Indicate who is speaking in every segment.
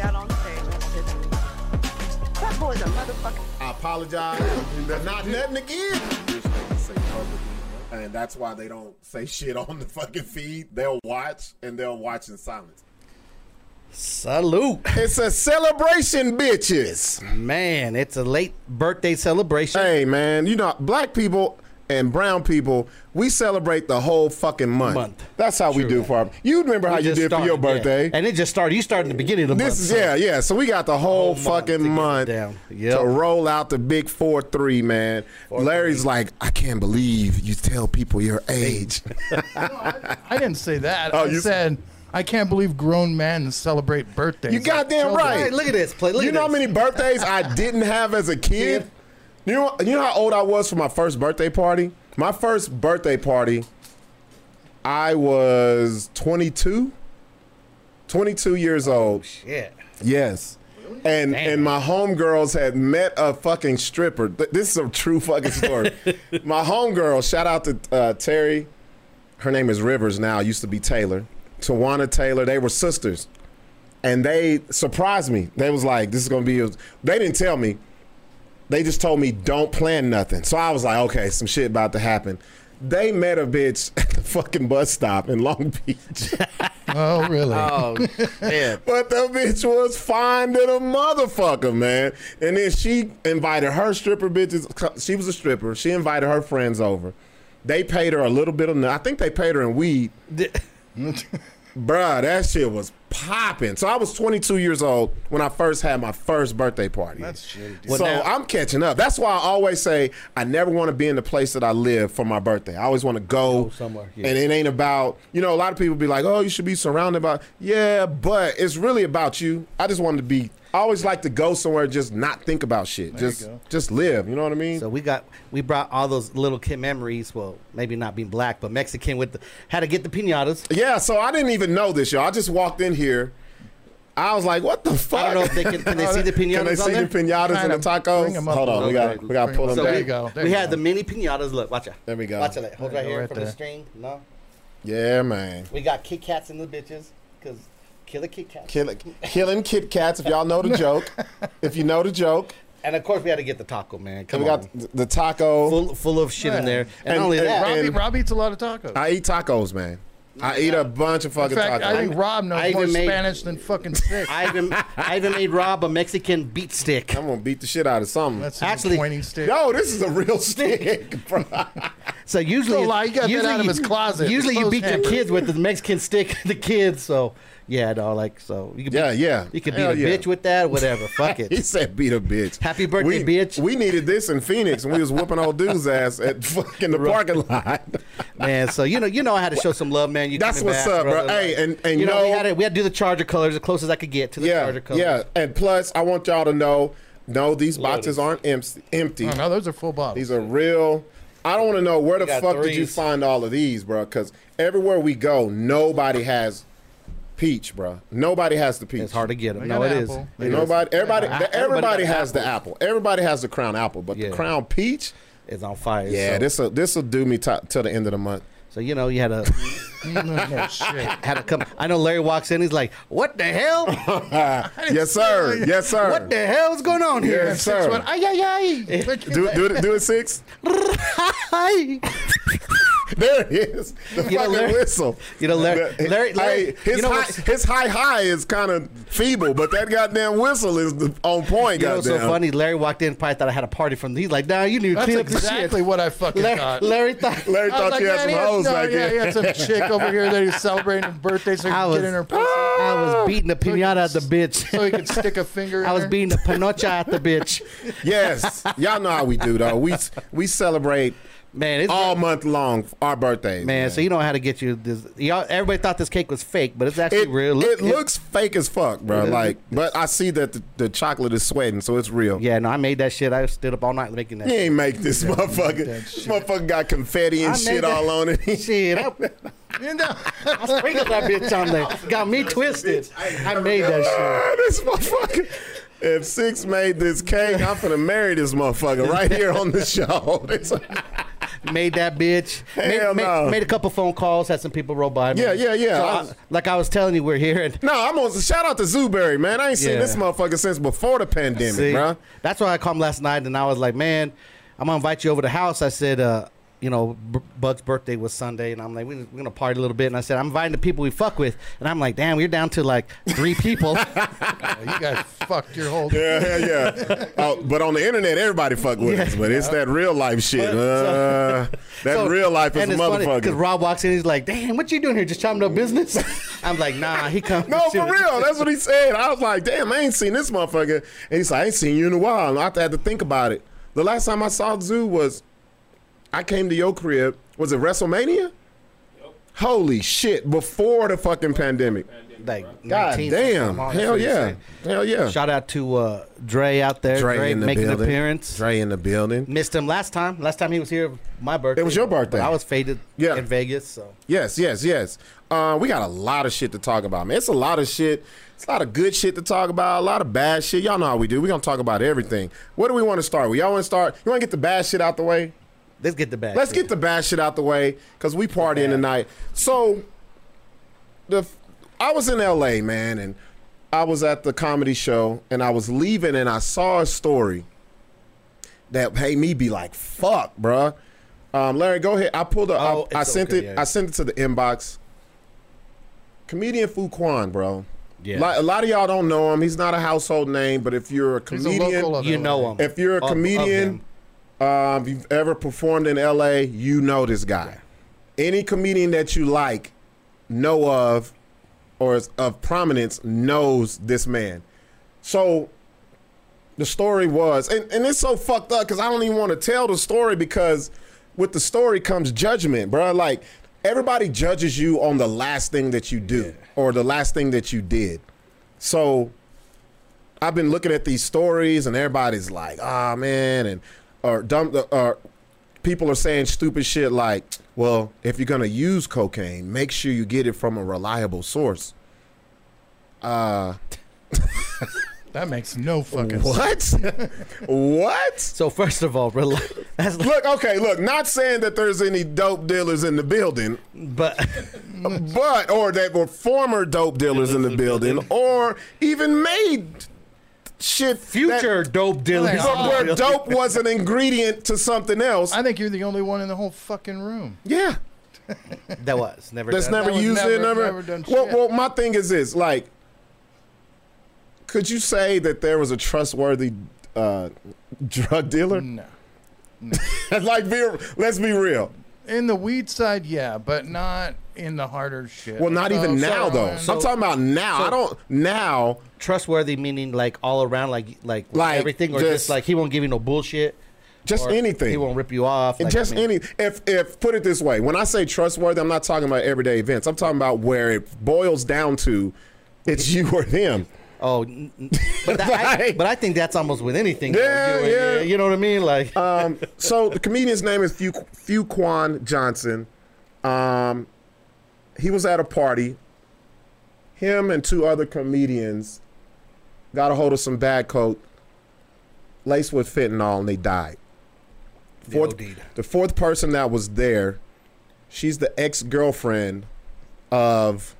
Speaker 1: Out on stage. I said, That boy's a motherfucker.
Speaker 2: I apologize. There's not nothing again. This nigga say publicly, And that's why they don't say shit on the fucking feed. They'll watch and they'll watch in silence.
Speaker 3: Salute.
Speaker 2: It's a celebration, bitches.
Speaker 3: Man, it's a late birthday celebration.
Speaker 2: Hey, man, you know, black people and brown people, we celebrate the whole fucking month.
Speaker 3: Month.
Speaker 2: That's how we
Speaker 3: True
Speaker 2: do
Speaker 3: that.
Speaker 2: for our, You remember how
Speaker 3: We
Speaker 2: you
Speaker 3: just
Speaker 2: did for your
Speaker 3: started, yeah.
Speaker 2: birthday.
Speaker 3: And it just started. You started in the beginning of the
Speaker 2: This
Speaker 3: month.
Speaker 2: is
Speaker 3: so-
Speaker 2: yeah, yeah. So we got the whole,
Speaker 3: month to
Speaker 2: fucking
Speaker 3: get it
Speaker 2: month
Speaker 3: down. Yep.
Speaker 2: to roll out the big four three, man. Larry's like, I can't believe you tell people your age.
Speaker 4: I didn't say that.
Speaker 2: Oh,
Speaker 4: I
Speaker 2: you-
Speaker 4: said I can't believe grown men celebrate birthdays.
Speaker 2: you goddamn
Speaker 4: Children.
Speaker 2: right.
Speaker 3: Hey, look at this. Play. Look
Speaker 2: you
Speaker 3: at
Speaker 2: know
Speaker 3: this.
Speaker 2: how many birthdays I didn't have as a kid? You know, you know how old I was for my first birthday party. My first birthday party, I was 22, 22 years
Speaker 3: Oh,
Speaker 2: old.
Speaker 3: Yeah.
Speaker 2: Yes. And
Speaker 3: Damn.
Speaker 2: and my homegirls had met a fucking stripper. Th- This is a true fucking story. my homegirl, shout out to uh, Terry. Her name is Rivers now. Used to be Taylor. Tawana Taylor. They were sisters, and they surprised me. They was like, "This is gonna be." A, they didn't tell me. They just told me don't plan nothing. So I was like, "Okay, some shit about to happen." They met a bitch at the fucking bus stop in Long Beach.
Speaker 4: Oh, really?
Speaker 3: Oh man.
Speaker 2: But the bitch was fine to the motherfucker, man. And then she invited her stripper bitches. She was a stripper. She invited her friends over. They paid her a little bit of. I think they paid her in weed. Bruh, that shit was popping. So I was 22 years old when I first had my first birthday party.
Speaker 4: That's shitty, dude.
Speaker 3: Well,
Speaker 2: so
Speaker 3: now-
Speaker 2: I'm catching up. That's why I always say I never want to be in the place that I live for my birthday. I always want to go,
Speaker 3: Go somewhere, yeah.
Speaker 2: And it ain't about, you know, a lot of people be like, oh, you should be surrounded by, yeah, but it's really about you. I just wanted to be, I always like to go somewhere, and just not think about shit.
Speaker 4: you
Speaker 2: just
Speaker 4: go.
Speaker 2: just live. You know what I mean?
Speaker 3: So we got we brought all those little kid memories. Well, maybe not being black, but Mexican with the, how to get the pinatas.
Speaker 2: yeah, so I didn't even know this, y'all. I just walked in here. I was like, what the fuck?
Speaker 3: I don't know if they can. Can they see the pinatas
Speaker 2: Can they
Speaker 3: on
Speaker 2: see
Speaker 3: there?
Speaker 2: the pinatas and the
Speaker 4: Kinda. Bring
Speaker 2: tacos?
Speaker 4: 'em up
Speaker 2: Hold
Speaker 4: a
Speaker 2: on, we
Speaker 3: little
Speaker 2: got
Speaker 3: bit.
Speaker 2: we got to pull them
Speaker 4: So There
Speaker 2: back.
Speaker 4: you go. There
Speaker 3: we
Speaker 4: you
Speaker 3: had
Speaker 4: go.
Speaker 3: the mini pinatas. Look, watch out.
Speaker 2: There we go.
Speaker 3: Watch it. Hold
Speaker 4: There
Speaker 3: right
Speaker 4: you go,
Speaker 3: here
Speaker 4: right
Speaker 3: for the
Speaker 4: there.
Speaker 3: string. No,
Speaker 2: Yeah, man.
Speaker 3: we got Kit Kats in the bitches because killer Kit Kats.
Speaker 2: Kill, killing Kit Kats, if y'all know the joke. if you know the joke.
Speaker 3: and of course, we had to get the taco, man.
Speaker 2: And
Speaker 3: Come
Speaker 2: we
Speaker 3: on.
Speaker 2: got th- the taco.
Speaker 3: full full of shit in
Speaker 4: Yeah.
Speaker 3: there, and,
Speaker 2: And-
Speaker 3: not only
Speaker 2: and
Speaker 3: that,
Speaker 4: Rob,
Speaker 2: and-
Speaker 4: eat- Rob eats a lot of tacos.
Speaker 2: I eat tacos, man. I eat a bunch of
Speaker 4: In
Speaker 2: fucking
Speaker 4: fact, I think
Speaker 2: tacos.
Speaker 4: Rob knows
Speaker 3: I even
Speaker 4: more
Speaker 3: made-
Speaker 4: Spanish than fucking six.
Speaker 3: I even I even made Rob a Mexican beat stick.
Speaker 2: I, am gonna beat the shit out of something.
Speaker 4: That's
Speaker 3: Actually-
Speaker 4: actually pointing stick.
Speaker 2: Yo, this is a real stick, bro.
Speaker 3: So usually,
Speaker 4: Don't lie, you got that
Speaker 3: usually
Speaker 4: out of
Speaker 3: you-
Speaker 4: his closet,
Speaker 3: Usually, you
Speaker 4: clothes
Speaker 3: beat
Speaker 4: hamper.
Speaker 3: your kids with the Mexican stick. The kids, so yeah, no, like so. You could
Speaker 2: Yeah,
Speaker 3: beat,
Speaker 2: yeah.
Speaker 3: You could beat
Speaker 2: Hell
Speaker 3: a
Speaker 2: yeah.
Speaker 3: bitch with that, whatever. Fuck
Speaker 2: He
Speaker 3: it.
Speaker 2: said, "Beat a bitch."
Speaker 3: Happy birthday,
Speaker 2: we,
Speaker 3: bitch.
Speaker 2: We needed this in Phoenix, and we was whooping old dude's ass at fucking the parking lot.
Speaker 3: man. So you know, you know, I had to show some love, man. You
Speaker 2: That's
Speaker 3: coming
Speaker 2: what's
Speaker 3: back,
Speaker 2: up, bro.
Speaker 3: brother.
Speaker 2: Hey, and- and
Speaker 3: you know, we
Speaker 2: no-
Speaker 3: had to we had to do the charger colors as close as I could get to the charger
Speaker 2: yeah,
Speaker 3: colors.
Speaker 2: yeah. And plus, I want y'all to know, no, these boxes aren't empty. empty.
Speaker 4: Oh, no, those are full bottles.
Speaker 2: These are real. I don't want to know where the
Speaker 3: got
Speaker 2: fuck did you
Speaker 3: threes.
Speaker 2: find all of these, bro? Because everywhere we go, nobody has peach, bro. Nobody has the peach.
Speaker 3: it's hard to get them.
Speaker 4: They
Speaker 3: No,
Speaker 4: got
Speaker 3: it is.
Speaker 4: apple.
Speaker 3: It is.
Speaker 2: Nobody, everybody,
Speaker 3: Yeah,
Speaker 2: everybody,
Speaker 3: everybody got
Speaker 2: has the apple. Everybody has the crown apple, but
Speaker 3: Yeah.
Speaker 2: the crown peach.
Speaker 3: It's on fire.
Speaker 2: Yeah,
Speaker 3: so,
Speaker 2: this will this will do me t- till the end of the month.
Speaker 3: So you know, you had to
Speaker 4: no, no, shit.
Speaker 3: had to come. I know Larry walks in. He's like, "What the hell?
Speaker 2: Yes, sir. Yes, sir.
Speaker 3: What the hell's going on here?"
Speaker 2: Yes,
Speaker 4: Six
Speaker 2: sir.
Speaker 4: went, ay, ay, ay. Look at
Speaker 2: Do
Speaker 4: that.
Speaker 2: it, do it, do it six.
Speaker 3: Hi.
Speaker 2: There it is. The
Speaker 3: You know,
Speaker 2: fucking
Speaker 3: Larry-
Speaker 2: whistle.
Speaker 3: you know, Larry-
Speaker 2: The-
Speaker 3: Larry-
Speaker 2: hey,
Speaker 3: Larry-
Speaker 2: his,
Speaker 3: you know
Speaker 2: high,
Speaker 3: what's-
Speaker 2: his high high is kind of feeble, but that goddamn whistle is the, on point.
Speaker 3: You know
Speaker 2: goddamn.
Speaker 3: what's so funny? Larry walked in, probably thought I had a party from. He's like, "Nah, you need to
Speaker 4: That's
Speaker 3: clean up
Speaker 4: exactly
Speaker 3: the
Speaker 4: what I
Speaker 3: shit."
Speaker 4: fucking
Speaker 3: Larry,
Speaker 4: thought.
Speaker 3: Larry thought.
Speaker 2: Larry
Speaker 4: I was
Speaker 2: thought you had
Speaker 4: "Man,
Speaker 2: some
Speaker 4: he has-
Speaker 2: hoes
Speaker 4: no,
Speaker 2: back
Speaker 4: yeah,
Speaker 2: there.
Speaker 4: he had some chick over here that he's celebrating his birthday so he
Speaker 3: I
Speaker 4: can
Speaker 3: was,
Speaker 4: get in her pussy
Speaker 3: I was beating the pinata at the
Speaker 4: so
Speaker 3: bitch.
Speaker 4: he could stick a finger in
Speaker 3: I was
Speaker 4: her.
Speaker 3: beating the panocha at the bitch.
Speaker 2: Yes, y'all know how we do though. We we celebrate
Speaker 3: Man, it's
Speaker 2: all month long our birthdays.
Speaker 3: man. So you know how to get you this. Y'all, everybody thought this cake was fake, but it's actually
Speaker 2: it,
Speaker 3: real. Look-
Speaker 2: it looks fake as fuck, bro.
Speaker 3: It-
Speaker 2: Like, but I see that the, the chocolate is sweating, so it's real.
Speaker 3: Yeah, no, I made that shit. I stood up all night making that.
Speaker 2: He
Speaker 3: shit.
Speaker 2: ain't make this motherfucker.
Speaker 4: that
Speaker 2: This
Speaker 4: shit.
Speaker 2: motherfucker got confetti and
Speaker 3: I made
Speaker 2: shit
Speaker 3: that-
Speaker 2: all on it.
Speaker 3: Shit, I,
Speaker 4: You know,
Speaker 3: I sprinkled that bitch on there. Got me twisted. I made that shit.
Speaker 2: Ah, this motherfucker. If Six made this cake, I'm gonna marry this motherfucker right here on the show. This-
Speaker 3: made that bitch.
Speaker 2: Hell
Speaker 3: made,
Speaker 2: no.
Speaker 3: made, made a couple phone calls, had some people roll by. man.
Speaker 2: Yeah, yeah, yeah.
Speaker 3: So
Speaker 2: I
Speaker 3: I-
Speaker 2: was-
Speaker 3: like I was telling you, we're here. And
Speaker 2: No, I'm on. Shout out to Zooberry, man. I ain't seen
Speaker 3: Yeah.
Speaker 2: this motherfucker since before the pandemic,
Speaker 3: See,
Speaker 2: bruh.
Speaker 3: That's why I called him last night, and I was like, "Man, I'm gonna invite you over to the house." I said, uh, "You know, B- Bud's birthday was Sunday, and I'm like, we- we're gonna party a little bit." And I said, "I'm inviting the people we fuck with," and I'm like, "Damn, we're down to like three people."
Speaker 4: you guys fucked your whole.
Speaker 2: Yeah, hell yeah. oh, but on the internet, everybody fuck with us. But it's that real life shit. Uh, that
Speaker 3: So-
Speaker 2: real life is
Speaker 3: and
Speaker 2: a
Speaker 3: it's funny Because
Speaker 2: motherfucker.
Speaker 3: Rob walks in, he's like, "Damn, what you doing here? Just chopping up business?" I'm like, "Nah, he comes."
Speaker 2: no,
Speaker 3: to
Speaker 2: for
Speaker 3: shoot."
Speaker 2: real. That's what he said. I was like, damn, I ain't seen this motherfucker. And he's like, I ain't seen you in a while. And I had to think about it. The last time I saw Zoo was, I came to your crib. Was it WrestleMania? Holy shit! Before the fucking pandemic.
Speaker 3: Like,
Speaker 2: God
Speaker 3: 19,
Speaker 2: damn!
Speaker 3: come on,
Speaker 2: Hell
Speaker 3: that's what
Speaker 2: yeah!
Speaker 3: he
Speaker 2: Hell yeah!
Speaker 3: said. Shout out to uh, Dre out there. Dre, make an appearance.
Speaker 2: Dre in the building.
Speaker 3: Missed him last time. Last time he was here, my birthday.
Speaker 2: It was your
Speaker 3: but
Speaker 2: birthday.
Speaker 3: I was faded
Speaker 2: Yeah.
Speaker 3: in Vegas, so
Speaker 2: Yes, yes, yes. Uh, we got a lot of shit to talk about, man. It's a lot of shit. It's a lot of good shit to talk about. A lot of bad shit. Y'all know how we do. We gonna talk about everything. What do we want to start with? Y'all want to start? You want to get the bad shit out the way?
Speaker 3: let's get the bad.
Speaker 2: Let's
Speaker 3: shit.
Speaker 2: get the bad shit out the way because we partying tonight. So, the I was in L.A. man, and I was at the comedy show, and I was leaving, and I saw a story that made me be like, "Fuck, bruh." Um, Larry, go ahead. I pulled up. I-
Speaker 3: Oh,
Speaker 2: I,
Speaker 3: it's
Speaker 2: sent
Speaker 3: okay,
Speaker 2: it.
Speaker 3: yeah.
Speaker 2: I sent it to the inbox. Comedian Fu Quan, bro.
Speaker 3: Yeah.
Speaker 2: Lot- a lot of y'all don't know him. He's not a household name, but if you're a
Speaker 4: He's a
Speaker 2: comedian,
Speaker 4: local of
Speaker 3: You know
Speaker 4: LA.
Speaker 3: him.
Speaker 2: if you're a
Speaker 3: Um, Of- of
Speaker 2: comedian,
Speaker 3: him.
Speaker 2: uh, if you've ever performed in LA, you know this guy. Any comedian that you like, know of, or is of prominence, knows this man. So the story was, and, and it's so fucked up because I don't even want to tell the story because with the story comes judgment, bro. Like everybody judges you on the last thing that you do or the last thing that you did. So I've been looking at these stories, and everybody's like, "Ah, man," and or dumb, or people are saying stupid shit like, "Well, if you're gonna use cocaine, make sure you get it from a reliable source."
Speaker 4: That makes no fucking sense.
Speaker 2: What? what?
Speaker 3: So first of all, rel- that's like,
Speaker 2: Look, okay, look. Not saying that there's any dope dealers in the building,
Speaker 3: but
Speaker 2: but or that were former dope dealers in the building, or even made shit that-
Speaker 3: future dope dealers.
Speaker 4: Hang on.
Speaker 2: where dope was an ingredient to something else.
Speaker 4: I think you're the only one in the whole fucking room.
Speaker 2: yeah.
Speaker 3: That was never.
Speaker 2: That's
Speaker 3: done.
Speaker 2: never
Speaker 4: That was
Speaker 2: used it.
Speaker 4: never-
Speaker 2: Never.
Speaker 4: never done
Speaker 2: well,
Speaker 4: shit.
Speaker 2: well, my thing is this: like, could you say that there was a trustworthy uh, drug dealer?
Speaker 4: No.
Speaker 2: like, be, let's be real.
Speaker 4: In the weed side, yeah, but not in the harder shit. Oh,
Speaker 2: Well, not even
Speaker 4: So,
Speaker 2: now
Speaker 4: so,
Speaker 2: though.
Speaker 4: So,
Speaker 2: I'm talking about now. I don't now.
Speaker 3: trustworthy, meaning like all around, like like,
Speaker 2: Like,
Speaker 3: everything, or
Speaker 2: just-
Speaker 3: just, like he won't give you no bullshit.
Speaker 2: Just
Speaker 3: or
Speaker 2: anything.
Speaker 3: He won't rip you off.
Speaker 2: And
Speaker 3: like,
Speaker 2: just
Speaker 3: I mean,
Speaker 2: any if if put it this way, when I say trustworthy, I'm not talking about everyday events. I'm talking about where it boils down to, it's you or them.
Speaker 3: Oh, n- n- but, that, I,
Speaker 2: Like-
Speaker 3: but I think that's almost with anything. though.
Speaker 2: Yeah,
Speaker 3: You-
Speaker 2: yeah.
Speaker 3: You know what I mean? Like
Speaker 2: Um, so the comedian's name is Fu Fuquan Johnson. Um, he was at a party. Him and two other comedians got a hold of some bad coke, laced with fentanyl, and they died. Fourth,
Speaker 3: OD'd.
Speaker 2: the fourth person that was there, she's the ex girlfriend of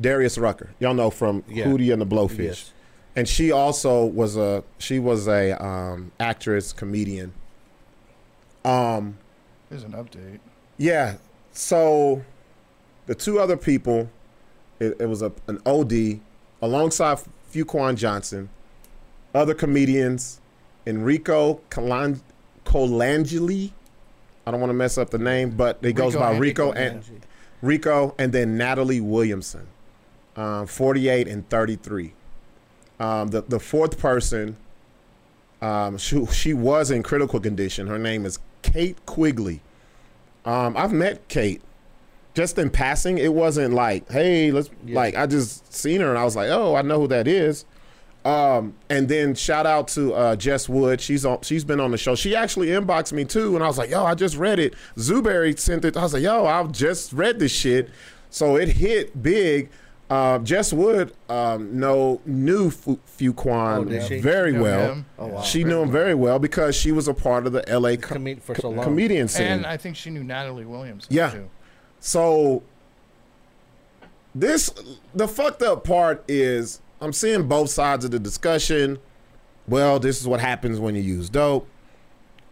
Speaker 2: Darius Rucker. Y'all know from
Speaker 3: Yeah.
Speaker 2: Hootie and the Blowfish
Speaker 3: Yes.
Speaker 2: and she also was a she was a um, actress comedian um
Speaker 4: Here's an update.
Speaker 2: yeah so the two other people it, it was a, an od alongside fuquan johnson other comedians enrico Colan- colangeli i don't want to mess up the name but it goes
Speaker 4: Rico
Speaker 2: by
Speaker 4: and-
Speaker 2: rico and Rico, and then Natalie Williamson, um, 48 and 33. Um, the, the fourth person, um, she, she was in critical condition. Her name is Kate Quigley. Um, I've met Kate just in passing. It wasn't like, hey, let's,
Speaker 3: Yeah.
Speaker 2: like, I just seen her and I was like, oh, I know who that is. Um, and then shout out to uh, Jess Wood. She's on. She's been on the show. She actually inboxed me too, and I was like, "Yo, I just read it." Zuberry sent it. I was like, "Yo, I've just read this shit," so it hit big. Uh, Jess Wood um, know knew Fu, Fu
Speaker 3: Oh,
Speaker 2: Quan
Speaker 3: did she?
Speaker 2: very
Speaker 4: Knew
Speaker 2: well.
Speaker 4: him.
Speaker 3: Oh wow.
Speaker 2: She knew him very well because she was a part of the L.A. co-
Speaker 3: Comed- for
Speaker 2: co-
Speaker 3: so long.
Speaker 2: comedian scene.
Speaker 4: And I think she knew Natalie Williams.
Speaker 2: Yeah.
Speaker 4: Too.
Speaker 2: So this the fucked up part is I'm seeing both sides of the discussion. Well, this is what happens when you use dope.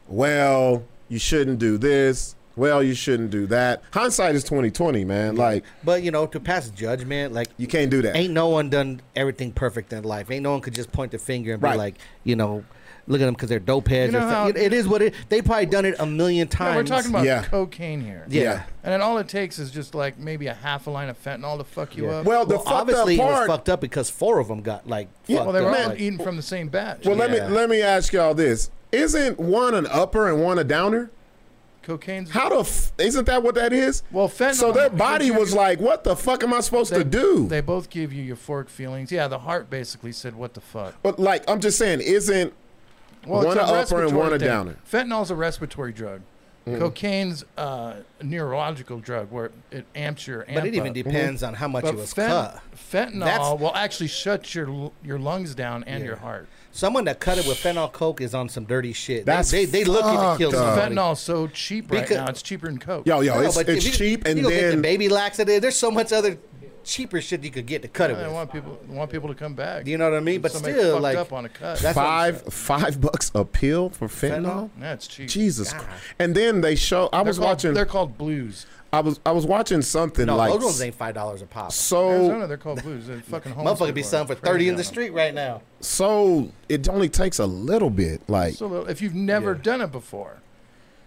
Speaker 2: Well, you shouldn't do this. Well, you shouldn't do that. Hindsight is 2020, man. Like
Speaker 3: But you know, to pass judgment, like
Speaker 2: you can't do that.
Speaker 3: ain't no one done everything perfect in life. Ain't no one could just point the finger and
Speaker 2: Right.
Speaker 3: be like, you know, look at them because they're dope heads.
Speaker 4: You
Speaker 3: or
Speaker 4: know
Speaker 3: something.
Speaker 4: how-
Speaker 3: it is what it. They probably done it a million
Speaker 4: Yeah,
Speaker 3: times.
Speaker 4: we're talking about
Speaker 2: Yeah.
Speaker 4: cocaine here.
Speaker 3: Yeah.
Speaker 4: And then all it takes is just like maybe a half a line of fentanyl to fuck you
Speaker 3: Yeah.
Speaker 4: up.
Speaker 2: Well, the
Speaker 3: Well,
Speaker 2: fucked up
Speaker 3: obviously it was
Speaker 2: part.
Speaker 3: fucked up because four of them got like.
Speaker 2: Yeah,
Speaker 3: fucked
Speaker 4: well, they were
Speaker 3: up,
Speaker 4: all
Speaker 3: like-
Speaker 4: eating from the same batch.
Speaker 2: well, let
Speaker 3: Yeah.
Speaker 2: me let me ask y'all this: Isn't one an upper and one a downer?
Speaker 4: Cocaine's
Speaker 2: How the f- isn't that what that is?
Speaker 4: well fentanyl.
Speaker 2: So their body was like, "What the fuck am I supposed to do?"
Speaker 4: They both give you euphoric feelings. Yeah, the heart basically said, "What the fuck."
Speaker 2: But like, I'm just saying, isn't
Speaker 4: Well,
Speaker 2: One
Speaker 4: it's a
Speaker 2: a upper and
Speaker 4: respiratory
Speaker 2: one a
Speaker 4: thing.
Speaker 2: downer. Mm.
Speaker 4: Fentanyl's a respiratory drug. Cocaine's uh, a neurological drug where it amps your.
Speaker 3: But it
Speaker 4: amp
Speaker 3: even
Speaker 4: up.
Speaker 3: depends on how much
Speaker 4: But
Speaker 3: it was
Speaker 4: fen-
Speaker 3: cut.
Speaker 4: fentanyl
Speaker 3: That's-
Speaker 4: will actually shut your l- your lungs down and your heart.
Speaker 3: Someone that cut it with fentanyl coke is on some dirty shit. They-
Speaker 2: That's
Speaker 3: they they, looking to
Speaker 2: fucked
Speaker 3: kill
Speaker 2: up.
Speaker 3: somebody.
Speaker 4: Fentanyl's so cheap right
Speaker 3: Because-
Speaker 4: now; it's cheaper than coke.
Speaker 2: yo yo?
Speaker 3: No,
Speaker 2: it's
Speaker 3: but
Speaker 2: it's
Speaker 3: if you-
Speaker 2: cheap,
Speaker 3: you
Speaker 2: and
Speaker 3: go get the
Speaker 2: then
Speaker 3: baby laxative. There's so much other cheaper shit you could get to cut it
Speaker 4: I
Speaker 3: with.
Speaker 4: want people want people to come back.
Speaker 3: Do you know what I mean?
Speaker 4: And
Speaker 3: But
Speaker 4: somebody
Speaker 3: still,
Speaker 4: fucked
Speaker 3: like,
Speaker 4: up on a cut.
Speaker 3: that's- what I'm
Speaker 2: five five bucks a pill for fentanyl.
Speaker 3: Fentanyl?
Speaker 4: That's cheap.
Speaker 2: Jesus, Christ. and then they show. I
Speaker 4: They're
Speaker 2: was
Speaker 4: called-
Speaker 2: watching.
Speaker 4: They're called blues.
Speaker 2: I was I was watching something
Speaker 3: no,
Speaker 2: like
Speaker 3: those ones ain't five dollars a pop.
Speaker 2: so
Speaker 4: Arizona, they're called blues. They're fucking homeless
Speaker 3: Motherfucker be
Speaker 4: people are
Speaker 3: selling for
Speaker 4: crazy
Speaker 3: thirty in
Speaker 4: on
Speaker 3: the
Speaker 4: them.
Speaker 3: street right now.
Speaker 2: so. It only takes a little bit. Like
Speaker 4: So little- if you've never
Speaker 3: Yeah.
Speaker 4: done it before,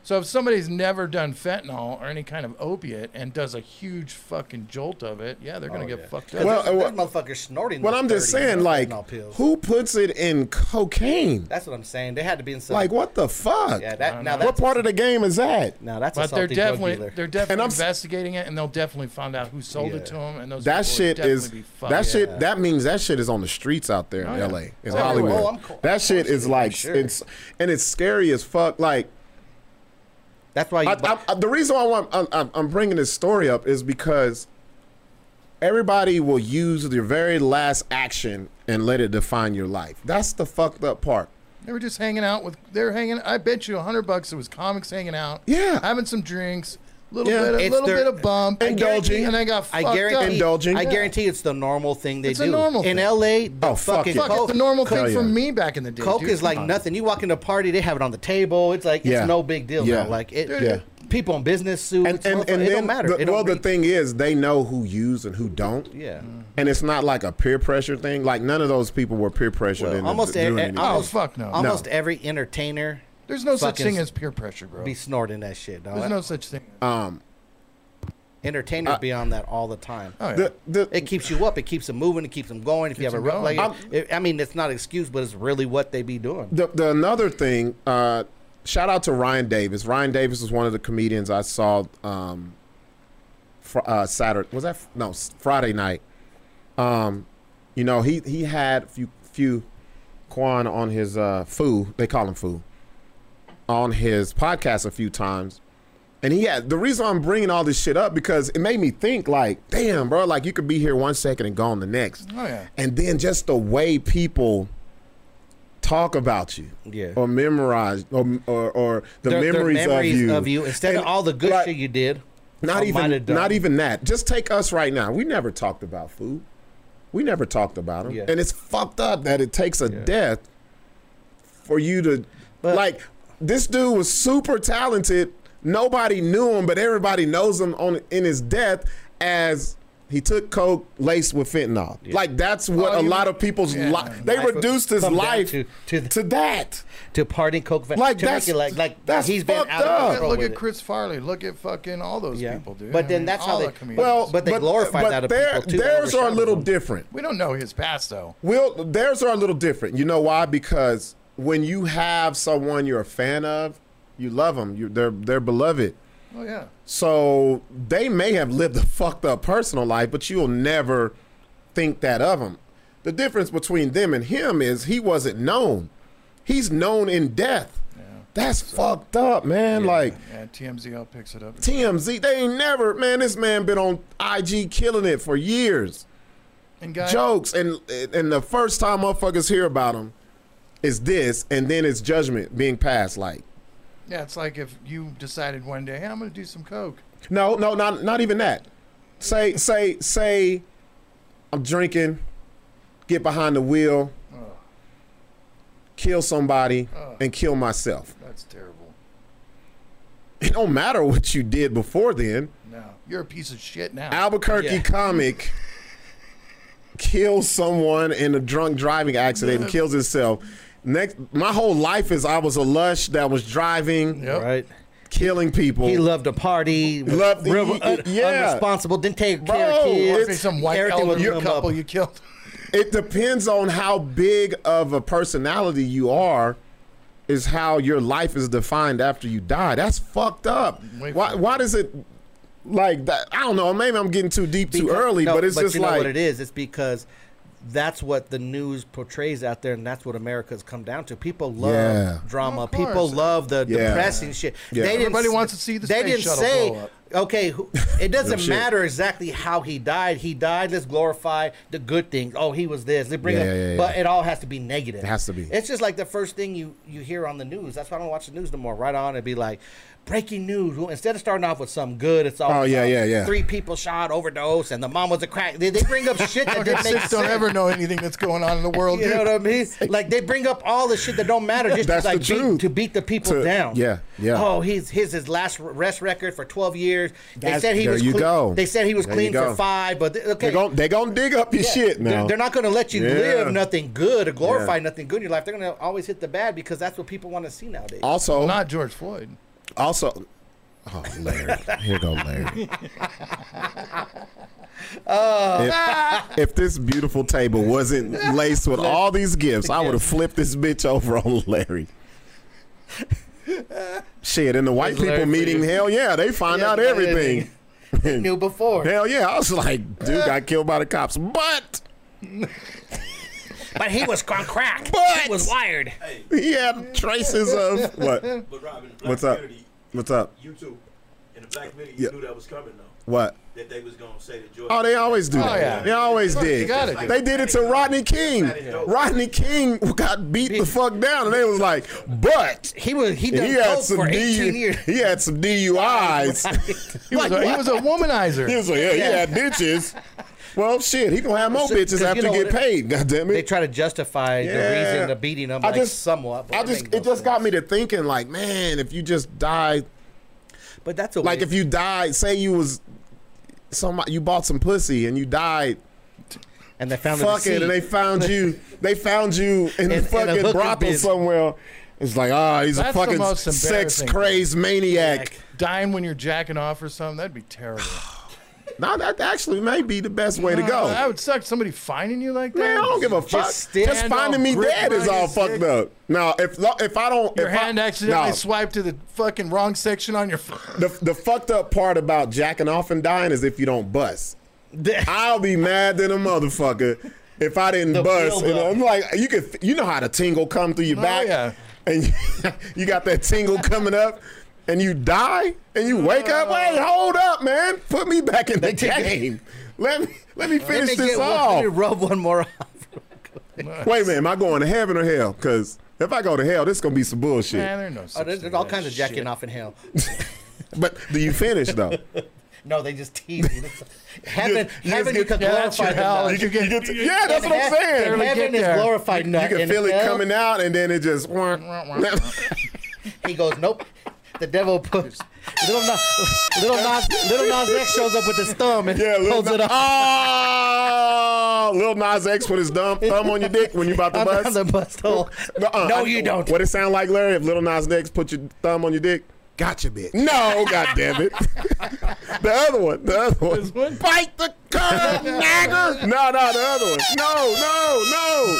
Speaker 4: so if somebody's never done fentanyl or any kind of opiate and does a huge fucking jolt of it, yeah, they're gonna get fucked up.
Speaker 2: Well,
Speaker 3: Well,
Speaker 2: uh,
Speaker 3: there's, there's motherfuckers snorting.
Speaker 2: but
Speaker 3: those
Speaker 2: I'm just
Speaker 3: 30
Speaker 2: saying, like,
Speaker 3: fentanyl pills.
Speaker 2: who puts it in cocaine?
Speaker 3: That's what I'm saying. They had to be in some.
Speaker 2: Like what the fuck?
Speaker 3: yeah, that now
Speaker 2: what
Speaker 3: that's
Speaker 2: part of the game is that?
Speaker 3: now that's a
Speaker 4: but they're
Speaker 3: salty drug
Speaker 4: definitely
Speaker 3: dealer.
Speaker 4: they're definitely
Speaker 2: And I'm s-
Speaker 4: investigating it, and they'll definitely find out who sold
Speaker 3: Yeah.
Speaker 4: it to them. And those
Speaker 2: That
Speaker 4: people would
Speaker 2: shit
Speaker 4: definitely
Speaker 2: is
Speaker 4: be fucked.
Speaker 2: that shit. That means that shit is on the streets out there in
Speaker 4: Oh, yeah.
Speaker 2: L.A. in
Speaker 4: Oh,
Speaker 2: Hollywood.
Speaker 3: oh, I'm co-
Speaker 2: that shit is like
Speaker 3: sure.
Speaker 2: it's and it's scary as fuck. Like
Speaker 3: that's why you.
Speaker 2: I,
Speaker 3: buy-
Speaker 2: I, I- the reason why I'm- I'm, I'm, I'm bringing this story up is because everybody will use their very last action and let it define your life. That's the fucked up part.
Speaker 4: They were just hanging out with. They're hanging. I bet you a hundred bucks. It was comics hanging out.
Speaker 2: Yeah.
Speaker 4: having some drinks. Little
Speaker 2: Yeah.
Speaker 4: bit, a
Speaker 3: It's
Speaker 4: little
Speaker 3: their-
Speaker 4: bit of bump,
Speaker 2: I guarantee-
Speaker 4: and I got
Speaker 3: I
Speaker 4: fucked
Speaker 3: guarantee.
Speaker 4: up.
Speaker 2: Indulging.
Speaker 3: I
Speaker 2: Yeah.
Speaker 3: guarantee it's the normal thing they
Speaker 4: It's a
Speaker 3: do.
Speaker 4: normal
Speaker 3: in
Speaker 4: thing.
Speaker 3: L.A. The
Speaker 2: Oh, fuck
Speaker 3: fucking
Speaker 2: it.
Speaker 4: Fuck,
Speaker 3: coke,
Speaker 4: it's the normal thing
Speaker 2: Hell
Speaker 4: for
Speaker 2: yeah.
Speaker 4: me back in the day.
Speaker 3: coke
Speaker 4: dude.
Speaker 3: is like
Speaker 4: Come on.
Speaker 3: nothing. You walk into a party, they have it on the table. It's like
Speaker 2: Yeah.
Speaker 3: it's no big deal
Speaker 2: Yeah.
Speaker 3: now. Like it,
Speaker 2: Yeah.
Speaker 3: people in business
Speaker 2: And
Speaker 3: suits.
Speaker 2: and,
Speaker 3: motherfucker-
Speaker 2: and
Speaker 3: it
Speaker 2: then
Speaker 3: don't matter.
Speaker 2: The,
Speaker 3: It don't
Speaker 2: well, the Mm.
Speaker 3: re-
Speaker 2: thing is, they know who use and who don't.
Speaker 3: Yeah.
Speaker 2: And it's not like a peer pressure thing. Like none of those people were peer pressured.
Speaker 3: Well,
Speaker 2: into
Speaker 3: almost
Speaker 2: doing
Speaker 3: e- e-
Speaker 2: anything.
Speaker 4: Oh
Speaker 3: almost-
Speaker 4: fuck no.
Speaker 3: Almost every entertainer
Speaker 4: There's no such
Speaker 3: fucking
Speaker 4: thing as peer pressure, bro.
Speaker 3: be snorting that shit. dog.
Speaker 2: Oh,
Speaker 4: There's no such thing.
Speaker 2: um,
Speaker 3: entertainers be on that all the time.
Speaker 4: Oh, yeah.
Speaker 2: the, the,
Speaker 3: It keeps you up. It keeps them moving. It keeps them going. If you have a
Speaker 4: them
Speaker 3: rough, like,
Speaker 4: going.
Speaker 3: it, I mean, it's not an excuse, but it's really what they be doing.
Speaker 2: the, the another thing, uh, shout out to Ryan Davis. Ryan Davis was one of the comedians I saw um, fr- uh, Saturday. Was that f- no s- Friday night? Um, you know, he he had few few Quan on his uh, foo. They call him foo on his podcast a few times. And he had the reason I'm bringing all this shit up because it made me think like, damn, bro, like you could be here one second and gone the next
Speaker 4: Oh yeah.
Speaker 2: and then just the way people talk about you
Speaker 3: Yeah.
Speaker 2: or memorize or or, or the
Speaker 3: Their- their
Speaker 2: memories, of you
Speaker 3: instead of
Speaker 2: And,
Speaker 3: all the good
Speaker 2: like,
Speaker 3: shit you did.
Speaker 2: not
Speaker 3: or might
Speaker 2: even
Speaker 3: have done.
Speaker 2: not even that just take us right now we never talked about food we never talked about them
Speaker 3: Yeah.
Speaker 2: and it's fucked up that it takes a death for you to
Speaker 3: But-
Speaker 2: like this dude was super talented nobody knew him but everybody knows him on in his death as he took coke laced with fentanyl like that's what
Speaker 4: Oh,
Speaker 2: a
Speaker 4: you-
Speaker 2: lot of people's
Speaker 4: yeah.
Speaker 2: life they
Speaker 3: Life would
Speaker 2: reduced his
Speaker 3: come down
Speaker 2: life
Speaker 3: to-
Speaker 2: to,
Speaker 3: to the-
Speaker 2: that
Speaker 3: To parting coke, va-
Speaker 2: Like,
Speaker 3: to make
Speaker 2: that's-
Speaker 3: it like like
Speaker 2: that's
Speaker 3: he's been
Speaker 2: fucked
Speaker 3: out
Speaker 2: up.
Speaker 3: of
Speaker 4: Look,
Speaker 3: control
Speaker 4: look
Speaker 3: with
Speaker 4: at
Speaker 3: it.
Speaker 4: Chris Farley. Look at fucking all those
Speaker 3: Yeah.
Speaker 4: people, dude.
Speaker 3: But
Speaker 4: I
Speaker 3: then
Speaker 4: mean,
Speaker 3: that's how
Speaker 4: all
Speaker 3: they-
Speaker 4: the comedians.
Speaker 2: well
Speaker 3: But they glorified
Speaker 2: but
Speaker 3: that of
Speaker 2: their-
Speaker 3: people, too,
Speaker 2: theirs are a
Speaker 3: overshadowed
Speaker 2: little
Speaker 3: them.
Speaker 2: different
Speaker 4: we don't know his past though.
Speaker 2: Well, theirs are a little different. You know why? Because when you have someone you're a fan of, you love them. You, they're they're beloved.
Speaker 4: Oh yeah.
Speaker 2: So they may have lived a fucked up personal life, but you'll never think that of them. The difference between them and him is he wasn't known. He's known in death. That's fucked up, man. Like
Speaker 4: Yeah. TMZL picks it up.
Speaker 2: TMZ, they ain't never, man, this man been on IG killing it for years.
Speaker 4: And guys,
Speaker 2: jokes, and and the first time motherfuckers hear about them is this, and then it's judgment being passed. Like,
Speaker 4: yeah, it's like if you decided one day, hey, I'm going to do some coke.
Speaker 2: no, no, not not even that. Say say say, I'm drinking, get behind the wheel,
Speaker 4: Oh,
Speaker 2: kill somebody,
Speaker 4: Ugh.
Speaker 2: and kill myself.
Speaker 4: that's terrible.
Speaker 2: It don't matter what you did before then.
Speaker 4: No, you're a piece of shit now.
Speaker 2: Albuquerque
Speaker 3: Yeah.
Speaker 2: comic kills someone in a drunk driving accident and kills himself. Next, my whole life is I was a lush that was driving,
Speaker 4: Yep.
Speaker 3: Right?
Speaker 2: killing people.
Speaker 3: He loved to party. was
Speaker 2: Loved-
Speaker 3: real-
Speaker 2: he- he-
Speaker 3: un-
Speaker 2: yeah.
Speaker 3: Unresponsible. Didn't take care
Speaker 2: Bro,
Speaker 3: of kids.
Speaker 4: Must be some white
Speaker 3: Everything would
Speaker 4: elderly
Speaker 3: come
Speaker 4: couple
Speaker 3: up.
Speaker 4: you killed.
Speaker 2: it depends on how big of a personality you are. Is how your life is defined after you die. That's fucked up.
Speaker 4: Way
Speaker 2: Why?
Speaker 4: fucked up.
Speaker 2: Why does it like that? I don't know. Maybe I'm getting too deep too
Speaker 3: Because-
Speaker 2: early,
Speaker 3: no,
Speaker 2: but it's just
Speaker 3: you know
Speaker 2: like
Speaker 3: what it is. It's because that's what the news portrays out there, and that's what America's come down to. People love
Speaker 2: Yeah.
Speaker 3: drama.
Speaker 4: Of course.
Speaker 3: People love the
Speaker 2: Yeah.
Speaker 3: depressing shit.
Speaker 2: Yeah.
Speaker 3: They didn't,
Speaker 4: Everybody
Speaker 3: s-
Speaker 4: wants to see the
Speaker 3: They
Speaker 4: space
Speaker 3: didn't
Speaker 4: shuttle
Speaker 3: say.
Speaker 4: blow up.
Speaker 3: Okay, who, it
Speaker 2: No
Speaker 3: doesn't
Speaker 2: shit.
Speaker 3: matter exactly how he died. He died. Let's glorify the good things. Oh, he was this. They bring
Speaker 2: Yeah,
Speaker 3: up,
Speaker 2: yeah, yeah, yeah.
Speaker 3: but it all has to be negative. It
Speaker 2: has to be.
Speaker 3: It's just like the first thing you you hear on the news. That's why I don't watch the news no more. Right on, it'd be like breaking news. Well, Instead of starting off with something good, it's all
Speaker 2: Oh, yeah, yeah, yeah.
Speaker 3: Three people shot, overdose, and the mom was a crack. They, they bring up shit that didn't
Speaker 4: Fucking
Speaker 3: make
Speaker 4: Six
Speaker 3: sense.
Speaker 4: don't ever know anything that's going on in the world,
Speaker 3: you
Speaker 4: do
Speaker 3: know
Speaker 4: they?
Speaker 3: what I mean? Like they bring up all the shit that don't matter just
Speaker 2: That's
Speaker 3: to, like
Speaker 2: the
Speaker 3: beat,
Speaker 2: truth.
Speaker 3: to beat the people
Speaker 2: To-
Speaker 3: down.
Speaker 2: yeah, yeah.
Speaker 3: Oh, he's his his last rest record for twelve years.
Speaker 2: That's-
Speaker 3: they said he
Speaker 2: there
Speaker 3: was.
Speaker 2: you
Speaker 3: cle-
Speaker 2: go.
Speaker 3: They said he was
Speaker 2: There you
Speaker 3: clean for
Speaker 2: go.
Speaker 3: five, but they- okay.
Speaker 2: they're gonna they gon' dig up your shit
Speaker 3: They're,
Speaker 2: now.
Speaker 3: they're not going to let you
Speaker 2: Yeah.
Speaker 3: live nothing good or glorify
Speaker 2: Yeah.
Speaker 3: nothing good in your life. They're going to always hit the bad because that's what people want to see nowadays.
Speaker 2: also
Speaker 4: Not George Floyd.
Speaker 2: Also, oh Larry, here go Larry.
Speaker 3: Oh.
Speaker 2: if, if this beautiful table wasn't laced with all these gifts, I would have flipped this bitch over on Larry. Shit, in the white
Speaker 3: Is Larry
Speaker 2: people
Speaker 3: for
Speaker 2: meeting,
Speaker 3: you?
Speaker 2: hell yeah, they find
Speaker 3: Yeah,
Speaker 2: out
Speaker 3: they find
Speaker 2: everything.
Speaker 3: Knew before,
Speaker 2: Hell yeah, I was like, dude got killed by the cops, but
Speaker 3: but he was on crack.
Speaker 2: But-
Speaker 3: he was wired.
Speaker 2: he had traces of what?
Speaker 5: But Rob, in the black
Speaker 2: What's up?
Speaker 5: community,
Speaker 2: What's up?
Speaker 5: you too, in the black community,
Speaker 2: Yeah.
Speaker 5: you knew that was coming though.
Speaker 2: What?
Speaker 5: That they was gonna say that George.
Speaker 2: Oh, they always do
Speaker 4: Oh,
Speaker 2: that.
Speaker 4: yeah.
Speaker 2: They always
Speaker 4: Of course,
Speaker 2: did.
Speaker 4: you gotta do
Speaker 2: They did it to Rodney King. Rodney King got beat the fuck down, and they was like, but
Speaker 3: He was he
Speaker 2: he
Speaker 3: done
Speaker 2: had
Speaker 3: coke
Speaker 2: some
Speaker 3: for eighteen
Speaker 2: DU-
Speaker 3: years.
Speaker 2: he had some DUIs.
Speaker 4: He was, a, he was a womanizer.
Speaker 2: he was like, yeah, he
Speaker 3: Yeah.
Speaker 2: had bitches. Well, shit, he gonna have more
Speaker 3: So- 'cause
Speaker 2: bitches
Speaker 3: you
Speaker 2: after
Speaker 3: know
Speaker 2: he get
Speaker 3: what it-
Speaker 2: paid. God damn
Speaker 3: they
Speaker 2: it.
Speaker 3: try to justify the
Speaker 2: Yeah.
Speaker 3: reason to beating them
Speaker 2: I
Speaker 3: like
Speaker 2: just-
Speaker 3: somewhat. but
Speaker 2: I
Speaker 3: it
Speaker 2: just
Speaker 3: makes no
Speaker 2: it just got
Speaker 3: sense.
Speaker 2: me to thinking, like, man, if you just died,
Speaker 3: But that's a
Speaker 2: like
Speaker 3: waste.
Speaker 2: if you died, say you was somebody you bought some pussy and you died
Speaker 3: and they found
Speaker 2: fuck it, and they found you. They found you in,
Speaker 3: In-
Speaker 2: the
Speaker 3: in a
Speaker 2: fucking
Speaker 3: hooker
Speaker 2: brothel
Speaker 3: biz.
Speaker 2: somewhere. It's like, ah, he's
Speaker 4: That's
Speaker 2: a
Speaker 4: the
Speaker 2: fucking
Speaker 4: most
Speaker 2: sex
Speaker 4: embarrassing
Speaker 2: crazed maniac.
Speaker 4: Dying when you're jacking off or something, that'd be terrible.
Speaker 2: Now that actually may be the best way to
Speaker 4: Uh,
Speaker 2: go.
Speaker 4: That would suck. Somebody finding you like that.
Speaker 2: Man, I don't give a
Speaker 4: Just
Speaker 2: fuck.
Speaker 4: stand
Speaker 2: Just,
Speaker 4: up,
Speaker 2: finding me
Speaker 4: grip
Speaker 2: dead is
Speaker 4: around
Speaker 2: all
Speaker 4: your
Speaker 2: fucked
Speaker 4: dick.
Speaker 2: up. Now, if if I don't,
Speaker 4: Your
Speaker 2: if
Speaker 4: hand
Speaker 2: I,
Speaker 4: accidentally
Speaker 2: no.
Speaker 4: swiped to the fucking wrong section on your phone.
Speaker 2: the, the fucked up part about jacking off and dying is if you don't bust. I'll be mad than a motherfucker if I didn't
Speaker 3: The
Speaker 2: bust. And
Speaker 3: buildup.
Speaker 2: I'm like, you could, you know how the tingle come through your
Speaker 4: Oh,
Speaker 2: back,
Speaker 4: yeah.
Speaker 2: and you, you got that tingle coming up, and you die, and you wake up. Wait, hold up, man, put me back in the game. Let me let me
Speaker 3: Let
Speaker 2: finish
Speaker 3: me
Speaker 2: this
Speaker 3: get one- let
Speaker 2: off.
Speaker 3: me rub one more off.
Speaker 2: Wait a minute, am I going to heaven or hell? Because if I go to hell, this is gonna be some bullshit.
Speaker 4: Man, there are no
Speaker 3: Oh,
Speaker 4: such
Speaker 3: there's,
Speaker 4: thing
Speaker 3: there's all
Speaker 4: as
Speaker 3: kinds of jacking
Speaker 4: shit.
Speaker 3: off in hell.
Speaker 2: But do you finish though?
Speaker 3: No, they just tease you. heaven,
Speaker 2: you
Speaker 3: heaven,
Speaker 2: just
Speaker 3: you
Speaker 2: get-
Speaker 3: could
Speaker 4: yeah, that's
Speaker 3: glorify
Speaker 4: your
Speaker 3: the
Speaker 4: hell.
Speaker 3: nut.
Speaker 4: You
Speaker 2: You get to- yeah, that's what I'm saying.
Speaker 4: Barely
Speaker 3: Heaven
Speaker 4: get
Speaker 3: is
Speaker 4: there.
Speaker 3: glorified nut.
Speaker 2: You can
Speaker 3: In
Speaker 2: feel it
Speaker 3: hell,
Speaker 2: coming out, and then it just.
Speaker 3: He goes, nope. The devil puts little Nas, little Nas, little Nas X shows up with his thumb and
Speaker 2: Yeah, Lil
Speaker 3: holds
Speaker 2: Nas,
Speaker 3: it up
Speaker 2: oh, Lil Nas X put his thumb, thumb on your dick when you about to
Speaker 3: on
Speaker 2: bust.
Speaker 3: the bust hole.
Speaker 2: Nuh-uh.
Speaker 3: No, you don't.
Speaker 2: What it sound like, Larry? If Lil Nas X put your thumb on your dick? Gotcha, bitch. No, goddamn it. the other one. The other one.
Speaker 4: This one?
Speaker 2: Bite the curb, nagger. No, no, the other one. No, no, no.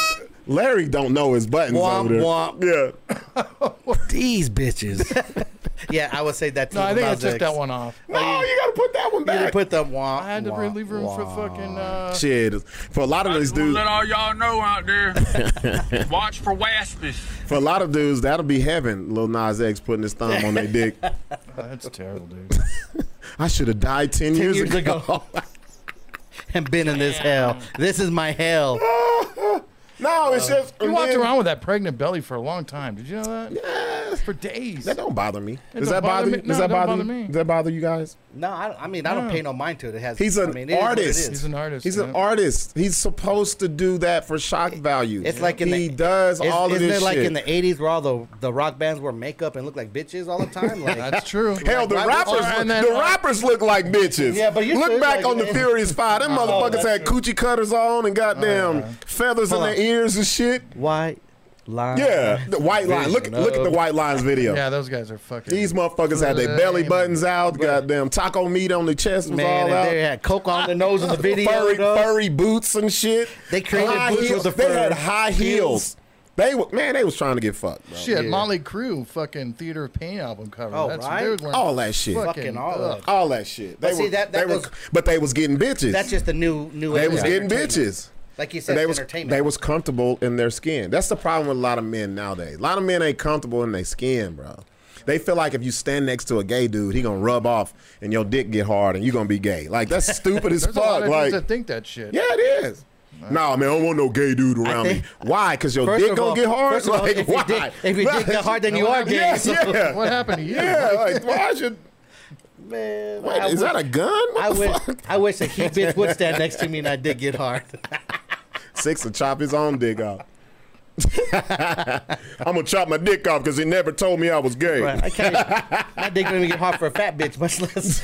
Speaker 2: Larry don't know his buttons
Speaker 3: Womp,
Speaker 2: over there.
Speaker 3: womp.
Speaker 2: Yeah.
Speaker 3: These bitches. yeah, I would say that.
Speaker 4: No, I think I took that one off.
Speaker 2: No, Oh, you gotta put that one
Speaker 3: You
Speaker 2: back.
Speaker 3: put the womp.
Speaker 4: I had to
Speaker 3: womp,
Speaker 4: leave room for fucking. Uh,
Speaker 2: Shit. For a lot of these
Speaker 6: Just wanna
Speaker 2: dudes,
Speaker 6: Let all y'all know out there. watch for waspies.
Speaker 2: for a lot of dudes, that'll be heaven. Lil Nas X putting his thumb on their dick.
Speaker 4: that's terrible, dude.
Speaker 2: I should have died 10, years,
Speaker 3: years
Speaker 2: ago.
Speaker 3: ago. been in this hell. This is my hell.
Speaker 2: No, it's just
Speaker 4: Uh, You
Speaker 2: and
Speaker 4: walked
Speaker 2: then-
Speaker 4: around with that pregnant belly for a long time. Did you know that? For days.
Speaker 2: That don't bother me.
Speaker 4: It
Speaker 2: Does
Speaker 4: don't
Speaker 2: that
Speaker 4: bother
Speaker 2: bother
Speaker 4: me.
Speaker 2: you? Does
Speaker 4: No,
Speaker 2: that
Speaker 4: it don't
Speaker 2: bother,
Speaker 4: bother me.
Speaker 2: me? Does that bother you guys?
Speaker 3: No, I, don't- I mean I don't pay no mind to it. It has.
Speaker 2: He's
Speaker 3: I
Speaker 2: an
Speaker 3: mean, it is what it
Speaker 2: artist.
Speaker 3: is.
Speaker 4: He's an artist.
Speaker 2: He's
Speaker 4: yeah.
Speaker 2: an artist. He's supposed to do that for shock value.
Speaker 3: It's like in
Speaker 2: he
Speaker 3: the-
Speaker 2: does
Speaker 3: Is-
Speaker 2: all of
Speaker 3: isn't
Speaker 2: this
Speaker 3: it like
Speaker 2: shit.
Speaker 3: in the '80s where all the, the rock bands wore makeup and looked like bitches all the time? Like,
Speaker 4: That's true.
Speaker 2: Hell,
Speaker 4: Like,
Speaker 2: the
Speaker 4: why would-
Speaker 2: rappers,
Speaker 4: Or- and then-
Speaker 2: the rappers look like bitches.
Speaker 3: Yeah, but you
Speaker 2: look
Speaker 3: said,
Speaker 2: back
Speaker 3: like, Oh,
Speaker 2: on the
Speaker 3: man.
Speaker 2: Furious Five. Them motherfuckers had coochie cutters on and
Speaker 4: Oh,
Speaker 2: goddamn feathers in
Speaker 3: Hold
Speaker 2: their
Speaker 3: on.
Speaker 2: ears and shit.
Speaker 3: white line.
Speaker 2: Yeah, the white line. Look, look at the white lines video.
Speaker 4: Yeah, those guys are fucking.
Speaker 2: These motherfuckers had their belly
Speaker 4: Lame.
Speaker 2: buttons out. Goddamn taco meat on the chest was
Speaker 3: Man,
Speaker 2: all
Speaker 3: and they
Speaker 2: out.
Speaker 3: had coke on the nose in the video.
Speaker 2: Furry,
Speaker 3: dog.
Speaker 2: furry boots and shit.
Speaker 3: They created
Speaker 2: High
Speaker 3: boots with
Speaker 2: heels.
Speaker 3: the
Speaker 2: They
Speaker 3: fur.
Speaker 2: had high heels. They were, man, they was trying to get fucked, bro.
Speaker 4: Shit,
Speaker 3: Yeah.
Speaker 4: Molly Crew fucking Theater of Pain album cover.
Speaker 3: Oh,
Speaker 4: That's
Speaker 3: right?
Speaker 4: dude wearing
Speaker 2: All that shit.
Speaker 3: Fucking all
Speaker 4: ugh.
Speaker 3: that.
Speaker 2: All that shit. They
Speaker 3: But see,
Speaker 2: were,
Speaker 3: that- that
Speaker 2: they were-
Speaker 3: goes-
Speaker 2: but they was getting bitches.
Speaker 3: That's just the new new.
Speaker 2: they
Speaker 3: age
Speaker 2: was
Speaker 3: of
Speaker 2: getting
Speaker 3: entertainment.
Speaker 2: bitches.
Speaker 3: Like you said,
Speaker 2: And they
Speaker 3: it's
Speaker 2: was
Speaker 3: entertainment.
Speaker 2: they was comfortable in their skin. That's the problem with a lot of men nowadays. A lot of men ain't comfortable in their skin, bro. They feel like if you stand next to a gay dude, he gonna rub off and your dick get hard and you gonna be gay. Like that's stupid as
Speaker 4: There's a lot
Speaker 2: fuck.
Speaker 4: of
Speaker 2: Like
Speaker 4: dudes that think that shit.
Speaker 2: yeah, it is. Nah, man, I don't want no gay dude around
Speaker 3: think-
Speaker 2: me. Why? Because your
Speaker 3: First
Speaker 2: dick
Speaker 3: of
Speaker 2: gonna
Speaker 3: all-
Speaker 2: get hard.
Speaker 3: first of all,
Speaker 2: like
Speaker 3: if
Speaker 2: why?
Speaker 3: your dick- if your dick got hard, then you
Speaker 4: Now,
Speaker 3: are
Speaker 4: what
Speaker 3: gay.
Speaker 2: yeah,
Speaker 3: so-
Speaker 2: yeah.
Speaker 4: What happened to you?
Speaker 2: Yeah, like why should?
Speaker 3: Man,
Speaker 2: Wait, is that a gun? What
Speaker 3: I
Speaker 2: the
Speaker 3: wish,
Speaker 2: fuck?
Speaker 3: I wish that he bitch would stand next to me and I did get hard.
Speaker 2: Six to chop his own dick off. I'm gonna chop my dick off because he never told me I was gay.
Speaker 3: Right, I can't. My dick gonna get hard for a fat bitch, much less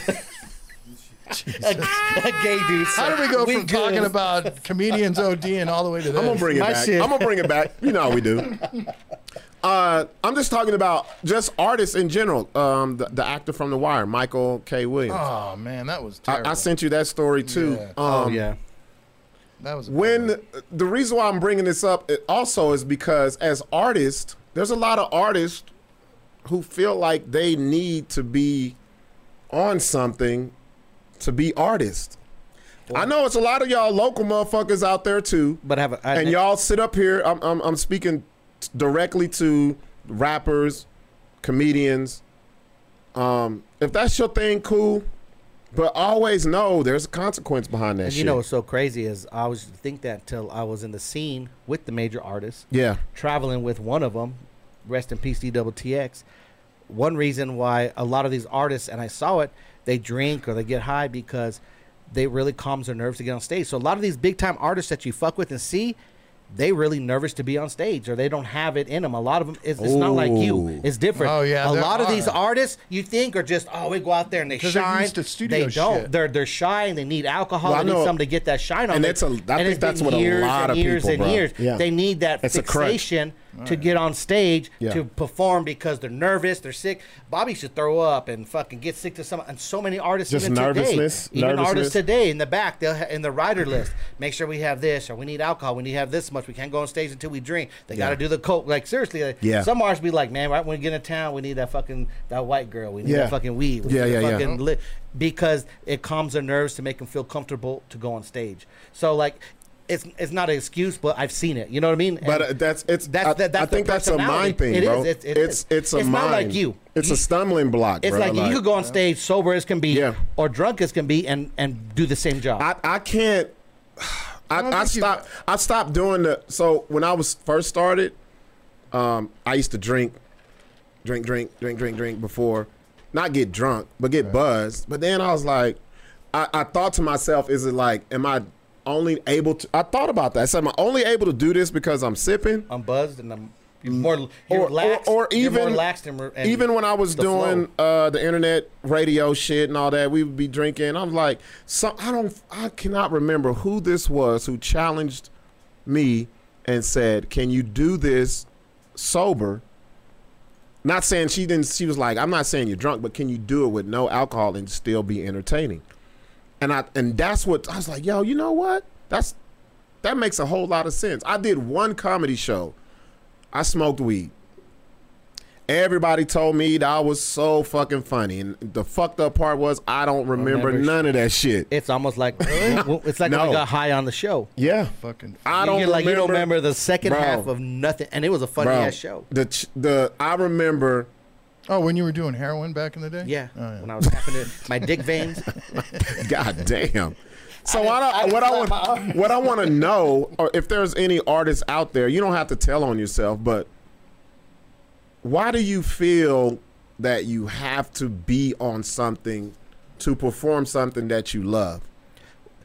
Speaker 3: a, a gay dude. so
Speaker 4: How did we go from
Speaker 3: good.
Speaker 4: talking about comedians ODing all the way to this?
Speaker 2: I'm gonna bring it
Speaker 3: My
Speaker 2: back.
Speaker 3: shit.
Speaker 2: I'm gonna bring it back. You know how we do. Uh, I'm just talking about just artists in general. Um, the, the actor from The Wire, Michael K. Williams.
Speaker 4: Oh man, that was terrible.
Speaker 2: I, I sent you that story too.
Speaker 4: Yeah.
Speaker 2: Um,
Speaker 3: Oh yeah,
Speaker 4: that was a
Speaker 2: when the reason why I'm bringing this up it also is because as artists, there's a lot of artists who feel like they need to be on something to be artists. I know it's a lot of y'all local motherfuckers out there too,
Speaker 3: but I have a, I,
Speaker 2: and y'all sit up here. I'm I'm, I'm speaking t- directly to rappers, comedians. Um, if that's your thing, cool. But always know there's a consequence behind that
Speaker 3: And
Speaker 2: shit.
Speaker 3: you know what's so crazy is I always think that till I was in the scene with the major artists,
Speaker 2: yeah.
Speaker 3: traveling with one of them, rest in peace, DWTX. One reason why a lot of these artists, and I saw it, they drink or they get high because they really calms their nerves to get on stage. So a lot of these big time artists that you fuck with and see, they really nervous to be on stage or they don't have it in them. A lot of them, it's, it's not like you.
Speaker 2: Ooh.
Speaker 3: It's different.
Speaker 4: Oh, yeah,
Speaker 3: A
Speaker 4: there
Speaker 3: lot of these
Speaker 4: are.
Speaker 3: artists you think are just oh we go out there and they
Speaker 4: 'Cause they're
Speaker 3: shine.
Speaker 4: used to studio
Speaker 3: they don't.
Speaker 4: shit.
Speaker 3: They're they're shy and they need alcohol.
Speaker 2: Well, I
Speaker 3: they need
Speaker 2: know-
Speaker 3: something to get that shine on.
Speaker 2: and
Speaker 3: them.
Speaker 2: that's a- I think
Speaker 3: it's
Speaker 2: that's
Speaker 3: been
Speaker 2: what a
Speaker 3: years
Speaker 2: lot
Speaker 3: and
Speaker 2: of
Speaker 3: years
Speaker 2: people,
Speaker 3: and
Speaker 2: bro.
Speaker 3: years.
Speaker 2: Yeah.
Speaker 3: They need that
Speaker 2: It's a crutch.
Speaker 3: fixation attention to get on stage
Speaker 2: Yeah.
Speaker 3: to perform because they're nervous, they're sick. Bobby should throw up and fucking get sick to some. And so many artists
Speaker 2: Just
Speaker 3: even
Speaker 2: nervousness,
Speaker 3: today, even
Speaker 2: nervousness.
Speaker 3: artists today in the back, they'll ha- in the rider list. Make sure we have this, or we need alcohol. We need to have this much. We can't go on stage until we drink. They got to do the coke. Like seriously, like,
Speaker 2: Yeah.
Speaker 3: Some artists be like, man, right when we get in town, we need that fucking that white girl. We need
Speaker 2: Yeah.
Speaker 3: that fucking weed. We
Speaker 2: Yeah,
Speaker 3: need that
Speaker 2: yeah, yeah.
Speaker 3: fucking li- because it calms their nerves to make them feel comfortable to go on stage. So like. It's, it's not an excuse, but I've seen it. You know what I mean?
Speaker 2: But
Speaker 3: And
Speaker 2: uh, that's it's.
Speaker 3: that's
Speaker 2: I,
Speaker 3: the- that's
Speaker 2: I think
Speaker 3: the
Speaker 2: that's a mind thing,
Speaker 3: personality. It
Speaker 2: bro.
Speaker 3: is, it- it
Speaker 2: it's
Speaker 3: is.
Speaker 2: it's a
Speaker 3: It's
Speaker 2: mind.
Speaker 3: not like you.
Speaker 2: It's a stumbling block.
Speaker 3: It's
Speaker 2: bro.
Speaker 3: like, you could go on stage sober as can be,
Speaker 2: Yeah.
Speaker 3: or drunk as can be, and and do the same job.
Speaker 2: I I can't. I,
Speaker 4: don't
Speaker 2: I,
Speaker 4: think you-
Speaker 2: stopped. I stopped doing the. So when I was first started, um, I used to drink, drink, drink, drink, drink, drink before, not get drunk, but get buzzed. But then I was like, I, I thought to myself, is it like, am I only able to? I thought about that. I said, am I only able to do this because I'm sipping?
Speaker 3: I'm buzzed and I'm you're more you're lax,
Speaker 2: Mm. or
Speaker 3: you're more
Speaker 2: even-
Speaker 3: laxed and, and
Speaker 2: even when I was
Speaker 3: the
Speaker 2: doing
Speaker 3: flow.
Speaker 2: uh, the internet radio shit and all that, we would be drinking. I'm like, so I don't, I cannot remember who this was who challenged me and said, "Can you do this sober?" Not saying she didn't. She was like, "I'm not saying you're drunk, but can you do it with no alcohol and still be entertaining?" And I and that's what I was like, "Yo, you know what? That's that makes a whole lot of sense." I did one comedy show. I smoked weed. Everybody told me that I was so fucking funny, and the fucked up part was I don't remember
Speaker 3: Remember
Speaker 2: none of that shit.
Speaker 3: it's almost like w- w- it's like when
Speaker 2: No.
Speaker 3: we got high on the show.
Speaker 2: yeah,
Speaker 4: fucking.
Speaker 2: I don't
Speaker 3: You're like you don't remember the second
Speaker 2: Bro.
Speaker 3: half of nothing, and it was a funny
Speaker 2: Bro,
Speaker 3: ass show.
Speaker 2: The ch- the I remember
Speaker 4: Oh, when you were doing heroin back in the day?
Speaker 3: Yeah,
Speaker 4: Oh, yeah.
Speaker 3: when I was tapping it, my dick veins.
Speaker 2: God damn. So I, don't, what I want what I want to know, or if there's any artists out there, you don't have to tell on yourself, but why do you feel that you have to be on something to perform something that you love?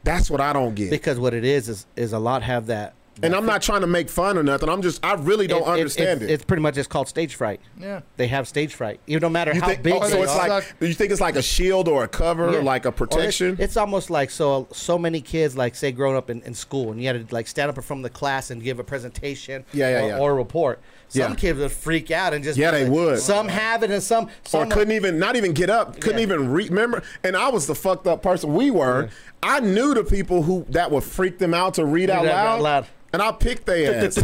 Speaker 2: That's what I don't get.
Speaker 3: because what it is is is a lot have that.
Speaker 2: and I'm not trying to make fun or nothing. I'm just I really don't understand it.
Speaker 3: It's pretty much it's called stage fright.
Speaker 4: Yeah.
Speaker 3: They have stage fright. It don't matter
Speaker 2: you
Speaker 3: how
Speaker 2: think,
Speaker 3: big.
Speaker 2: oh, so
Speaker 3: they
Speaker 2: it's
Speaker 3: are.
Speaker 2: like do you think it's like a shield or a cover
Speaker 3: Yeah.
Speaker 2: or like a
Speaker 3: Or it's-
Speaker 2: protection?
Speaker 3: It's, almost like so so many kids like say growing up in, in school and you had to like stand up in front of the class and give a presentation
Speaker 2: Yeah, yeah,
Speaker 3: or,
Speaker 2: yeah.
Speaker 3: or a report. Some
Speaker 2: Yeah.
Speaker 3: kids would freak out and just
Speaker 2: Yeah,
Speaker 3: be
Speaker 2: they
Speaker 3: like-
Speaker 2: would.
Speaker 3: Some have it and some
Speaker 2: or
Speaker 3: some
Speaker 2: couldn't even not even get up couldn't
Speaker 3: Yeah.
Speaker 2: even re- remember and i was the fucked up person we were i knew the people who that would freak them out to read, out, loud,
Speaker 3: out loud.
Speaker 2: and i picked their ass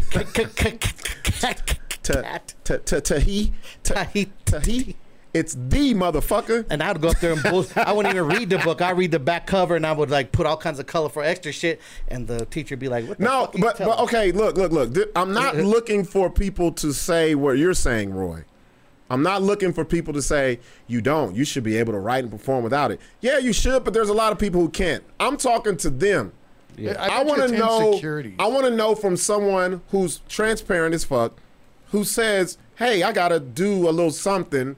Speaker 2: to
Speaker 3: Cat.
Speaker 2: to to to he to
Speaker 3: Tahi.
Speaker 2: to he it's the motherfucker
Speaker 3: and I'd go up there and bull- I wouldn't even read the book. I read the back cover and I would like put all kinds of colorful extra shit, and the teacher be like, "What the
Speaker 2: no
Speaker 3: fuck you
Speaker 2: but but
Speaker 3: telling
Speaker 2: okay look look look Th- i'm not looking for people to say what you're saying roy I'm not looking for people to say you don't. You should be able to write and perform without it. Yeah, you should, but there's a lot of people who can't. I'm talking to them. I,
Speaker 4: bet you
Speaker 2: want
Speaker 4: it's
Speaker 2: to know.
Speaker 4: insecurities.
Speaker 2: I want to know from someone who's transparent as fuck, who says, "Hey, I gotta do a little something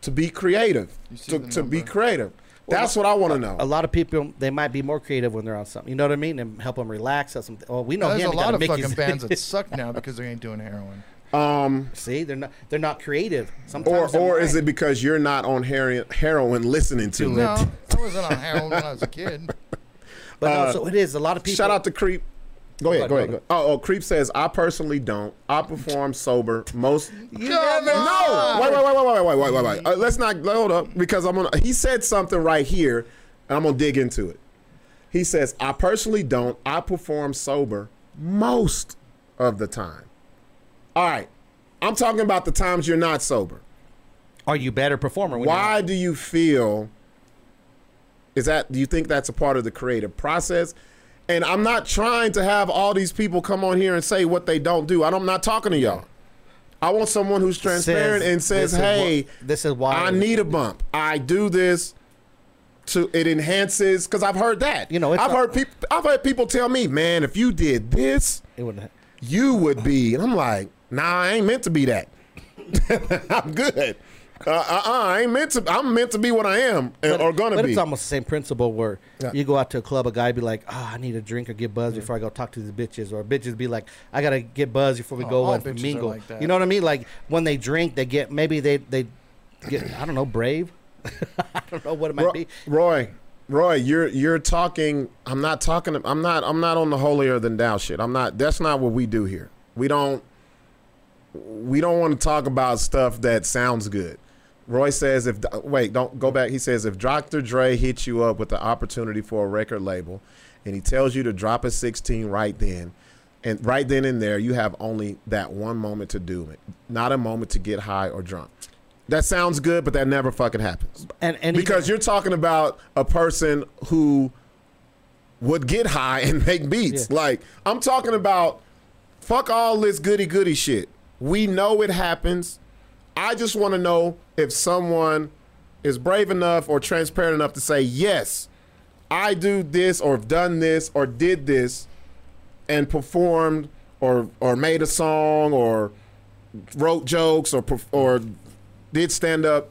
Speaker 2: to be creative,
Speaker 4: see
Speaker 2: to,
Speaker 4: the
Speaker 2: to be
Speaker 4: number.
Speaker 2: creative." That's what I want to know.
Speaker 3: a lot of people they might be more creative when they're on something. You know what I mean? And help them relax. Or something. Oh, we know
Speaker 4: There's
Speaker 3: him.
Speaker 4: a
Speaker 3: he got
Speaker 4: lot of
Speaker 3: Mickey's-
Speaker 4: fucking bands that suck now because they ain't doing heroin.
Speaker 3: See, they're not they're not creative.
Speaker 2: or
Speaker 3: Sometimes
Speaker 2: or is it because you're not on heroin, heroin listening to
Speaker 4: No,
Speaker 2: it?
Speaker 4: I wasn't on heroin when I was a kid.
Speaker 3: But no, so it is. A lot of people.
Speaker 2: uh, Shout out to Creep. Go ahead,
Speaker 3: ahead,
Speaker 2: go ahead.
Speaker 3: go
Speaker 2: go- Oh, oh, Creep says I personally don't. I perform sober most
Speaker 4: Come
Speaker 2: No,
Speaker 4: on!
Speaker 2: wait, wait, wait, wait, wait, wait, wait, wait, wait. Uh, let's not hold up because I'm gonna. He said something right here, and I'm gonna dig into it. He says, "I personally don't. I perform sober most of the time." All right, I'm talking about the times you're not sober.
Speaker 3: Are you better performer? When you're
Speaker 2: Why do you feel? Is that? Do you think that's a part of the creative process? And I'm not trying to have all these people come on here and say what they don't do. I don't- I'm not talking to y'all. I want someone who's
Speaker 3: not?
Speaker 2: transparent and says,
Speaker 3: this is wha-
Speaker 2: "Hey,
Speaker 3: this is why
Speaker 2: I need a bump. I do this to it enhances because I've heard that.
Speaker 3: You know, it's
Speaker 2: I've
Speaker 3: not-
Speaker 2: heard people. I've heard people tell me, man, if you did this,
Speaker 3: It wouldn't-
Speaker 2: you would be. And I'm like, nah, I ain't meant to be that. I'm good. Uh, uh, uh, I ain't meant to. I'm meant to be what I am and, or gonna
Speaker 3: but
Speaker 2: be.
Speaker 3: it's almost the same principle where
Speaker 2: Yeah.
Speaker 3: you go out to a club, a guy be like, "Ah, I need a drink or get buzzed before I go talk to the bitches," or bitches be like, "I gotta get buzzed before we
Speaker 4: Oh,
Speaker 3: go
Speaker 4: all
Speaker 3: and
Speaker 4: bitches are
Speaker 3: mingle."
Speaker 4: like that.
Speaker 3: you know what I mean? Like when they drink, they get maybe they they get I don't know brave. I don't know what it might
Speaker 2: Ro-
Speaker 3: be.
Speaker 2: Roy, Roy, you're you're talking. I'm not talking. I'm not. I'm not on the holier than thou shit. I'm not. That's not what we do here. We don't. We don't want to talk about stuff that sounds good. Roy says, "If wait, don't go back." He says, "If Dr. Dre hits you up with the opportunity for a record label, and he tells you to drop a 16 right then, and right then and there, you have only that one moment to do it, not a moment to get high or drunk." That sounds good, but that never fucking happens
Speaker 3: And and even-
Speaker 2: because you're talking about a person who would get high and make beats.
Speaker 3: Yeah.
Speaker 2: Like I'm talking about fuck all this goody goody shit. We know it happens. I just want to know if someone is brave enough or transparent enough to say yes, I do this or have done this or did this and performed or or made a song or wrote jokes or perf- or did stand up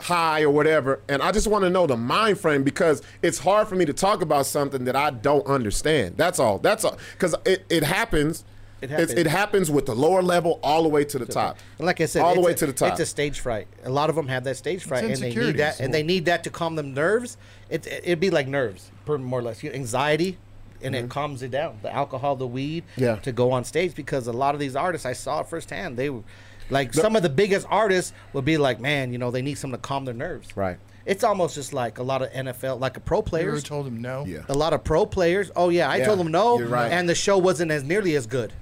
Speaker 2: high or whatever and i just want to know the mind frame because it's hard for me to talk about something that i don't understand that's all that's all because it, it happens
Speaker 3: It
Speaker 2: It's-
Speaker 3: happens.
Speaker 2: it happens with the lower level all the way to the top
Speaker 3: And like I said,
Speaker 2: all the
Speaker 3: it's
Speaker 2: way
Speaker 3: a-
Speaker 2: to the top
Speaker 3: It's a stage fright. A lot of them have that stage fright, and they need
Speaker 4: insecurities.
Speaker 3: that, and they need that to calm them nerves. It it'd be like nerves, per- more or less. You- Anxiety, and it calms it down. The alcohol, the weed,
Speaker 2: Mm-hmm. Yeah.
Speaker 3: to go on stage because a lot of these artists I saw firsthand. They were like some of the biggest artists would be like, man, you know, they need something to calm their nerves.
Speaker 2: Right.
Speaker 3: It's almost just like a lot of NFL, like a pro
Speaker 4: You ever
Speaker 3: players.
Speaker 4: told him no?
Speaker 2: Yeah.
Speaker 3: A lot of pro players. Oh yeah, I told them no,
Speaker 2: you're right.
Speaker 3: and the show wasn't as nearly as good.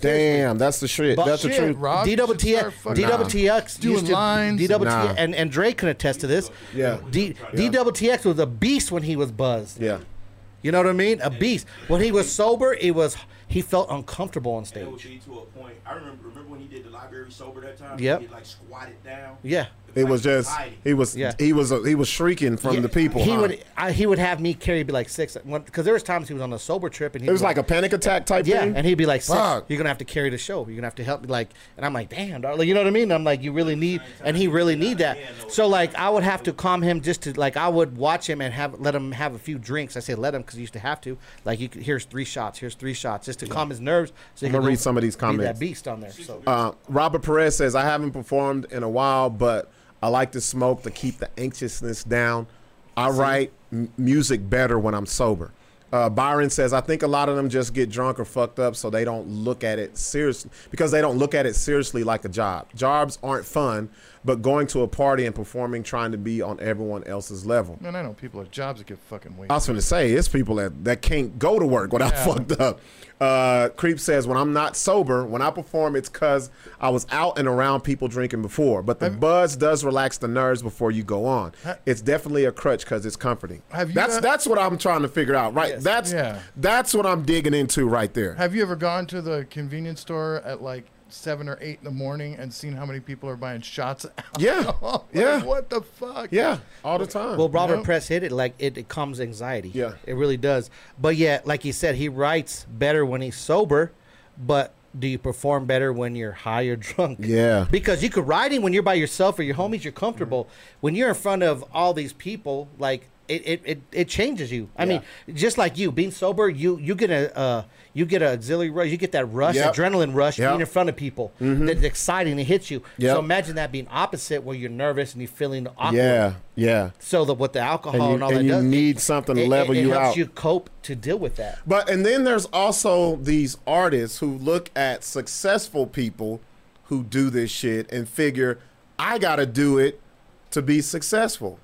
Speaker 2: damn that's the shit
Speaker 3: But
Speaker 2: that's the
Speaker 4: shit,
Speaker 2: truth
Speaker 4: Rob, you should
Speaker 3: DWTX,
Speaker 4: start fucking-
Speaker 3: DWTX
Speaker 4: Doing
Speaker 3: used to,
Speaker 4: lines.
Speaker 3: DWTX,
Speaker 2: Nah.
Speaker 3: and, and Dre can attest to this.
Speaker 2: Yeah.
Speaker 3: D, DWTX was a beast when he was buzzed.
Speaker 2: yeah
Speaker 3: You know what I mean? A beast. When he was sober, it was he felt uncomfortable on stage.
Speaker 5: It would be to a point. I remember remember when he did the library sober that time.
Speaker 3: Yep.
Speaker 5: He like squatted down.
Speaker 3: Yeah.
Speaker 2: It was
Speaker 5: Like,
Speaker 2: just
Speaker 5: hiding.
Speaker 2: he was
Speaker 3: Yeah.
Speaker 2: he was he was shrieking from the people.
Speaker 3: He
Speaker 2: huh?
Speaker 3: would I, he would have me carry be like six because there was times he was on a sober trip and he
Speaker 2: It was like a panic attack type
Speaker 3: yeah,
Speaker 2: thing.
Speaker 3: and he'd be like, "Sis,
Speaker 2: Fuck.
Speaker 3: "You're gonna have to carry the show. You're gonna have to help me." Like, and I'm like, "Damn, dog. Like, you know what I mean?" I'm like, "You really need," and he really need that. So like, I would have to calm him just to like, I would watch him and have let him have a few drinks. I say let him because he used to have to. Like, you could, here's three shots. Here's three shots just to calm his nerves. So
Speaker 2: I'm
Speaker 3: he
Speaker 2: gonna
Speaker 3: could
Speaker 2: read
Speaker 3: go
Speaker 2: some of these
Speaker 3: be
Speaker 2: comments.
Speaker 3: that beast on there. So
Speaker 2: Uh, Robert Perez says, I haven't performed in a while, but I like to smoke to keep the anxiousness down. I write m- music better when I'm sober. Uh, Byron says, I think a lot of them just get drunk or fucked up so they don't look at it seriously because they don't look at it seriously like a job. Jobs aren't fun, but going to a party and performing trying to be on everyone else's level.
Speaker 4: Man, I know people at jobs that get fucking wasted.
Speaker 2: I was gonna say it's people that, that can't go to work when I fucked up. Uh, Creep says when I'm not sober, when I perform, it's cause I was out and around people drinking before. But the buzz does relax the nerves before you go on. It's definitely a crutch cause it's comforting.
Speaker 4: Have you
Speaker 2: that's
Speaker 4: got-
Speaker 2: that's what I'm trying to figure out. Right? That's
Speaker 4: Yeah.
Speaker 2: that's what I'm digging into right there.
Speaker 4: Have you ever gone to the convenience store at like seven or eight in the morning and seen how many people are buying shots? of
Speaker 2: Yeah.
Speaker 4: alcohol? Like,
Speaker 2: Yeah.
Speaker 4: What the fuck?
Speaker 2: yeah, all the time.
Speaker 3: Well, Robert
Speaker 4: know?
Speaker 3: Press hit it like it, it calms anxiety.
Speaker 2: Yeah.
Speaker 3: it really does. But yeah, like he said, he writes better when he's sober. But do you perform better when you're high or drunk?
Speaker 2: Yeah.
Speaker 3: because you could ride him when you're by yourself or your homies. You're comfortable
Speaker 2: Mm-hmm.
Speaker 3: when you're in front of all these people. Like it, it, it, it changes you. I mean, just like you being sober, you you get a uh, you get a auxiliary rush. You get that rush,
Speaker 2: Yep.
Speaker 3: adrenaline rush,
Speaker 2: Yep. Mm-hmm.
Speaker 3: being in front of people. That's exciting. It hits you.
Speaker 2: Yep.
Speaker 3: So imagine that being opposite, where you're nervous and you're feeling awkward.
Speaker 2: yeah, yeah.
Speaker 3: So that what the alcohol
Speaker 2: And
Speaker 3: and,
Speaker 2: you-
Speaker 3: all
Speaker 2: and
Speaker 3: that
Speaker 2: you
Speaker 3: does,
Speaker 2: need something to
Speaker 3: it-
Speaker 2: level
Speaker 3: it, it
Speaker 2: you
Speaker 3: helps
Speaker 2: out.
Speaker 3: you cope to deal with that.
Speaker 2: But and then there's also these artists who look at successful people who do this shit and figure I got to do it to be successful.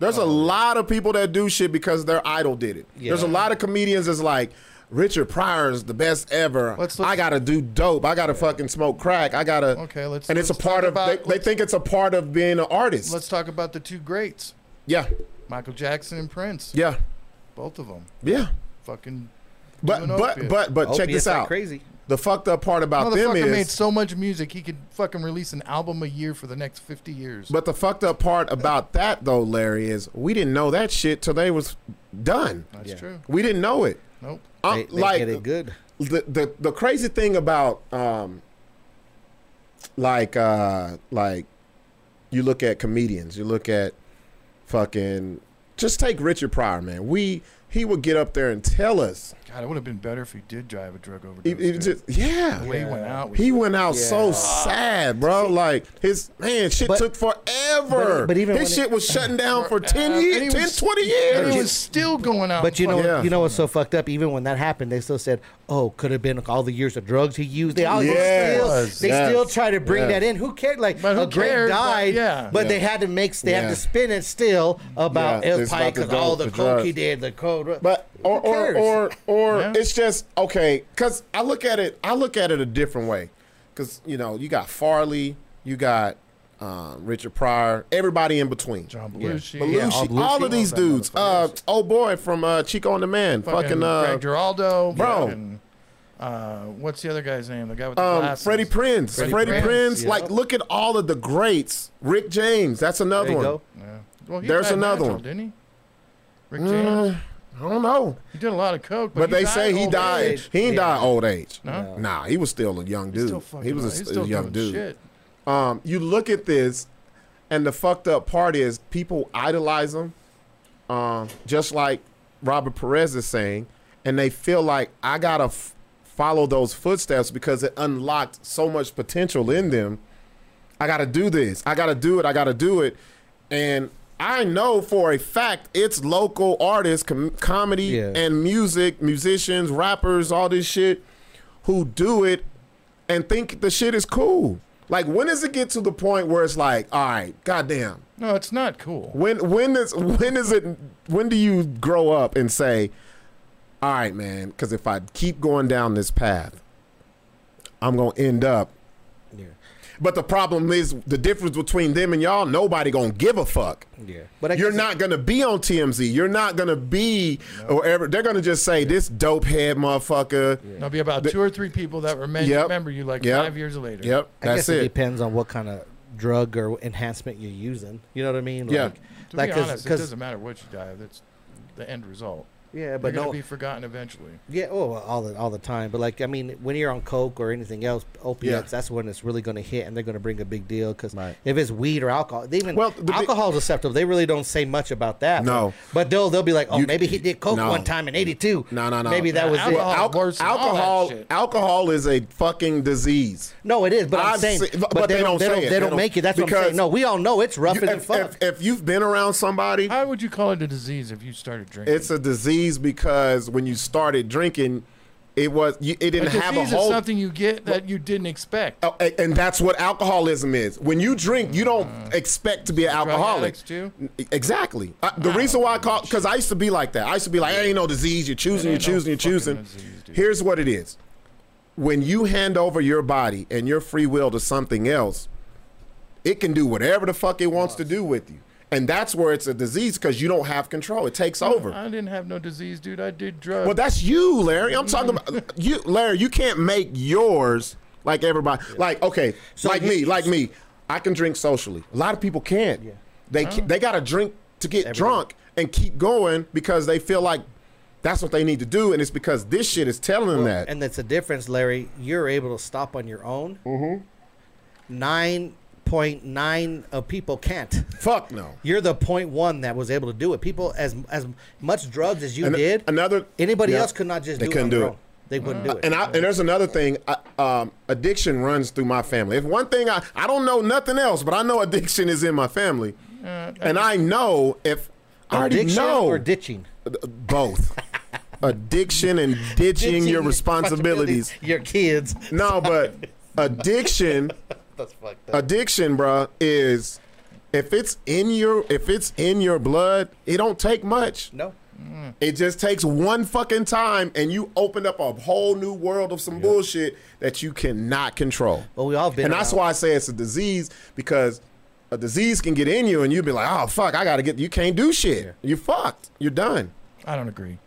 Speaker 2: There's
Speaker 4: Oh,
Speaker 2: a lot of people that do shit because their idol did it. There's a
Speaker 3: Yeah.
Speaker 2: lot of comedians that's like Richard Pryor is the best ever.
Speaker 4: Let's-
Speaker 2: I gotta do dope. I gotta fucking smoke crack. I gotta.
Speaker 4: Okay, let's-
Speaker 2: And it's
Speaker 4: let's
Speaker 2: a part
Speaker 4: talk
Speaker 2: of. they-
Speaker 4: about-
Speaker 2: they, think it's a part of being an artist.
Speaker 4: Let's talk about the two greats,
Speaker 2: yeah,
Speaker 4: Michael Jackson and Prince.
Speaker 2: yeah,
Speaker 4: Both of them.
Speaker 2: yeah.
Speaker 4: Fucking.
Speaker 2: But
Speaker 4: doing
Speaker 2: but
Speaker 4: opiates.
Speaker 2: but but check
Speaker 3: Opiates
Speaker 2: this
Speaker 3: are
Speaker 2: out.
Speaker 3: crazy.
Speaker 2: The fucked up part about them
Speaker 4: Motherfucker
Speaker 2: is
Speaker 4: made so much music he could fucking release an album a year for the next fifty years.
Speaker 2: But the fucked up part about that though, Larry, is we didn't know that shit till they was done.
Speaker 4: That's true.
Speaker 2: We didn't know it.
Speaker 4: Nope.
Speaker 2: I'm
Speaker 3: They, they
Speaker 2: like
Speaker 3: get it good.
Speaker 2: the the the crazy thing about um like uh like you look at comedians, you look at fucking just take Richard Pryor, man. We he would get up there and tell us.
Speaker 4: God, it would have been better if he did drive a drug
Speaker 2: He,
Speaker 4: overdose.
Speaker 2: he
Speaker 4: dude.
Speaker 2: just yeah.
Speaker 4: the way he went out. was-
Speaker 2: He went out so
Speaker 3: Yeah.
Speaker 2: sad, bro. Like his man, shit
Speaker 3: But-
Speaker 2: took forever.
Speaker 3: but- but even
Speaker 2: his
Speaker 3: when
Speaker 2: shit
Speaker 3: it-
Speaker 2: was shutting down for 10
Speaker 4: Uh,
Speaker 2: years,
Speaker 4: and he
Speaker 2: 10,
Speaker 4: was-
Speaker 2: 20
Speaker 4: and
Speaker 2: years.
Speaker 4: he was still going out.
Speaker 3: But you know, what-
Speaker 2: Yeah.
Speaker 3: you know what's so fucked up? Even when that happened, they still said, "Oh, could have been all the years of drugs he used." They all
Speaker 2: Yes.
Speaker 3: they
Speaker 2: Yes.
Speaker 3: still, they still try to bring
Speaker 2: Yes.
Speaker 3: that in. Who cared? Like
Speaker 4: But who
Speaker 3: a great
Speaker 4: cares? Like,
Speaker 3: died,
Speaker 4: yeah.
Speaker 3: but
Speaker 2: Yeah.
Speaker 3: they had to make they had
Speaker 2: Yeah.
Speaker 3: to spin it still about
Speaker 2: Yeah,
Speaker 3: El
Speaker 2: it's
Speaker 3: Pie
Speaker 2: about the
Speaker 3: because all
Speaker 2: dope,
Speaker 3: the,
Speaker 2: the
Speaker 3: coke
Speaker 2: drugs.
Speaker 3: he did, the code.
Speaker 2: But or
Speaker 3: Who
Speaker 2: or
Speaker 3: cares?
Speaker 2: or, or
Speaker 4: Yeah.
Speaker 2: it's just okay because I look at it. I look at it a different way because you know you got Farley, you got um, Richard Pryor, everybody in between.
Speaker 4: John Belushi,
Speaker 2: Belushi,
Speaker 4: Belushi,
Speaker 2: all of these
Speaker 4: that
Speaker 2: dudes.
Speaker 4: motherfucker.
Speaker 2: Uh, oh boy, from uh, Chico on the Man, fucking,
Speaker 4: Greg
Speaker 2: uh,
Speaker 4: Giraldo,
Speaker 2: bro.
Speaker 4: fucking, uh, what's the other guy's name? The guy with the
Speaker 2: um,
Speaker 4: glasses.
Speaker 2: Freddie Prinz, Freddie,
Speaker 4: Prinze,
Speaker 2: Prinz.
Speaker 3: yeah.
Speaker 2: Like, look at all of the greats. Rick James, that's another
Speaker 3: There you
Speaker 2: one.
Speaker 3: go.
Speaker 4: Yeah. Well, he
Speaker 2: There's
Speaker 4: died
Speaker 2: another
Speaker 4: natural,
Speaker 2: one.
Speaker 4: didn't he? Rick James.
Speaker 2: Uh, I don't know,
Speaker 4: he did a lot of coke,
Speaker 2: but
Speaker 4: but, he
Speaker 2: they
Speaker 4: died
Speaker 2: say he
Speaker 4: old
Speaker 2: died.
Speaker 4: age.
Speaker 2: He ain't
Speaker 3: Yeah.
Speaker 2: died old age.
Speaker 4: No?
Speaker 2: Nah, he was still a young
Speaker 4: He's
Speaker 2: dude.
Speaker 4: still fucking
Speaker 2: he was a,
Speaker 4: alive.
Speaker 2: st-
Speaker 4: He's still
Speaker 2: a young
Speaker 4: doing
Speaker 2: dude.
Speaker 4: Shit.
Speaker 2: um, you look at this, and the fucked up part is people idolize him, um, just like Robert Perez is saying, and they feel like I gotta f- follow those footsteps because it unlocked so much potential in them. I gotta do this. I gotta do it. I gotta do it, and. I know for a fact it's local artists, com- comedy,
Speaker 3: Yeah.
Speaker 2: and music, musicians, rappers, all this shit who do it and think the shit is cool. Like when does it get to the point where it's like, all right, goddamn.
Speaker 4: No, it's not cool.
Speaker 2: When when does when is it when do you grow up and say, all right, man, because if I keep going down this path, I'm gonna end up. But the problem is the difference between them and y'all. Nobody gonna give a fuck.
Speaker 3: Yeah. But I
Speaker 2: you're
Speaker 3: guess-
Speaker 2: not gonna be on TMZ. You're not gonna be or ever. They're gonna just say this dope head motherfucker.
Speaker 4: There'll be about two or three people that remember,
Speaker 2: Yep.
Speaker 4: remember you like
Speaker 2: Yep.
Speaker 4: five years later.
Speaker 2: Yep,
Speaker 3: I
Speaker 2: that's
Speaker 3: guess it,
Speaker 2: it.
Speaker 3: depends on what kind of drug or enhancement you're using. You know what I mean?
Speaker 2: Yeah.
Speaker 3: Like,
Speaker 4: To
Speaker 3: like
Speaker 4: be
Speaker 3: 'cause-
Speaker 4: honest, it
Speaker 3: 'cause-
Speaker 4: doesn't matter what you die of. That's the end result.
Speaker 3: yeah,
Speaker 4: You're
Speaker 3: but
Speaker 4: gonna
Speaker 3: no,
Speaker 4: be forgotten eventually.
Speaker 3: yeah, oh, all the all the time. But like, I mean, when you're on coke or anything else, opiates, that's when it's really going to hit, and they're going to bring a big deal because
Speaker 7: Right.
Speaker 3: if it's weed or alcohol, they even
Speaker 2: Well,
Speaker 3: well,
Speaker 2: the big-
Speaker 3: alcohol's acceptable. They really don't say much about that.
Speaker 2: No.
Speaker 3: but, but they'll they'll be like, oh,
Speaker 2: You-
Speaker 3: maybe he did coke
Speaker 2: no.
Speaker 3: one time in '82.
Speaker 2: No, no, no.
Speaker 3: Maybe that
Speaker 4: Yeah,
Speaker 3: was
Speaker 4: alcohol-
Speaker 3: it.
Speaker 2: Al-
Speaker 4: worse than all that
Speaker 2: alcohol,
Speaker 4: shit.
Speaker 2: alcohol is a fucking disease.
Speaker 3: No, it is. But I'm
Speaker 2: I've
Speaker 3: saying,
Speaker 2: seen-
Speaker 3: but, they, don't. They
Speaker 2: say
Speaker 3: don't,
Speaker 2: it.
Speaker 3: they
Speaker 2: They
Speaker 3: don't
Speaker 2: don't-
Speaker 3: make it. That's what I'm
Speaker 2: because
Speaker 3: saying. No, we all know it's rough
Speaker 2: You-
Speaker 3: and
Speaker 2: if,
Speaker 3: fuck.
Speaker 2: if- if you've been around somebody,
Speaker 4: How would you call it a disease if you started drinking?
Speaker 2: it's a disease because when you started drinking, it was you, it
Speaker 4: a
Speaker 2: didn't
Speaker 4: disease
Speaker 2: have a
Speaker 4: is
Speaker 2: whole.
Speaker 4: something you get that you didn't expect.
Speaker 2: Oh, a- and that's what alcoholism is. When you drink, you don't expect to be an
Speaker 4: Mm. Drug
Speaker 2: alcoholic. E,
Speaker 4: addicts too?
Speaker 2: Exactly. I, the reason why I call because I used to be like that. I used to be like, "There ain't no disease. You're choosing.
Speaker 4: It
Speaker 2: You're
Speaker 4: ain't no
Speaker 2: choosing. you're choosing."
Speaker 4: fucking disease, dude.
Speaker 2: Here's what it is: when you hand over your body and your free will to something else, it can do whatever the fuck it wants to do with you, and that's where it's a disease because you don't have control. It takes over.
Speaker 4: I didn't have no disease, dude. I did drugs.
Speaker 2: Well, that's you, Larry. I'm talking about you, Larry. You can't make yours like everybody. Like okay, like
Speaker 3: you-
Speaker 2: me, like me. I can drink socially. A lot of people can't. They ca- they got to drink to get drunk and keep going because they feel like that's what they need to do, and it's because this shit is telling them that.
Speaker 3: And that's the difference, Larry. You're able to stop on your own.
Speaker 2: Mm-hmm.
Speaker 3: Nine point nine of people can't.
Speaker 2: Fuck no.
Speaker 3: You're the point one that was able to do it. People as as much drugs as you
Speaker 2: An-
Speaker 3: did.
Speaker 2: another-
Speaker 3: anybody
Speaker 2: yeah.
Speaker 3: else could not just
Speaker 2: They
Speaker 3: do
Speaker 2: couldn't
Speaker 3: it. on
Speaker 2: do
Speaker 3: their
Speaker 2: it.
Speaker 3: Own. They wouldn't do it.
Speaker 2: And I, and there's another thing. I, um, addiction runs through my family. If one thing I I don't know nothing else, but I know addiction is in my family, and I know if I already
Speaker 3: Addiction
Speaker 2: know
Speaker 3: or ditching.
Speaker 2: both addiction and ditching
Speaker 3: Ditching
Speaker 2: your responsibilities.
Speaker 3: Your kids.
Speaker 2: No, but addiction,
Speaker 3: That's fucked up.
Speaker 2: addiction, bruh, is if it's in your if it's in your blood, it don't take much.
Speaker 3: No.
Speaker 2: It just takes one fucking time, and you opened up a whole new world of some bullshit that you cannot control.
Speaker 3: But we all been.
Speaker 2: and that's
Speaker 3: around.
Speaker 2: why I say it's a disease because a disease can get in you, and you'd be like, "Oh fuck, I gotta get." You can't do shit. You're fucked. You're done.
Speaker 4: I don't agree.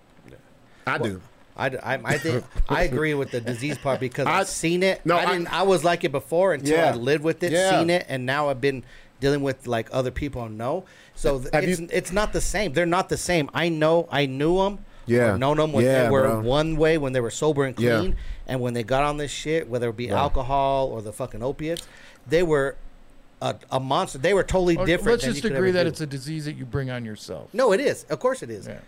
Speaker 2: I do.
Speaker 3: I, I, I think I agree with the disease part because
Speaker 2: I-
Speaker 3: I've seen it.
Speaker 2: no,
Speaker 3: I
Speaker 2: I-
Speaker 3: didn't. I, was like it before until
Speaker 2: Yeah.
Speaker 3: I lived with it,
Speaker 2: Yeah.
Speaker 3: seen it, and now I've been dealing with like other people I know. So th-
Speaker 2: Have
Speaker 3: it's
Speaker 2: you-
Speaker 3: it's not the same. They're not the same. I know. I knew them.
Speaker 2: Yeah.
Speaker 3: known them when
Speaker 2: Yeah,
Speaker 3: they were
Speaker 2: bro.
Speaker 3: one way when they were sober and
Speaker 2: Yeah.
Speaker 3: clean, and when they got on this shit, whether it be alcohol or the fucking opiates, they were a, a monster. They were totally
Speaker 4: Or-
Speaker 3: different.
Speaker 4: Let's
Speaker 3: than
Speaker 4: just
Speaker 3: you could ever
Speaker 4: agree that
Speaker 3: do.
Speaker 4: it's a disease that you bring on yourself.
Speaker 3: no. It is. Of course, it is.
Speaker 4: Yeah.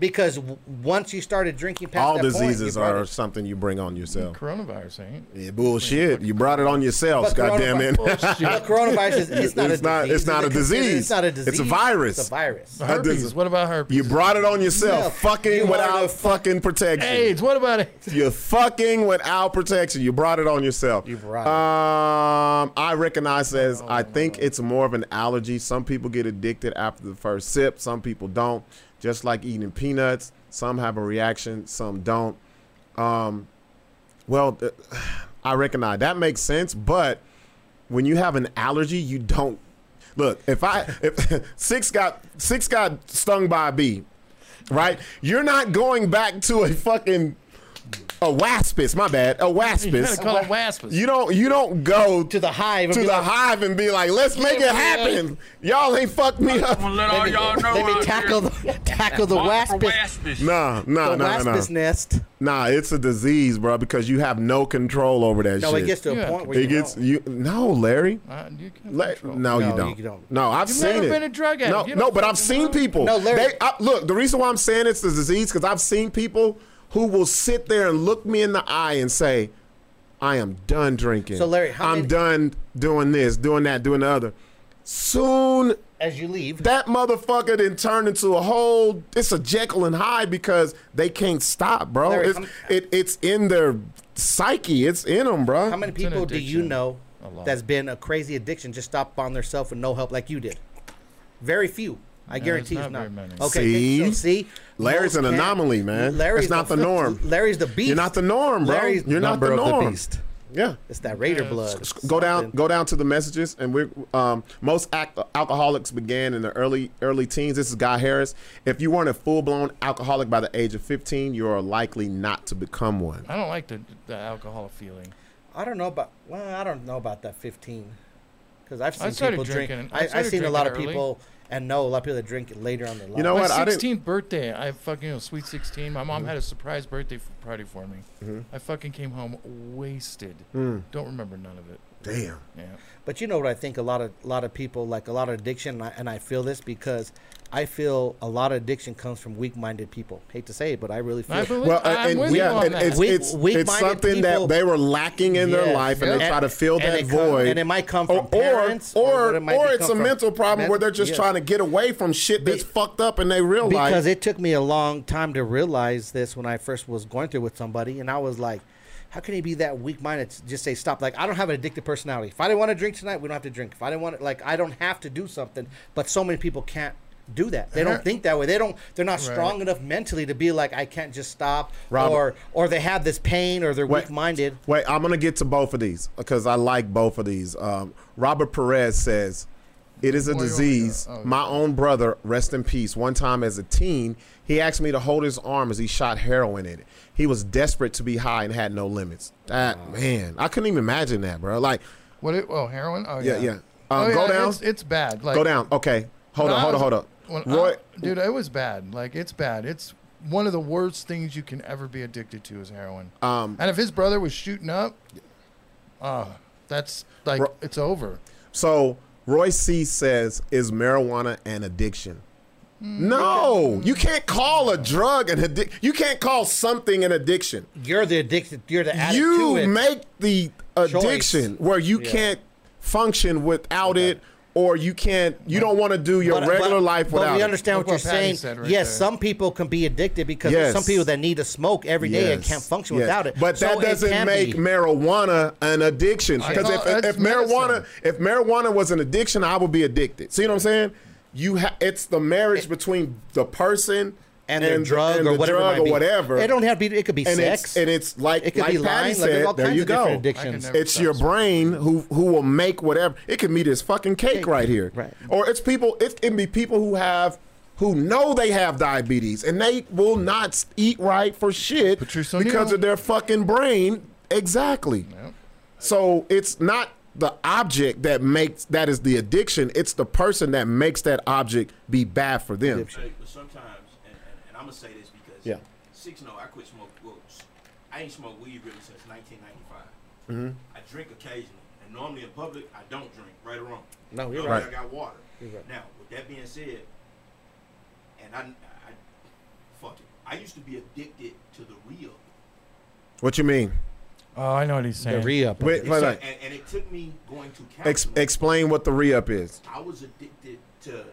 Speaker 3: Because w- once you started drinking, past
Speaker 2: All
Speaker 3: that point, you
Speaker 2: diseases
Speaker 3: brought
Speaker 2: are
Speaker 3: it-
Speaker 2: something you bring on yourself.
Speaker 4: Coronavirus ain't.
Speaker 2: Yeah, bullshit. You brought it on yourselves.
Speaker 3: But
Speaker 2: God damn it.
Speaker 3: coronavirus- But coronavirus is it's not
Speaker 2: It's
Speaker 3: a
Speaker 2: not-
Speaker 3: disease.
Speaker 2: it's not a
Speaker 3: considered-
Speaker 2: disease.
Speaker 3: It's not a
Speaker 2: It's a
Speaker 3: disease.
Speaker 2: virus.
Speaker 3: It's a virus.
Speaker 2: That
Speaker 4: Herpes.
Speaker 2: doesn't-
Speaker 4: what about herpes?
Speaker 2: You brought it on yourself.
Speaker 3: Yeah. You
Speaker 2: Fucking
Speaker 3: are
Speaker 2: without
Speaker 3: the-
Speaker 2: fucking protection.
Speaker 4: AIDS. What about it?
Speaker 2: You're fucking without protection. You brought it on yourself. You
Speaker 3: brought it. Oh,
Speaker 2: Um, I recognize as I think it's more of an allergy. Some people get addicted after the first sip. Some people don't. Just like eating peanuts, some have a reaction, some don't. Um, well, th- I recognize that makes sense, but when you have an allergy, you don't. Look, if I if six got six got stung by a bee, right? You're not going back to a fucking a waspis. My bad, a
Speaker 4: You gotta
Speaker 2: waspis.
Speaker 4: call it waspus.
Speaker 2: You don't you don't go
Speaker 3: To the hive.
Speaker 2: to the hive and be like, let's make it happen. Y'all ain't fucked me
Speaker 6: I'm
Speaker 2: up.
Speaker 6: gonna let all
Speaker 4: Oh,
Speaker 6: y'all know.
Speaker 3: Let me
Speaker 6: out
Speaker 3: tackle
Speaker 6: there.
Speaker 3: the tackle the
Speaker 6: Watch for
Speaker 3: waspis.
Speaker 6: waspish.
Speaker 2: Nah,
Speaker 3: The
Speaker 2: nah, nah, nah,
Speaker 3: waspis nest.
Speaker 2: nah. It's a disease, bro, because you have no control over that
Speaker 3: No,
Speaker 2: shit.
Speaker 3: it gets to a
Speaker 4: Yeah.
Speaker 3: point where
Speaker 2: It
Speaker 3: you
Speaker 2: gets
Speaker 3: don't.
Speaker 2: you. No, Larry.
Speaker 4: Uh, you can't
Speaker 2: La-
Speaker 4: control.
Speaker 2: no, you
Speaker 3: No,
Speaker 2: don't.
Speaker 3: you don't.
Speaker 2: No, I've
Speaker 4: You've
Speaker 2: seen
Speaker 4: never
Speaker 2: it.
Speaker 4: been a drug addict. You
Speaker 2: No, no
Speaker 4: don't
Speaker 2: but I've
Speaker 4: fucking
Speaker 2: seen
Speaker 4: know.
Speaker 2: people.
Speaker 3: No, Larry-
Speaker 2: They, I, look, the reason why I'm saying it's the disease because I've seen people who will sit there and look me in the eye and say, "I am done drinking.
Speaker 3: So, Larry, how
Speaker 2: I'm
Speaker 3: many-
Speaker 2: done doing this, doing that, doing the other." Soon
Speaker 3: As you leave,
Speaker 2: that motherfucker then turned into a whole. It's a Jekyll and Hyde because they can't stop, bro.
Speaker 3: Larry,
Speaker 2: it's,
Speaker 3: I'm-
Speaker 2: it, it's in their psyche. It's in them, bro.
Speaker 3: how many
Speaker 4: an
Speaker 3: people do you
Speaker 4: addiction.
Speaker 3: know
Speaker 4: A lot.
Speaker 3: that's been a crazy addiction just stopped on themselves with no help like you did? Very few. I guarantee
Speaker 4: there's
Speaker 3: it's
Speaker 4: not
Speaker 3: not.
Speaker 4: very many.
Speaker 3: Okay,
Speaker 2: See?
Speaker 3: so see,
Speaker 2: Larry's
Speaker 3: Most
Speaker 2: an
Speaker 3: can't.
Speaker 2: anomaly, man. That's not the norm.
Speaker 3: Larry's the beast.
Speaker 2: You're not the norm, bro.
Speaker 3: Larry's
Speaker 2: You're not
Speaker 3: number
Speaker 2: the
Speaker 3: of
Speaker 2: norm.
Speaker 3: beast.
Speaker 2: Yeah.
Speaker 3: It's that Raider
Speaker 4: Yeah.
Speaker 3: blood.
Speaker 2: Go down,
Speaker 3: Something.
Speaker 2: go down to the messages, and we're um, most ac- alcoholics began in the early early teens. This is Guy Harris. If you weren't a full blown alcoholic by the age of fifteen, you are likely not to become one.
Speaker 4: I don't like the the alcohol feeling.
Speaker 3: I don't know about. Well, I don't know about that fifteen, because I've
Speaker 4: I
Speaker 3: seen
Speaker 4: started
Speaker 3: people
Speaker 4: drinking-
Speaker 3: drinking.
Speaker 4: I
Speaker 3: I, I've
Speaker 4: started
Speaker 3: seen a lot of
Speaker 4: drinking early.
Speaker 3: people and know a lot of people that drink it later on their life.
Speaker 2: know
Speaker 4: My
Speaker 2: what? I didn't- Mm-hmm.
Speaker 4: 16th birthday, I fucking, you know, sweet 16. My mom had a surprise birthday f- party for me. I fucking came home wasted.
Speaker 2: Mm.
Speaker 4: Don't remember none of it.
Speaker 2: Damn.
Speaker 4: Yeah.
Speaker 3: But you know what I think a lot of lot of people like a lot of addiction, and I, and I feel this because I feel a lot of addiction comes from weak-minded people. Hate to say it, but I really feel.
Speaker 4: I believe
Speaker 2: Well,
Speaker 4: I'm
Speaker 2: and,
Speaker 4: with
Speaker 2: yeah,
Speaker 4: you on
Speaker 2: and
Speaker 4: that.
Speaker 2: it's
Speaker 3: Weak-
Speaker 2: it's, it's
Speaker 3: weak-minded
Speaker 2: something
Speaker 3: people-
Speaker 2: that they were lacking in their
Speaker 3: Yes.
Speaker 2: life, and they
Speaker 3: Yep.
Speaker 2: try to fill
Speaker 3: And
Speaker 2: that
Speaker 3: it come-
Speaker 2: void.
Speaker 3: and it might come from
Speaker 2: or, or,
Speaker 3: parents, or
Speaker 2: or,
Speaker 3: what it might
Speaker 2: or
Speaker 3: be
Speaker 2: it's a
Speaker 3: come from.
Speaker 2: mental problem
Speaker 3: Men-
Speaker 2: where they're just
Speaker 3: yes.
Speaker 2: trying to get away from shit
Speaker 3: Be-
Speaker 2: that's fucked up, and they realize
Speaker 3: because it took me a long time to realize this when I first was going through with somebody, and I was like, "How can he be that weak-minded? to Just say stop." Like I don't have an addictive personality. If I didn't want to drink tonight, we don't have to drink. If I didn't want to, like I don't have to do something. But so many people can't do that. They
Speaker 2: Uh-huh.
Speaker 3: don't think that way. They don't. They're not strong enough mentally to be like, "I can't just stop,"
Speaker 2: Rob-
Speaker 3: or or they have this pain, or they're
Speaker 2: Wait.
Speaker 3: weak-minded.
Speaker 2: Wait, I'm gonna get to both of these because I like both of these. Um, Robert Perez says, "It is a
Speaker 4: Where you want me to go?
Speaker 2: disease."
Speaker 4: Oh.
Speaker 2: My own brother, rest in peace. One time as a teen, he asked me to hold his arm as he shot heroin in it. He was desperate to be high and had no limits. That man, I couldn't even imagine that, bro. Like,
Speaker 4: What it, oh, heroin? Oh,
Speaker 2: yeah,
Speaker 4: yeah.
Speaker 2: yeah. Um,
Speaker 4: oh,
Speaker 2: go
Speaker 4: yeah,
Speaker 2: down.
Speaker 4: It's, it's bad. Like,
Speaker 2: go down. Okay, hold
Speaker 4: when
Speaker 2: on,
Speaker 4: I
Speaker 2: hold on,
Speaker 4: was-
Speaker 2: hold on.
Speaker 4: when I-
Speaker 2: Roy,
Speaker 4: dude, it was bad. Like, it's bad. It's one of the worst things you can ever be addicted to is heroin.
Speaker 2: Um,
Speaker 4: and if his brother was shooting up, uh, that's like,
Speaker 2: Ro-
Speaker 4: it's over.
Speaker 2: So Roy C says, "Is marijuana an addiction?"
Speaker 4: Hmm.
Speaker 2: No, you can't call a drug an addiction. You can't call something an addiction.
Speaker 3: You're the addicted. You're the addict to
Speaker 2: You
Speaker 3: it.
Speaker 2: make the addiction where you
Speaker 3: Yeah.
Speaker 2: can't function without it, or you can't. You don't want to do your
Speaker 3: But- uh,
Speaker 2: regular
Speaker 3: but-
Speaker 2: life
Speaker 3: But
Speaker 2: without.
Speaker 3: we
Speaker 2: it.
Speaker 3: understand
Speaker 4: Look
Speaker 3: what you're
Speaker 4: what Patty
Speaker 3: saying.
Speaker 4: said right
Speaker 3: yes,
Speaker 4: there.
Speaker 3: some people can be addicted because
Speaker 2: Yes.
Speaker 3: there's some people that need to smoke every day and
Speaker 2: Yes.
Speaker 3: can't function
Speaker 2: Yes.
Speaker 3: without it.
Speaker 2: But
Speaker 3: So
Speaker 2: that
Speaker 3: it
Speaker 2: doesn't
Speaker 3: can
Speaker 2: make
Speaker 3: be.
Speaker 2: marijuana an addiction. Because
Speaker 4: know,
Speaker 2: if, if
Speaker 4: that's
Speaker 2: marijuana
Speaker 4: medicine.
Speaker 2: if marijuana was an addiction, I would be addicted. See what I'm saying? You ha- it's the marriage between the person
Speaker 3: and their
Speaker 2: the-
Speaker 3: drug
Speaker 2: and
Speaker 3: or
Speaker 2: the
Speaker 3: whatever. it
Speaker 2: drug
Speaker 3: might
Speaker 2: or
Speaker 3: be.
Speaker 2: whatever.
Speaker 3: It don't have to be. It could be
Speaker 2: and
Speaker 3: sex.
Speaker 2: it's and it's like
Speaker 3: it could
Speaker 2: like
Speaker 3: be
Speaker 2: Patty
Speaker 3: lying. Like,
Speaker 2: said,
Speaker 3: there's all
Speaker 2: there
Speaker 3: kinds
Speaker 2: you
Speaker 3: of different
Speaker 2: go.
Speaker 3: addictions.
Speaker 4: I can never-
Speaker 2: It's your brain who who will make whatever. It can be this fucking cake right here,
Speaker 3: right.
Speaker 2: Or it's people. It can be people who have who know they have diabetes and they will not s- eat right for shit
Speaker 4: Patrice
Speaker 2: because
Speaker 4: O'Neal.
Speaker 2: of their fucking brain. Exactly. So it's not the object that makes that is the addiction. It's the person that makes that object be bad for them.
Speaker 5: Hey, but sometimes, and, and, and I'm gonna say this because
Speaker 2: Yeah.
Speaker 5: six no, I quit smoking. Well, s- I ain't smoked weed really since 1995. I drink occasionally, and normally in public I don't drink, right or wrong.
Speaker 3: No, you're
Speaker 5: Normally
Speaker 2: right.
Speaker 5: I got water.
Speaker 3: You're right.
Speaker 5: Now, with that being said, and I, I, fuck it. I used to be addicted to the real,
Speaker 2: What you mean?
Speaker 4: Oh, I know what he's
Speaker 3: The
Speaker 4: saying.
Speaker 3: re-up.
Speaker 2: Wait, wait, wait.
Speaker 5: and, and it took me going to counseling.
Speaker 2: Ex- explain what the re up is.
Speaker 5: I was addicted to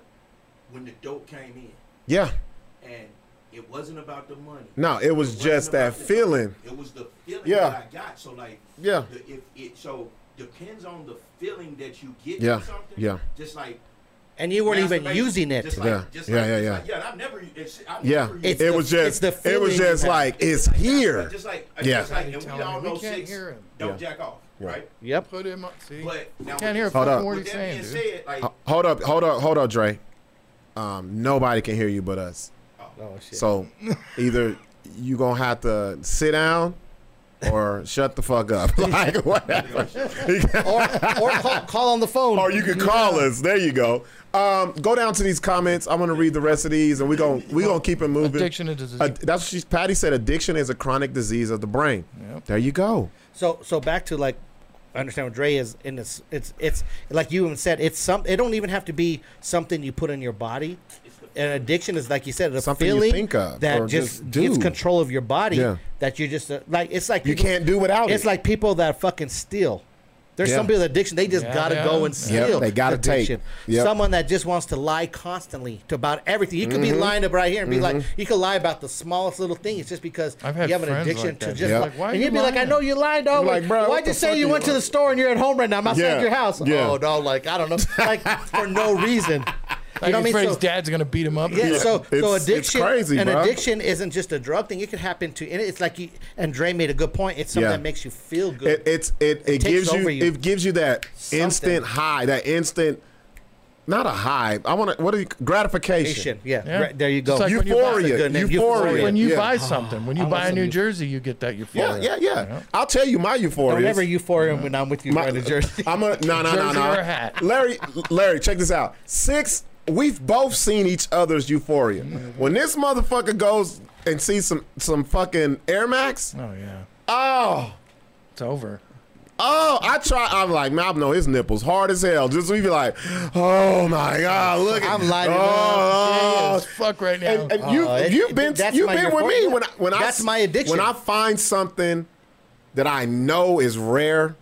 Speaker 5: when the dope came in.
Speaker 2: Yeah.
Speaker 5: and it wasn't about the money.
Speaker 2: No, it was
Speaker 5: wasn't
Speaker 2: just
Speaker 5: about
Speaker 2: that
Speaker 5: the-
Speaker 2: feeling.
Speaker 5: It was the feeling
Speaker 2: Yeah.
Speaker 5: that I got. So like,
Speaker 2: Yeah.
Speaker 5: the, if it so depends on the feeling that you get.
Speaker 2: Yeah,
Speaker 5: from something,
Speaker 2: yeah.
Speaker 5: Just like
Speaker 3: And you weren't even
Speaker 5: masturbation,
Speaker 3: using it.
Speaker 5: Just like,
Speaker 2: Yeah,
Speaker 5: just
Speaker 2: yeah,
Speaker 5: like,
Speaker 2: yeah,
Speaker 5: just
Speaker 2: yeah.
Speaker 5: Like, yeah, and I've never. It's, I've
Speaker 2: Yeah,
Speaker 5: Never used
Speaker 2: it
Speaker 3: It's
Speaker 5: it.
Speaker 3: the-
Speaker 2: was just
Speaker 3: it's the
Speaker 2: it was
Speaker 3: feeling you
Speaker 2: just
Speaker 3: have.
Speaker 2: like it's
Speaker 5: like that,
Speaker 2: here.
Speaker 5: but Just like
Speaker 2: Yeah.
Speaker 5: Just like, and
Speaker 4: Tell
Speaker 5: we all
Speaker 4: him, we
Speaker 5: know
Speaker 4: can't
Speaker 5: six
Speaker 4: hear him.
Speaker 5: don't
Speaker 2: Yeah.
Speaker 5: jack off,
Speaker 2: Yeah.
Speaker 5: right?
Speaker 3: Yep.
Speaker 4: Put him up. See?
Speaker 5: But now
Speaker 4: can't hear a
Speaker 2: Hold
Speaker 4: fucking
Speaker 2: up.
Speaker 4: word
Speaker 5: With
Speaker 4: he's
Speaker 5: that
Speaker 4: saying,
Speaker 5: being
Speaker 4: dude.
Speaker 5: said, like,
Speaker 3: Uh,
Speaker 2: Ho- Hold up, hold up, hold up, Dre. Um, nobody can hear you but us.
Speaker 3: Oh shit.
Speaker 2: So either you gonna have to sit down or shut the fuck up. Like whatever.
Speaker 3: or or call, call on the phone.
Speaker 2: Or you can call us. There you go. Um, go down to these comments. I'm gonna read the rest of these, and we gonna we gonna keep it moving.
Speaker 4: Addiction is a disease.
Speaker 2: Ad- that's what she's Patty said. Addiction is a chronic disease of the brain.
Speaker 4: Yep.
Speaker 2: There you go.
Speaker 3: So so back to like I understand what Dre is and it's it's it's like you even said it's some it don't even have to be something you put in your body. An addiction is like you said, a
Speaker 2: Something you
Speaker 3: feeling
Speaker 2: think of or
Speaker 3: that
Speaker 2: just
Speaker 3: just, gets
Speaker 2: do.
Speaker 3: control of your body.
Speaker 2: Yeah.
Speaker 3: That you just uh, like it's like
Speaker 2: You can't do without
Speaker 3: It's
Speaker 2: it.
Speaker 3: like people that fucking steal. There's
Speaker 2: Yeah.
Speaker 3: some people with addiction they just
Speaker 4: Yeah,
Speaker 3: gotta
Speaker 4: yeah.
Speaker 3: go and
Speaker 4: Yep,
Speaker 3: steal.
Speaker 2: they gotta take.
Speaker 3: addiction.
Speaker 2: Yep.
Speaker 3: Someone that just wants to lie constantly to about everything. You could
Speaker 4: Mm-hmm.
Speaker 3: be lying up right here and be like, you could lie about the smallest little thing. It's just because
Speaker 4: I've had
Speaker 3: you have an
Speaker 4: friends
Speaker 3: addiction
Speaker 4: like
Speaker 3: to
Speaker 4: that.
Speaker 3: just
Speaker 2: Yeah.
Speaker 3: like,
Speaker 4: Like, why are
Speaker 3: and
Speaker 4: you
Speaker 3: you'd be like, I
Speaker 4: lying?
Speaker 3: know you lied, dog.
Speaker 2: I'm like,
Speaker 3: Like,
Speaker 2: "Bruh, what
Speaker 3: why'd
Speaker 2: the
Speaker 3: you
Speaker 2: fuck
Speaker 3: say you
Speaker 2: you
Speaker 3: went to
Speaker 2: are?"
Speaker 3: the store and you're at home right now? I'm outside
Speaker 2: Yeah.
Speaker 3: your house.
Speaker 2: Yeah.
Speaker 3: Oh, dog, like, I don't know. Like, for no reason.
Speaker 4: Like
Speaker 3: know what I
Speaker 4: he's
Speaker 3: mean?
Speaker 4: afraid his
Speaker 3: So-
Speaker 4: dad's gonna beat him up.
Speaker 3: Yeah, so
Speaker 2: it's-
Speaker 3: so
Speaker 2: it's
Speaker 3: addiction
Speaker 2: crazy,
Speaker 3: and
Speaker 2: bro.
Speaker 3: addiction isn't just a drug thing. It could happen to and it's like you and Dre made a good point. It's something
Speaker 2: Yeah.
Speaker 3: that makes you feel good.
Speaker 2: It, it's it, it,
Speaker 3: takes
Speaker 2: gives you,
Speaker 3: over you.
Speaker 2: it gives you that
Speaker 3: Something.
Speaker 2: instant high, that instant, not a high. I want to what do you gratification?
Speaker 3: Patient. yeah.
Speaker 4: Yeah.
Speaker 3: Right, there you go.
Speaker 4: It's like when you buy-
Speaker 2: Euphoria,
Speaker 3: That's a good name.
Speaker 2: euphoria.
Speaker 3: Euphoria.
Speaker 4: when you
Speaker 2: Yeah.
Speaker 4: buy something, when you
Speaker 3: I
Speaker 4: buy
Speaker 3: want
Speaker 4: a
Speaker 3: some
Speaker 4: New
Speaker 3: euph-
Speaker 4: Jersey, you get that euphoria.
Speaker 2: Yeah, yeah,
Speaker 4: You
Speaker 2: yeah.
Speaker 4: know?
Speaker 2: I'll tell you my euphoria.
Speaker 3: Don't
Speaker 2: is-
Speaker 3: ever euphoria when I'm with you
Speaker 2: My-
Speaker 3: in New Jersey.
Speaker 2: I'm a no no no
Speaker 4: Jersey
Speaker 2: no.
Speaker 4: or a hat?
Speaker 2: Larry, Larry, check this out. Six. We've both seen each other's euphoria. When this motherfucker goes and sees some some fucking Air Max,
Speaker 4: Oh yeah,
Speaker 2: oh.
Speaker 4: it's over.
Speaker 2: Oh, I try. I'm like, man, I know his nipples hard as hell. Just we be like, oh my god, look at.
Speaker 3: I'm lighting
Speaker 2: oh,
Speaker 3: up.
Speaker 4: Oh,
Speaker 2: oh.
Speaker 4: fuck right now.
Speaker 2: And, and you
Speaker 3: it-
Speaker 2: you've been
Speaker 3: that's
Speaker 2: you've
Speaker 3: my
Speaker 2: been with me
Speaker 3: euphoria.
Speaker 2: when I, when I
Speaker 3: That's
Speaker 2: s-
Speaker 3: my addiction.
Speaker 2: When I find something that I know is rare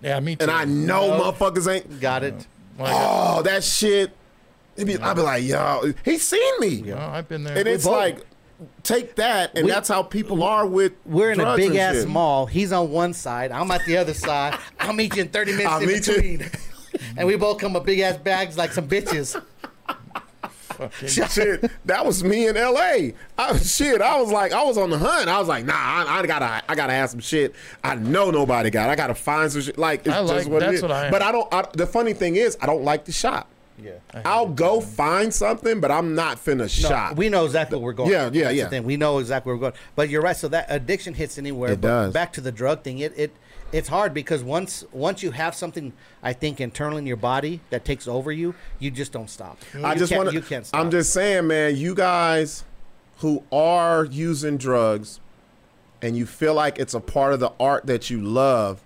Speaker 4: yeah, me too.
Speaker 2: and I know motherfuckers ain't
Speaker 3: Got it.
Speaker 4: When I got-
Speaker 2: oh, that shit. It'd be, I'd be like, yo, he's seen me.
Speaker 4: oh, I've been there.
Speaker 2: And it's
Speaker 3: both.
Speaker 2: like, take that, and
Speaker 3: We-
Speaker 2: that's how people are with.
Speaker 3: We're in a
Speaker 2: drugs
Speaker 3: big
Speaker 2: and
Speaker 3: ass
Speaker 2: shit.
Speaker 3: mall. He's on one side. I'm at the other side. I'll meet you in 30 minutes
Speaker 2: I'll
Speaker 3: in
Speaker 2: meet you.
Speaker 3: between. and we both come with big ass bags like some bitches.
Speaker 2: Shit, that was me in L.A. I, shit, I was like, I was on the hunt. I was like, nah, I, I gotta, I gotta have some shit. I know nobody got. I gotta find some shit. Like, it's
Speaker 4: I like-
Speaker 2: just what it
Speaker 4: that's
Speaker 2: is.
Speaker 4: what I am.
Speaker 2: But I don't. I, the funny thing is, I don't like to shop.
Speaker 3: Yeah.
Speaker 2: I'll go find something, but I'm not finna
Speaker 3: No,
Speaker 2: shop.
Speaker 3: we know exactly where we're going.
Speaker 2: Yeah, yeah,
Speaker 3: That's
Speaker 2: yeah.
Speaker 3: The thing. We know exactly where we're going. But you're right. So that addiction hits anywhere.
Speaker 2: It
Speaker 3: but
Speaker 2: does.
Speaker 3: Back to the drug thing. It it it's hard because once once you have something, I think internal in your body that takes over you, you just don't stop.
Speaker 2: I
Speaker 3: You
Speaker 2: just
Speaker 3: can't-
Speaker 2: want to.
Speaker 3: You can't stop.
Speaker 2: I'm just saying, man. You guys who are using drugs and you feel like it's a part of the art that you love,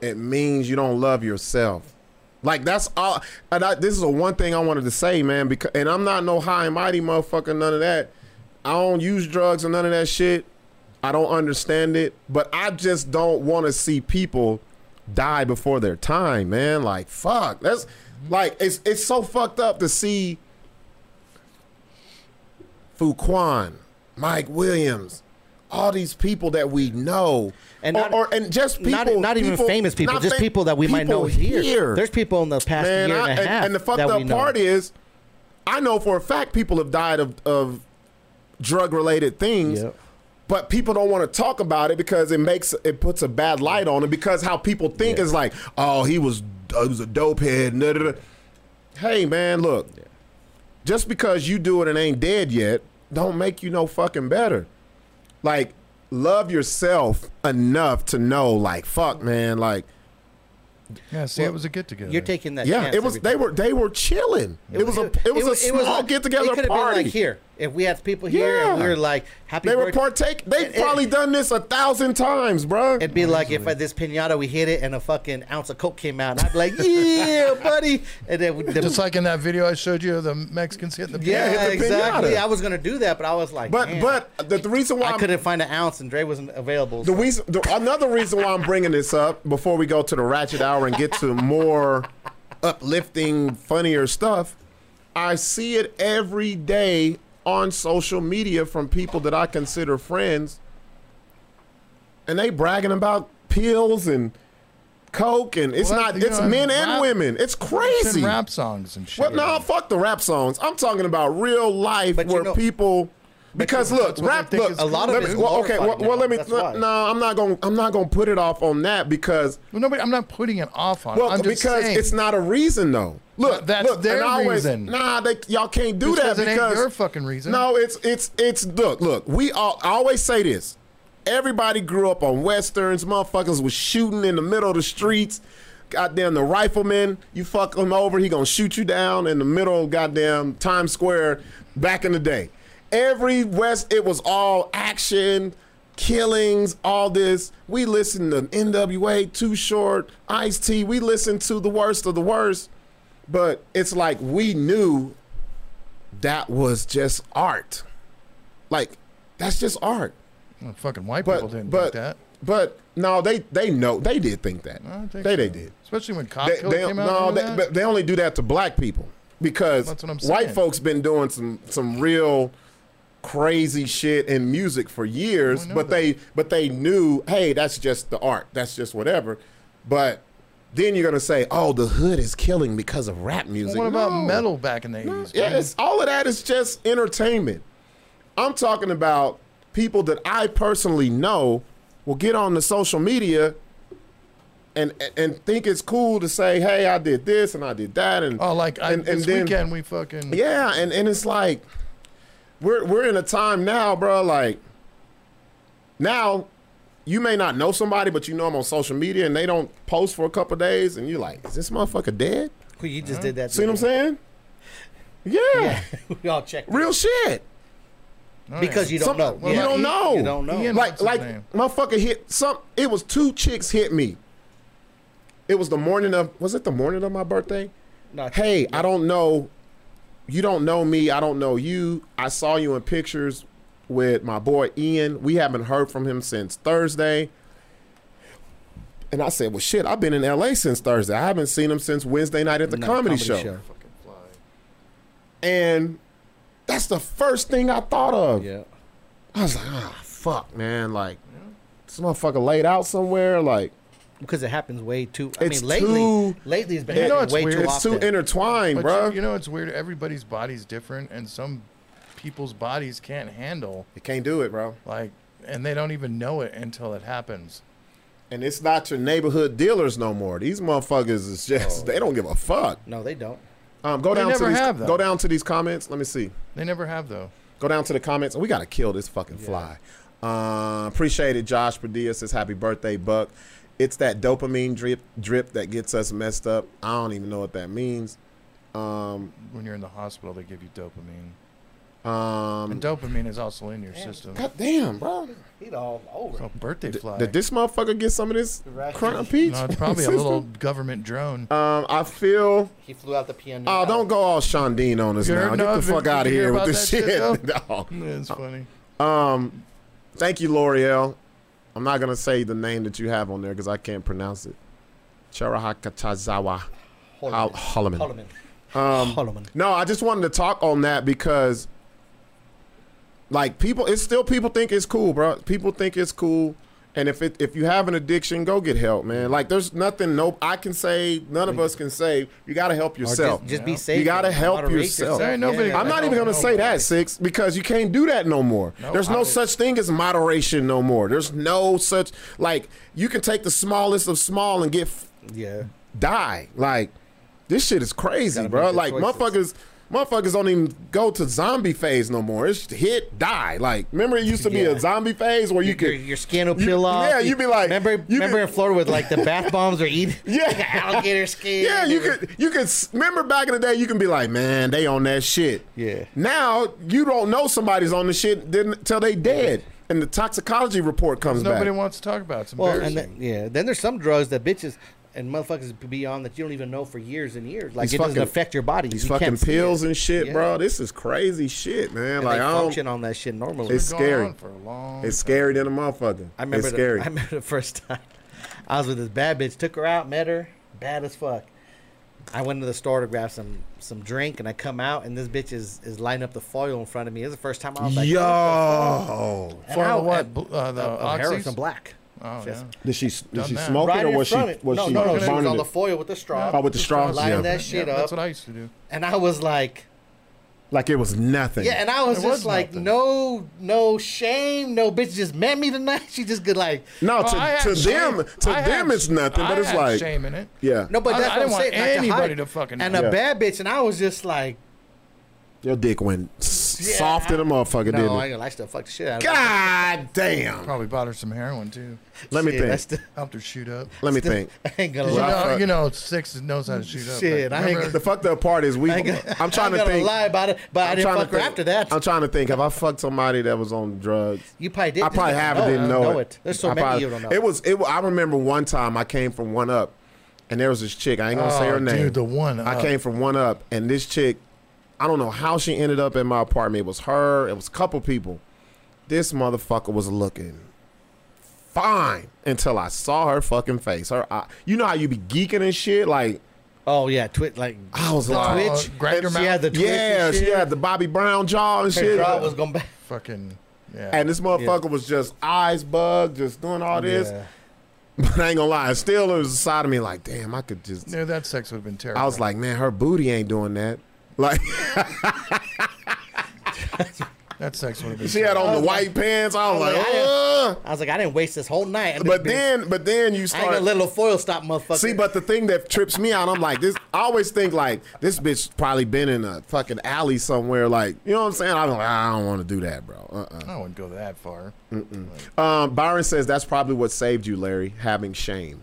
Speaker 2: it means you don't love yourself. Like that's all. And I, this is the one thing I wanted to say, man. Because and I'm not no high and mighty motherfucker. None of that. I don't use drugs or none of that shit. I don't understand it, but I just don't want to see people die before their time, man. Like fuck, that's like it's it's so fucked up to see Fuquan, Mike Williams, all these people that we know,
Speaker 3: And
Speaker 2: or,
Speaker 3: not-
Speaker 2: or- and just people,
Speaker 3: not e-, not even
Speaker 2: people-
Speaker 3: famous people,
Speaker 2: not
Speaker 3: just
Speaker 2: fam-
Speaker 3: people that we might know
Speaker 2: people
Speaker 3: here. There's people in the past
Speaker 2: man,
Speaker 3: year
Speaker 2: I-
Speaker 3: and a half.
Speaker 2: and the fucked
Speaker 3: that we
Speaker 2: up
Speaker 3: know.
Speaker 2: part is, I know for a fact people have died of of drug related things.
Speaker 3: Yep.
Speaker 2: But people don't want to talk about it because it makes it puts a bad light on it because how people think is like, oh, he was he was a dope head. and da, da, da. Hey man, look, just because you do it and ain't dead yet, don't make you no fucking better. Like, love yourself enough to know, like, fuck, man, like,
Speaker 4: yeah, see, it was a get together.
Speaker 3: You're taking that.
Speaker 2: yeah,
Speaker 3: chance
Speaker 2: it was.
Speaker 3: every
Speaker 2: They
Speaker 3: time.
Speaker 2: were they were chilling. It was a it was a small
Speaker 3: like-
Speaker 2: get together
Speaker 3: it could
Speaker 2: party.
Speaker 3: have Been like here, if we had people here, and
Speaker 2: Yeah.
Speaker 3: we were like happy.
Speaker 2: They were
Speaker 3: birthday-
Speaker 2: partake. They've
Speaker 3: It- it-
Speaker 2: probably done this a thousand times, bro.
Speaker 3: It'd be like if at this pinata we hit it and a fucking ounce of coke came out, and I'd be like, "Yeah, buddy!" And then we- the,
Speaker 4: just like in that video I showed you of the Mexicans hitting the
Speaker 3: yeah,
Speaker 2: hit the
Speaker 3: exactly.
Speaker 2: piñata.
Speaker 3: I was gonna do that, but I was like,
Speaker 2: But
Speaker 3: "Man,
Speaker 2: but the, the reason why
Speaker 3: I
Speaker 2: I'm-
Speaker 3: couldn't find an ounce, and Dre wasn't available."
Speaker 2: the
Speaker 3: so-
Speaker 2: reason the, another reason why I'm bringing this up before we go to the ratchet hour and get to more uplifting, funnier stuff. I see it every day on social media from people that I consider friends, and they bragging about pills and coke, and it's
Speaker 4: Well,
Speaker 2: not.
Speaker 4: you
Speaker 2: It's
Speaker 4: know,
Speaker 2: men and
Speaker 4: rap-
Speaker 2: women. It's
Speaker 4: It's in
Speaker 2: crazy.
Speaker 4: rap songs and shit.
Speaker 2: Well, no, fuck the rap songs. I'm talking about real life
Speaker 3: But you
Speaker 2: where
Speaker 3: know-
Speaker 2: people. Because look,
Speaker 4: that's what
Speaker 2: rap.
Speaker 4: they think
Speaker 2: Look,
Speaker 4: is A
Speaker 3: lot of
Speaker 2: let
Speaker 3: it
Speaker 2: me-
Speaker 3: is
Speaker 2: well, okay. Well,
Speaker 3: glorified
Speaker 2: well, let me.
Speaker 3: now, that's why.
Speaker 2: No, I'm not gonna. I'm not gonna put it off on that because.
Speaker 4: Well, nobody, I'm not putting it off on. it.
Speaker 2: Well,
Speaker 4: I'm just
Speaker 2: because
Speaker 4: saying,
Speaker 2: it's not a reason though. Look,
Speaker 4: But that's
Speaker 2: look,
Speaker 4: their
Speaker 2: and I always,
Speaker 4: reason.
Speaker 2: Nah, they, y'all can't do
Speaker 4: Because
Speaker 2: that
Speaker 4: it ain't
Speaker 2: because
Speaker 4: your fucking reason.
Speaker 2: No, it's it's it's look, look. We all I always say this. Everybody grew up on westerns. Motherfuckers was shooting in the middle of the streets. Goddamn, the rifleman, you fuck him over, he gonna shoot you down in the middle of goddamn Times Square. Back in the day, every west it was all action killings, all this. We listen to NWA, Too Short, Ice T. We listen to the worst of the worst. But it's like we knew that was just art. Like, that's just art.
Speaker 4: Well, fucking white
Speaker 2: But
Speaker 4: people didn't
Speaker 2: but
Speaker 4: think that.
Speaker 2: but no, they they know they did think that.
Speaker 4: I don't think
Speaker 2: they
Speaker 4: so.
Speaker 2: they did.
Speaker 4: Especially when Cop
Speaker 2: They,
Speaker 4: Killer
Speaker 2: they-
Speaker 4: came out.
Speaker 2: no,
Speaker 4: remember
Speaker 2: they,
Speaker 4: that?
Speaker 2: but they only do that to black people because
Speaker 4: That's what I'm
Speaker 2: white
Speaker 4: saying.
Speaker 2: folks been doing some some real crazy shit in music for years,
Speaker 4: I know
Speaker 2: but
Speaker 4: that.
Speaker 2: they but they knew, hey, that's just the art, that's just whatever. But then you're gonna say, "Oh, the hood is killing because of rap music."
Speaker 4: What about
Speaker 2: No.
Speaker 4: metal back in the 80s?
Speaker 2: Yeah,
Speaker 4: man?
Speaker 2: it's, all of that is just entertainment. I'm talking about people that I personally know will get on the social media and and think it's cool to say, "Hey, I did this and I did that," and
Speaker 4: Oh, like I,
Speaker 2: and, and
Speaker 4: this weekend we fucking.
Speaker 2: yeah, and and it's like we're we're in a time now, bro. Like now, you may not know somebody, but you know them on social media, and they don't post for a couple days, and you're like, "Is this motherfucker dead?"
Speaker 3: Well, you just did that.
Speaker 2: See what I'm saying? yeah.
Speaker 3: saying? we all checked
Speaker 2: real shit.
Speaker 4: all right.
Speaker 3: because you don't
Speaker 2: Some-
Speaker 3: know.
Speaker 2: you don't know.
Speaker 3: You don't know.
Speaker 4: Ian-
Speaker 2: Like
Speaker 4: What's his
Speaker 2: like
Speaker 4: name?
Speaker 2: motherfucker hit some. It was two chicks hit me. It was the morning of. Was it the morning of my birthday?
Speaker 3: No,
Speaker 2: Hey, I don't know. You don't know me. I don't know you. I saw you in pictures with my boy Ian. We haven't heard from him since Thursday. And I said, "Well, shit. I've been in LA since Thursday. I haven't seen him since Wednesday night at the
Speaker 3: no,
Speaker 2: comedy, show."
Speaker 4: Fucking fly.
Speaker 2: And that's the first thing I thought of.
Speaker 3: Yeah.
Speaker 2: I was like, ah, fuck, man. Like, this motherfucker laid out somewhere. Like,
Speaker 3: Because it happens way too. I
Speaker 2: It's
Speaker 3: mean, lately,
Speaker 2: too-
Speaker 3: lately it's been
Speaker 2: You know
Speaker 3: happening
Speaker 4: it's
Speaker 3: way
Speaker 4: weird.
Speaker 3: too
Speaker 2: it's
Speaker 3: often.
Speaker 2: too intertwined,
Speaker 4: But
Speaker 2: bro.
Speaker 4: you, you know it's weird. Everybody's body's different, and some people's bodies can't handle
Speaker 2: you can't do it, bro.
Speaker 4: like, and they don't even know it until it happens.
Speaker 2: And it's not your neighborhood dealers no more. These motherfuckers is just they don't give a fuck.
Speaker 3: no, they don't.
Speaker 2: Um, go
Speaker 4: They
Speaker 2: down to
Speaker 4: never
Speaker 2: these,
Speaker 4: have, though.
Speaker 2: go down to these comments. Let me see.
Speaker 4: They never have though.
Speaker 2: Go down to the comments. We gotta kill this fucking fly. Uh, appreciate it, Josh Padilla says happy birthday, Buck. It's that dopamine drip drip that gets us messed up. I don't even know what that means.
Speaker 4: When you're in the hospital, they give you dopamine,
Speaker 2: Um,
Speaker 4: and dopamine is also in your system.
Speaker 2: God damn, bro.
Speaker 3: He's all over.
Speaker 4: Oh, birthday fly.
Speaker 2: Did this motherfucker get some of this
Speaker 3: Right.
Speaker 2: crump peach?
Speaker 4: no, it's probably a little government drone.
Speaker 2: Um, I feel.
Speaker 3: He flew out the piano.
Speaker 2: Oh, don't go all Sean Dean on us
Speaker 4: You
Speaker 2: now.
Speaker 4: heard-
Speaker 2: Get
Speaker 4: no,
Speaker 2: the
Speaker 4: did-
Speaker 2: fuck
Speaker 4: did
Speaker 2: out of
Speaker 4: you hear
Speaker 2: here with
Speaker 4: about
Speaker 2: this
Speaker 4: that
Speaker 2: shit.
Speaker 4: shit,
Speaker 2: No.
Speaker 4: Yeah, it's funny.
Speaker 2: Thank you, L'Oreal. I'm not gonna say the name that you have on there because I can't pronounce it. Charaha Katazawa Hol-
Speaker 3: Holloman.
Speaker 2: Holloman.
Speaker 3: Holloman.
Speaker 2: Um,
Speaker 3: Holloman.
Speaker 2: No, I just wanted to talk on that because, like, people, it's still people think it's cool, bro. People think it's cool, and if it if you have an addiction, go get help, man. Like, there's nothing. No, I can say none of us can say. You gotta help
Speaker 3: Or
Speaker 2: yourself.
Speaker 3: Just, just be safe.
Speaker 2: gotta
Speaker 3: and
Speaker 2: help
Speaker 3: moderate
Speaker 2: yourself.
Speaker 4: There ain't nobody-
Speaker 2: I'm not even gonna say that six because you can't do that no more.
Speaker 4: No,
Speaker 2: There's no
Speaker 4: I-
Speaker 2: such thing as moderation no more. There's no such like you can take the smallest of small and get f-
Speaker 3: Yeah.
Speaker 2: die. Like this shit is crazy,
Speaker 3: Gotta
Speaker 2: bro.
Speaker 3: make good
Speaker 2: Like motherfuckers,
Speaker 3: choices.
Speaker 2: motherfuckers don't even go to zombie phase no more. It's hit die. Like remember it used to be
Speaker 3: Yeah.
Speaker 2: a zombie phase where you
Speaker 3: your,
Speaker 2: could
Speaker 3: your skin will peel off.
Speaker 2: yeah, you'd be like-
Speaker 3: remember,
Speaker 2: you'd be-
Speaker 3: remember in Florida with like the bath bombs or eating
Speaker 2: yeah.
Speaker 3: alligator skin.
Speaker 2: Yeah, you could you could s- remember back in the day. You can be like, man, they on that shit.
Speaker 3: Yeah.
Speaker 2: Now you don't know somebody's on the shit until they dead, and the toxicology report comes
Speaker 4: Nobody
Speaker 2: back.
Speaker 4: wants to talk about. it. It's
Speaker 3: Well,
Speaker 4: embarrassing.
Speaker 3: and then, yeah, then there's some drugs that bitches and motherfuckers be on that you don't even know for years and years. Like
Speaker 2: These
Speaker 3: it
Speaker 2: fucking-
Speaker 3: doesn't affect your body.
Speaker 2: These
Speaker 3: You can't
Speaker 2: fucking
Speaker 3: see it.
Speaker 2: pills and shit,
Speaker 3: Yeah.
Speaker 2: bro. This is crazy shit, man.
Speaker 3: And
Speaker 2: like
Speaker 3: they
Speaker 2: I don't.
Speaker 3: function on that shit normally.
Speaker 2: It's
Speaker 4: It's going
Speaker 2: scary.
Speaker 4: on for a long
Speaker 2: It's
Speaker 4: time.
Speaker 2: scary than a motherfucker.
Speaker 3: I remember.
Speaker 2: it's
Speaker 3: the,
Speaker 2: scary.
Speaker 3: I remember the first time I was with this bad bitch. Took her out, met her, bad as fuck. I went to the store to grab some some drink, and I come out, and this bitch is is lighting up the foil in front of me. It's the first time I was like, "Oh."
Speaker 2: Yo,
Speaker 3: and
Speaker 4: For
Speaker 3: I-
Speaker 4: the
Speaker 3: and-
Speaker 4: what? Bl- Uh, the
Speaker 3: of, of
Speaker 4: oxys?
Speaker 3: Harrison Black.
Speaker 4: Oh,
Speaker 3: Just
Speaker 4: yeah.
Speaker 2: did she did she
Speaker 4: that.
Speaker 2: smoke
Speaker 3: Right
Speaker 2: it or
Speaker 3: in
Speaker 2: was she
Speaker 3: front of
Speaker 2: was
Speaker 3: no,
Speaker 2: she
Speaker 3: no, no, she was
Speaker 2: burning
Speaker 3: on
Speaker 2: it?
Speaker 3: the foil with the straw.
Speaker 2: Oh, with the straws,
Speaker 3: Lining
Speaker 2: yeah.
Speaker 3: that shit
Speaker 4: yeah,
Speaker 3: up.
Speaker 4: That's what I used to do.
Speaker 3: and I was like,
Speaker 2: Like it was nothing.
Speaker 3: yeah, and I was
Speaker 4: It
Speaker 3: just
Speaker 4: was
Speaker 3: like,
Speaker 4: nothing.
Speaker 3: no, no shame, no bitch just met me tonight. She just good like,
Speaker 2: no,
Speaker 4: Oh, I had
Speaker 2: to, to
Speaker 4: shame.
Speaker 2: them to
Speaker 4: I had
Speaker 2: them it's nothing,
Speaker 4: I
Speaker 2: but it's
Speaker 4: had
Speaker 2: like
Speaker 4: shame in it.
Speaker 2: yeah,
Speaker 3: no, but
Speaker 4: I-
Speaker 3: that's
Speaker 4: I
Speaker 3: what
Speaker 4: didn't
Speaker 3: I'm
Speaker 4: want
Speaker 3: saying. not
Speaker 4: anybody
Speaker 3: hide.
Speaker 4: to fucking
Speaker 3: and
Speaker 4: know.
Speaker 3: a
Speaker 2: Yeah.
Speaker 3: bad bitch, and I was just like,
Speaker 2: your dick went s soft in a motherfucker,
Speaker 3: no,
Speaker 2: didn't it?
Speaker 3: I ain't gonna lie, still fuck the shit out of her.
Speaker 2: God damn.
Speaker 4: Probably bought her some heroin too.
Speaker 2: Let me
Speaker 3: Shit, I
Speaker 2: think.
Speaker 3: still-
Speaker 4: Helped her shoot up.
Speaker 2: Let me think.
Speaker 3: I ain't gonna
Speaker 4: You
Speaker 2: I
Speaker 3: lie.
Speaker 4: know,
Speaker 2: fuck-
Speaker 4: you know, six knows how to shoot up.
Speaker 3: Shit,
Speaker 4: but
Speaker 3: I ain't
Speaker 4: remember-
Speaker 2: The fucked up part is we.
Speaker 3: I ain't gonna-
Speaker 2: I'm trying to
Speaker 3: I ain't gonna
Speaker 2: think.
Speaker 3: lie about it, but I'm I
Speaker 2: I'm
Speaker 3: did not
Speaker 2: trying to
Speaker 3: fuck her
Speaker 2: think.
Speaker 3: after that.
Speaker 2: I'm trying to think. Have I fucked somebody that was on drugs?
Speaker 3: you probably did.
Speaker 2: I
Speaker 3: just
Speaker 2: probably
Speaker 3: didn't
Speaker 2: have. I
Speaker 3: know.
Speaker 2: didn't know,
Speaker 3: Know
Speaker 2: it.
Speaker 3: it. There's so
Speaker 2: I
Speaker 3: many
Speaker 2: probably-
Speaker 3: you don't know.
Speaker 2: It was. It. wa- I remember one time I came from one up, and there was this chick. I ain't gonna say
Speaker 4: Oh,
Speaker 2: her name.
Speaker 4: dude, the One
Speaker 2: I
Speaker 4: Up.
Speaker 2: came from one up, and this chick. I don't know how she ended up in my apartment. It was her. It was a couple people. This motherfucker was looking fine until I saw her fucking face. Her, eye. you know how you be geeking and shit. Like
Speaker 3: Oh yeah, twit like
Speaker 2: I was
Speaker 4: Oh,
Speaker 2: like,
Speaker 3: Twitch.
Speaker 4: grind your
Speaker 3: she
Speaker 4: mouth.
Speaker 3: had the twitch.
Speaker 2: Uh, yeah,
Speaker 3: and
Speaker 2: she
Speaker 3: shit.
Speaker 2: had the Bobby Brown jaw and
Speaker 3: Her
Speaker 2: shit.
Speaker 3: jaw was going back.
Speaker 4: fucking yeah.
Speaker 2: And this motherfucker was just eyes bugged, just doing all this.
Speaker 3: Oh, Yeah.
Speaker 2: But I ain't gonna lie, still there was a side of me like, damn, I could just.
Speaker 4: No, that sex would have been terrible.
Speaker 2: I was like, man, her booty ain't doing that. Like
Speaker 4: that sex would have been.
Speaker 2: she had
Speaker 4: terrible.
Speaker 2: on the white pants. I was
Speaker 3: I was
Speaker 2: like,
Speaker 3: like,
Speaker 2: uh.
Speaker 3: I was like, I didn't waste this whole night. I
Speaker 2: But
Speaker 3: didn't-
Speaker 2: then, but then you
Speaker 3: I ain't gonna
Speaker 2: start.
Speaker 3: let a little foil stop, motherfucker.
Speaker 2: See, but the thing that trips me out, I'm like, this. I always think like this bitch probably been in a fucking alley somewhere. Like, you know what I'm saying? I'm like, I don't want to do that, bro. Uh-uh.
Speaker 4: I wouldn't go that far.
Speaker 2: Um, Byron says that's probably what saved you, Larry, having shame.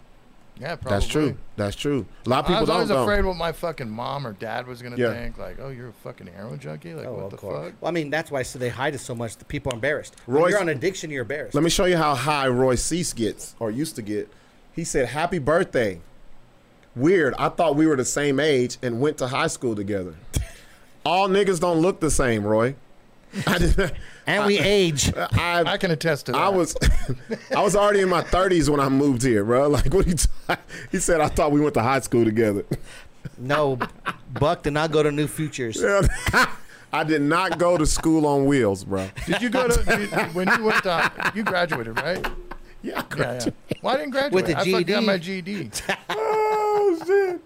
Speaker 4: Yeah, probably.
Speaker 2: That's true. That's true. A lot of people
Speaker 4: I was
Speaker 2: don't
Speaker 4: always
Speaker 2: know.
Speaker 4: afraid what my fucking mom or dad was gonna
Speaker 2: Yeah.
Speaker 4: think. Like, oh, you're a fucking heroin junkie. Like,
Speaker 3: Oh,
Speaker 4: what
Speaker 3: of
Speaker 4: the
Speaker 3: course.
Speaker 4: fuck?
Speaker 3: Well, I mean, that's why so they hide it so much. The people are embarrassed. when
Speaker 2: Royce-
Speaker 3: you're on addiction, you're embarrassed.
Speaker 2: Let me show you how high Roy Cease gets or used to get. He said, "Happy birthday." Weird. I thought we were the same age and went to high school together. All niggas don't look the same, Roy. I did,
Speaker 3: and we age.
Speaker 2: I,
Speaker 4: I can attest to that.
Speaker 2: I was I was already in my 30s when I moved here, bro. Like what are you ta- He said I thought we went to high school together.
Speaker 3: No, Buck did not go to New Futures.
Speaker 2: I did not go to school on wheels, bro.
Speaker 4: Did you go to did- when you went to you graduated right?
Speaker 2: Yeah.
Speaker 4: Yeah, yeah. Well, I didn't graduate.
Speaker 3: With E the
Speaker 4: I fucking got
Speaker 3: GED.
Speaker 4: my E GED.
Speaker 2: Oh shit.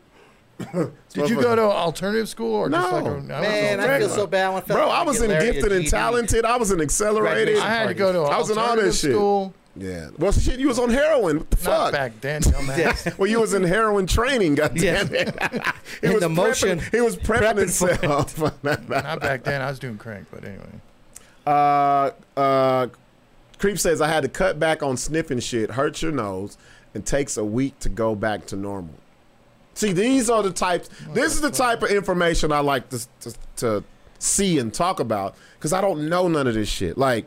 Speaker 4: Did you go to alternative school or just
Speaker 2: No.
Speaker 4: like a, I
Speaker 3: Man,
Speaker 4: went to
Speaker 3: I feel
Speaker 4: alternative.
Speaker 3: so bad. I felt
Speaker 2: Bro,
Speaker 3: like
Speaker 2: I was
Speaker 3: get
Speaker 2: in
Speaker 3: Larry a
Speaker 2: gifted and
Speaker 3: GD.
Speaker 2: talented. I was in accelerated.
Speaker 4: I had to go to
Speaker 2: I was in all
Speaker 4: alternative
Speaker 2: this shit.
Speaker 4: school.
Speaker 2: Yeah. Well, shit, you was on heroin. What the
Speaker 4: Not
Speaker 2: fuck?
Speaker 4: back then, dumbass.
Speaker 2: Well, you was in heroin training. Goddamn
Speaker 3: Yeah.
Speaker 2: it. he
Speaker 3: In
Speaker 2: was
Speaker 3: the
Speaker 2: prepping-
Speaker 3: motion.
Speaker 2: He was prepping,
Speaker 3: Prepping for
Speaker 2: himself.
Speaker 4: Not back then. I was doing crank, but anyway.
Speaker 2: uh, uh, Creep says I had to cut back on sniffing shit. Hurt your nose, and takes a week to go back to normal. See, these are the types. This is the type of information I like to to, to see and talk about because I don't know none of this shit. Like.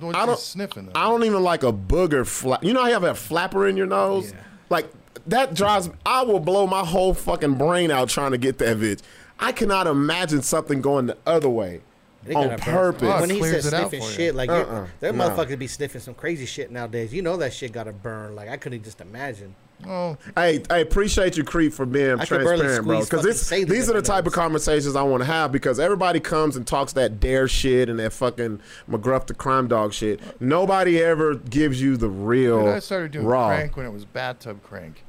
Speaker 4: What
Speaker 2: I
Speaker 4: you
Speaker 2: don't-
Speaker 4: sniffing. Though?
Speaker 2: I don't even like a booger flap. You know how you have that flapper in your nose? Like that drives I will blow my whole fucking brain out trying to get that bitch. I cannot imagine something going the other way
Speaker 3: They
Speaker 2: on
Speaker 3: gotta burn-
Speaker 2: purpose.
Speaker 3: When he
Speaker 4: Clears
Speaker 3: said
Speaker 4: it out
Speaker 3: sniffing
Speaker 4: for you.
Speaker 3: shit, like
Speaker 2: Uh-uh,
Speaker 3: that
Speaker 2: no.
Speaker 3: motherfucker be sniffing some crazy shit nowadays. You know that shit got to burn. Like I couldn't just imagine.
Speaker 4: Oh,
Speaker 2: Hey, I appreciate you, Creep, for being
Speaker 3: I could barely
Speaker 2: transparent, bro.
Speaker 3: squeeze
Speaker 2: Because
Speaker 3: fucking saline
Speaker 2: these are
Speaker 3: in
Speaker 2: the
Speaker 3: my
Speaker 2: type of
Speaker 3: nose.
Speaker 2: conversations I want to have. Because everybody comes and talks that dare shit and that fucking McGruff the crime dog shit. Nobody ever gives you the real
Speaker 4: dude, I started doing
Speaker 2: raw.
Speaker 4: crank when it was bathtub crank,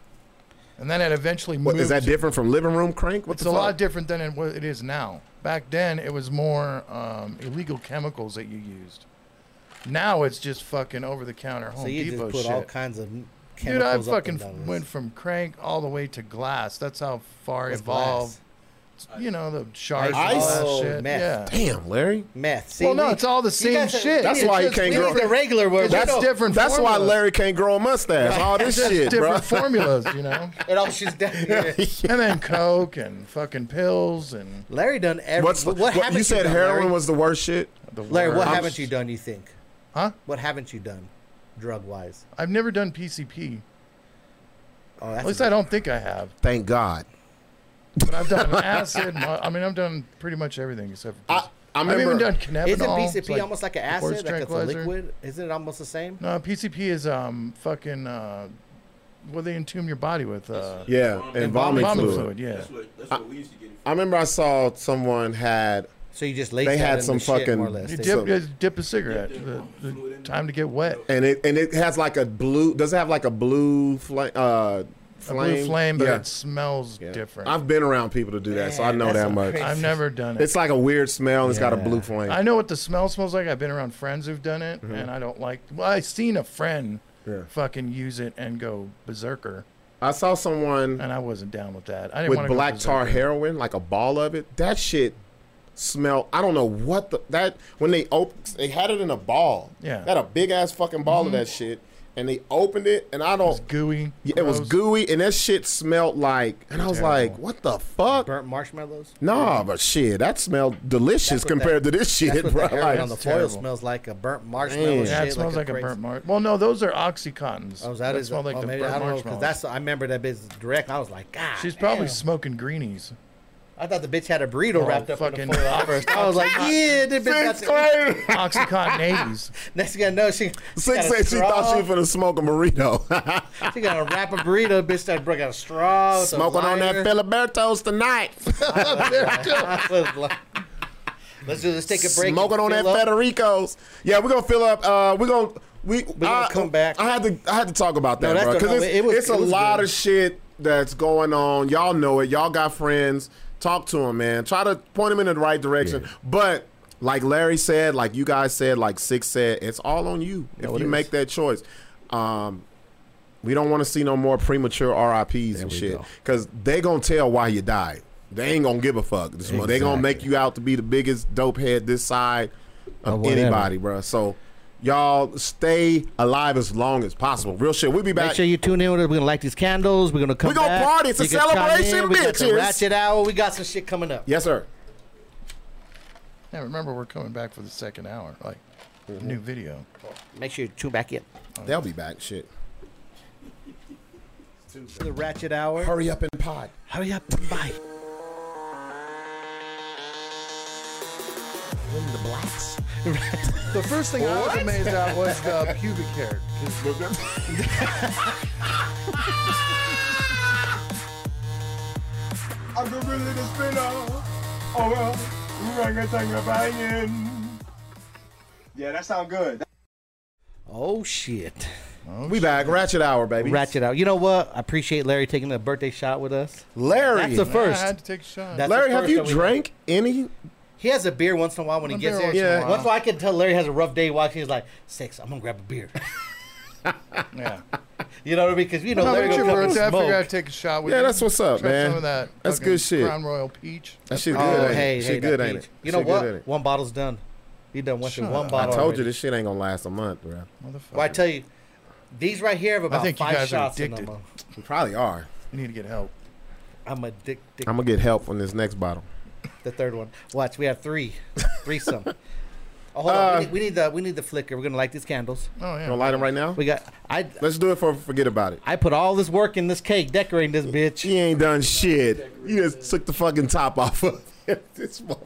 Speaker 4: and then it eventually
Speaker 2: What,
Speaker 4: moved.
Speaker 2: is that
Speaker 4: to-
Speaker 2: different from living room crank? What
Speaker 4: It's
Speaker 2: the
Speaker 4: a
Speaker 2: fuck?
Speaker 4: lot different than it, what it is now. Back then, it was more um, illegal chemicals that you used. Now it's just fucking over the counter Home
Speaker 3: so you
Speaker 4: Depot
Speaker 3: just put
Speaker 4: shit.
Speaker 3: all kinds of
Speaker 4: Dude, I
Speaker 3: chemicals up and down
Speaker 4: fucking
Speaker 3: this.
Speaker 4: went from crank all the way to glass. That's how far
Speaker 3: What's
Speaker 4: evolved. You know the sharks
Speaker 3: Ice.
Speaker 4: and all
Speaker 3: Oh,
Speaker 4: that shit.
Speaker 3: meth.
Speaker 4: Yeah.
Speaker 2: Damn, Larry.
Speaker 3: meth. See,
Speaker 4: Well, no,
Speaker 3: we-
Speaker 4: it's all the
Speaker 3: you
Speaker 4: same
Speaker 3: guys are-
Speaker 4: shit.
Speaker 3: we
Speaker 2: That's
Speaker 3: need
Speaker 2: why he
Speaker 3: just-
Speaker 2: can't
Speaker 3: we
Speaker 2: grow-
Speaker 3: need the regular word.
Speaker 2: That's
Speaker 4: That's different
Speaker 2: That's why
Speaker 4: formulas.
Speaker 2: Larry can't grow a mustache. All this shit, bro.
Speaker 4: Different formulas, you know.
Speaker 3: It all shoots down. here.
Speaker 4: And then coke and fucking pills and
Speaker 3: Larry done every.
Speaker 2: What's the,
Speaker 3: what,
Speaker 2: what,
Speaker 3: haven't
Speaker 2: you said?
Speaker 3: done,
Speaker 2: heroin
Speaker 3: Larry?
Speaker 2: was the worst shit.
Speaker 4: the
Speaker 3: Larry, what
Speaker 4: works.
Speaker 3: haven't you done? You think?
Speaker 4: Huh?
Speaker 3: What haven't you done, drug wise?
Speaker 4: I've never done PCP.
Speaker 3: Oh, that's
Speaker 4: At least I don't think I have.
Speaker 2: Thank God.
Speaker 4: But I've done acid. mu- I mean, I've done pretty much everything except for.
Speaker 2: I- I
Speaker 4: have even
Speaker 2: remember-
Speaker 4: done cannabinol.
Speaker 3: Isn't
Speaker 4: It's
Speaker 3: PCP almost like an
Speaker 4: horse
Speaker 3: acid? Like it's a
Speaker 4: tranquilizer.
Speaker 3: liquid? Isn't it almost the same?
Speaker 4: No, PCP is um fucking uh, what they entomb your body with. Uh,
Speaker 2: Yeah, and, vomit, fluid.
Speaker 4: Yeah.
Speaker 5: That's what that's what we used to get. it
Speaker 2: I remember I saw someone had.
Speaker 3: So you just laced
Speaker 2: They
Speaker 3: that
Speaker 2: had
Speaker 3: in
Speaker 2: some
Speaker 3: the shit,
Speaker 2: fucking-
Speaker 3: more or less.
Speaker 4: You
Speaker 3: They-
Speaker 2: did-
Speaker 4: dip, you dip a cigarette. The, the time to get wet.
Speaker 2: And it and it has like a blue. Does it have like a blue flame? Uh,
Speaker 4: A
Speaker 2: flame.
Speaker 4: blue flame, but
Speaker 2: Yeah.
Speaker 4: it smells
Speaker 2: Yeah.
Speaker 4: different. I've,
Speaker 2: I've been around people to do that, so I
Speaker 3: Man,
Speaker 2: know
Speaker 3: that's
Speaker 2: that
Speaker 3: some
Speaker 2: much.
Speaker 3: crazy-
Speaker 4: never done it.
Speaker 2: It's like a weird smell, and it's got a
Speaker 3: Yeah.
Speaker 2: blue flame.
Speaker 4: I know what the smell smells like. I've been around friends who've done it,
Speaker 3: Mm-hmm.
Speaker 4: and I don't like. Well, I seen a friend
Speaker 2: Yeah.
Speaker 4: fucking use it and go berserker,
Speaker 2: I saw
Speaker 3: Mm-hmm.
Speaker 2: someone
Speaker 4: and I wasn't down with that. I didn't
Speaker 2: with
Speaker 4: want to
Speaker 2: black
Speaker 4: go
Speaker 2: tar
Speaker 4: berserker.
Speaker 2: heroin, like a ball of it. That shit smelled. I don't know what the that when they opened, they had it in a ball.
Speaker 4: Yeah. Mm-hmm.
Speaker 2: they had a big ass fucking ball of that shit, and they opened it, and I
Speaker 4: It was
Speaker 2: don't.
Speaker 4: gooey.
Speaker 2: Yeah, It was,
Speaker 4: gross.
Speaker 2: gooey, and that shit smelled like. And I was
Speaker 4: Terrible.
Speaker 2: like, what the fuck?
Speaker 3: Burnt marshmallows.
Speaker 2: Nah, but shit, that smelled delicious
Speaker 3: That's what
Speaker 2: compared
Speaker 3: that-
Speaker 2: to this shit,
Speaker 3: That's what
Speaker 2: bro.
Speaker 3: the heroin
Speaker 2: Like,
Speaker 3: on the
Speaker 4: It's
Speaker 3: foil
Speaker 4: terrible.
Speaker 3: smells like a burnt marshmallow.
Speaker 2: Yeah,
Speaker 3: shit,
Speaker 4: Yeah, it smells like a,
Speaker 3: crazy-
Speaker 4: burnt marshmallow. Well, no, those are OxyContins.
Speaker 3: Oh, is that
Speaker 4: They
Speaker 3: is
Speaker 4: smell like
Speaker 3: oh,
Speaker 4: the
Speaker 3: maybe,
Speaker 4: burnt
Speaker 3: I don't know
Speaker 4: marshmallows.
Speaker 3: because that's I remember that bitch direct. I was like, God,
Speaker 4: She's probably
Speaker 3: damn.
Speaker 4: smoking greenies.
Speaker 3: I thought the bitch had a burrito
Speaker 4: Oh,
Speaker 3: wrapped up in
Speaker 4: fucking-
Speaker 3: the foil at first. I was like, Yeah, this bitch got
Speaker 2: Sixth
Speaker 3: the,
Speaker 2: grade,
Speaker 4: OxyContin 80s.
Speaker 3: Next thing I know, she
Speaker 2: six
Speaker 3: got a
Speaker 2: said she thought she was
Speaker 3: straw.
Speaker 2: gonna smoke a burrito.
Speaker 3: She got a wrap a burrito. Bitch, that broke out a straw. with a
Speaker 2: Smoking on that
Speaker 3: lighter.
Speaker 2: Filiberto's tonight.
Speaker 3: I was like, Let's do. Let's take a break. and
Speaker 2: Smoking on that
Speaker 3: fill up.
Speaker 2: Federico's. Yeah, we're gonna fill up. Uh, we're gonna we
Speaker 3: gotta
Speaker 2: I-
Speaker 3: come back.
Speaker 2: I had to I had to talk about
Speaker 3: No,
Speaker 2: that,
Speaker 3: that's
Speaker 2: bro,
Speaker 3: the-
Speaker 2: because
Speaker 3: no,
Speaker 2: it's,
Speaker 3: it was-
Speaker 2: it's a
Speaker 3: it was
Speaker 2: lot
Speaker 3: good.
Speaker 2: of shit that's going on. Y'all know it. Y'all got friends. Talk to them, man. Try to point them in the right direction. But like Larry said, like you guys said, like Six said, it's all on you
Speaker 3: No,
Speaker 2: if
Speaker 3: it
Speaker 2: you
Speaker 3: is.
Speaker 2: make that choice. Um, we don't want to see no more premature RIPS and
Speaker 3: we
Speaker 2: shit
Speaker 3: go.
Speaker 2: because they gonna tell why you died. They ain't gonna give a fuck. This month. They gonna make you out to be the biggest dope head this side
Speaker 3: Or
Speaker 2: of
Speaker 3: whatever.
Speaker 2: anybody, bro. So y'all stay alive as long as possible. Real shit. We be
Speaker 3: Make
Speaker 2: back.
Speaker 3: sure you tune in with us. We're gonna light these candles. We're gonna come.
Speaker 2: We gonna
Speaker 3: back.
Speaker 2: party. It's a
Speaker 3: You can chime
Speaker 2: celebration,
Speaker 3: in. We got the
Speaker 2: bitches.
Speaker 3: ratchet hour. We got some shit coming up.
Speaker 2: yes, sir.
Speaker 4: Yeah, remember we're coming back for the second hour, like
Speaker 3: Mm-hmm.
Speaker 4: new video.
Speaker 3: Make sure you tune back in.
Speaker 2: They'll be back. Shit.
Speaker 3: The ratchet hour.
Speaker 2: Hurry up and pod.
Speaker 3: Hurry up. Bye.
Speaker 4: The first thing I was amazed at was the pubic hair.
Speaker 7: I'm the really the spinner. Oh well, orangutan banging. Yeah, that sound good.
Speaker 3: Oh shit.
Speaker 2: We back. Ratchet hour, baby.
Speaker 3: Ratchet hour. You know what? I appreciate Larry taking the birthday shot with us.
Speaker 2: Larry.
Speaker 3: That's the
Speaker 4: Yeah, I
Speaker 3: first.
Speaker 4: had to take a shot.
Speaker 3: That's-
Speaker 2: Larry,
Speaker 3: the
Speaker 2: have
Speaker 3: first
Speaker 2: you
Speaker 3: that we-
Speaker 2: drank any?
Speaker 3: He has a beer once in a while when he
Speaker 4: A
Speaker 3: gets
Speaker 4: beer
Speaker 3: there.
Speaker 4: once in a
Speaker 2: Yeah.
Speaker 4: while.
Speaker 3: Once in a while I can tell Larry has a rough day watching. He's like, six. I'm gonna grab a beer.
Speaker 4: yeah.
Speaker 3: You know what I mean? Because you know
Speaker 4: No,
Speaker 3: Larry
Speaker 4: but
Speaker 3: gonna
Speaker 4: you're
Speaker 3: come and
Speaker 4: worth it. I figured
Speaker 3: smoke.
Speaker 4: I'd take a shot with
Speaker 2: Yeah,
Speaker 4: you.
Speaker 2: that's what's up,
Speaker 4: Try
Speaker 2: man.
Speaker 4: Some of that
Speaker 2: That's
Speaker 4: fucking
Speaker 2: good shit.
Speaker 4: Crown Royal Peach.
Speaker 2: That shit good.
Speaker 3: Oh,
Speaker 2: ain't
Speaker 3: hey,
Speaker 2: it?
Speaker 3: hey,
Speaker 2: shit
Speaker 3: that
Speaker 2: good, ain't
Speaker 3: peach.
Speaker 2: it?
Speaker 3: You know
Speaker 2: Shit good,
Speaker 3: what?
Speaker 2: ain't it?
Speaker 3: One bottle's done. You done with
Speaker 4: Shut
Speaker 3: one
Speaker 4: up.
Speaker 2: I
Speaker 3: bottle.
Speaker 2: told
Speaker 3: already.
Speaker 2: you this shit ain't gonna last a month, bro.
Speaker 4: Motherfucker.
Speaker 3: Well, I tell you, these right here have about
Speaker 4: think you
Speaker 3: five
Speaker 4: guys are
Speaker 3: shots in them.
Speaker 4: addicted.
Speaker 2: We probably are.
Speaker 4: you need to get help.
Speaker 3: I'm addicted.
Speaker 2: I'm gonna get help on this next bottle.
Speaker 3: the third one. Watch, we have three, threesome. Oh, hold on.
Speaker 2: Uh,
Speaker 3: We need, we need the we need the flicker. We're gonna light these candles.
Speaker 4: Oh
Speaker 2: You gonna
Speaker 4: yeah.
Speaker 2: light them right now?
Speaker 3: We got. I
Speaker 2: Let's do it for forget about it.
Speaker 3: I put all this work in this cake, decorating this bitch.
Speaker 2: She ain't done shit. You just took the fucking top off of this motherfucker.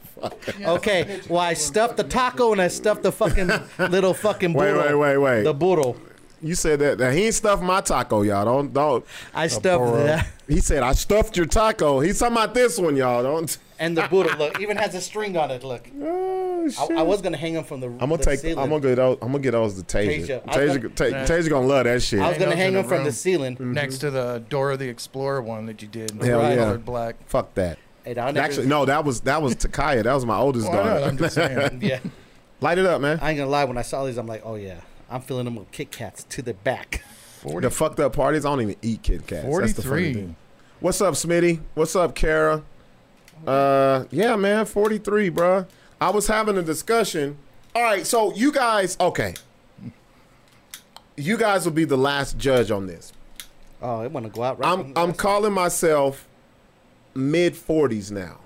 Speaker 3: Okay. Well, I stuffed the taco and I stuffed the fucking little fucking
Speaker 2: Wait,
Speaker 3: burro.
Speaker 2: wait, wait, wait.
Speaker 3: The burro.
Speaker 2: You said that, that he ain't stuffed my taco, y'all. Don't don't.
Speaker 3: I stuffed
Speaker 4: burro.
Speaker 3: that
Speaker 2: He said I stuffed your taco. He's talking about this one, y'all. Don't.
Speaker 3: and the burro. Look, even has a string on it. Look,
Speaker 2: Oh shit.
Speaker 3: I, I was gonna hang them from the.
Speaker 2: I'm gonna
Speaker 3: the
Speaker 2: take.
Speaker 3: Ceiling.
Speaker 2: I'm gonna get those. I'm gonna get those to Tasia.
Speaker 3: Tasia. I was
Speaker 2: Tasia, Tasia, Tasia gonna love that shit.
Speaker 3: I was
Speaker 4: Hang
Speaker 3: gonna
Speaker 4: those
Speaker 3: hang
Speaker 4: in the
Speaker 3: them from the
Speaker 4: room.
Speaker 3: ceiling.
Speaker 2: Mm.
Speaker 4: Next to the Dora the Explorer one that you did.
Speaker 2: Hell
Speaker 4: Right.
Speaker 2: yeah.
Speaker 4: Colored black.
Speaker 2: Fuck that.
Speaker 3: And I never,
Speaker 2: Actually, no, that was that was Takaya. That was my oldest
Speaker 4: Well, I know,
Speaker 2: daughter.
Speaker 4: I'm just saying.
Speaker 3: Yeah.
Speaker 2: Light it up, man.
Speaker 3: I ain't gonna lie. When I saw these, I'm like, oh yeah, I'm filling them with Kit Kats to the back.
Speaker 2: The fucked up parties. I don't even eat Kit Kats. That's the funny
Speaker 4: 43.
Speaker 2: thing. What's up, Smitty? What's up, Kara? Uh, yeah, man, 43, bruh. I was having a discussion. All right, so you guys, okay. You guys will be the last judge on this.
Speaker 3: Oh, it want to go out. Right
Speaker 2: I'm
Speaker 3: from the
Speaker 2: I'm
Speaker 3: rest.
Speaker 2: calling myself mid 40s now.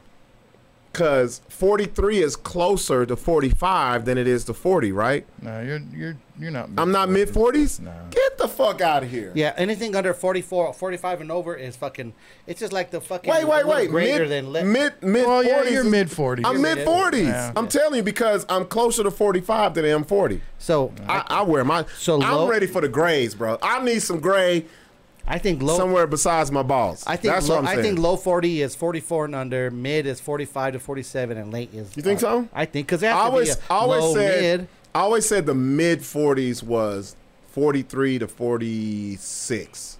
Speaker 2: Cuz 43 is closer to 45 than it is to 40, right?
Speaker 4: No, you're you're you're not.
Speaker 2: I'm not mid 40s?
Speaker 4: No.
Speaker 2: Get the fuck out of here.
Speaker 3: Yeah, anything under 44, 45 and over is fucking. It's just like the fucking.
Speaker 2: Wait, wait,
Speaker 3: little
Speaker 2: wait.
Speaker 3: Greater
Speaker 2: mid,
Speaker 3: than le-
Speaker 2: mid, mid.
Speaker 4: Well, yeah,
Speaker 2: 40s
Speaker 4: you're
Speaker 2: is-
Speaker 4: mid 40s.
Speaker 2: I'm mid forties.
Speaker 4: Yeah.
Speaker 2: I'm telling you because I'm closer to forty five than I am forty.
Speaker 3: So I,
Speaker 2: I, I wear my.
Speaker 3: So low-
Speaker 2: I'm ready for the grays, bro. I need some gray
Speaker 3: I think low.
Speaker 2: somewhere besides my balls.
Speaker 3: I think
Speaker 2: that's
Speaker 3: low,
Speaker 2: what I'm
Speaker 3: I
Speaker 2: saying.
Speaker 3: think low forty is forty four and under. Mid is forty five to forty seven, and late is.
Speaker 2: You think so?
Speaker 3: I think because
Speaker 2: I always,
Speaker 3: be a
Speaker 2: I always
Speaker 3: low
Speaker 2: said,
Speaker 3: mid.
Speaker 2: I always said the mid forties was forty three to forty six.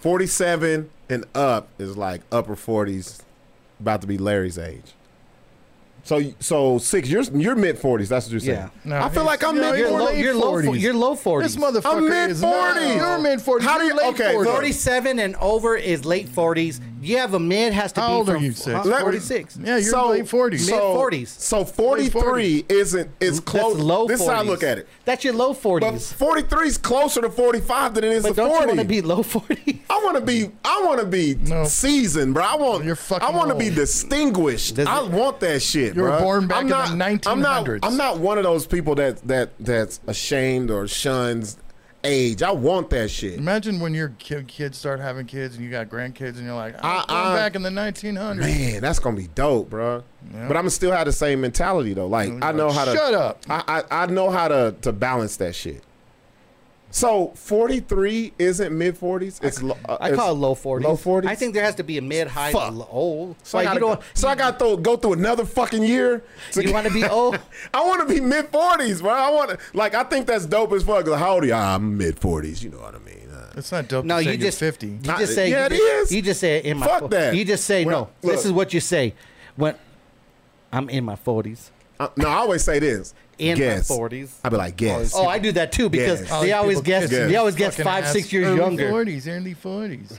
Speaker 2: Forty seven and up is like upper forties, about to be Larry's age. So, so six. You're you're mid forties. That's what you're saying.
Speaker 3: Yeah.
Speaker 4: No,
Speaker 2: I feel
Speaker 4: he's-
Speaker 2: like I'm
Speaker 4: no,
Speaker 2: mid
Speaker 3: You're low.
Speaker 4: late
Speaker 3: You're low. fo-
Speaker 4: 40s.
Speaker 3: You're low forties.
Speaker 4: This motherfucker
Speaker 2: I'm mid
Speaker 4: is not-
Speaker 2: 40s.
Speaker 4: You're mid 40s.
Speaker 2: How do
Speaker 4: You're
Speaker 2: you-
Speaker 4: late
Speaker 2: okay,
Speaker 4: 40s.
Speaker 2: 40s.
Speaker 3: Forty-seven and over is late forties. You have a mid has to
Speaker 4: How
Speaker 3: be
Speaker 4: old
Speaker 3: from
Speaker 4: are you, Sid?
Speaker 3: huh,
Speaker 2: Let-
Speaker 3: Forty-six.
Speaker 4: Yeah, you're late 40s.
Speaker 3: so- Mid-forties.
Speaker 2: So 43 isn't is
Speaker 3: That's
Speaker 2: close.
Speaker 3: low. 40s.
Speaker 2: This is how I look at it.
Speaker 3: That's your low
Speaker 2: But
Speaker 3: forties.
Speaker 2: 43 is closer to 45 than it is
Speaker 3: But,
Speaker 2: to
Speaker 3: don't you
Speaker 2: 40.
Speaker 3: want to be low forty?
Speaker 2: I want to be. I want to be
Speaker 4: No.
Speaker 2: seasoned, bro. I want.
Speaker 4: You're fucking
Speaker 2: I want to be
Speaker 4: old.
Speaker 2: distinguished.
Speaker 3: Does
Speaker 2: I
Speaker 3: it-
Speaker 2: want that shit.
Speaker 4: You were
Speaker 2: bro.
Speaker 4: born back
Speaker 2: I'm
Speaker 4: in the
Speaker 2: not, I'm not.
Speaker 4: 1900s.
Speaker 2: I'm not one of those people that that that's ashamed or shuns age. I want that shit.
Speaker 4: Imagine when your ki- kids start having kids and you got grandkids and you're like, I
Speaker 2: I-
Speaker 4: was born
Speaker 2: I-
Speaker 4: back in the 1900s.
Speaker 2: Man, that's gonna be dope, bro.
Speaker 4: Yeah.
Speaker 2: But I'm still have the same mentality though. Like I know how to
Speaker 4: Shut up.
Speaker 2: I, I I know how to to balance that shit. So 43 isn't mid 40s. It's lo- uh,
Speaker 3: I
Speaker 2: it's
Speaker 3: call it low 40s.
Speaker 2: Low 40s.
Speaker 3: I think there has to be a mid, high,
Speaker 2: Fuck.
Speaker 3: and low.
Speaker 2: so.
Speaker 3: Like,
Speaker 2: I
Speaker 3: you
Speaker 2: gotta,
Speaker 3: don't-
Speaker 2: so I got to go through another fucking year. To
Speaker 3: You want to be old?
Speaker 2: I want to be mid 40s, bro. I want to like I think that's dope as fuck. Like, how old are you? Ah, I'm mid 40s. You know what I mean? Uh,
Speaker 4: It's not dope.
Speaker 3: No,
Speaker 4: to
Speaker 3: you
Speaker 4: say
Speaker 3: just
Speaker 4: you're 50.
Speaker 3: You
Speaker 2: Not-
Speaker 3: just say
Speaker 2: yeah,
Speaker 3: you
Speaker 2: it
Speaker 3: just-
Speaker 2: is.
Speaker 3: You just say in my
Speaker 2: Fuck
Speaker 3: fo-
Speaker 2: that.
Speaker 3: You just say
Speaker 2: Well,
Speaker 3: no. This
Speaker 2: look.
Speaker 3: is what you say when I'm in my 40s.
Speaker 2: uh, no, I always say this.
Speaker 3: In my
Speaker 2: guess.
Speaker 3: 40s.
Speaker 2: I'd be like, guess.
Speaker 3: Oh, I do that too because
Speaker 2: Yes.
Speaker 3: they
Speaker 4: Oh,
Speaker 3: always
Speaker 4: people
Speaker 3: guess.
Speaker 2: guess.
Speaker 3: They always guess
Speaker 4: Fucking
Speaker 3: five,
Speaker 4: ass
Speaker 3: six years
Speaker 2: Oh,
Speaker 4: early
Speaker 3: younger.
Speaker 4: 40s, early 40s.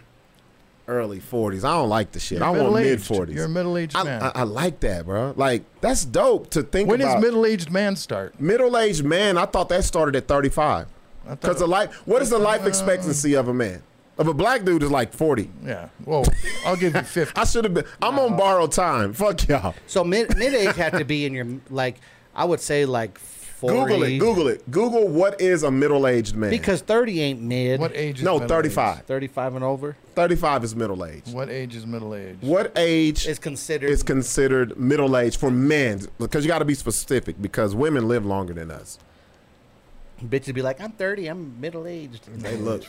Speaker 2: Early 40s. I don't like the shit. I want mid
Speaker 4: middle-aged.
Speaker 2: 40s.
Speaker 4: You're a middle-aged
Speaker 2: I,
Speaker 4: man.
Speaker 2: I, I like that, bro. Like that's dope to think
Speaker 4: When
Speaker 2: about.
Speaker 4: does middle-aged man start?
Speaker 2: middle-aged man? I thought that started at 35.
Speaker 4: I
Speaker 2: Because
Speaker 4: thought-
Speaker 2: the life, what is the life expectancy of a man? Of a black dude is like 40.
Speaker 4: Yeah. Well, I'll give you 50.
Speaker 2: I should have been. I'm on borrowed time. Fuck y'all.
Speaker 3: So mid mid age had to be in your like I would say like 40.
Speaker 2: Google it. Google it. Google what is a middle-aged man.
Speaker 3: because 30 ain't mid.
Speaker 4: What age is
Speaker 2: no,
Speaker 4: middle-aged?
Speaker 2: 35.
Speaker 3: 35 and over
Speaker 2: 35 is middle age.
Speaker 4: What age is middle-aged?
Speaker 2: What age
Speaker 3: is
Speaker 2: is,
Speaker 3: considered
Speaker 2: considered middle age for men? Because you got to be specific because women live longer than us.
Speaker 3: bitches be like I'm 30, I'm middle aged.
Speaker 2: They look.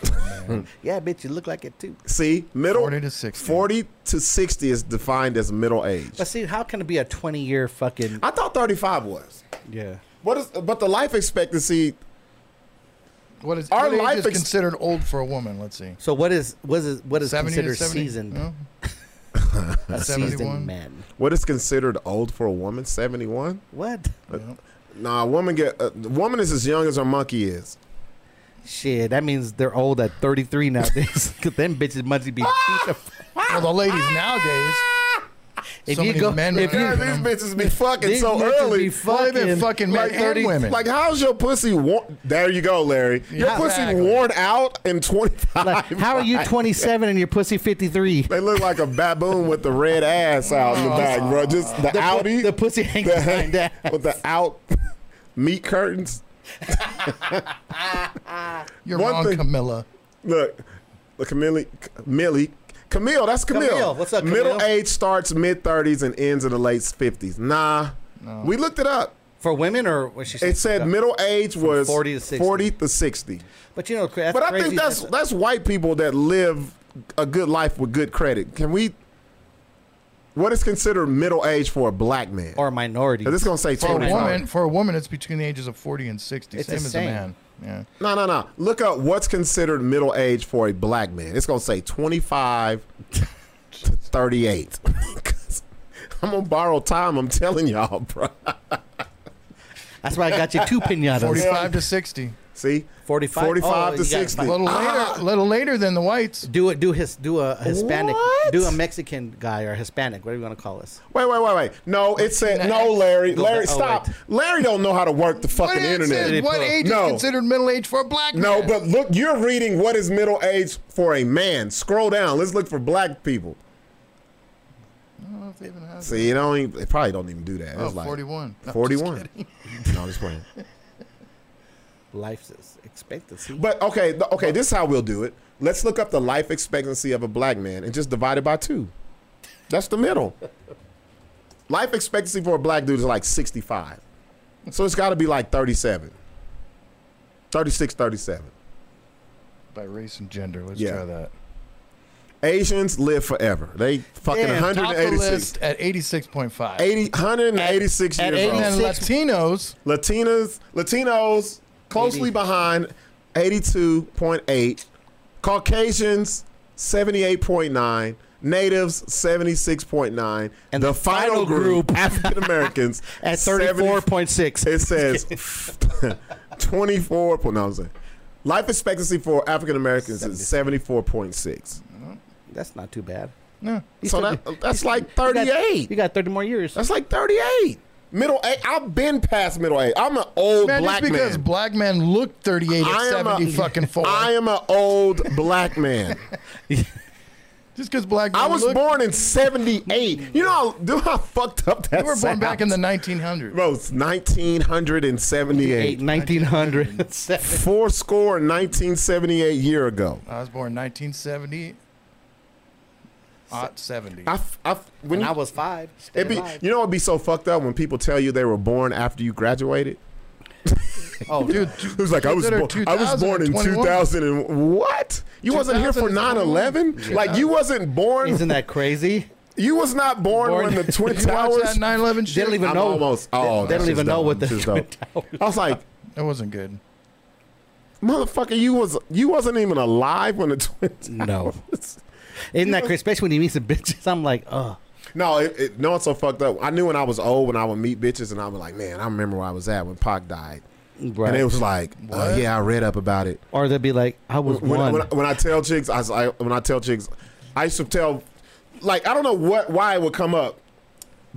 Speaker 3: Yeah, bitch, you look like it too.
Speaker 2: See, middle
Speaker 4: 40 to 60.
Speaker 2: 40 to 60 is defined as middle age.
Speaker 3: But see, how can it be a 20 year fucking
Speaker 2: I thought 35 was.
Speaker 3: yeah?
Speaker 2: What is but the life expectancy
Speaker 4: What is
Speaker 2: Our
Speaker 4: what age
Speaker 2: life
Speaker 4: is
Speaker 2: ex-
Speaker 4: considered old for a woman? Let's see.
Speaker 3: So what is what is what is
Speaker 4: 70 to Uh,
Speaker 3: considered
Speaker 4: 70?
Speaker 3: seasoned?
Speaker 4: No?
Speaker 3: A
Speaker 4: 71?
Speaker 3: seasoned man.
Speaker 2: what is considered old for a woman? 71?
Speaker 3: What?
Speaker 2: Nah, a woman get a woman is as young as her monkey is.
Speaker 3: Shit, that means they're old at 33 nowadays. Cause them bitches must be beat
Speaker 2: Ah!
Speaker 3: the fuck.
Speaker 4: Well, the ladies nowadays,
Speaker 3: If
Speaker 4: So
Speaker 3: you
Speaker 4: many
Speaker 3: go,
Speaker 4: men
Speaker 3: if
Speaker 4: are
Speaker 2: God,
Speaker 4: out
Speaker 3: you,
Speaker 4: there.
Speaker 2: these bitches be fucking
Speaker 3: these
Speaker 2: so
Speaker 3: bitches
Speaker 2: early.
Speaker 3: be
Speaker 4: well, they've been
Speaker 3: fucking-
Speaker 4: fucking men
Speaker 2: like,
Speaker 4: and women.
Speaker 2: like, how's your pussy worn? There you go, Larry. Your
Speaker 4: Yeah,
Speaker 2: pussy
Speaker 4: exactly.
Speaker 2: worn out in 25.
Speaker 3: like, how are you 27 and your pussy 53?
Speaker 2: They look like a baboon with the red ass out in
Speaker 4: Oh.
Speaker 2: the back, bro. Just the,
Speaker 3: The, pu-
Speaker 2: Audi.
Speaker 3: the pussy hangs
Speaker 2: the-
Speaker 3: behind that.
Speaker 2: with the out meat curtains.
Speaker 4: you're
Speaker 2: One
Speaker 4: wrong,
Speaker 2: thing-
Speaker 4: Camilla.
Speaker 2: Look, look, Camille, Millie, Camille, that's Camille.
Speaker 3: Camille, what's up, Camille?
Speaker 2: Middle age starts mid 30s and ends in the late 50s. Nah, we looked it up.
Speaker 3: For women or what she said? uh,
Speaker 2: It said middle age was
Speaker 3: 40 to 60.
Speaker 2: 40 to 60.
Speaker 3: But you know, cra- that's
Speaker 2: But I
Speaker 3: crazy.
Speaker 2: think that's that's white people that live a good life with good credit. Can we? What is considered middle age for a black man?
Speaker 3: or a minority.
Speaker 2: Is this gonna say
Speaker 4: For a
Speaker 2: 25?
Speaker 4: woman, for a woman, it's between the ages of 40 and 60,
Speaker 3: It's
Speaker 4: same
Speaker 3: the
Speaker 4: as
Speaker 3: same.
Speaker 4: a man. Yeah.
Speaker 2: No, no, no. Look up what's considered middle age for a black man. It's gonna say 25 to 38. 'Cause I'm gonna borrow time. I'm telling y'all, bro.
Speaker 3: That's why I got you two pinatas.
Speaker 4: 45 to 60.
Speaker 2: See,
Speaker 3: 45?
Speaker 2: 45
Speaker 3: Oh,
Speaker 2: to Ah,
Speaker 3: you got it.
Speaker 2: 60.
Speaker 4: A little later, little later than the whites.
Speaker 3: Do it. Do his. Do a Hispanic.
Speaker 2: What?
Speaker 3: Do a Mexican guy or Hispanic. Whatever you want to call us.
Speaker 2: Wait, wait, wait, wait. No, it said no, Larry.
Speaker 3: Go
Speaker 2: Larry,
Speaker 3: back- oh,
Speaker 2: stop.
Speaker 3: wait.
Speaker 2: Larry don't know how to work the
Speaker 4: But
Speaker 2: fucking
Speaker 4: it
Speaker 2: internet.
Speaker 4: says what
Speaker 3: Pull.
Speaker 4: age
Speaker 2: No.
Speaker 4: is considered middle age for a black
Speaker 2: No,
Speaker 4: man?
Speaker 2: but look, you're reading what is middle age for a man. Scroll down. Let's look for black people.
Speaker 4: No, but
Speaker 2: See, it don't. Even, it probably don't even do that.
Speaker 4: oh,
Speaker 2: It's like
Speaker 4: 41. No, I'm just
Speaker 2: 41.
Speaker 4: kidding.
Speaker 2: no, I'm just playing.
Speaker 3: Life is expectancy.
Speaker 2: But okay, th- okay. This is how we'll do it. Let's look up the life expectancy of a black man and just divide it by two. That's the middle. life expectancy for a black dude is like 65. So it's got to be like 37. 36, 37.
Speaker 4: By race and gender. Let's
Speaker 2: Yeah.
Speaker 4: try that.
Speaker 2: Asians live forever. They fucking
Speaker 3: Damn, top
Speaker 4: Top the
Speaker 2: 186.
Speaker 4: list at 86.5.
Speaker 2: 80, 186
Speaker 3: at
Speaker 2: years
Speaker 4: and then
Speaker 2: old.
Speaker 3: 86.
Speaker 4: Latinos,
Speaker 2: Latinas, Latinos closely
Speaker 3: 80.
Speaker 2: behind 82.8, Caucasians 78.9, Natives 76.9,
Speaker 3: And
Speaker 2: the,
Speaker 3: the
Speaker 2: final,
Speaker 3: final
Speaker 2: group, African Americans
Speaker 3: At
Speaker 2: 70
Speaker 3: thirty-four point six.
Speaker 2: It says 24. po- No, I'm saying life expectancy for African Americans is 74.6.
Speaker 3: That's not too bad.
Speaker 4: no,
Speaker 3: You
Speaker 2: So
Speaker 3: still-
Speaker 2: that, that's like
Speaker 3: you got-
Speaker 2: 38.
Speaker 3: You got thirty more years.
Speaker 2: That's like 38. Middle age. I've been past middle age. I'm an old
Speaker 4: man,
Speaker 2: black
Speaker 4: just because
Speaker 2: man.
Speaker 4: black men look 38 at
Speaker 2: I am a-
Speaker 4: 70 fucking 4.
Speaker 2: I am an old black man.
Speaker 4: just because black men
Speaker 2: I was
Speaker 4: look,
Speaker 2: born in '78. You know how, do how fucked up that
Speaker 4: You were born
Speaker 2: sounds?
Speaker 4: back in the 1900s.
Speaker 2: bro. It's 1978.
Speaker 3: Nineteen hundred.
Speaker 2: Four score and 1978 year ago.
Speaker 4: I was born 1970. Aught 70.
Speaker 2: I, f- I f- when
Speaker 3: When I
Speaker 2: you,
Speaker 3: was five.
Speaker 2: it be
Speaker 3: Staying alive.
Speaker 2: you know it'd be so fucked up when people tell you they were born after you graduated.
Speaker 3: Oh,
Speaker 4: Dude,
Speaker 2: It was like I was
Speaker 4: kids that
Speaker 2: bo-
Speaker 4: are
Speaker 2: I was
Speaker 4: 2000
Speaker 2: born
Speaker 4: or
Speaker 2: in
Speaker 4: 21.
Speaker 2: 2000 and what? You wasn't here for
Speaker 4: 2000 is
Speaker 2: 9/11? Like you wasn't born
Speaker 3: isn't that crazy?
Speaker 2: you was not born, when
Speaker 3: Born-
Speaker 2: the Twin
Speaker 4: Did you watch
Speaker 2: Towers
Speaker 4: that 9/11 shit?
Speaker 3: They don't even
Speaker 2: I'm
Speaker 3: know.
Speaker 2: almost
Speaker 3: they-
Speaker 2: oh,
Speaker 3: they,
Speaker 2: that's
Speaker 3: don't
Speaker 2: just
Speaker 3: even know
Speaker 2: dope.
Speaker 3: what the
Speaker 2: Just
Speaker 3: twin
Speaker 2: dope.
Speaker 3: towers.
Speaker 2: I was like,
Speaker 4: That wasn't good.
Speaker 2: motherfucker, you was you wasn't even alive when the Twin
Speaker 3: No,
Speaker 2: Towers.
Speaker 3: isn't that crazy? Especially when you meet some bitches. I'm like, oh,
Speaker 2: No, it, it, no, it's so fucked up. I knew when I was old when I would meet bitches, and I was like, man, I remember where I was at when Pac died,
Speaker 3: right.
Speaker 2: and it was like, uh,
Speaker 4: What?
Speaker 2: yeah, I read up about it.
Speaker 3: or they'd be like, I was
Speaker 2: When,
Speaker 3: one.
Speaker 2: when, when I tell chicks, I, s- I- when I tell chicks, I used to tell, like, I don't know what why it would come up.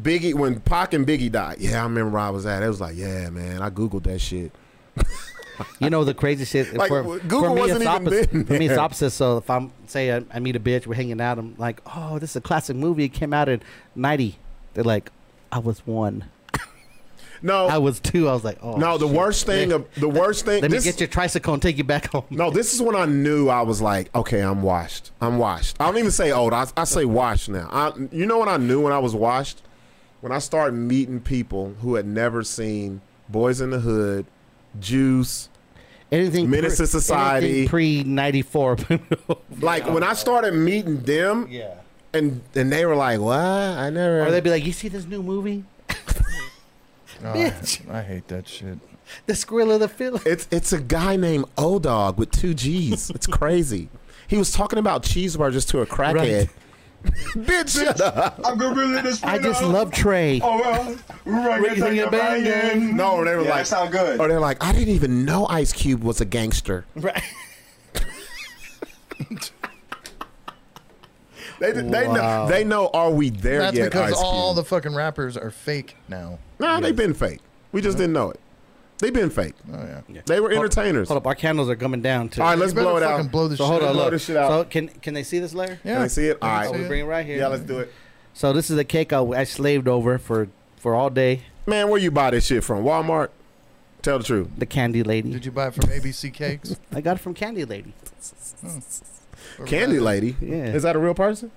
Speaker 2: Biggie when Pac and Biggie died, yeah, I remember where I was at. It was like, yeah, man, I googled that shit.
Speaker 3: you know the crazy shit.
Speaker 2: Like,
Speaker 3: for,
Speaker 2: w-
Speaker 3: for
Speaker 2: Google
Speaker 3: me,
Speaker 2: wasn't
Speaker 3: it's
Speaker 2: even
Speaker 3: opposite.
Speaker 2: been
Speaker 3: For me, it's
Speaker 2: there.
Speaker 3: opposite. So if I'm say I, I meet a bitch, we're hanging out. I'm like, oh, this is a classic movie. It came out in '90. They're like, I was one.
Speaker 2: No,
Speaker 3: I was two. I was like, oh.
Speaker 2: no, the
Speaker 3: shit.
Speaker 2: worst thing, of, the worst thing.
Speaker 3: Let me
Speaker 2: this-
Speaker 3: get your tricycle and take you back home.
Speaker 2: No, this is when I knew I was like, okay, I'm washed. I'm washed. I don't even say old. I, I say washed now. I, you know when I knew when I was washed? When I started meeting people who had never seen Boys in the Hood, Juice.
Speaker 3: Anything
Speaker 2: Menace to society.
Speaker 3: pre '94.
Speaker 2: Like when I started meeting them,
Speaker 3: yeah.
Speaker 2: and and they were like, what? I never.
Speaker 3: Or they'd be like, you see this new movie,
Speaker 4: Oh,
Speaker 3: Bitch.
Speaker 4: I, I hate that shit.
Speaker 3: the Skrilla the Fiddler.
Speaker 2: it's it's a guy named O Dog with two G's. It's crazy. he was talking about cheeseburgers to a crackhead. Bitch, shut up.
Speaker 7: I'm gorilla the spinner.
Speaker 3: I just love Trey.
Speaker 7: Oh well,
Speaker 3: Ring-a-ding-a-bang-dang.
Speaker 7: orangutan
Speaker 2: No, they were
Speaker 7: Yeah,
Speaker 2: like,
Speaker 7: that sound good.
Speaker 2: Or they're like, I didn't even know Ice Cube was a gangster.
Speaker 3: Right.
Speaker 2: They, they,
Speaker 3: Wow.
Speaker 2: know, they know, are we there
Speaker 4: That's
Speaker 2: yet?
Speaker 4: because
Speaker 2: Ice
Speaker 4: all
Speaker 2: Cube?
Speaker 4: the fucking rappers are fake now.
Speaker 2: nah, they've been fake. We just didn't know it. They've been fake.
Speaker 4: Oh yeah.
Speaker 2: They were entertainers.
Speaker 3: Hold up, our candles are coming down too.
Speaker 2: All right, let's
Speaker 4: You better
Speaker 2: blow it
Speaker 4: fucking
Speaker 2: out.
Speaker 4: Blow this
Speaker 3: so
Speaker 4: shit
Speaker 3: hold
Speaker 4: out.
Speaker 3: on,
Speaker 2: Blow
Speaker 3: look.
Speaker 2: this shit out.
Speaker 3: So can can they see this layer?
Speaker 4: Yeah.
Speaker 2: Can I see it? All
Speaker 4: see
Speaker 2: right.
Speaker 3: we
Speaker 4: it.
Speaker 3: bring it right here.
Speaker 2: Yeah, let's do it.
Speaker 3: So this is a cake I, I slaved over for for all day.
Speaker 2: Man, where you buy this shit from? Walmart? Tell the truth.
Speaker 3: The Candy Lady.
Speaker 4: Did you buy it from ABC Cakes?
Speaker 3: I got it from Candy Lady.
Speaker 4: Or
Speaker 2: Candy
Speaker 4: was
Speaker 2: Lady.
Speaker 3: Yeah.
Speaker 2: Is that a real person?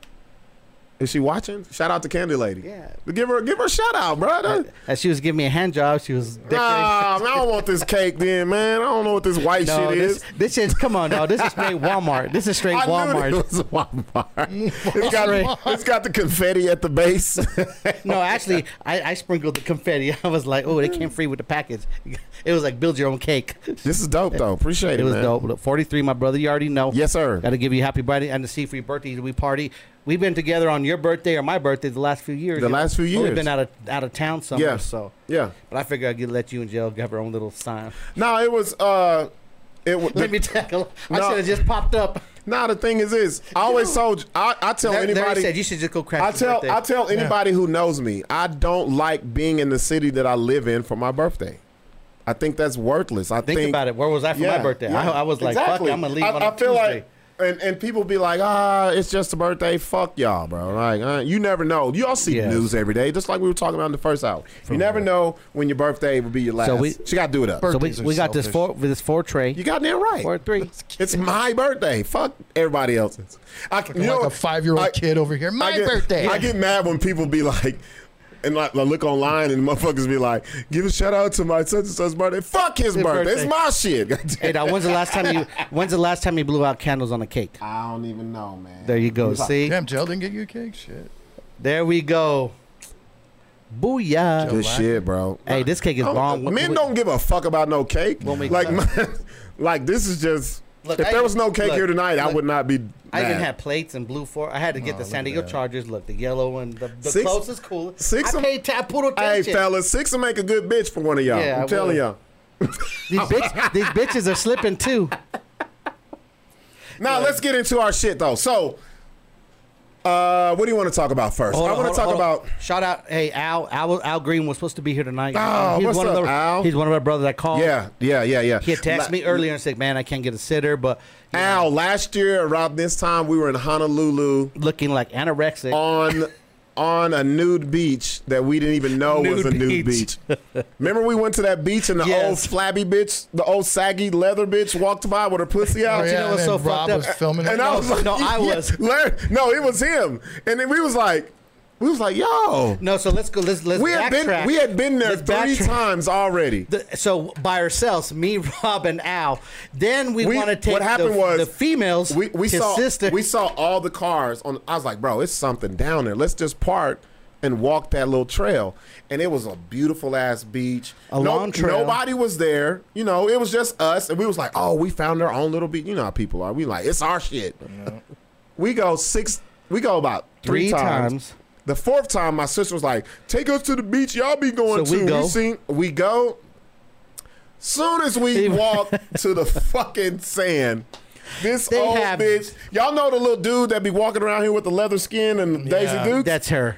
Speaker 2: Is she watching? Shout out to Candy Lady.
Speaker 3: Yeah.
Speaker 2: Give her give her a shout out, bro. That-
Speaker 3: As she was giving me a hand job, she was decorating.
Speaker 2: Nah, man, I don't want this cake then, man. I don't know what this white
Speaker 3: no,
Speaker 2: shit
Speaker 3: this
Speaker 2: is.
Speaker 3: this is come on, no, this is straight Walmart. This is straight
Speaker 2: I Knew
Speaker 3: Walmart.
Speaker 2: it was Walmart. it's, got, it's got the confetti at the base.
Speaker 3: No, actually, I, I sprinkled the confetti. I was like, oh, they came free with the package. It was like build your own cake.
Speaker 2: this is dope, though. Appreciate it.
Speaker 3: It was
Speaker 2: man.
Speaker 3: dope. Look, 43, my brother, you already know.
Speaker 2: Yes, sir.
Speaker 3: Got to give you happy birthday and to see for your birthday. We party. We've been together on your birthday or my birthday the last few years.
Speaker 2: The
Speaker 3: you know.
Speaker 2: last few
Speaker 3: But We've
Speaker 2: years.
Speaker 3: been out of out of town somewhere.
Speaker 2: Yeah.
Speaker 3: So
Speaker 2: Yeah.
Speaker 3: But I figure I could let you and Jill have her own little sign.
Speaker 2: No, it was. uh it w-
Speaker 3: Let me tackle. I
Speaker 2: No.
Speaker 3: should have just popped up.
Speaker 2: Nah, the thing is, is I always told you, I, I tell
Speaker 3: Larry, Larry
Speaker 2: anybody.
Speaker 3: said you should just go crash.
Speaker 2: I
Speaker 3: his
Speaker 2: tell
Speaker 3: birthday."
Speaker 2: I tell anybody who knows me, I don't like being in the city that I live in for my birthday. I think that's worthless. I
Speaker 3: Think, about it. Where was I for my birthday? I, I was like,
Speaker 2: Exactly.
Speaker 3: fuck, it, I'm gonna leave
Speaker 2: I,
Speaker 3: on
Speaker 2: I
Speaker 3: a
Speaker 2: feel
Speaker 3: Tuesday.
Speaker 2: like, and, and people be like, ah, it's just a birthday. Fuck y'all, bro. Like, uh, you never know. Y'all see
Speaker 3: Yeah.
Speaker 2: the news every day, just like we were talking about in the first hour. you never know when your birthday will be your last.
Speaker 3: So we-
Speaker 2: she got to do it up.
Speaker 3: so we,
Speaker 4: birthdays are
Speaker 3: we got this
Speaker 4: selfish.
Speaker 3: four this four tray
Speaker 2: you got damn right.
Speaker 3: or three.
Speaker 2: It's my birthday. Fuck everybody else's. I, you
Speaker 4: it
Speaker 2: know,
Speaker 4: like a five-year-old
Speaker 2: I-
Speaker 4: kid over here. My
Speaker 2: I get,
Speaker 4: birthday.
Speaker 2: I get mad when people be like, and like, I look online and motherfuckers be like, give a shout out to my such and such birthday. Fuck his
Speaker 3: His
Speaker 2: birthday.
Speaker 3: birthday.
Speaker 2: It's my shit. Goddamn.
Speaker 3: Hey, now when's the last time you when's the last time you blew out candles on a cake?
Speaker 2: I don't even know, man.
Speaker 3: There you go. See,
Speaker 4: Damn, Jill didn't get you a cake. Shit.
Speaker 3: there we go. Booyah!
Speaker 4: Joe.
Speaker 2: Good shit, bro.
Speaker 3: Hey, this cake is
Speaker 2: I'm-
Speaker 3: bomb. What-
Speaker 2: Oh, men
Speaker 3: what-
Speaker 2: don't give a fuck about no cake.
Speaker 3: When we-
Speaker 2: like, my, like this is just.
Speaker 3: Look,
Speaker 2: if
Speaker 3: I-
Speaker 2: there was no cake
Speaker 3: look,
Speaker 2: here tonight, I
Speaker 3: look,
Speaker 2: would not be.
Speaker 3: I even
Speaker 2: mad.
Speaker 3: had plates and blue four. I had to
Speaker 2: Oh,
Speaker 3: get the
Speaker 4: look
Speaker 3: San
Speaker 4: at
Speaker 3: Diego
Speaker 4: that.
Speaker 3: Chargers. Look, the yellow and the, the
Speaker 2: Six-
Speaker 3: closest cool.
Speaker 2: six
Speaker 3: I
Speaker 2: of-
Speaker 3: paid tapudo
Speaker 2: Hey,
Speaker 3: attention.
Speaker 2: fellas, six will make a good bitch for one of y'all.
Speaker 3: Yeah,
Speaker 2: I'm
Speaker 3: I
Speaker 2: telling
Speaker 3: would.
Speaker 2: y'all.
Speaker 3: These, bitch, these bitches are slipping too.
Speaker 2: Now let's get into our shit though. So, uh, what do you want to talk about first?
Speaker 3: Hold
Speaker 2: I
Speaker 3: on,
Speaker 2: want to
Speaker 3: hold
Speaker 2: talk
Speaker 3: on, hold
Speaker 2: about.
Speaker 3: on. shout out. Hey, Al, Al, Al Green was supposed to be here tonight.
Speaker 2: Oh,
Speaker 3: he's
Speaker 2: what's
Speaker 3: one
Speaker 2: up,
Speaker 3: of the,
Speaker 2: Al?
Speaker 3: He's one of our brothers. I called.
Speaker 2: Yeah, yeah, yeah, yeah.
Speaker 3: He had texted me earlier and said, "Man, I can't get a sitter, but you know,
Speaker 2: Al, last year around this time, we were in Honolulu
Speaker 3: looking like anorexic."
Speaker 2: on on a nude beach that we didn't even know was a
Speaker 3: Nude
Speaker 2: nude
Speaker 3: beach.
Speaker 2: beach. Remember, we went to that beach and the
Speaker 3: Yes.
Speaker 2: old flabby bitch, the old saggy leather bitch, walked by with her pussy out.
Speaker 4: Oh, yeah,
Speaker 3: know what's
Speaker 4: and
Speaker 3: so
Speaker 4: then Rob
Speaker 3: fucked up?
Speaker 4: was filming it.
Speaker 2: And I
Speaker 3: No,
Speaker 2: was like,
Speaker 3: no, I
Speaker 2: yeah,
Speaker 3: was.
Speaker 2: Larry- no, it was him. And then we was like, We was like, yo,
Speaker 3: No, so let's go. Let's let's
Speaker 2: we had
Speaker 3: backtrack.
Speaker 2: been we had been there
Speaker 3: Let's
Speaker 2: three
Speaker 3: backtrack.
Speaker 2: times already.
Speaker 3: The- so by ourselves, me, Rob, and Al. Then we,
Speaker 2: We-
Speaker 3: want to take
Speaker 2: what happened
Speaker 3: the,
Speaker 2: was
Speaker 3: the females.
Speaker 2: we, we
Speaker 3: to
Speaker 2: saw
Speaker 3: sister.
Speaker 2: we saw all the cars on. I was like, bro, it's something down there. Let's just park and walk that little trail. And it was a beautiful ass beach.
Speaker 3: A long trail.
Speaker 2: Nobody was there. You know, it was just us, and we was like, oh, we found our own little beach. You know how people are. We like, it's our shit. we go six. We go about three,
Speaker 3: Three times.
Speaker 2: The fourth time, my sister was like, "Take us to the beach. Y'all be going
Speaker 3: So we
Speaker 2: to.
Speaker 3: go.
Speaker 2: We seen. We go. Soon as we walk to the fucking sand, this
Speaker 3: They
Speaker 2: old
Speaker 3: have-
Speaker 2: bitch. Y'all know the little dude that be walking around here with the leather skin and the
Speaker 4: Yeah.
Speaker 2: Daisy Dukes.
Speaker 3: That's her.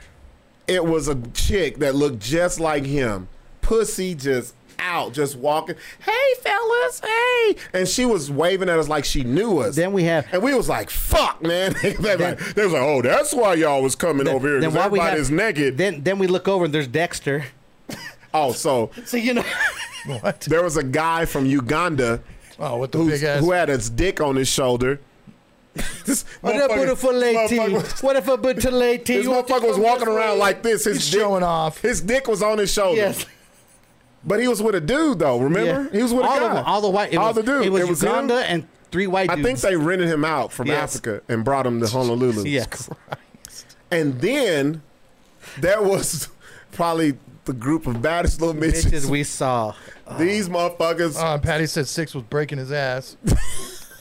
Speaker 2: it was a chick that looked just like him. Pussy just out, just walking. Hey fellas, hey! And she was waving at us like she knew us.
Speaker 3: Then we have-
Speaker 2: and we was like, "Fuck, man!" they, like, they was like, "Oh, that's why y'all was coming over here because
Speaker 3: why we have-
Speaker 2: everybody's naked."
Speaker 3: Then then we look over and there's Dexter.
Speaker 2: oh, so
Speaker 3: So you know.
Speaker 4: What?
Speaker 2: there was a guy from Uganda
Speaker 4: Oh, with the
Speaker 2: who's-
Speaker 4: big ass.
Speaker 2: who had his dick on his shoulder. This
Speaker 3: What a
Speaker 2: motherfucker-
Speaker 3: beautiful lady.
Speaker 2: motherfucker was-
Speaker 3: What if a beautiful lady?
Speaker 2: This
Speaker 3: You want to Oh,
Speaker 2: motherfucker was
Speaker 3: come
Speaker 2: walking
Speaker 3: this
Speaker 2: around
Speaker 3: way?
Speaker 2: like this. His
Speaker 4: He's
Speaker 2: dick,
Speaker 4: showing off.
Speaker 2: His dick was on his shoulder.
Speaker 3: Yes.
Speaker 2: But he was with a dude though. Remember,
Speaker 3: Yeah.
Speaker 2: he was with
Speaker 3: all
Speaker 2: a
Speaker 3: the-
Speaker 2: guy.
Speaker 3: all the white. It
Speaker 2: all
Speaker 3: was,
Speaker 2: the dude.
Speaker 3: It was,
Speaker 2: him.
Speaker 3: Uganda and three white
Speaker 2: I
Speaker 3: dudes.
Speaker 2: think they rented him out from
Speaker 3: Yes.
Speaker 2: Africa and brought him to Honolulu.
Speaker 3: Yes.
Speaker 2: And then there was probably the group of baddest little bitches.
Speaker 3: Bitches we Oh. saw.
Speaker 2: These motherfuckers.
Speaker 4: Uh, Patty said six was breaking his ass.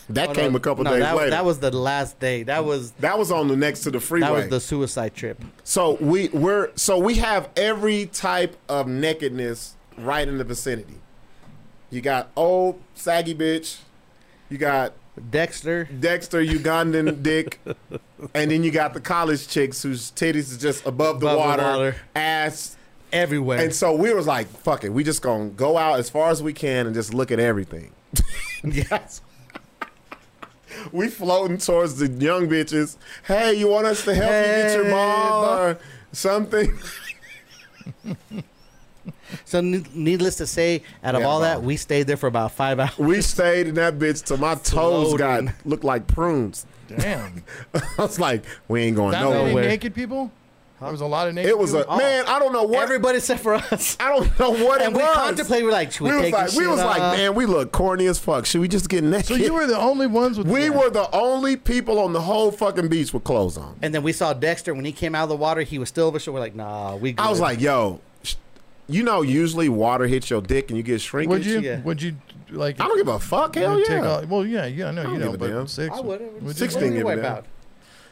Speaker 2: that
Speaker 3: Oh,
Speaker 2: came
Speaker 3: no,
Speaker 2: a couple
Speaker 3: no,
Speaker 2: days
Speaker 3: that,
Speaker 2: later.
Speaker 3: That was the last day. That was
Speaker 2: That was on the next to the freeway.
Speaker 3: that was the suicide trip.
Speaker 2: So we we're so we have every type of nakedness right in the vicinity. You got old saggy bitch, you got
Speaker 3: Dexter.
Speaker 2: Dexter Ugandan dick, and then you got the college chicks whose titties is just above the,
Speaker 3: Above the
Speaker 2: water,
Speaker 3: water.
Speaker 2: ass.
Speaker 3: Everywhere.
Speaker 2: And so we was like, "Fuck it, we just gonna go out as far as we can and just look at everything."
Speaker 3: yes.
Speaker 2: we floating towards the young bitches. Hey, you want us to help you get your
Speaker 3: Hey,
Speaker 2: mom or something?
Speaker 3: So ne- needless to say, out of
Speaker 2: Yeah,
Speaker 3: all
Speaker 2: bro.
Speaker 3: that, we stayed there for about five hours.
Speaker 2: We stayed in that bitch till my toes got
Speaker 3: Floating.
Speaker 2: looked like prunes.
Speaker 4: Damn.
Speaker 2: I was like, we ain't going
Speaker 4: That
Speaker 2: nowhere.
Speaker 4: many
Speaker 3: Nowhere.
Speaker 4: naked people? There was a lot of naked
Speaker 2: It was a
Speaker 4: people.
Speaker 2: man. I don't know what.
Speaker 3: Everybody except for us.
Speaker 2: I don't know what
Speaker 3: Oh. And
Speaker 2: it
Speaker 3: we
Speaker 2: was.
Speaker 3: contemplated. We're like, should we,
Speaker 2: we was
Speaker 3: take
Speaker 2: like,
Speaker 3: this
Speaker 2: we
Speaker 3: shit
Speaker 2: was like,
Speaker 3: off?
Speaker 2: man, we look corny as fuck. Should we just get naked?
Speaker 4: So you were the only ones with
Speaker 2: we
Speaker 4: the-
Speaker 2: were the only people on the whole fucking beach with clothes on.
Speaker 3: And then we saw Dexter when he came out of the water. He was still over. So we're like, nah, we.
Speaker 2: I was
Speaker 3: good.
Speaker 2: like, yo, sh- you know, usually water hits your dick and you get shrinkage.
Speaker 4: Would you?
Speaker 3: Yeah.
Speaker 4: Would you like?
Speaker 2: I don't give a fuck. Hell
Speaker 4: you take
Speaker 2: yeah.
Speaker 4: all- well, yeah, yeah, I know you
Speaker 2: don't
Speaker 4: know,
Speaker 2: give a
Speaker 4: but
Speaker 2: damn.
Speaker 4: six.
Speaker 3: I would.
Speaker 4: would you-
Speaker 2: Six
Speaker 3: What
Speaker 2: didn't
Speaker 3: do
Speaker 2: give
Speaker 3: you
Speaker 2: a
Speaker 3: wipe
Speaker 2: damn.
Speaker 3: out?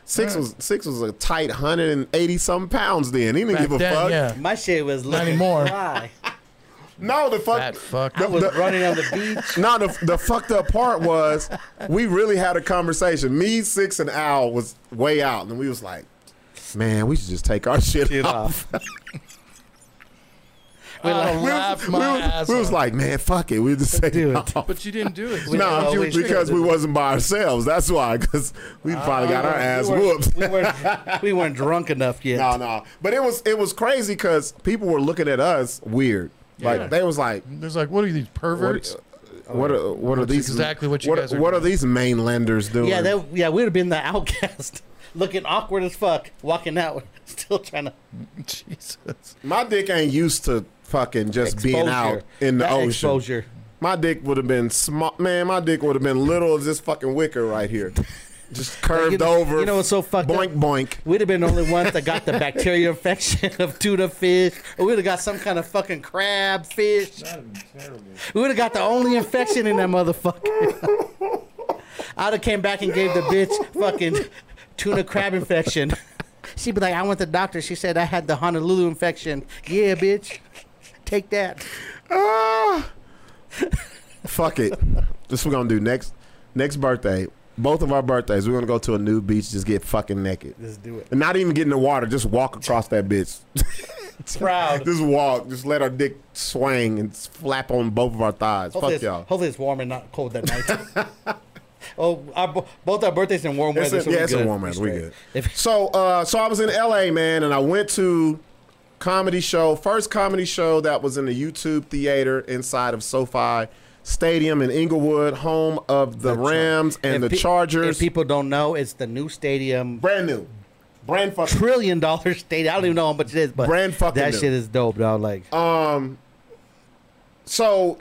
Speaker 2: Six was six was a tight hundred and eighty some pounds. Then he didn't
Speaker 4: Back
Speaker 2: give a
Speaker 4: then,
Speaker 2: fuck.
Speaker 4: yeah.
Speaker 3: My shit was
Speaker 4: Not
Speaker 3: looking
Speaker 4: anymore.
Speaker 3: dry.
Speaker 2: No, the fuck.
Speaker 4: Fat fuck.
Speaker 3: I was running on the beach.
Speaker 2: No, the, the fucked up part was we really had a conversation. Me, Six, and Al was way out, and we was like, man, we should just take our shit,
Speaker 3: Shit
Speaker 2: off.
Speaker 3: off.
Speaker 4: I
Speaker 2: We was-
Speaker 4: laughed
Speaker 2: we
Speaker 4: my
Speaker 2: was,
Speaker 4: ass
Speaker 2: we was
Speaker 4: off.
Speaker 2: like, man, fuck it. We just take
Speaker 3: do
Speaker 2: it
Speaker 3: it.
Speaker 2: off.
Speaker 4: but you didn't do it.
Speaker 3: We
Speaker 2: No,
Speaker 3: always
Speaker 2: because
Speaker 3: should have
Speaker 2: we
Speaker 3: done
Speaker 2: wasn't by ourselves. That's why, because we finally got our ass
Speaker 3: we weren't-
Speaker 2: whooped.
Speaker 3: We weren't, we weren't drunk enough yet.
Speaker 2: No, no. But it was it was crazy because people were looking at us weird.
Speaker 4: Yeah.
Speaker 2: Like they was like,
Speaker 4: There's like, what are these perverts?
Speaker 2: what, what are what are
Speaker 4: That's
Speaker 2: these
Speaker 4: exactly what you
Speaker 2: what,
Speaker 4: guys are
Speaker 2: what are
Speaker 4: doing.
Speaker 2: these mainlanders doing?
Speaker 3: Yeah, that, yeah, we'd have been the outcast, looking awkward as fuck, walking out, still trying to
Speaker 4: Jesus.
Speaker 2: my dick ain't used to fucking just being out in the
Speaker 3: That
Speaker 2: ocean.
Speaker 3: Exposure.
Speaker 2: My dick would have been small. Man, my dick would have been little as this fucking wicker right here, just curved
Speaker 3: know-
Speaker 2: over.
Speaker 3: you know what's so fucked up?
Speaker 2: Boink boink.
Speaker 3: We'd have been the only ones that got the bacteria infection of tuna fish, or we'd have got some kind of fucking crab fish. We would have got the only infection in that motherfucker. I'd have came back and gave the bitch fucking tuna crab infection. She'd be like, I went to the doctor. She said I had the Honolulu infection. Yeah, bitch. Take that.
Speaker 2: Ah. Fuck it. This we're gonna do next next birthday. Both of our birthdays, we're gonna go to a new beach, just get fucking naked.
Speaker 3: Let's do it.
Speaker 2: And not even get in the water, just walk across that bitch.
Speaker 3: Proud.
Speaker 2: Just walk. Just let our dick swing and flap on both of our thighs.
Speaker 3: Hopefully,
Speaker 2: Fuck
Speaker 3: it's,
Speaker 2: y'all.
Speaker 3: hopefully it's warm and not cold that night. oh, our, bo- both our birthdays in warm
Speaker 2: It's
Speaker 3: weather.
Speaker 2: a-
Speaker 3: so
Speaker 2: yeah,
Speaker 3: we
Speaker 2: it's
Speaker 3: good.
Speaker 2: a warm weather. We
Speaker 3: straight.
Speaker 2: good.
Speaker 3: If,
Speaker 2: So, uh, so I was in LA, man, and I went to comedy show, first comedy show that was in the YouTube theater inside of SoFi Stadium in Inglewood, home of the, Rams and
Speaker 3: if
Speaker 2: the
Speaker 3: pe-
Speaker 2: Chargers.
Speaker 3: If people don't know, it's the new stadium.
Speaker 2: Brand new. Brand fucking.
Speaker 3: trillion dollar state. I don't even know how much it is, but
Speaker 2: Brand fucking
Speaker 3: that
Speaker 2: new. Uh,
Speaker 3: shit is dope, dog. Like,
Speaker 2: So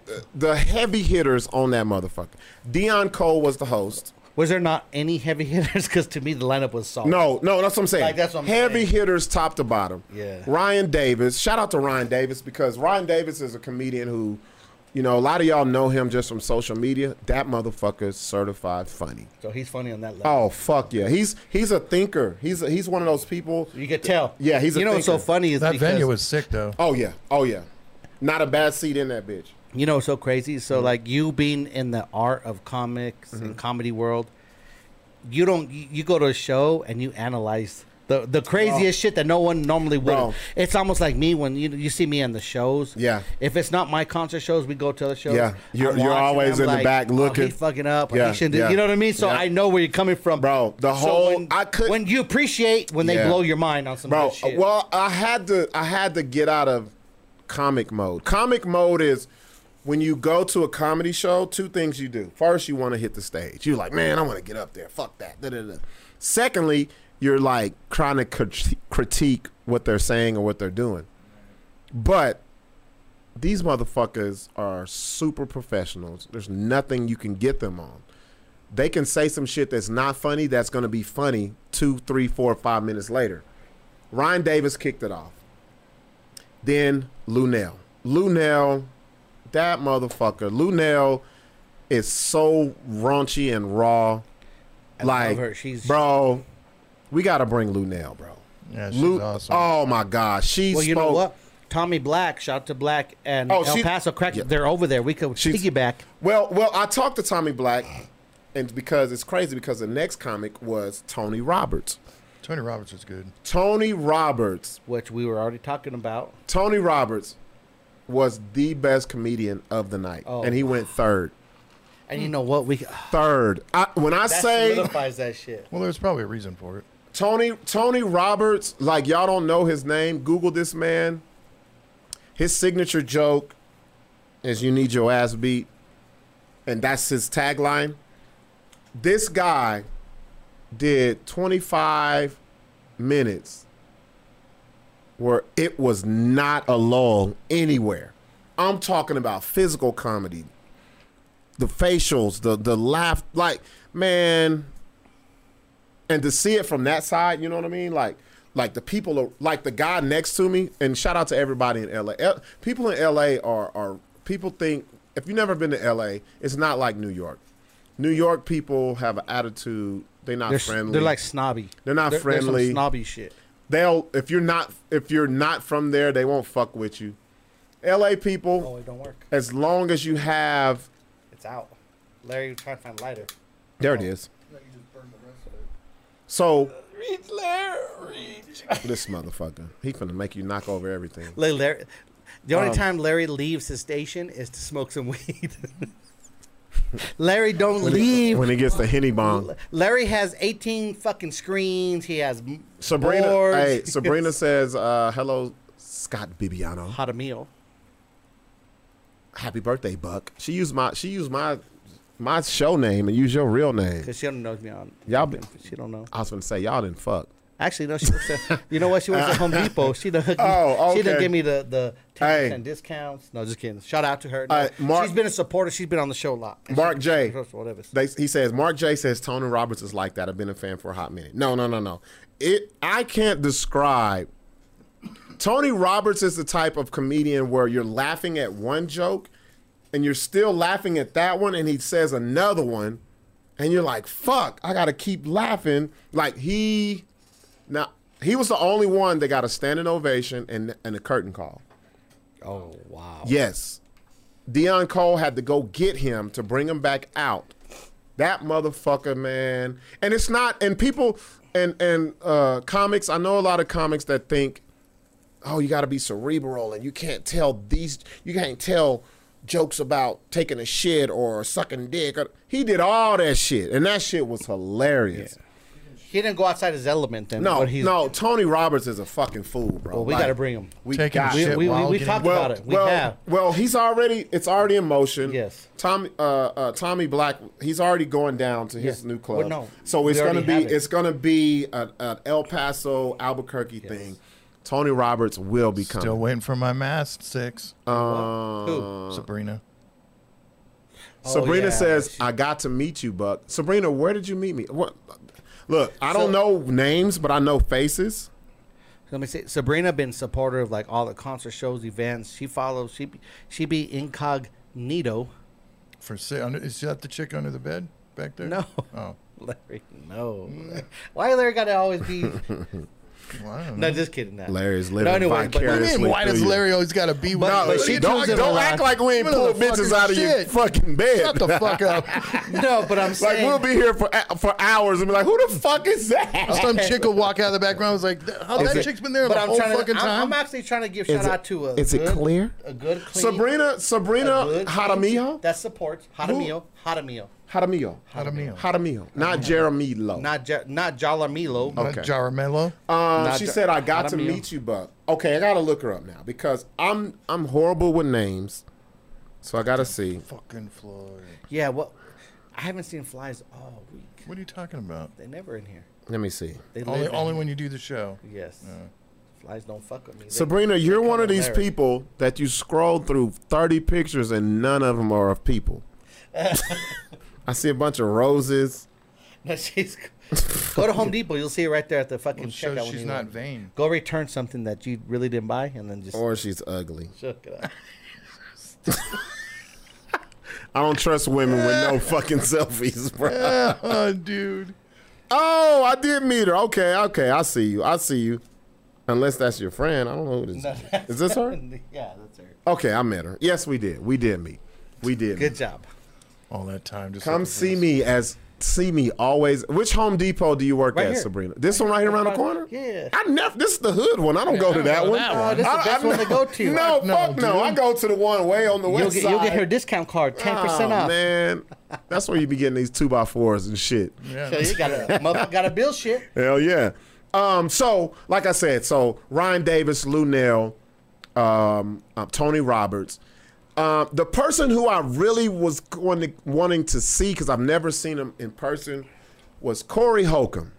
Speaker 2: uh, the heavy hitters on that motherfucker. Dion Cole was the host.
Speaker 3: was there not any heavy hitters? Because to me, the lineup was solid.
Speaker 2: No, no, that's what I'm saying.
Speaker 3: Like, that's what I'm
Speaker 2: Heavy
Speaker 3: saying.
Speaker 2: hitters, top to bottom.
Speaker 3: Yeah.
Speaker 2: Ryan Davis. Shout out to Ryan Davis because Ryan Davis is a comedian who, you know, a lot of y'all know him just from social media. That motherfucker's certified funny.
Speaker 3: so he's funny on that level.
Speaker 2: Oh fuck yeah, he's he's a thinker. He's a, he's one of those people.
Speaker 3: You could tell.
Speaker 2: Yeah, he's a
Speaker 3: You know what's so
Speaker 2: thinker.
Speaker 3: funny is
Speaker 4: That
Speaker 3: because,
Speaker 4: venue was sick though.
Speaker 2: Oh yeah, oh yeah, not a bad seat in that bitch.
Speaker 3: you know what's so crazy. So
Speaker 2: Mm-hmm.
Speaker 3: like you being in the art of comics and comedy world, you don't you you go to a show and you analyze the the craziest shit that no one normally
Speaker 2: Oh. Bro.
Speaker 3: would. It's almost like me when you you see me in the shows.
Speaker 2: Yeah.
Speaker 3: If it's not my concert shows, we go to other shows.
Speaker 2: Yeah. You're-
Speaker 3: I
Speaker 2: you're
Speaker 3: watch and
Speaker 2: always
Speaker 3: I'm
Speaker 2: in the
Speaker 3: like,
Speaker 2: back
Speaker 3: "Oh,
Speaker 2: looking."
Speaker 3: he fucking up. or
Speaker 2: Yeah,
Speaker 3: he shouldn't do-"
Speaker 2: yeah,
Speaker 3: You know what I mean? So
Speaker 2: yeah.
Speaker 3: I know where you're coming from,
Speaker 2: Bro, the
Speaker 3: So
Speaker 2: whole-
Speaker 3: when,
Speaker 2: I could-
Speaker 3: when you appreciate when they
Speaker 2: Yeah.
Speaker 3: blow your mind on some
Speaker 2: bro.
Speaker 3: good shit.
Speaker 2: Well, I had to I had to get out of comic mode. Comic mode is when you go to a comedy show. Two things you do. First, you want to hit the stage. You're like, man, I want to get up there. Fuck that. Da, da, da. Secondly, you're like trying to crit- critique what they're saying or what they're doing. But these motherfuckers are super professionals. There's nothing you can get them on. They can say some shit that's not funny that's going to be funny two, three, four, five minutes later. Ryan Davis kicked it off. Then Lunell. Lunell, that motherfucker. Lunell is so raunchy and raw.
Speaker 3: I
Speaker 2: like,
Speaker 3: love her. She's-
Speaker 2: bro, we got to bring Lunell, bro.
Speaker 4: Yeah, she's
Speaker 2: Lu-
Speaker 4: awesome.
Speaker 2: Oh my gosh, she
Speaker 3: Well, you know
Speaker 2: spoke-
Speaker 3: what? Tommy Black, shout to Black and
Speaker 2: Oh,
Speaker 3: El
Speaker 2: she-
Speaker 3: Paso. Crack,
Speaker 2: yeah.
Speaker 3: they're over there. We could
Speaker 2: She's-
Speaker 3: piggyback.
Speaker 2: Well, well, I talked to Tommy Black, and because it's crazy because the next comic was Tony Roberts.
Speaker 4: Tony Roberts was good.
Speaker 2: Tony Roberts
Speaker 3: which we were already talking about.
Speaker 2: Tony Roberts was the best comedian of the night,
Speaker 3: Oh.
Speaker 2: and he went third.
Speaker 3: And you know what? We
Speaker 2: Third. Mm. I, when I
Speaker 3: that
Speaker 2: say
Speaker 3: solidifies that shit.
Speaker 4: Well, there's probably a reason for it.
Speaker 2: Tony Tony Roberts, like y'all don't know his name, Google this man. His signature joke is "You need your ass beat," and that's his tagline. This guy did 25 minutes where it was not a lull anywhere. I'm talking about physical comedy, the facials, the the laugh, like man, and to see it from that side, you know what I mean? Like, like the people, are, like the guy next to me, and shout out to everybody in LA. L- people in LA are are people think if you've never been to LA, it's not like New York. New York people have an attitude. They're not
Speaker 3: They're, s-
Speaker 2: friendly.
Speaker 3: they're like snobby.
Speaker 2: They're not
Speaker 3: There- there's some
Speaker 2: friendly.
Speaker 3: snobby shit.
Speaker 2: they'll if you're not if you're not from there, they won't fuck with you. LA people,
Speaker 3: Oh, it don't work.
Speaker 2: as long as you have,
Speaker 3: It's out. Larry, you're trying to find lighter.
Speaker 2: there it is. So this motherfucker, he finna make you knock over everything.
Speaker 3: Larry, Larry the only
Speaker 2: Um,
Speaker 3: time Larry leaves his station is to smoke some weed. Larry, don't leave.
Speaker 2: when he gets the henny bomb.
Speaker 3: Larry has 18 fucking screens. He has m-
Speaker 2: Sabrina,
Speaker 3: boards.
Speaker 2: hey, Sabrina says, uh, "Hello, Scott Bibiano.
Speaker 3: hot a meal.
Speaker 2: Happy birthday, Buck." She used my she used my my show name and used your real name.
Speaker 3: Cause she don't know me on.
Speaker 2: Y'all be-
Speaker 3: she don't know.
Speaker 2: I was gonna say y'all didn't fuck.
Speaker 3: Actually, no. She works at, You know what? She works at Home Depot. She done hooked me.
Speaker 2: Oh,
Speaker 3: She done
Speaker 2: okay.
Speaker 3: give me the the
Speaker 2: Hey.
Speaker 3: ten percent discounts. No, just kidding. Shout out to her. No,
Speaker 2: Uh, Mark-
Speaker 3: she's been a supporter. She's been on the show a lot. And
Speaker 2: Mark
Speaker 3: she-
Speaker 2: J.
Speaker 3: Whatever.
Speaker 2: They, he says Mark J says Tony Roberts is like that. I've been a fan for a hot minute. No, no, no, no. It I can't describe. Tony Roberts is the type of comedian where you're laughing at one joke, and you're still laughing at that one, and he says another one, and you're like, "Fuck, I gotta keep laughing." Like he, now he was the only one that got a standing ovation and and a curtain call.
Speaker 3: oh wow.
Speaker 2: Yes. Dion Cole had to go get him to bring him back out. That motherfucker, man. And it's not and people and and uh comics, I know a lot of comics that think, oh, you gotta be cerebral and you can't tell these you can't tell jokes about taking a shit or sucking dick. He did all that shit, and that shit was hilarious.
Speaker 3: He didn't go outside his element then.
Speaker 2: No,
Speaker 3: but he's,
Speaker 2: no. Tony Roberts is a fucking fool, bro.
Speaker 3: Well, we
Speaker 2: Like,
Speaker 3: got to bring him.
Speaker 2: We
Speaker 4: Taking
Speaker 2: got
Speaker 4: a shit
Speaker 3: we-
Speaker 4: while
Speaker 3: we
Speaker 4: getting-
Speaker 3: talked
Speaker 2: well,
Speaker 3: about it. We
Speaker 2: well, uh,
Speaker 3: have.
Speaker 2: well, he's already. It's already in motion.
Speaker 3: Yes.
Speaker 2: Tommy, uh, uh, Tommy Black. He's already going down to his
Speaker 3: Yeah.
Speaker 2: new club.
Speaker 3: Well, no,
Speaker 2: so
Speaker 3: we
Speaker 2: it's gonna
Speaker 3: already
Speaker 2: be
Speaker 3: have it.
Speaker 2: it's gonna be an, an El Paso Albuquerque thing. Tony Roberts will be coming.
Speaker 4: Still waiting for my mask six.
Speaker 2: Uh.
Speaker 3: Who?
Speaker 4: Sabrina.
Speaker 2: Sabrina
Speaker 3: yeah.
Speaker 2: says, "I got to meet you, Buck." Sabrina, where did you meet me? What? Look, I don't know names, but I know faces.
Speaker 3: Let me see. Sabrina been supporter of like all the concert shows, events. She follows. She be- she be incognito.
Speaker 4: For si- under, is that the chick under the bed back there?
Speaker 3: No.
Speaker 4: Oh,
Speaker 3: Larry, no. Why Larry gotta always be?
Speaker 4: well, I don't know.
Speaker 3: no, just kidding. That
Speaker 2: Larry is living
Speaker 3: but-
Speaker 4: What do you
Speaker 2: vicariously
Speaker 4: mean? Why
Speaker 2: through
Speaker 4: does
Speaker 2: you.
Speaker 4: Larry always got to be? with
Speaker 2: No,
Speaker 4: you?
Speaker 2: but she
Speaker 4: What are
Speaker 2: don't
Speaker 4: you talking
Speaker 2: don't
Speaker 4: about?
Speaker 2: act like we ain't pulled
Speaker 4: Motherfucking
Speaker 2: bitches out of your
Speaker 4: shit.
Speaker 2: fucking bed.
Speaker 4: Shut the fuck up.
Speaker 3: No, but I'm
Speaker 2: Like
Speaker 3: saying.
Speaker 2: we'll be here for for hours and be like, who the fuck is that?
Speaker 4: Some chick will walk out of the background. Was like, how that
Speaker 2: it-
Speaker 4: chick's been there
Speaker 3: but
Speaker 4: the
Speaker 3: I'm
Speaker 4: whole
Speaker 3: trying
Speaker 4: fucking
Speaker 3: to,
Speaker 4: time.
Speaker 3: I'm, I'm actually trying to give shout
Speaker 2: it-
Speaker 3: out to a.
Speaker 2: is it
Speaker 3: good-
Speaker 2: clear?
Speaker 3: A good clean.
Speaker 2: Sabrina Sabrina
Speaker 4: uh,
Speaker 3: good
Speaker 2: Jaramillo
Speaker 3: That supports Jaramillo. Jaramillo.
Speaker 2: Jaramillo
Speaker 4: Jaramillo.
Speaker 2: Jaramillo, not Jeremilo.
Speaker 3: Not ja- not Jalamilo.
Speaker 4: Uh,
Speaker 2: okay.
Speaker 4: Jaramello.
Speaker 2: Uh,
Speaker 3: Not
Speaker 2: she
Speaker 3: Ja-
Speaker 2: said I got to
Speaker 3: Jaramillo.
Speaker 2: meet you, Buck. Okay, I gotta look her up now because I'm I'm horrible with names, so I gotta see.
Speaker 4: Fucking Floyd.
Speaker 3: Yeah. Well, I haven't seen flies all week.
Speaker 4: What are you talking about?
Speaker 3: They never in here.
Speaker 2: Let me see.
Speaker 3: They
Speaker 4: Only,
Speaker 3: live in
Speaker 4: only
Speaker 3: here.
Speaker 4: when you do the show.
Speaker 3: Yes. Flies don't fuck with me. They-
Speaker 2: Sabrina, you're one of these
Speaker 3: Larry.
Speaker 2: people that you scroll through 30 pictures and none of them are of people. I see a bunch of roses.
Speaker 3: No, she's- go to Home Depot. You'll see it right there at the fucking
Speaker 4: It
Speaker 3: checkout.
Speaker 4: shows
Speaker 3: when
Speaker 4: she's
Speaker 3: you
Speaker 4: not
Speaker 3: leave.
Speaker 4: vain.
Speaker 3: Go return something that you really didn't buy, and then just
Speaker 2: Or she's ugly.
Speaker 3: shook it up.
Speaker 2: I don't trust women with no fucking selfies, bro.
Speaker 4: Oh, dude.
Speaker 2: Oh, I did meet her. Okay, okay. I see you. I see you. Unless that's your friend. I don't know who this is. Is this her?
Speaker 3: yeah, that's her.
Speaker 2: Okay, I met her. Yes, we did. We did meet. We did.
Speaker 3: Good
Speaker 2: Meet.
Speaker 3: job.
Speaker 4: All that time. Just
Speaker 2: Come
Speaker 4: looking for
Speaker 2: see
Speaker 4: this.
Speaker 2: me as see me always. Which Home Depot do you work
Speaker 3: Right
Speaker 2: at,
Speaker 3: here.
Speaker 2: Sabrina? This one right here around the corner?
Speaker 3: Yeah.
Speaker 2: I never. This is the hood one. I don't go
Speaker 4: I
Speaker 2: to
Speaker 4: don't
Speaker 2: that
Speaker 4: go to
Speaker 2: one.
Speaker 4: that one. Oh,
Speaker 3: Uh, this is the
Speaker 2: I-
Speaker 3: best
Speaker 2: I-
Speaker 3: one to go to.
Speaker 2: No,
Speaker 4: No,
Speaker 2: fuck no.
Speaker 4: dude.
Speaker 2: I go to the one way on the
Speaker 3: You'll
Speaker 2: west
Speaker 3: get,
Speaker 2: side.
Speaker 3: you'll get her discount card, ten percent
Speaker 2: oh,
Speaker 3: off.
Speaker 2: man, that's where you be getting these two by fours and shit.
Speaker 3: So you got a motherfucker got a bill shit.
Speaker 2: Hell yeah. Um, so like I said, so Ryan Davis, Lou Nell, um, uh, Tony Roberts. Uh, the person who I really was going to, wanting to see because I've never seen him in person was Corey Holcomb.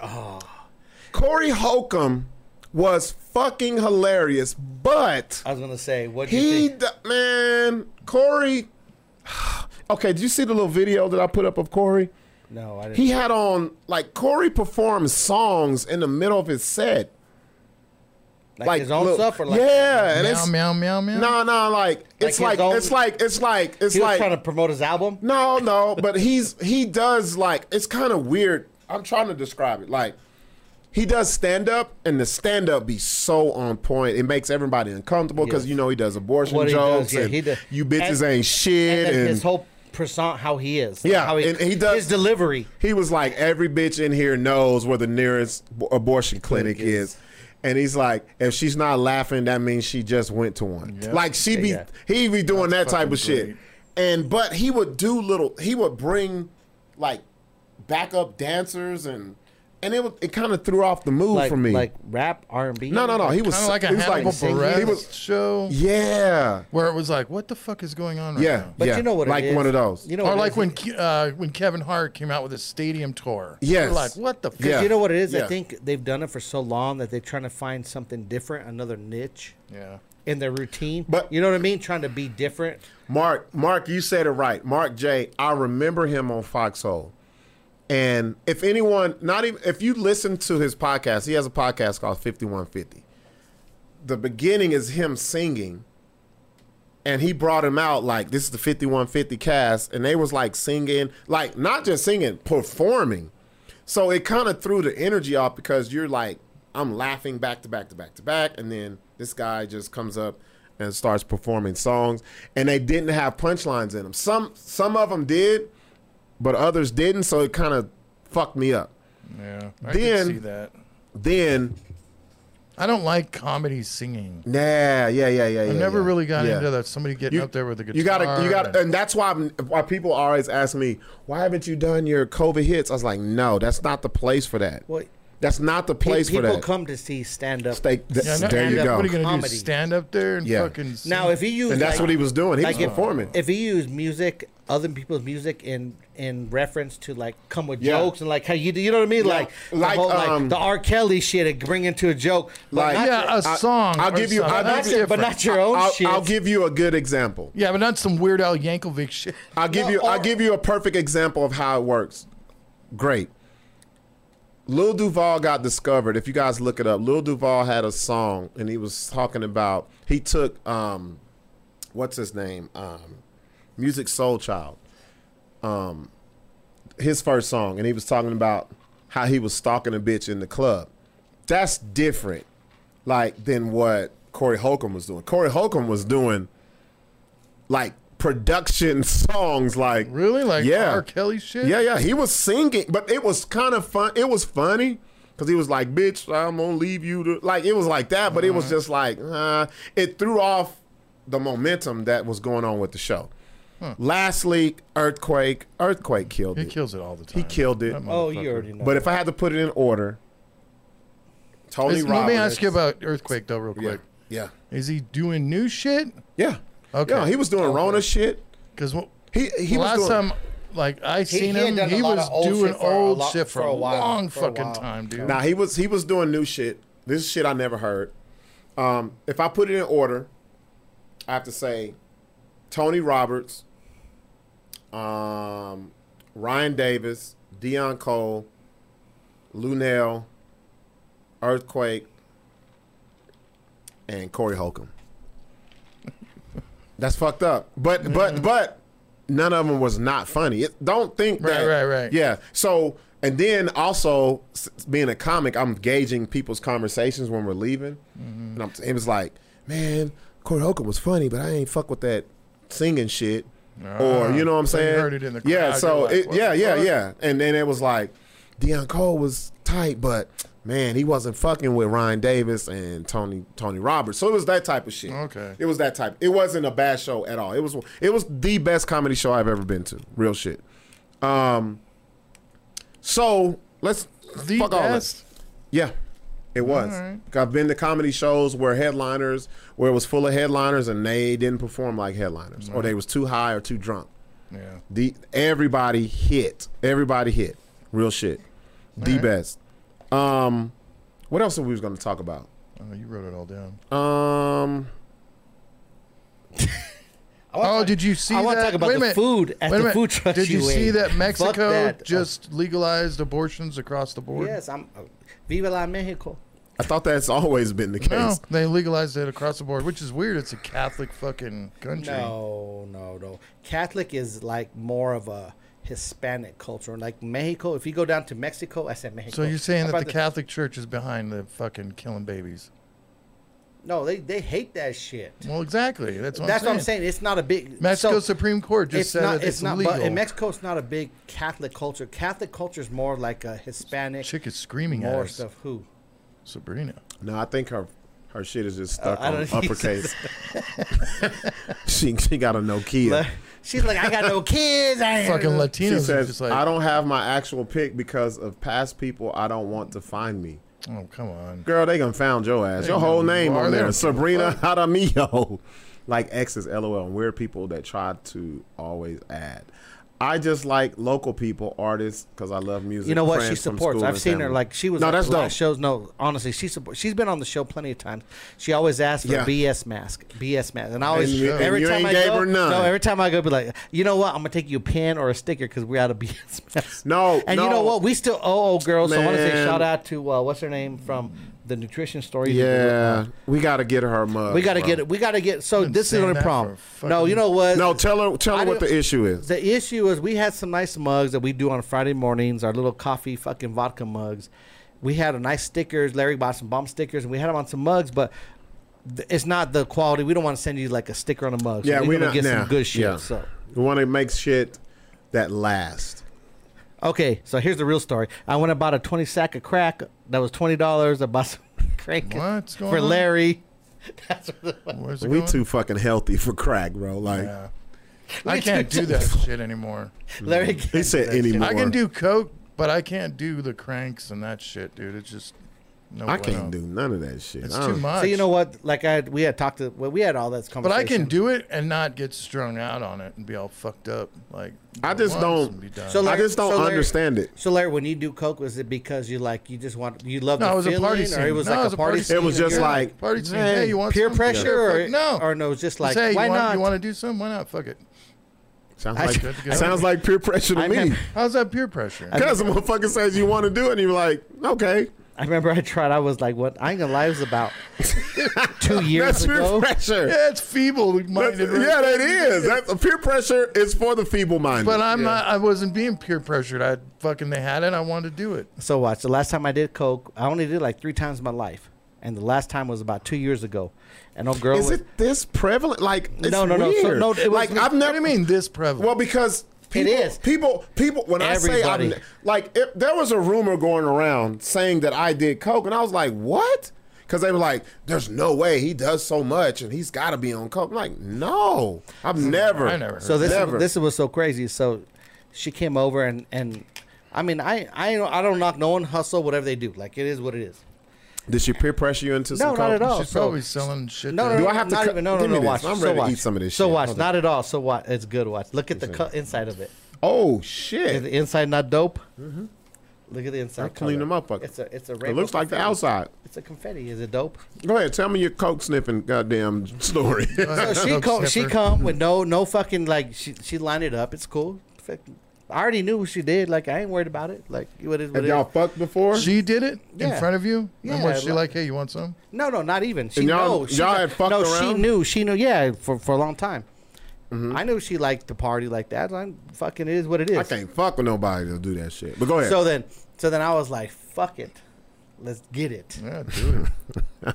Speaker 3: Ah.
Speaker 2: Corey Holcomb was fucking hilarious, but
Speaker 3: I was gonna say, what do Oh, you
Speaker 2: he
Speaker 3: think?
Speaker 2: d- man Corey. Okay, did you see the little video that I put up of Corey?
Speaker 3: No, I didn't.
Speaker 2: He had on like Corey performed songs in the middle of his set,
Speaker 3: like,
Speaker 2: like
Speaker 3: his own
Speaker 2: look-
Speaker 3: stuff, or like
Speaker 2: yeah, and
Speaker 4: Meow,
Speaker 2: it's
Speaker 4: meow, meow, meow.
Speaker 2: no, no, like it's like,
Speaker 3: Like his own-
Speaker 2: it's like it's like it's
Speaker 3: he was
Speaker 2: like
Speaker 3: trying to promote his album.
Speaker 2: no, no, but he's he does like it's kind of weird. I'm trying to describe it like he does stand up, and the stand up be so on point. It makes everybody uncomfortable because
Speaker 3: Yes.
Speaker 2: you know he does abortion
Speaker 3: What he does,
Speaker 2: jokes
Speaker 3: yeah,
Speaker 2: and
Speaker 3: he does.
Speaker 2: you bitches
Speaker 3: And-
Speaker 2: ain't shit.
Speaker 3: And
Speaker 2: And,
Speaker 3: then his whole persona, how he is,
Speaker 2: Yeah,
Speaker 3: how he,
Speaker 2: and he does-
Speaker 3: his delivery.
Speaker 2: he was like, every bitch in here knows where the nearest b-
Speaker 3: Mm,
Speaker 2: abortion clinic is. And he's like, if she's not laughing, that means she just went to one. Like she be,
Speaker 3: Yeah.
Speaker 2: he be doing that type of
Speaker 4: fucking
Speaker 2: shit.
Speaker 4: great.
Speaker 2: And but he would do little. He would bring like backup dancers and and it would, it kind of threw off the mood
Speaker 3: Like,
Speaker 2: for me.
Speaker 3: like rap R and B.
Speaker 2: no, no, no. He was
Speaker 4: Kind of like a
Speaker 2: he was
Speaker 4: Hannibal
Speaker 2: he
Speaker 4: Buress
Speaker 2: was-
Speaker 4: show
Speaker 2: yeah,
Speaker 4: where it was like, what the fuck is going on right
Speaker 2: yeah,
Speaker 4: now?
Speaker 3: But
Speaker 2: yeah.
Speaker 3: you know what? it
Speaker 2: Like
Speaker 3: is.
Speaker 2: one of those.
Speaker 3: You know,
Speaker 4: or
Speaker 3: what it
Speaker 4: like
Speaker 3: is?
Speaker 4: when Ke- uh, when Kevin Hart came out with his stadium tour.
Speaker 2: Yes.
Speaker 4: You're like what the fuck?
Speaker 2: Yeah.
Speaker 3: you know what it is.
Speaker 2: Yeah.
Speaker 3: I think they've done it for so long that they're trying to find something different, another niche
Speaker 4: Yeah.
Speaker 3: in their routine.
Speaker 2: But-
Speaker 3: you know what I mean, trying to be different.
Speaker 2: Mark, Mark, you said it right. Mark J, I remember him on Foxhole. And if anyone, not even if you listen to his podcast, he has a podcast called 5150. The beginning is him singing. And he brought him out like this is the 5150 cast. And they was like singing, like not just singing, performing. So it kind of threw the energy off because you're like, I'm laughing back to back to back to back, and then this guy just comes up and starts performing songs, and they didn't have punchlines in them. Some some of them did, but others didn't. So it kind of fucked me up.
Speaker 4: Yeah. I
Speaker 2: Then-
Speaker 4: could see that.
Speaker 2: Then
Speaker 4: I don't like comedy singing.
Speaker 2: Nah, yeah, yeah, yeah, yeah.
Speaker 4: I never
Speaker 2: yeah.
Speaker 4: really got
Speaker 2: Yeah.
Speaker 4: into that. Somebody getting up there with a guitar.
Speaker 2: You gotta, you
Speaker 4: and-
Speaker 2: gotta, and that's why I'm- why people always ask me, why haven't you done your COVID hits? I was like, no, that's not the place for that.
Speaker 3: Well,
Speaker 2: That's not the place for
Speaker 3: people
Speaker 2: that.
Speaker 3: come to see stand up.
Speaker 2: Stay- th-
Speaker 4: Yeah, no,
Speaker 2: there
Speaker 4: and
Speaker 2: you
Speaker 3: uh,
Speaker 4: that-
Speaker 2: go.
Speaker 4: What are you gonna
Speaker 3: Comedy.
Speaker 4: do? Stand up there and
Speaker 2: Yeah.
Speaker 4: fucking. Sing?
Speaker 3: Now, if you use
Speaker 2: and that's
Speaker 3: like-
Speaker 2: what he was doing. He
Speaker 3: like
Speaker 2: was
Speaker 3: if-
Speaker 2: performing.
Speaker 3: If you use music, other people's music, in in reference to like come with
Speaker 2: Yeah.
Speaker 3: jokes and like how you do, you know what I mean?
Speaker 2: Yeah.
Speaker 3: Like the
Speaker 2: Like,
Speaker 3: whole,
Speaker 2: um,
Speaker 3: the R. Kelly shit, and bring into a joke. but
Speaker 2: Like-
Speaker 3: not
Speaker 4: yeah,
Speaker 3: your-
Speaker 4: a song.
Speaker 2: I'll
Speaker 4: or
Speaker 2: give you- I'll
Speaker 4: something.
Speaker 2: give
Speaker 4: That's
Speaker 2: you-
Speaker 3: but
Speaker 4: different.
Speaker 3: not your own
Speaker 2: I'll,
Speaker 3: shit.
Speaker 2: I'll give you a good example.
Speaker 4: Yeah, but not some Weird Al Yankovic shit.
Speaker 2: I'll give
Speaker 3: No,
Speaker 2: you, I'll
Speaker 3: or-
Speaker 2: give you a perfect example of how it works. Great. Lil Duval got discovered. If you guys look it up, Lil Duval had a song, and he was talking about he took um, what's his name, um, Music Soul Child, um, his first song, and he was talking about how he was stalking a bitch in the club. That's different, like than what Corey Holcomb was doing. Corey Holcomb was doing like production songs, like
Speaker 4: Really? Like
Speaker 2: yeah,
Speaker 4: R. Kelly shit?
Speaker 2: yeah, yeah, he was singing, but it was kind of fun. It was funny because he was like, "Bitch, I'm gonna leave you." To... Like it was like that, but it
Speaker 4: Uh-huh.
Speaker 2: was just like uh, it threw off the momentum that was going on with the show. Lastly, earthquake, earthquake killed
Speaker 4: He
Speaker 2: it.
Speaker 4: kills it all the time.
Speaker 2: He killed it.
Speaker 4: That
Speaker 3: Oh,
Speaker 4: motherfucker.
Speaker 3: you already know.
Speaker 2: But if I had to put it in order, Tony
Speaker 4: Is-
Speaker 2: Robbins.
Speaker 4: let me ask you about Earthquake though, real
Speaker 2: Yeah,
Speaker 4: quick.
Speaker 2: yeah,
Speaker 4: Is he doing new shit?
Speaker 2: yeah.
Speaker 4: Okay.
Speaker 2: Yeah, he was doing Rona shit.
Speaker 4: Because
Speaker 2: He he
Speaker 4: last
Speaker 2: was doing,
Speaker 4: time, like I seen
Speaker 3: he had
Speaker 4: him,
Speaker 3: done a
Speaker 4: he
Speaker 3: lot
Speaker 4: was
Speaker 3: of old
Speaker 4: doing
Speaker 3: shit for a
Speaker 4: old
Speaker 3: lot-
Speaker 4: shit for, a
Speaker 3: while,
Speaker 4: long
Speaker 3: for a
Speaker 4: fucking
Speaker 3: while.
Speaker 4: time, dude.
Speaker 2: Now he was he was doing new shit. This is shit I never heard. Um, if I put it in order, I have to say Tony Roberts, um, Ryan Davis, Dion Cole, Lunell, Earthquake, and Corey Holcomb. That's fucked up. But
Speaker 4: Mm-hmm.
Speaker 2: but but none of them was not funny. It, don't think
Speaker 4: Right,
Speaker 2: that.
Speaker 4: right, right.
Speaker 2: Yeah. So and then also s- being a comic, I'm gauging people's conversations when we're leaving,
Speaker 4: Mm-hmm.
Speaker 2: and I'm, it was like, man, Corey Holcomb was funny, but I ain't fuck with that singing shit. or you know what I'm
Speaker 4: so you
Speaker 2: saying?
Speaker 4: heard it in the crowd,
Speaker 2: yeah,
Speaker 4: you're
Speaker 2: so
Speaker 4: like,
Speaker 2: it,
Speaker 4: what
Speaker 2: yeah,
Speaker 4: the
Speaker 2: yeah,
Speaker 4: fuck?
Speaker 2: yeah. And then it was like, Deion Cole was tight, but man, he wasn't fucking with Ryan Davis and Tony Tony Roberts. So it was that type of shit.
Speaker 4: Okay.
Speaker 2: It was that type. It wasn't a bad show at all. It was it was the best comedy show I've ever been to. Real shit. Um. So let's
Speaker 4: the
Speaker 2: fuck all that.
Speaker 4: best.
Speaker 2: Yeah, it was. I've been to comedy shows where headliners, where it was full of headliners, and they didn't perform like headliners, or they was too high or too drunk.
Speaker 4: Yeah.
Speaker 2: The everybody hit. Everybody hit. Real shit. the best. Um, what else are we was gonna talk about?
Speaker 4: Oh, you wrote it all down.
Speaker 2: Um,
Speaker 4: Oh, did you see?
Speaker 3: I want to
Speaker 4: that-
Speaker 3: talk about
Speaker 4: Wait a
Speaker 3: the
Speaker 4: minute.
Speaker 3: food at
Speaker 4: Wait
Speaker 3: the
Speaker 4: a minute.
Speaker 3: food truck.
Speaker 4: Did you, see
Speaker 3: ate.
Speaker 4: that
Speaker 3: Fuck
Speaker 4: Mexico
Speaker 3: that.
Speaker 4: just legalized abortions across the board?
Speaker 3: Yes, I'm. uh, Viva la Mexico.
Speaker 2: I thought that's always been the case.
Speaker 4: No, they legalized it across the board, which is weird. It's a Catholic fucking country.
Speaker 3: No, no, no. Catholic is like more of a Hispanic culture. Like Mexico, if you go down to Mexico, I said Mexico.
Speaker 4: So you're saying that
Speaker 3: About
Speaker 4: the Catholic Church is behind the fucking killing babies?
Speaker 3: No, they, they hate that shit.
Speaker 4: Well, exactly. That's what
Speaker 3: That's
Speaker 4: I'm
Speaker 3: what
Speaker 4: saying.
Speaker 3: I'm saying. It's not a big
Speaker 4: Mexico
Speaker 3: so-
Speaker 4: Supreme Court just
Speaker 3: it's
Speaker 4: said
Speaker 3: not,
Speaker 4: that it's,
Speaker 3: not,
Speaker 4: legal.
Speaker 3: But in Mexico, it's not a big Catholic culture. Catholic culture is more like a Hispanic.
Speaker 4: Chick is screaming at
Speaker 3: more
Speaker 4: us.
Speaker 3: stuff. Who?
Speaker 4: Sabrina.
Speaker 2: No, I think her her shit is just stuck
Speaker 3: Uh, I
Speaker 2: on
Speaker 3: don't-
Speaker 2: uppercase. she she got a no key.
Speaker 3: She's like, I got no kids. I ain't-"
Speaker 4: Fucking Latinos
Speaker 2: She
Speaker 4: are
Speaker 2: says,
Speaker 4: just like,
Speaker 2: "I don't have my actual pick because of past people. I don't want to find me."
Speaker 4: Oh, come on.
Speaker 2: Girl, they gonna found your ass. Your
Speaker 4: know
Speaker 2: whole
Speaker 4: who
Speaker 2: name
Speaker 4: you are.
Speaker 2: on
Speaker 4: They
Speaker 2: there,
Speaker 4: don't give a
Speaker 2: Sabrina Jaramillo. like exes, lol. And weird people that try to always add. I just like local people, artists, because I love music.
Speaker 3: You know what? She
Speaker 2: friends from
Speaker 3: supports.
Speaker 2: school
Speaker 3: I've
Speaker 2: and
Speaker 3: seen her.
Speaker 2: family.
Speaker 3: Like she was.
Speaker 2: No,
Speaker 3: at
Speaker 2: that's
Speaker 3: the last
Speaker 2: dope.
Speaker 3: Shows. No, honestly, she support. She's been on the show plenty of times. She always asks for
Speaker 2: Yeah.
Speaker 3: a BS mask. BS mask. And I always
Speaker 2: And you- and
Speaker 3: every
Speaker 2: you
Speaker 3: time
Speaker 2: ain't
Speaker 3: I
Speaker 2: gave
Speaker 3: go,
Speaker 2: her none.
Speaker 3: no, every time I go, be like, you know what? I'm gonna take you a pen or a sticker because we're out of BS masks.
Speaker 2: No,
Speaker 3: And you
Speaker 2: no.
Speaker 3: know what? We still owe old girls. So I want to say
Speaker 2: Man.
Speaker 3: shout out to uh, what's her name from the nutrition story.
Speaker 2: Yeah, we gotta get her mug.
Speaker 3: We gotta
Speaker 2: bro.
Speaker 3: get it. We gotta get. So
Speaker 4: been
Speaker 3: this is
Speaker 4: saying
Speaker 3: the
Speaker 4: that
Speaker 3: problem.
Speaker 4: for
Speaker 3: No,
Speaker 4: fucking-
Speaker 3: you know what?
Speaker 2: No, tell her. Tell her
Speaker 3: I
Speaker 2: what
Speaker 3: don't-
Speaker 2: the issue is.
Speaker 3: The issue is we had some nice mugs that we do on Friday mornings, our little coffee fucking vodka mugs. We had a nice stickers. Larry bought some bomb stickers, and we had them on some mugs, but th- it's not the quality. We don't want to send you like a sticker on a mug. So
Speaker 2: yeah,
Speaker 3: we're
Speaker 2: we
Speaker 3: gonna
Speaker 2: not
Speaker 3: get
Speaker 2: nah,
Speaker 3: some good shit.
Speaker 2: yeah.
Speaker 3: So
Speaker 2: we want to make shit that lasts.
Speaker 3: okay, so here's the real story. I went and bought a twenty sack of crack that was twenty dollars. I bought some crank it.
Speaker 4: What's going
Speaker 3: for
Speaker 4: on?
Speaker 3: Larry.
Speaker 4: Where's it
Speaker 2: We
Speaker 4: going?
Speaker 2: too fucking healthy for crack, bro. Like
Speaker 4: Yeah. I can't do that shit anymore.
Speaker 3: Larry.
Speaker 2: he said, anymore.
Speaker 4: I can do coke, but I can't do the cranks and that shit, dude. It's just no.
Speaker 2: I
Speaker 4: bueno.
Speaker 2: can't do none of that shit.
Speaker 4: It's
Speaker 2: I
Speaker 4: too
Speaker 2: don't-
Speaker 4: much.
Speaker 3: So you know what? Like I, we had talked to, well, we had all that
Speaker 4: But
Speaker 3: conversation.
Speaker 4: I can do it and not get strung out on it and be all fucked up. Like
Speaker 2: I
Speaker 4: go
Speaker 2: just
Speaker 4: once
Speaker 2: don't-
Speaker 4: and be done.
Speaker 3: So,
Speaker 2: I
Speaker 3: Larry-
Speaker 2: just don't
Speaker 3: so Larry-
Speaker 2: understand it.
Speaker 3: So Larry, when you do coke, was it because you like you just want you love
Speaker 4: No,
Speaker 3: the
Speaker 4: it was a
Speaker 3: feeling,
Speaker 4: party
Speaker 3: or it
Speaker 4: scene.
Speaker 3: was
Speaker 4: No,
Speaker 3: like
Speaker 4: it was
Speaker 3: a
Speaker 4: a
Speaker 3: party
Speaker 4: party
Speaker 3: scene?
Speaker 4: scene.
Speaker 2: It was just
Speaker 3: You're
Speaker 2: like
Speaker 4: party scene.
Speaker 2: man,
Speaker 4: Hey, you want
Speaker 3: peer
Speaker 4: some?
Speaker 3: pressure,
Speaker 4: Fuck
Speaker 3: or
Speaker 4: no?
Speaker 3: or no, it's just like
Speaker 4: Just, hey,
Speaker 3: why
Speaker 4: you want,
Speaker 3: not?
Speaker 4: You want to do something? Why not? Fuck it.
Speaker 2: sounds
Speaker 3: I-
Speaker 2: like
Speaker 4: I-
Speaker 2: sounds like peer pressure to
Speaker 3: I
Speaker 2: me.
Speaker 3: remember-
Speaker 4: How's that peer pressure?
Speaker 2: Because the motherfucker says you want to do it, and you're like, okay,
Speaker 3: I remember I tried. I was like, what? I ain't gonna lie, it was about two years
Speaker 2: that's peer
Speaker 3: ago.
Speaker 2: pressure.
Speaker 4: yeah, it's feeble-minded.
Speaker 2: That's-
Speaker 4: right?
Speaker 2: yeah, that is. That's, peer pressure is for the feeble-minded.
Speaker 4: But I'm not. I wasn't being peer pressured. I fucking they had it. I wanted to do it.
Speaker 3: So watch. The last time I did coke, I only did it like three times in my life, and the last time was about two years ago. And old girl,
Speaker 2: is
Speaker 3: was,
Speaker 2: it this prevalent? Like, it's
Speaker 3: No, no, no. So,
Speaker 2: weird.
Speaker 3: no, it was-
Speaker 2: like I've
Speaker 4: What
Speaker 2: never.
Speaker 4: do you mean this prevalent?
Speaker 2: Well, because people,
Speaker 3: is.
Speaker 2: people, people. When I say
Speaker 3: Everybody.
Speaker 2: I'm like, if there was a rumor going around saying that I did coke, and I was like, what? Because they were like, there's no way he does so much, and he's got to be on coke. I'm like, no, I've never.
Speaker 4: Mm, I never. Heard
Speaker 3: So this
Speaker 2: Never.
Speaker 3: is, this was so crazy. So she came over and and I mean I I don't, I don't knock no one hustle whatever they do like it is what it is.
Speaker 2: Did she peer pressure you into
Speaker 3: No,
Speaker 2: some
Speaker 3: not
Speaker 2: coke?
Speaker 3: at all.
Speaker 4: She's
Speaker 3: so-
Speaker 4: probably selling shit.
Speaker 3: No,
Speaker 4: to-
Speaker 3: no,
Speaker 2: Do
Speaker 3: no,
Speaker 2: I have to
Speaker 3: not
Speaker 2: cut-
Speaker 3: even, no, no,
Speaker 2: give me
Speaker 3: no.
Speaker 2: this.
Speaker 3: Watch.
Speaker 2: I'm
Speaker 3: so
Speaker 2: ready to
Speaker 3: watch.
Speaker 2: eat some of this
Speaker 3: So
Speaker 2: shit.
Speaker 3: watch.
Speaker 2: Hold on.
Speaker 3: Not at all. So watch. It's good. Watch. Look at the cut inside of it.
Speaker 2: Oh
Speaker 3: Is
Speaker 2: shit!
Speaker 3: the inside not dope? Look at the inside.
Speaker 2: Mm-hmm. I clean
Speaker 3: color.
Speaker 2: them up, fucker.
Speaker 3: It's a it's a.
Speaker 2: It
Speaker 3: rainbow
Speaker 2: looks like the
Speaker 3: confetti.
Speaker 2: outside.
Speaker 3: It's a confetti. Is it dope?
Speaker 2: Go ahead, tell me your coke sniffing goddamn story.
Speaker 3: So she
Speaker 4: Dope
Speaker 3: come, she
Speaker 4: sniffer.
Speaker 3: come with no no fucking like she she lined it up. It's cool. Fuck. I already knew what she did. Like I ain't worried about it. Like what is what
Speaker 2: Have
Speaker 3: it is.
Speaker 2: y'all fucked before?
Speaker 4: She did it
Speaker 3: Yeah.
Speaker 4: in front of you.
Speaker 3: Yeah,
Speaker 4: and was she
Speaker 3: like-
Speaker 4: like, "Hey, you want some?"
Speaker 3: No, no, not even. She
Speaker 2: And y'all-
Speaker 3: knows. She
Speaker 2: y'all
Speaker 3: kno-
Speaker 2: had fucked
Speaker 3: No, she
Speaker 2: around? Mm-hmm.
Speaker 3: knew. She knew. Yeah, for for a long time. I knew she liked to party like that. I'm fucking. It is what it is.
Speaker 2: I can't fuck with nobody that'll do that shit. But go ahead.
Speaker 3: So then, so then I was like, "Fuck it, let's get it."
Speaker 4: Yeah, do it.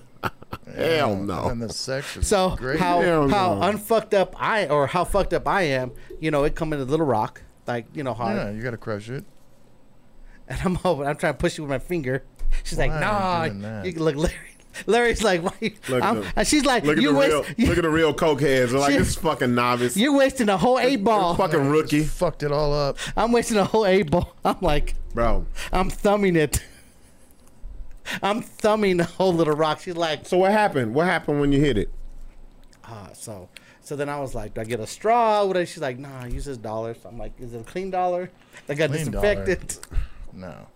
Speaker 2: Hell no.
Speaker 4: And the sex is
Speaker 3: So
Speaker 4: great.
Speaker 3: how
Speaker 2: Hell
Speaker 3: how
Speaker 2: no.
Speaker 3: unfucked up I or how fucked up I am, you know, it come into Little Rock like you know hard,
Speaker 4: yeah, you gotta crush it.
Speaker 3: and I'm over. I'm trying to push it with my finger. She's
Speaker 4: Why
Speaker 3: like,
Speaker 4: are you doing
Speaker 3: "Nah."
Speaker 4: that?
Speaker 3: You can look, Larry. Larry's like, "Why?" You,
Speaker 2: Look at
Speaker 3: I'm-
Speaker 2: the-
Speaker 3: and she's like,
Speaker 2: Look at
Speaker 3: "You
Speaker 2: the real,
Speaker 3: waste, you,
Speaker 2: look at the real coke heads. They're like
Speaker 3: She-
Speaker 2: this fucking novice,
Speaker 3: you're wasting a whole eight ball."
Speaker 2: fucking
Speaker 4: You
Speaker 2: rookie,
Speaker 4: fucked it all up.
Speaker 3: I'm wasting a whole eight ball. I'm like,
Speaker 2: bro."
Speaker 3: I'm thumbing it. I'm thumbing the whole little rock. She's like,
Speaker 2: So what happened? What happened when you hit it?
Speaker 3: ah, so. So then I was like, do I get a straw? What? She's like, nah, use this dollar. So I'm like, is it a clean dollar? I got
Speaker 4: Clean dollar.
Speaker 3: disinfectant.
Speaker 4: No.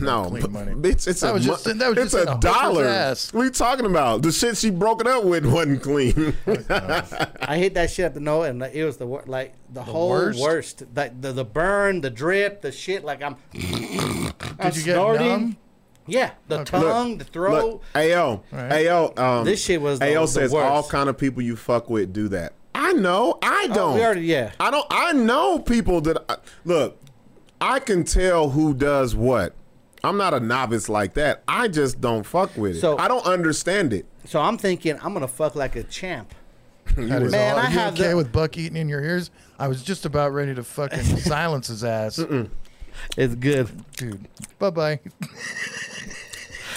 Speaker 2: No,
Speaker 4: clean money.
Speaker 2: bitch, it's
Speaker 4: That
Speaker 2: a
Speaker 4: was
Speaker 2: mo-
Speaker 4: just in- that was
Speaker 2: it's
Speaker 4: just in
Speaker 2: a
Speaker 4: a hooker's
Speaker 2: dollar.
Speaker 4: ass.
Speaker 2: What are you talking about? The shit she broke it up with wasn't clean.
Speaker 3: I hit that shit up the nose, and it was the wor- like the, whole worst.
Speaker 4: worst?
Speaker 3: Like the, the burn, the drip, the shit. Like I'm. I'm
Speaker 4: Did you get
Speaker 3: snorting.
Speaker 4: numb?
Speaker 3: Yeah, the tongue, the throat.
Speaker 2: Look, Ayo,
Speaker 4: Right.
Speaker 2: Ayo, um,
Speaker 3: This shit was the-
Speaker 2: Ayo
Speaker 3: the
Speaker 2: says
Speaker 3: worst. Oh,
Speaker 2: all kind of people you fuck with do that. I know, I don't.
Speaker 3: we already- yeah.
Speaker 2: I don't. I know people that I, look. I can tell who does what. I'm not a novice like that. I just don't fuck with it.
Speaker 3: So-
Speaker 2: I don't understand it.
Speaker 3: So I'm thinking I'm gonna fuck like a champ.
Speaker 4: That is
Speaker 3: Man,
Speaker 4: all.
Speaker 3: I
Speaker 4: you
Speaker 3: have
Speaker 4: okay
Speaker 3: the-
Speaker 4: with Buck eating in your ears? I was just about ready to fucking silence his ass,
Speaker 3: It's good.
Speaker 4: dude. Bye bye.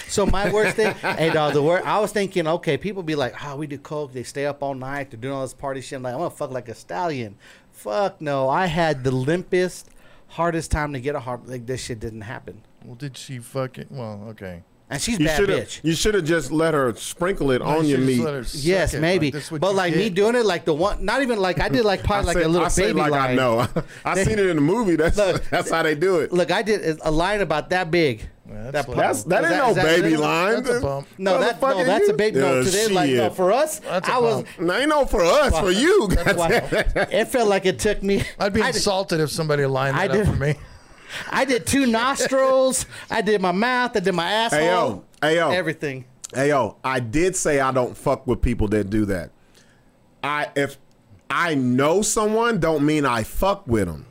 Speaker 3: So my worst thing, hey dog, the word I was thinking, okay, people be like, oh, we do coke, they stay up all night, they're doing all this party shit. I'm like, I'm gonna fuck like a stallion. Fuck no, I had the limpest, hardest time to get a heart. Like this shit didn't happen,
Speaker 4: Well, did she fucking? Well, okay.
Speaker 3: and she's
Speaker 2: You
Speaker 3: bad
Speaker 2: should
Speaker 3: bitch.
Speaker 2: have. You should have just let her sprinkle it on your
Speaker 4: You should've just
Speaker 2: meat.
Speaker 4: let her suck
Speaker 3: yes,
Speaker 4: it, like,
Speaker 3: maybe,
Speaker 4: that's what
Speaker 3: but
Speaker 4: you
Speaker 3: like me
Speaker 4: did.
Speaker 3: doing it, like the one, not even like I did, like
Speaker 2: I
Speaker 3: probably like
Speaker 2: say-
Speaker 3: a little
Speaker 2: I say
Speaker 3: baby
Speaker 2: like
Speaker 3: line.
Speaker 2: I know. I
Speaker 3: They-
Speaker 2: seen it in the movie. That's
Speaker 3: Look,
Speaker 2: that's how they do it.
Speaker 3: Look, I did a line about that big.
Speaker 4: Yeah,
Speaker 3: That
Speaker 4: that's
Speaker 3: pump.
Speaker 2: that's that
Speaker 3: Is
Speaker 2: ain't
Speaker 3: is
Speaker 2: no baby
Speaker 3: is that-
Speaker 2: line.
Speaker 4: That's a bump.
Speaker 3: No, that, no,
Speaker 2: Motherfucker,
Speaker 3: that's a
Speaker 2: you-
Speaker 3: baby. No,
Speaker 2: Yeah,
Speaker 3: today, like no,
Speaker 2: shit.
Speaker 3: for us,
Speaker 4: That's a
Speaker 3: I was.
Speaker 4: bump.
Speaker 2: That ain't no for us, for you.
Speaker 3: That's why it felt like it took me.
Speaker 4: I'd be
Speaker 3: I did-
Speaker 4: insulted if somebody lined
Speaker 3: I
Speaker 4: that up
Speaker 3: did-
Speaker 4: for me.
Speaker 3: I did two nostrils. I did my mouth. I did my asshole.
Speaker 2: Ayo, ayo.
Speaker 3: Everything.
Speaker 2: Hey yo, I did say I don't fuck with people that do that. I if I know someone, don't mean I fuck with them.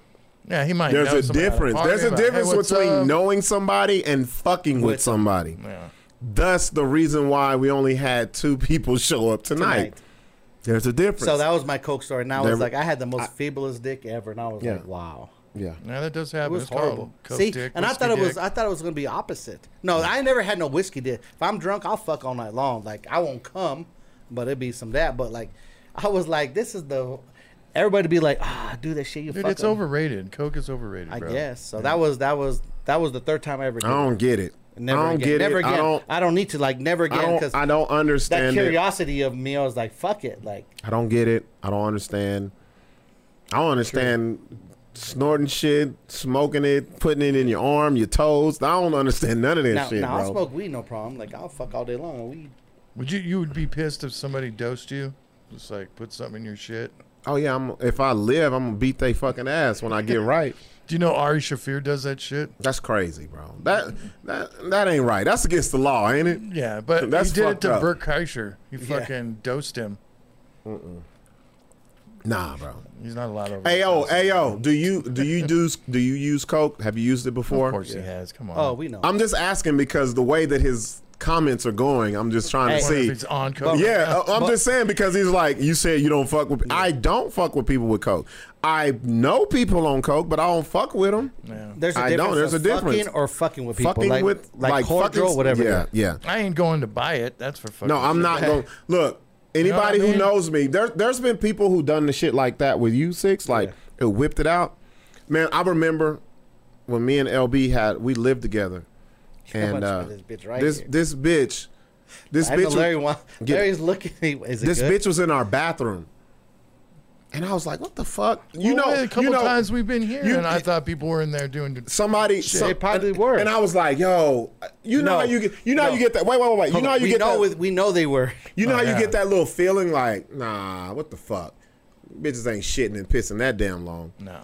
Speaker 4: Yeah, he might.
Speaker 2: There's
Speaker 4: know
Speaker 2: a
Speaker 4: somebody at
Speaker 2: difference.
Speaker 4: party,
Speaker 2: There's a
Speaker 4: like, "Hey,
Speaker 2: difference
Speaker 4: what's
Speaker 2: between
Speaker 4: up?"
Speaker 2: knowing somebody and fucking with somebody.
Speaker 4: Yeah.
Speaker 2: Thus, the reason why we only had two people show up tonight.
Speaker 3: Tonight.
Speaker 2: There's a difference.
Speaker 3: So that was my coke story, and I was
Speaker 2: There-
Speaker 3: like, I had the most feeblest dick ever, and I was
Speaker 2: Yeah.
Speaker 3: like, wow.
Speaker 2: Yeah.
Speaker 4: Yeah, that does happen.
Speaker 3: It was
Speaker 4: It's called
Speaker 3: horrible.
Speaker 4: coke
Speaker 3: See,
Speaker 4: dick,
Speaker 3: and I
Speaker 4: whiskey
Speaker 3: thought it was
Speaker 4: dick.
Speaker 3: I thought it was gonna be opposite. No, I never had no whiskey dick. If I'm drunk, I'll fuck all night long. Like I won't come, but it'd be some that. But like, I was like, this is the everybody be like, ah, do that shit. You
Speaker 4: Dude,
Speaker 3: fuck
Speaker 4: it's
Speaker 3: 'em."
Speaker 4: overrated. Coke is overrated,
Speaker 3: I
Speaker 4: bro.
Speaker 3: guess. So that was that was that was the third time I ever. Did
Speaker 2: I
Speaker 3: it.
Speaker 2: don't get it.
Speaker 3: Never
Speaker 2: I don't
Speaker 3: again.
Speaker 2: get
Speaker 3: never
Speaker 2: it.
Speaker 3: Again.
Speaker 2: I don't.
Speaker 3: I don't need to like never
Speaker 2: I
Speaker 3: again because
Speaker 2: don't. I don't
Speaker 3: that
Speaker 2: understand it.
Speaker 3: curiosity of me, I was like, fuck it, like
Speaker 2: I don't get it. I don't understand. I don't understand snorting shit, smoking it, putting it in your arm, your toes. I don't understand none of that
Speaker 3: now,
Speaker 2: shit,
Speaker 3: now
Speaker 2: bro.
Speaker 3: I'll smoke weed, no problem. Like I'll fuck all day long on weed.
Speaker 4: Would you you would be pissed if somebody dosed you? Just like put something in your shit.
Speaker 2: Oh yeah, I'm, if I live, I'm gonna beat they fucking ass when I get right.
Speaker 4: Do you know Ari Shafir does that shit?
Speaker 2: That's crazy, bro. That that that ain't right. That's against the law, ain't it?
Speaker 4: Yeah, but
Speaker 2: That's
Speaker 4: he did it
Speaker 2: fucked
Speaker 4: to
Speaker 2: up.
Speaker 4: Burt Kreischer. He fucking dosed him.
Speaker 2: Nah, bro.
Speaker 4: He's not allowed over.
Speaker 2: Ayo,
Speaker 4: the fence.
Speaker 2: ayo. Do you do you do do you use coke? Have you used it before?
Speaker 4: Of course he has. Come on.
Speaker 3: Oh, we know.
Speaker 2: Uh, I'm just asking because the way that his comments are going, I'm just trying
Speaker 3: Hey.
Speaker 2: to
Speaker 4: I wonder
Speaker 2: see.
Speaker 4: if he's on coke.
Speaker 2: Yeah, I- I'm
Speaker 3: But-
Speaker 2: just saying because he's like, you said you don't fuck with. I don't fuck with people with coke. I know people on coke, but I don't fuck with them.
Speaker 4: Yeah.
Speaker 3: There's a
Speaker 2: I
Speaker 3: difference.
Speaker 2: don't. There's
Speaker 3: of
Speaker 2: a difference.
Speaker 3: Fucking or fucking with people.
Speaker 2: fucking
Speaker 3: like,
Speaker 2: with
Speaker 3: like, cordial,
Speaker 2: fucking-
Speaker 3: whatever. it
Speaker 2: Yeah,
Speaker 3: is.
Speaker 2: yeah.
Speaker 4: I ain't going to buy it. That's for fucking.
Speaker 2: No, I'm
Speaker 4: sure.
Speaker 2: not going. to Look, anybody
Speaker 4: You know what I mean?
Speaker 2: who knows me, there, there's been people who done the shit like that with you six, like it whipped it out. Man, I remember when me and LB had we lived together, and
Speaker 3: much
Speaker 2: uh,
Speaker 3: for this bitch right
Speaker 2: this
Speaker 3: here?
Speaker 2: this bitch, this
Speaker 3: I
Speaker 2: bitch,
Speaker 3: know
Speaker 2: was-
Speaker 3: Larry. wa-
Speaker 2: Get-
Speaker 3: Larry's looking. Is it
Speaker 2: this
Speaker 3: good?
Speaker 2: bitch was in our bathroom, and I was like, what the fuck? You
Speaker 4: Well,
Speaker 2: know,
Speaker 4: a couple
Speaker 2: you know,
Speaker 4: times we've been here,
Speaker 2: you-
Speaker 4: and I thought people were in there doing.
Speaker 2: somebody some-
Speaker 3: They probably
Speaker 2: and,
Speaker 3: were.
Speaker 2: and I was like, yo, you know
Speaker 3: No.
Speaker 2: how you get, you know how
Speaker 3: No.
Speaker 2: you get that. Wait, wait, wait, wait. You know how you
Speaker 3: we
Speaker 2: get
Speaker 3: know
Speaker 2: that.
Speaker 3: with- we know they were.
Speaker 2: You know
Speaker 4: Oh,
Speaker 2: how
Speaker 4: yeah.
Speaker 2: you get that little feeling like, nah, what the fuck? Bitches ain't shitting and pissing that damn long.
Speaker 4: No.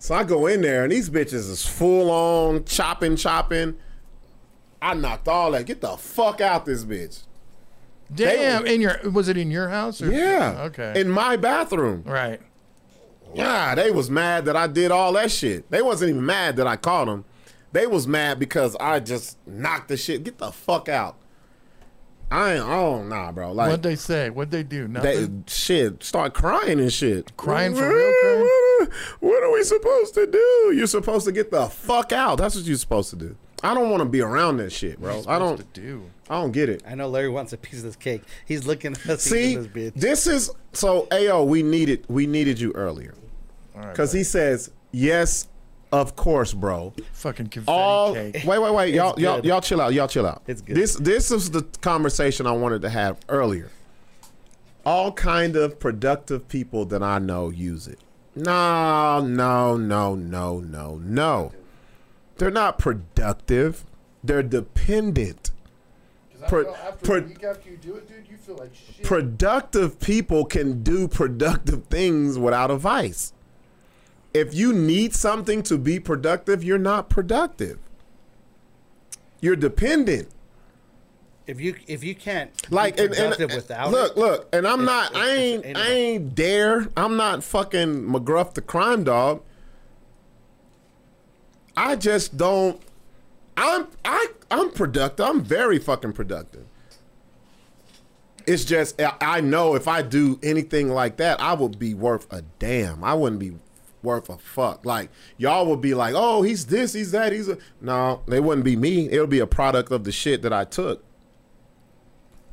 Speaker 2: So I go in there and these bitches is full on chopping, chopping. I knocked all that. Get the fuck out this bitch.
Speaker 4: Damn. In your was it in your house? Or?
Speaker 2: Yeah.
Speaker 4: Okay.
Speaker 2: In my bathroom.
Speaker 4: right.
Speaker 2: Yeah, they was mad that I did all that shit. They wasn't even mad that I caught them. They was mad because I just knocked the shit. Get the fuck out. I ain't, oh, nah, bro. Like,
Speaker 4: What'd they say? What'd they do?
Speaker 2: They
Speaker 4: Nothing.
Speaker 2: shit, start crying and shit.
Speaker 4: Crying for real, crying?
Speaker 2: What are, what are we supposed to do? You're supposed to get the fuck out. That's what you're supposed to do. I don't want to be around that shit, bro. I don't.
Speaker 4: To do.
Speaker 2: I don't get it.
Speaker 3: I know Larry wants a piece of this cake. He's looking at us
Speaker 2: See,
Speaker 3: eating this bitch.
Speaker 2: this is so. Ao, we needed we needed you earlier
Speaker 4: All right,
Speaker 2: because he says yes, of course, bro.
Speaker 4: fucking confetti
Speaker 2: All
Speaker 4: cake.
Speaker 2: wait, wait, wait, y'all, y'all,
Speaker 3: good.
Speaker 2: y'all, chill out, y'all, chill out.
Speaker 3: It's good.
Speaker 2: This this is the conversation I wanted to have earlier. All kind of productive people that I know use it. No, no, no, no, no, no. They're not productive. They're dependent. Pro- feel after- pro- week
Speaker 4: after you do it, dude, you feel like shit.
Speaker 2: productive people can do productive things without a vice. If you need something to be productive, you're not productive. You're dependent.
Speaker 3: If you if you can't
Speaker 2: Like
Speaker 3: be
Speaker 2: and, and,
Speaker 3: productive without
Speaker 2: look,
Speaker 3: it,
Speaker 2: look, and I'm
Speaker 3: it's-
Speaker 2: not,
Speaker 3: it's-
Speaker 2: I
Speaker 3: it's
Speaker 2: ain't,
Speaker 3: anyway.
Speaker 2: I ain't dare. I'm not fucking McGruff the crime dog. I just don't. I'm, I, I'm productive. I'm very fucking productive. It's just I- I know if I do anything like that, I would be worth a damn. I wouldn't be worth a fuck. Like y'all would be like, "Oh, he's this, he's that, he's a." No, they wouldn't be me. It'll be a product of the shit that I took.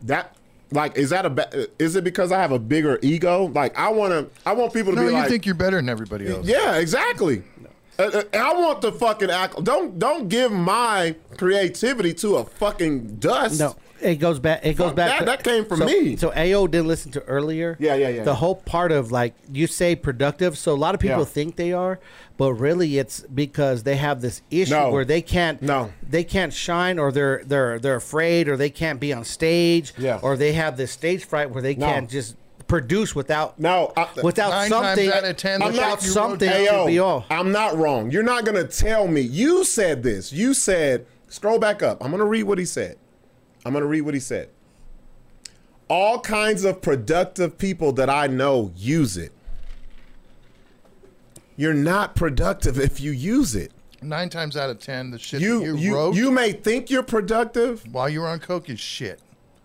Speaker 2: That like is that a ba- is it because I have a bigger ego? Like I want to I want people to
Speaker 4: No,
Speaker 2: be
Speaker 4: you
Speaker 2: like
Speaker 4: think you're better than everybody else.
Speaker 2: yeah, exactly. And- and- and I want the fucking act. Don't don't give my creativity to a fucking dust.
Speaker 3: No, it goes back. It goes
Speaker 2: Fuck
Speaker 3: back.
Speaker 2: that, that came from
Speaker 3: so,
Speaker 2: me.
Speaker 3: So Ao didn't listen to earlier.
Speaker 2: Yeah, yeah, yeah,
Speaker 3: The
Speaker 2: yeah.
Speaker 3: whole part of like you say productive. So a lot of people
Speaker 2: Yeah.
Speaker 3: think they are, but really it's because they have this issue
Speaker 2: No.
Speaker 3: where they can't.
Speaker 2: No.
Speaker 3: They can't shine, or they're they're they're afraid, or they can't be on stage.
Speaker 2: Yeah.
Speaker 3: Or they have this stage fright where they
Speaker 2: No.
Speaker 3: can't just produce without
Speaker 2: No, I-
Speaker 3: without
Speaker 4: Nine times
Speaker 3: something
Speaker 4: out of ten,
Speaker 3: without
Speaker 4: the shit you wrote
Speaker 3: something
Speaker 4: down-
Speaker 3: to
Speaker 2: Ayo,
Speaker 3: be off.
Speaker 2: I'm not wrong. You're not gonna tell me. You said this. You said. Scroll back up. I'm gonna read what he said. I'm gonna read what he said. All kinds of productive people that I know use it. You're not productive if you use it.
Speaker 4: Nine times out of ten, the shit that
Speaker 2: You
Speaker 4: you,
Speaker 2: you,
Speaker 4: wrote
Speaker 2: you may think you're productive,
Speaker 4: while you were on coke is shit.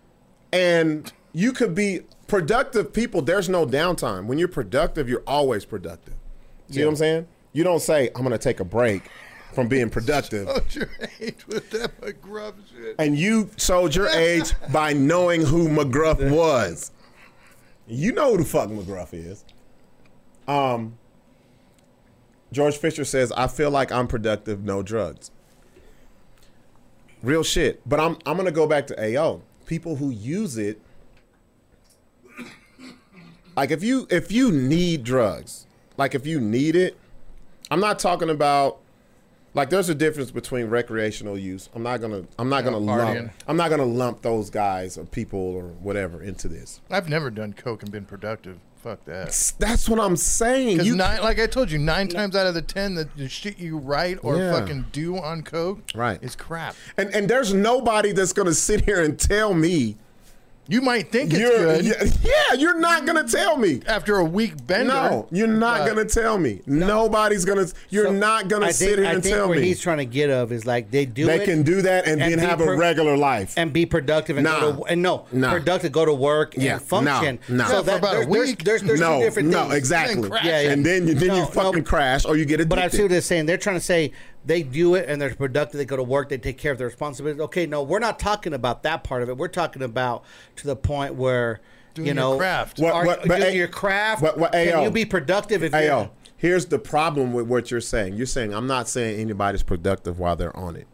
Speaker 2: and you could be productive people. There's no downtime. When you're productive, you're always productive. See what I'm saying? You don't say, I'm gonna take a break from being productive.
Speaker 4: Don't you hate with that McGruff shit?
Speaker 2: and you showed your age by knowing who McGruff was. You know who the fuck McGruff is. Um, George Fisher says, "I feel like I'm productive, no drugs." Real shit. But I'm I'm gonna go back to AO. People who use it, like if you if you need drugs, like if you need it, I'm not talking about like there's a difference between recreational use. I'm not gonna I'm not gonna
Speaker 4: partying.
Speaker 2: lump I'm not gonna lump those guys or people or whatever into this.
Speaker 4: I've never done coke and been productive. Fuck that.
Speaker 2: S- That's what I'm saying.
Speaker 4: Because
Speaker 2: You
Speaker 4: nine, like I told you, nine times out of the ten, the, the shit you write or
Speaker 2: Yeah.
Speaker 4: fucking do on coke,
Speaker 2: Right.
Speaker 4: is crap.
Speaker 2: and and there's nobody that's gonna sit here and tell me
Speaker 4: You might think it's
Speaker 2: you're
Speaker 4: good
Speaker 2: yeah, yeah, you're not gonna tell me.
Speaker 4: after a week bender.
Speaker 2: No, you're not
Speaker 4: but-
Speaker 2: gonna tell me. Nobody's gonna. You're
Speaker 3: So,
Speaker 2: not gonna
Speaker 3: I
Speaker 2: sit
Speaker 3: think-
Speaker 2: here
Speaker 3: I
Speaker 2: and
Speaker 3: think
Speaker 2: tell
Speaker 3: where
Speaker 2: me
Speaker 3: he's trying to get of is like they do
Speaker 2: they
Speaker 3: it
Speaker 2: can do that and,
Speaker 3: and
Speaker 2: then
Speaker 3: be
Speaker 2: have a
Speaker 3: pro-
Speaker 2: regular life.
Speaker 3: and be productive and go
Speaker 2: Nah.
Speaker 3: to, and no
Speaker 2: Nah.
Speaker 3: productive go to work and
Speaker 2: Yeah.
Speaker 3: function.
Speaker 2: Nah. Nah.
Speaker 3: So
Speaker 2: Yeah, for
Speaker 3: that,
Speaker 4: about a
Speaker 3: there- there's,
Speaker 4: week.
Speaker 3: there's, there's
Speaker 2: no,
Speaker 3: two different
Speaker 2: no,
Speaker 3: things.
Speaker 2: exactly.
Speaker 4: crash.
Speaker 3: Yeah, yeah.
Speaker 2: And then you then
Speaker 3: No,
Speaker 2: you
Speaker 3: no.
Speaker 2: fucking crash or you get addicted.
Speaker 3: But I see what they're saying. They're trying to say they do it and they're productive. They go to work. They take care of their responsibilities. Okay, no, we're not talking about that part of it. We're talking about to the point where
Speaker 4: Doing
Speaker 3: you
Speaker 4: your
Speaker 3: know
Speaker 4: craft.
Speaker 2: What-
Speaker 3: are-
Speaker 2: what- but
Speaker 3: doing
Speaker 2: A-
Speaker 3: your craft.
Speaker 2: what- what-
Speaker 3: Can
Speaker 2: Ayo.
Speaker 3: you be productive if
Speaker 2: Hey,
Speaker 3: you're
Speaker 2: yo, here's the problem with what you're saying. You're saying I'm not saying anybody's productive while they're on it.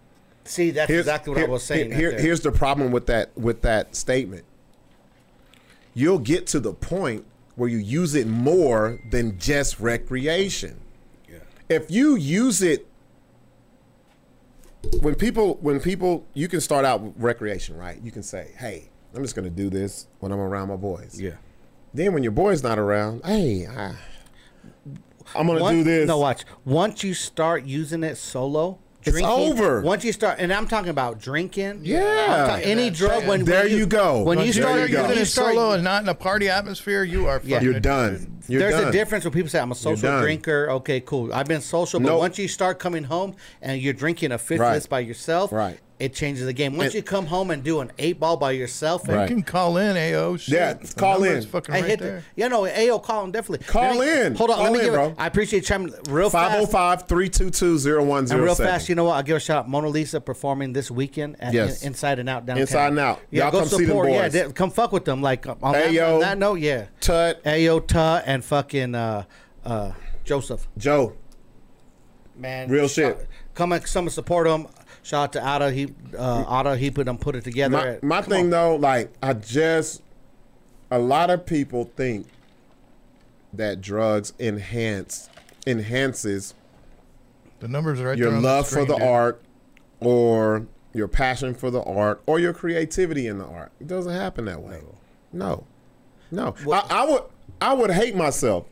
Speaker 3: see? That's
Speaker 2: Here's-
Speaker 3: exactly what
Speaker 2: here-
Speaker 3: I was saying.
Speaker 2: Here,
Speaker 3: right there.
Speaker 2: here's the problem with that with that statement. You'll get to the point where you use it more than just recreation. If you use it when people when people you can start out with recreation, right? You can say, "Hey, I'm just going to do this when I'm around my boys."
Speaker 3: yeah.
Speaker 2: Then when your boy's not around, "Hey, I I'm going to
Speaker 3: Once-
Speaker 2: do this."
Speaker 3: No, watch. Once you start using it solo,
Speaker 2: It's
Speaker 3: drinking,
Speaker 2: over.
Speaker 3: Once you start, and I'm talking about drinking.
Speaker 2: Yeah.
Speaker 3: I'm talking- any
Speaker 4: That's
Speaker 3: drug.
Speaker 4: it.
Speaker 3: When
Speaker 2: There
Speaker 3: when
Speaker 2: you go.
Speaker 3: When you
Speaker 2: Once you
Speaker 3: start,
Speaker 2: go.
Speaker 4: You're
Speaker 3: when
Speaker 4: in
Speaker 3: you
Speaker 4: a
Speaker 3: start
Speaker 4: solo and not in a party atmosphere. You are
Speaker 3: Yeah.
Speaker 4: fucking.
Speaker 2: You're done. You're
Speaker 3: There's
Speaker 2: done.
Speaker 3: a difference when people say I'm a social
Speaker 2: done.
Speaker 3: drinker. Okay, cool. I've been social, but
Speaker 2: Nope.
Speaker 3: once you start coming home and you're drinking a fifth
Speaker 2: Right.
Speaker 3: list by yourself,
Speaker 2: Right.
Speaker 3: it changes the game. Once
Speaker 2: And-
Speaker 3: you come home and do an eight ball by yourself, and
Speaker 2: Right.
Speaker 4: You can call in, AO. Shit.
Speaker 2: Yeah,
Speaker 4: The
Speaker 2: call
Speaker 4: number's
Speaker 2: in.
Speaker 4: Fucking
Speaker 3: I
Speaker 4: right
Speaker 3: hit
Speaker 4: there.
Speaker 3: the, you know, AO, call him definitely.
Speaker 2: Call
Speaker 3: Let me-
Speaker 2: in.
Speaker 3: Hold on,
Speaker 2: Call
Speaker 3: let me
Speaker 2: in,
Speaker 3: give
Speaker 2: bro.
Speaker 3: it. I appreciate you chiming real fast.
Speaker 2: 505 322
Speaker 3: And real fast, you know what? I'll give a shout out. Mona Lisa performing this weekend at
Speaker 2: Yes.
Speaker 3: in- Inside and Out downtown.
Speaker 2: Inside and Out.
Speaker 3: Yeah,
Speaker 2: Y'all
Speaker 3: go
Speaker 2: come see them
Speaker 3: support. Yeah,
Speaker 2: boys.
Speaker 3: they- come fuck with them. Like on that,
Speaker 2: Ayo.
Speaker 3: on that note, yeah.
Speaker 2: Tut,
Speaker 3: Ayo, Ta, and fucking uh, uh, Joseph.
Speaker 2: Joe.
Speaker 3: man.
Speaker 2: Real
Speaker 3: sh-
Speaker 2: shit.
Speaker 3: Come and come and support him. Shout out to Otto. He uh, Otto. He put them put it together.
Speaker 2: My,
Speaker 3: At-
Speaker 2: my
Speaker 3: come
Speaker 2: thing
Speaker 3: on.
Speaker 2: though, like I just a lot of people think that drugs enhance enhances
Speaker 4: The numbers are right
Speaker 2: your
Speaker 4: there. on
Speaker 2: love
Speaker 4: screen,
Speaker 2: for the
Speaker 4: dude.
Speaker 2: art or your passion for the art or your creativity in the art. It doesn't happen that way. No. No. I, I would I would hate myself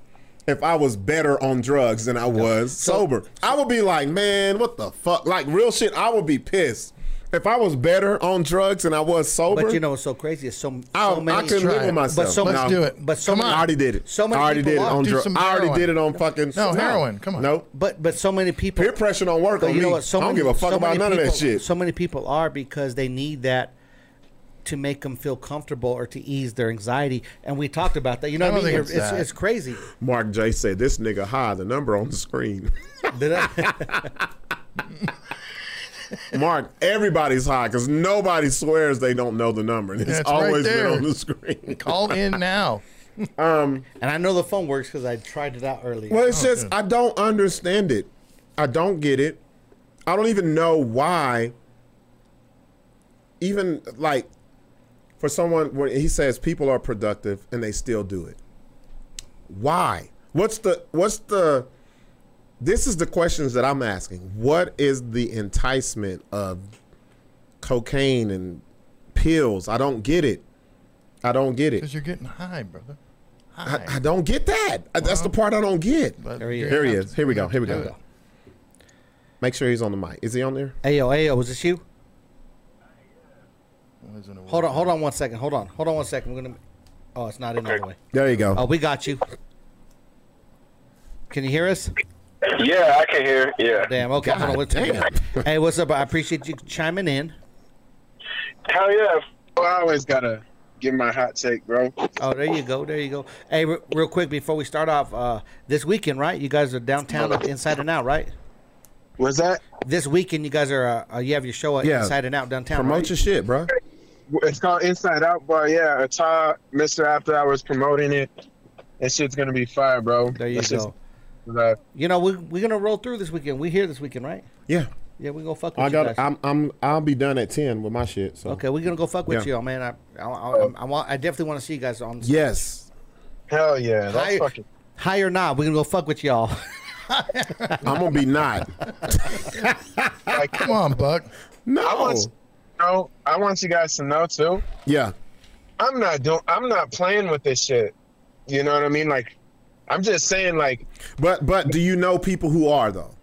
Speaker 2: if I was better on drugs than I was sober. I would be like, man, what the fuck? Like real shit, I would be pissed. If I was better on drugs than I was sober,
Speaker 3: But you know what's so crazy is so,
Speaker 2: I,
Speaker 3: so many.
Speaker 2: I couldn't live
Speaker 4: tried.
Speaker 2: with myself.
Speaker 3: But so
Speaker 2: No.
Speaker 4: Let's do it.
Speaker 3: But so
Speaker 4: Come
Speaker 3: many,
Speaker 2: I
Speaker 4: on.
Speaker 2: already did it.
Speaker 3: So many
Speaker 2: I already
Speaker 3: people
Speaker 2: did it
Speaker 3: are.
Speaker 2: on
Speaker 4: Do
Speaker 2: drugs.
Speaker 4: some
Speaker 2: I already
Speaker 4: heroin.
Speaker 2: did it on fucking
Speaker 4: No, heroin. Come on.
Speaker 2: Nope.
Speaker 3: But but so many people.
Speaker 2: Peer pressure don't work
Speaker 3: but
Speaker 2: on
Speaker 3: you know
Speaker 2: me.
Speaker 3: what? So
Speaker 2: I don't
Speaker 3: many,
Speaker 2: give a fuck
Speaker 3: so
Speaker 2: about
Speaker 3: many
Speaker 2: none of that
Speaker 3: people-
Speaker 2: shit.
Speaker 3: So many people are because they need that. To make them feel comfortable or to ease their anxiety, and we talked about that. You know,
Speaker 4: I
Speaker 3: what I
Speaker 4: don't
Speaker 3: mean,
Speaker 4: think it's
Speaker 3: it's, it's,
Speaker 4: that.
Speaker 3: crazy.
Speaker 2: Mark J said, "This nigga high." The number on the screen.
Speaker 3: Did I-
Speaker 2: Mark, everybody's high because nobody swears they don't know the number, and it's
Speaker 4: That's right
Speaker 2: always
Speaker 4: there.
Speaker 2: been on the screen.
Speaker 4: Call in now.
Speaker 3: and I know the phone works because I tried it out earlier.
Speaker 2: Well, it's just I don't understand it. I don't get it. I don't even know why. Even like for someone when he says people are productive and they still do it. Why? What's the what's the this is the questions that I'm asking. What is the enticement of cocaine and pills? I don't get it. I don't get it.
Speaker 4: Because you're getting high, brother. High.
Speaker 2: I, I don't get that. That's the part I don't get.
Speaker 4: But
Speaker 3: There he
Speaker 4: you're
Speaker 3: is.
Speaker 2: Here he
Speaker 4: not-
Speaker 2: is. Here we go. Here we
Speaker 4: Do
Speaker 2: go. Make sure he's on the mic. Is he on there?
Speaker 3: Ayo, Ayo, was this you?
Speaker 4: it. Wasn't a
Speaker 3: Hold on,
Speaker 4: word.
Speaker 3: hold on one second. Hold on, hold on one second. We're gonna. Oh, it's not in all the way.
Speaker 2: There you go.
Speaker 3: Oh, we got you. Can you hear us?
Speaker 8: Yeah, I can hear. Yeah.
Speaker 3: Damn. Okay. hold on. What's
Speaker 2: damn.
Speaker 3: Hey, what's up? I appreciate you chiming in.
Speaker 8: Hell yeah.
Speaker 7: I always gotta
Speaker 8: Give my hot take, bro.
Speaker 3: Oh, there you go. There you go. Hey, re- real quick before we start off, uh, this weekend, right? You guys are downtown at Inside and Out, right?
Speaker 8: Was that?
Speaker 3: This weekend, you guys are uh, uh, you have your show at
Speaker 2: Yeah.
Speaker 3: Inside and Out downtown.
Speaker 2: Promote
Speaker 3: right?
Speaker 2: your shit, bro.
Speaker 8: It's called Inside Out, but yeah, Todd, Mr. After Hours promoting it. That shit's gonna be fire, bro.
Speaker 3: There you
Speaker 8: That shit's
Speaker 3: go.
Speaker 8: live.
Speaker 3: You know we we're gonna roll through this weekend. We here this weekend, right?
Speaker 2: Yeah,
Speaker 3: Yeah, we gonna fuck with
Speaker 2: I
Speaker 3: you guys.
Speaker 2: got. I'm. I'm. I'll be done at ten with my shit. So
Speaker 3: okay, we're gonna go fuck with
Speaker 2: Yeah.
Speaker 3: you, man. I I, I, I, want, I definitely want to see you guys on.
Speaker 2: Yes,
Speaker 8: Hell yeah, that's
Speaker 3: Hi-
Speaker 8: fucking.
Speaker 3: High or not, we're gonna go fuck with y'all.
Speaker 2: I'm gonna be not.
Speaker 4: Come on, Buck.
Speaker 8: I
Speaker 2: No.
Speaker 8: want, you know, I want you guys to know too.
Speaker 2: Yeah.
Speaker 8: I'm not doing. I'm not playing with this shit. You know what I mean? Like, I'm just saying, like,
Speaker 2: But but do you know people who are though?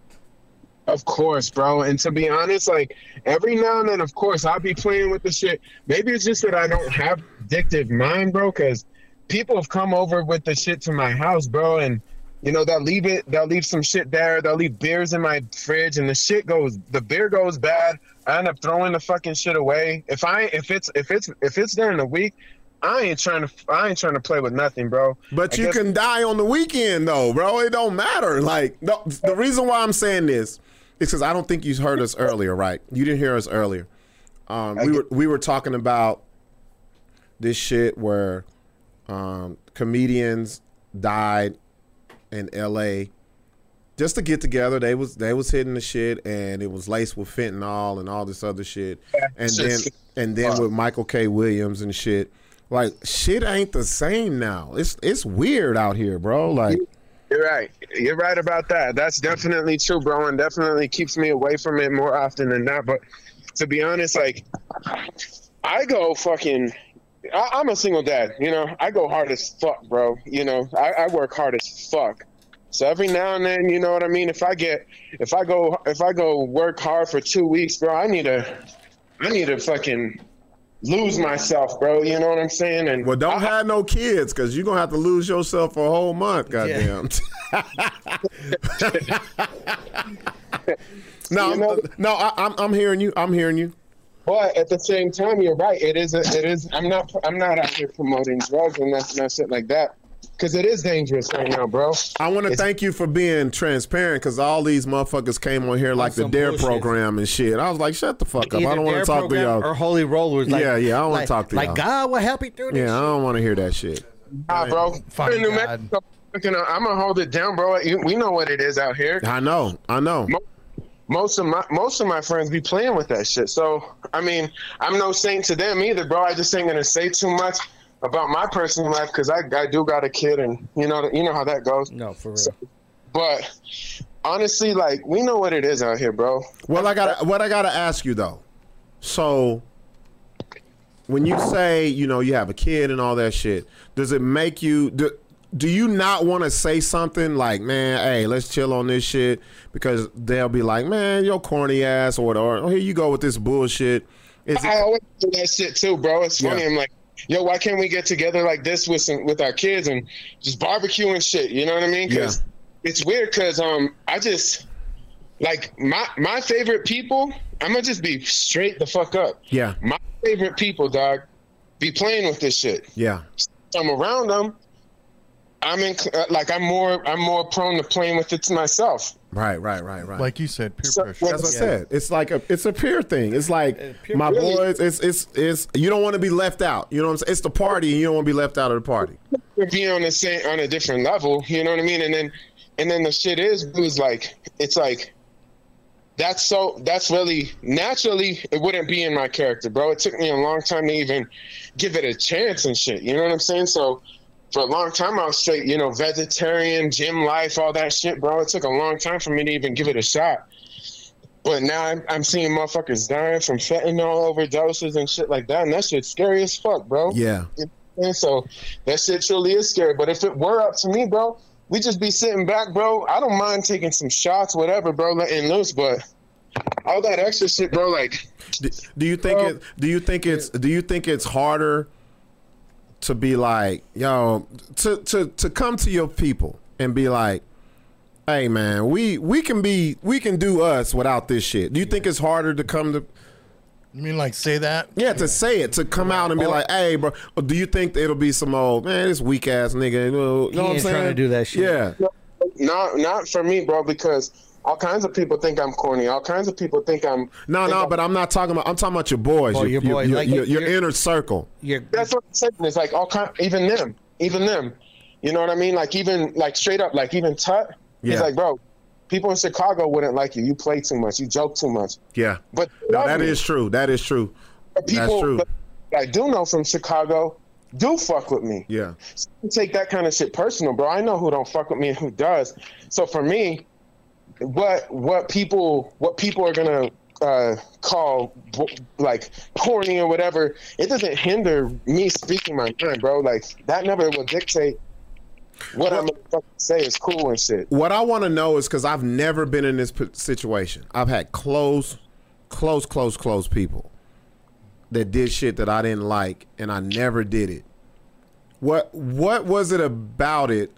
Speaker 8: Of course, bro. And to be honest, like every now and then, of course, I'll be playing with the shit. Maybe it's just that I don't have addictive mind, bro, because people have come over with the shit to my house, bro, and you know, they'll leave it, they'll leave some shit there, they'll leave beers in my fridge, and the shit goes the beer goes bad. I end up throwing the fucking shit away. If I if it's if it's if it's during the week, I ain't trying to I ain't trying to play with nothing, bro.
Speaker 2: But
Speaker 8: I
Speaker 2: you
Speaker 8: guess-
Speaker 2: can die on the weekend though, bro. It don't matter. Like no, the reason why I'm saying this is because I don't think you heard us earlier, right? You didn't hear us earlier. Um, we were we were talking about this shit where um, comedians died in L.A. just to get together. They was they was hitting the shit, and it was laced with fentanyl and all this other shit. And then and then with Michael K. Williams and shit. Like shit ain't the same now. It's it's weird out here, bro. Like
Speaker 8: You're right. You're right about that. That's definitely true, bro, and definitely keeps me away from it more often than not. But to be honest, like I go fucking. I, I'm a single dad, you know. I go hard as fuck, bro. You know, I, I work hard as fuck. So every now and then, you know what I mean. If I get, if I go, if I go work hard for two weeks, bro, I need to, I need to fucking lose myself, bro. You know what I'm saying? And
Speaker 2: well don't
Speaker 8: I-
Speaker 2: have no kids because you're gonna have to lose yourself for a whole month, goddamn. no,
Speaker 8: You know-
Speaker 2: I'm, no, I, I'm I'm hearing you. I'm hearing you.
Speaker 8: But at the same time, you're right. It is. A, it is. I'm not. I'm not out here promoting drugs and that, that shit like that, because it is dangerous right now, bro.
Speaker 2: I want to thank you for being transparent because all these motherfuckers came on here like the
Speaker 3: some
Speaker 2: Dare
Speaker 3: bullshit.
Speaker 2: program and shit. I was like, shut the fuck up. I
Speaker 3: Either
Speaker 2: don't want
Speaker 3: their
Speaker 2: to talk to
Speaker 3: program
Speaker 2: y'all.
Speaker 3: Or holy rollers. Like,
Speaker 2: Yeah, yeah, I don't wanna
Speaker 3: like-
Speaker 2: talk to
Speaker 3: Like
Speaker 2: y'all.
Speaker 3: God will help you through this.
Speaker 2: yeah, I don't want to hear that shit.
Speaker 8: Nah, bro.
Speaker 4: Fine,
Speaker 8: in New
Speaker 4: God.
Speaker 8: Mexico, fucking, uh, I'm gonna hold it down, bro. You- We know what it is out here.
Speaker 2: I know. I know.
Speaker 8: Most of my most of my friends be playing with that shit. So I mean, I'm no saint to them either, bro. I just ain't gonna say too much about my personal life because I, I do got a kid, and you know you know how that goes.
Speaker 3: No, for real.
Speaker 8: But honestly, like we know what it is out here, bro.
Speaker 2: Well, I got to what I gotta ask you though. So, when you say you know you have a kid and all that shit, does it make you do? Do you not want to say something like, "Man, hey, let's chill on this shit," because they'll be like, "Man, your corny ass," or whatever. Oh, here you go with this bullshit. Is
Speaker 8: I
Speaker 2: it,
Speaker 8: always do that shit too, bro. It's funny.
Speaker 2: Yeah.
Speaker 8: I'm like, yo, why can't we get together like this with some, with our kids and just barbecue and shit? You know what I mean? Because it's weird. Because um, I just like my my favorite people. I'm gonna just be straight the fuck up.
Speaker 2: yeah,
Speaker 8: My favorite people, dog, be playing with this shit.
Speaker 2: yeah,
Speaker 8: I'm around them. I'm in uh, like I'm more I'm more prone to playing with it to myself.
Speaker 2: right, right, right, right.
Speaker 4: Like you said, peer
Speaker 8: So-
Speaker 4: pressure.
Speaker 2: That's what I said. It's like a it's a peer thing. It's like my
Speaker 8: Really?
Speaker 2: boys. It's it's it's you don't want to be left out. You know what I'm saying? It's the party, and you don't want to be left out of the party.
Speaker 8: would be on the same on a different level. You know what I mean? And then and then the shit is it was like it's like that's so that's really naturally it wouldn't be in my character, bro. It took me a long time to even give it a chance and shit. You know what I'm saying? So for a long time I was straight, you know, vegetarian, gym life, all that shit, bro. It took a long time for me to even give it a shot. But now I'm, I'm seeing motherfuckers dying from fentanyl overdoses and shit like that, and that shit's scary as fuck, bro.
Speaker 2: Yeah.
Speaker 8: And so that shit truly is scary. But if it were up to me, bro, we just be sitting back, bro. I don't mind taking some shots, whatever, bro, letting loose. But all that extra shit, bro, like
Speaker 2: Do, do you think it? Do you think it's? Do you think it's harder to be like, yo, to to to come to your people and be like, hey man, we we can be we can do us without this shit. Do you think it's harder to come to
Speaker 4: You mean like say that?
Speaker 2: Yeah, to say it, to come out and be like, "Hey, bro, do you think it'll be some old man? This weak ass nigga." You know, you know what I'm
Speaker 3: ain't
Speaker 2: saying?
Speaker 3: trying to do that shit.
Speaker 2: Yeah,
Speaker 8: Not not for me, bro, because all kinds of people think I'm corny. All kinds of people think I'm
Speaker 2: no,
Speaker 8: think
Speaker 2: no,
Speaker 8: I'm-
Speaker 2: but I'm not talking about. I'm talking about your boys,
Speaker 3: Oh,
Speaker 2: your,
Speaker 3: your boys,
Speaker 2: your,
Speaker 3: like,
Speaker 2: your, your
Speaker 3: you're-
Speaker 2: inner circle.
Speaker 3: You're,
Speaker 8: that's what I'm saying. It's like all kind, even them, even them. You know what I mean? Like even like straight up, like even Tut.
Speaker 2: Yeah.
Speaker 8: He's like, bro, people in Chicago wouldn't like you. You play too much. You joke too much.
Speaker 2: Yeah,
Speaker 8: But
Speaker 2: no, that is true. That is true.
Speaker 8: But people
Speaker 2: That's true.
Speaker 8: that I do know from Chicago do fuck with me.
Speaker 2: Yeah,
Speaker 8: So I take that kind of shit personal, bro. I know who don't fuck with me and who does. So for me, what what people what people are gonna uh, call b- like corny or whatever, it doesn't hinder me speaking my mind, bro. Like that never will dictate what I'm gonna fucking say is cool and shit.
Speaker 2: what I want to know is because I've never been in this p- situation. I've had close, close, close, close people that did shit that I didn't like, and I never did it. What What was it about it?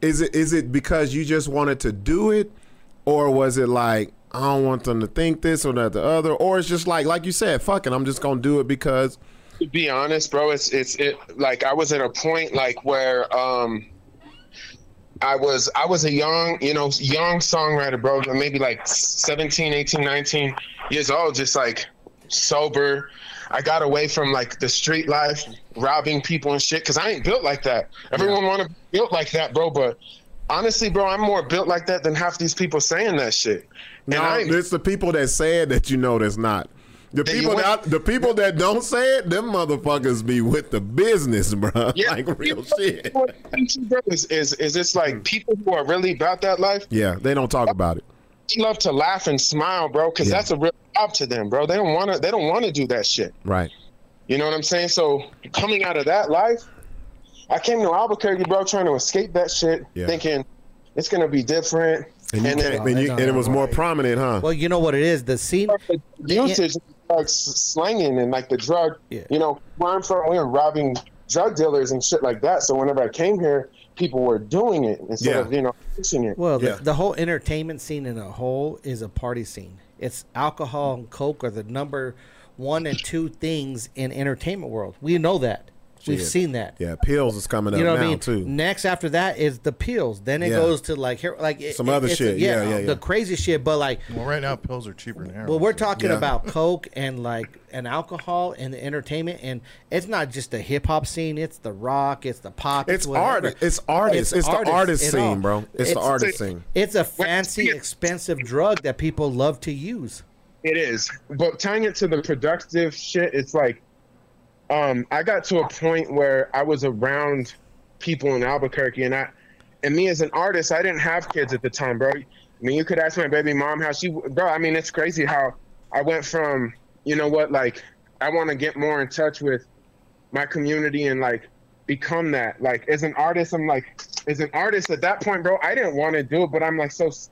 Speaker 2: Is it Is it because you just wanted to do it, or was it like I don't want them to think this or that the other, or it's just like like you said, fucking, I'm just gonna do it because
Speaker 8: to be honest, bro, it's it's it like I was at a point like where um I was I was a young, you know, young songwriter, bro, maybe like 17, 18, 19 years old, just like sober. I got away from like the street life, robbing people and shit, cause I ain't built like that. Everyone wanna be built like that, bro, but honestly, bro, I'm more built like that than half these people saying that shit. And
Speaker 2: no,
Speaker 8: I ain't
Speaker 2: it's the people that said that you know that's not. The
Speaker 8: That you
Speaker 2: people
Speaker 8: went-
Speaker 2: that the people that don't say it, them motherfuckers be with the business, bruh. like real shit. Hmm.
Speaker 8: What I'm saying, bro, Is, is is this like people who are really about that life?
Speaker 2: Yeah, they don't talk about it.
Speaker 8: they love to laugh and smile, bro, because
Speaker 2: Yeah.
Speaker 8: that's a real job to them, bro. They don't want to. They don't want to do that shit.
Speaker 2: Right.
Speaker 8: You know what I'm saying? So coming out of that life, I came to Albuquerque, bro, trying to escape that shit,
Speaker 2: Yeah.
Speaker 8: thinking it's gonna be different.
Speaker 2: And, you
Speaker 8: And
Speaker 2: can't,
Speaker 8: then-
Speaker 2: and, you,
Speaker 3: No,
Speaker 2: and it was more prominent, huh?
Speaker 3: well, you know what it is. The scene.
Speaker 8: Usage, like s- slanging and like the drug.
Speaker 3: Yeah.
Speaker 8: You know, where I'm from, we were robbing drug dealers and shit like that. So whenever I came here, people were doing it instead
Speaker 2: Yeah.
Speaker 8: of you know pushing it.
Speaker 3: Well,
Speaker 2: Yeah.
Speaker 3: the, the whole entertainment scene in a whole is a party scene. It's alcohol and coke are the number one and two things in entertainment world. We know that. We've
Speaker 2: Shit.
Speaker 3: seen that.
Speaker 2: yeah, pills is coming up
Speaker 3: You know
Speaker 2: now
Speaker 3: what I mean?
Speaker 2: too.
Speaker 3: Next after that is the pills. Then it
Speaker 2: Yeah.
Speaker 3: goes to like here, like it-
Speaker 2: Some other
Speaker 3: it's-
Speaker 2: shit. Yeah, yeah, yeah.
Speaker 3: the crazy shit. But like,
Speaker 4: Well, right now pills are cheaper than heroin.
Speaker 3: well, we're talking
Speaker 2: Yeah.
Speaker 3: about coke and like and alcohol and the entertainment, and it's not just the hip hop scene. It's the rock. It's the pop.
Speaker 2: It's
Speaker 3: whatever.
Speaker 2: arti- it's artists. It's the artist
Speaker 3: it's
Speaker 2: scene,
Speaker 3: all.
Speaker 2: bro. It's the artist scene.
Speaker 3: It's a fancy, expensive drug that people love to use.
Speaker 8: It is. But tying it to the productive shit, it's like um I got to a point where I was around people in Albuquerque and I and me as an artist, I didn't have kids at the time, bro. I mean, you could ask my baby mom how she bro, I mean, it's crazy how I went from, you know what, like I want to get more in touch with my community and like become that. Like as an artist, I'm like as an artist at that point, bro, I didn't want to do it, but I'm like so s-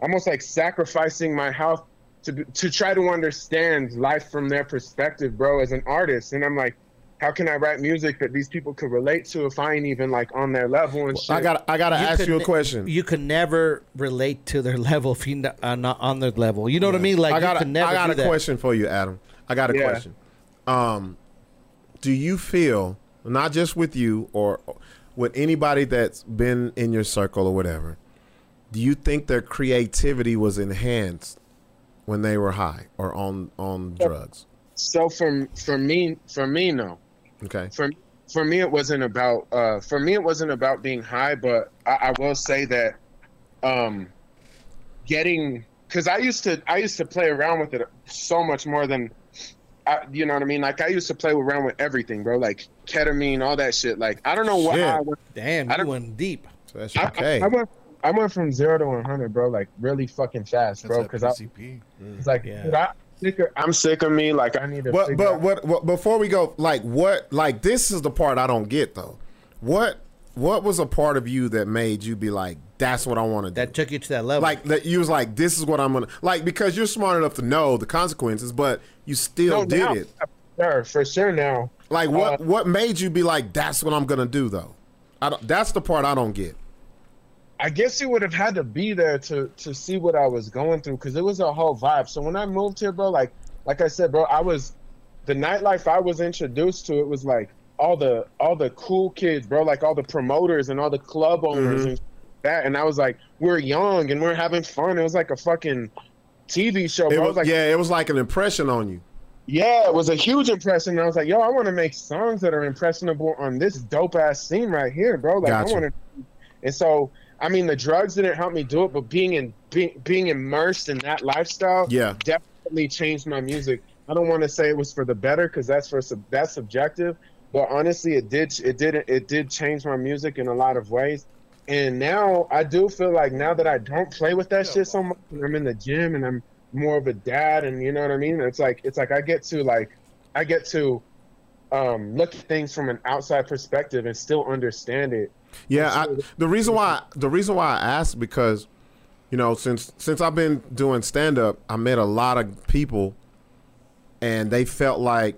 Speaker 8: almost like sacrificing my health to be- to try to understand life from their perspective, bro, as an artist. And I'm like, how can I write music that these people could relate to if I ain't even like on their level and shit?
Speaker 2: I got I gotta ask
Speaker 3: could
Speaker 2: you a
Speaker 3: ne-
Speaker 2: question.
Speaker 3: You can never relate to their level if you're not, uh, not on their level. You know what I mean? Like
Speaker 2: I got
Speaker 3: you
Speaker 2: a,
Speaker 3: can never
Speaker 2: I got
Speaker 3: do
Speaker 2: a
Speaker 3: that.
Speaker 2: question for you, Adam. I got a
Speaker 8: Yeah.
Speaker 2: question. Um, do you feel not just with you or with anybody that's been in your circle or whatever? Do you think their creativity was enhanced when they were high or on on drugs?
Speaker 8: so for for me for me no.
Speaker 2: Okay.
Speaker 8: for for me it wasn't about uh for me it wasn't about being high but i, I will say that um getting because i used to i used to play around with it so much more than I, you know what i mean like i used to play around with everything bro like ketamine all that shit like i don't know what
Speaker 2: Shit.
Speaker 8: I, went-
Speaker 3: Damn,
Speaker 8: I
Speaker 3: you
Speaker 8: don't-
Speaker 3: went deep.
Speaker 2: So that's
Speaker 8: I,
Speaker 2: okay.
Speaker 8: I, went i went from zero to 100 bro like really fucking fast
Speaker 4: That's
Speaker 8: bro
Speaker 4: that
Speaker 8: because i
Speaker 4: PCP.
Speaker 8: was like
Speaker 3: Yeah.
Speaker 8: dude, I, sick of- i'm sick of me like i need to
Speaker 2: But
Speaker 8: figure
Speaker 2: but
Speaker 8: out-
Speaker 2: what, what before we go, like what like this is the part I don't get though. What what was a part of you that made you be like, that's what I want to do?
Speaker 3: That took you to that level.
Speaker 2: like that you was like this is what i'm gonna like because you're smart enough to know the consequences but you still
Speaker 8: No,
Speaker 2: did
Speaker 8: now,
Speaker 2: it
Speaker 8: for sure for sure now
Speaker 2: like what
Speaker 8: Uh,
Speaker 2: what made you be like that's what i'm gonna do though I don't, that's the part i don't get
Speaker 8: I guess you would have had to be there to to see what I was going through because it was a whole vibe. So when I moved here, bro, like like I said, bro, I was the nightlife I was introduced to. It was like all the all the cool kids, bro, like all the promoters and all the club owners
Speaker 2: Mm-hmm.
Speaker 8: and that. And I was like, we're young and we're having fun. It was like a fucking TV show, bro.
Speaker 2: It
Speaker 8: It
Speaker 2: was,
Speaker 8: was like, yeah.
Speaker 2: yeah, it was like an impression on you.
Speaker 8: it was a huge impression. And I was like, yo, I want to make songs that are impressionable on this dope ass scene right here, bro. Like,
Speaker 2: Gotcha.
Speaker 8: I want to. And so, I mean, the drugs didn't help me do it, but being in being, being immersed in that lifestyle,
Speaker 2: Yeah.
Speaker 8: definitely changed my music. I don't want to say it was for the better because that's for sub- that's subjective, but honestly, it did it did it did change my music in a lot of ways. And now I do feel like now that I don't play with that shit so much, and I'm in the gym and I'm more of a dad, and you know what I mean. It's like it's like I get to like I get to um, look at things from an outside perspective and still understand it.
Speaker 2: Yeah, I, the reason why the reason why I asked because, you know, since since I've been doing stand up, I met a lot of people, and they felt like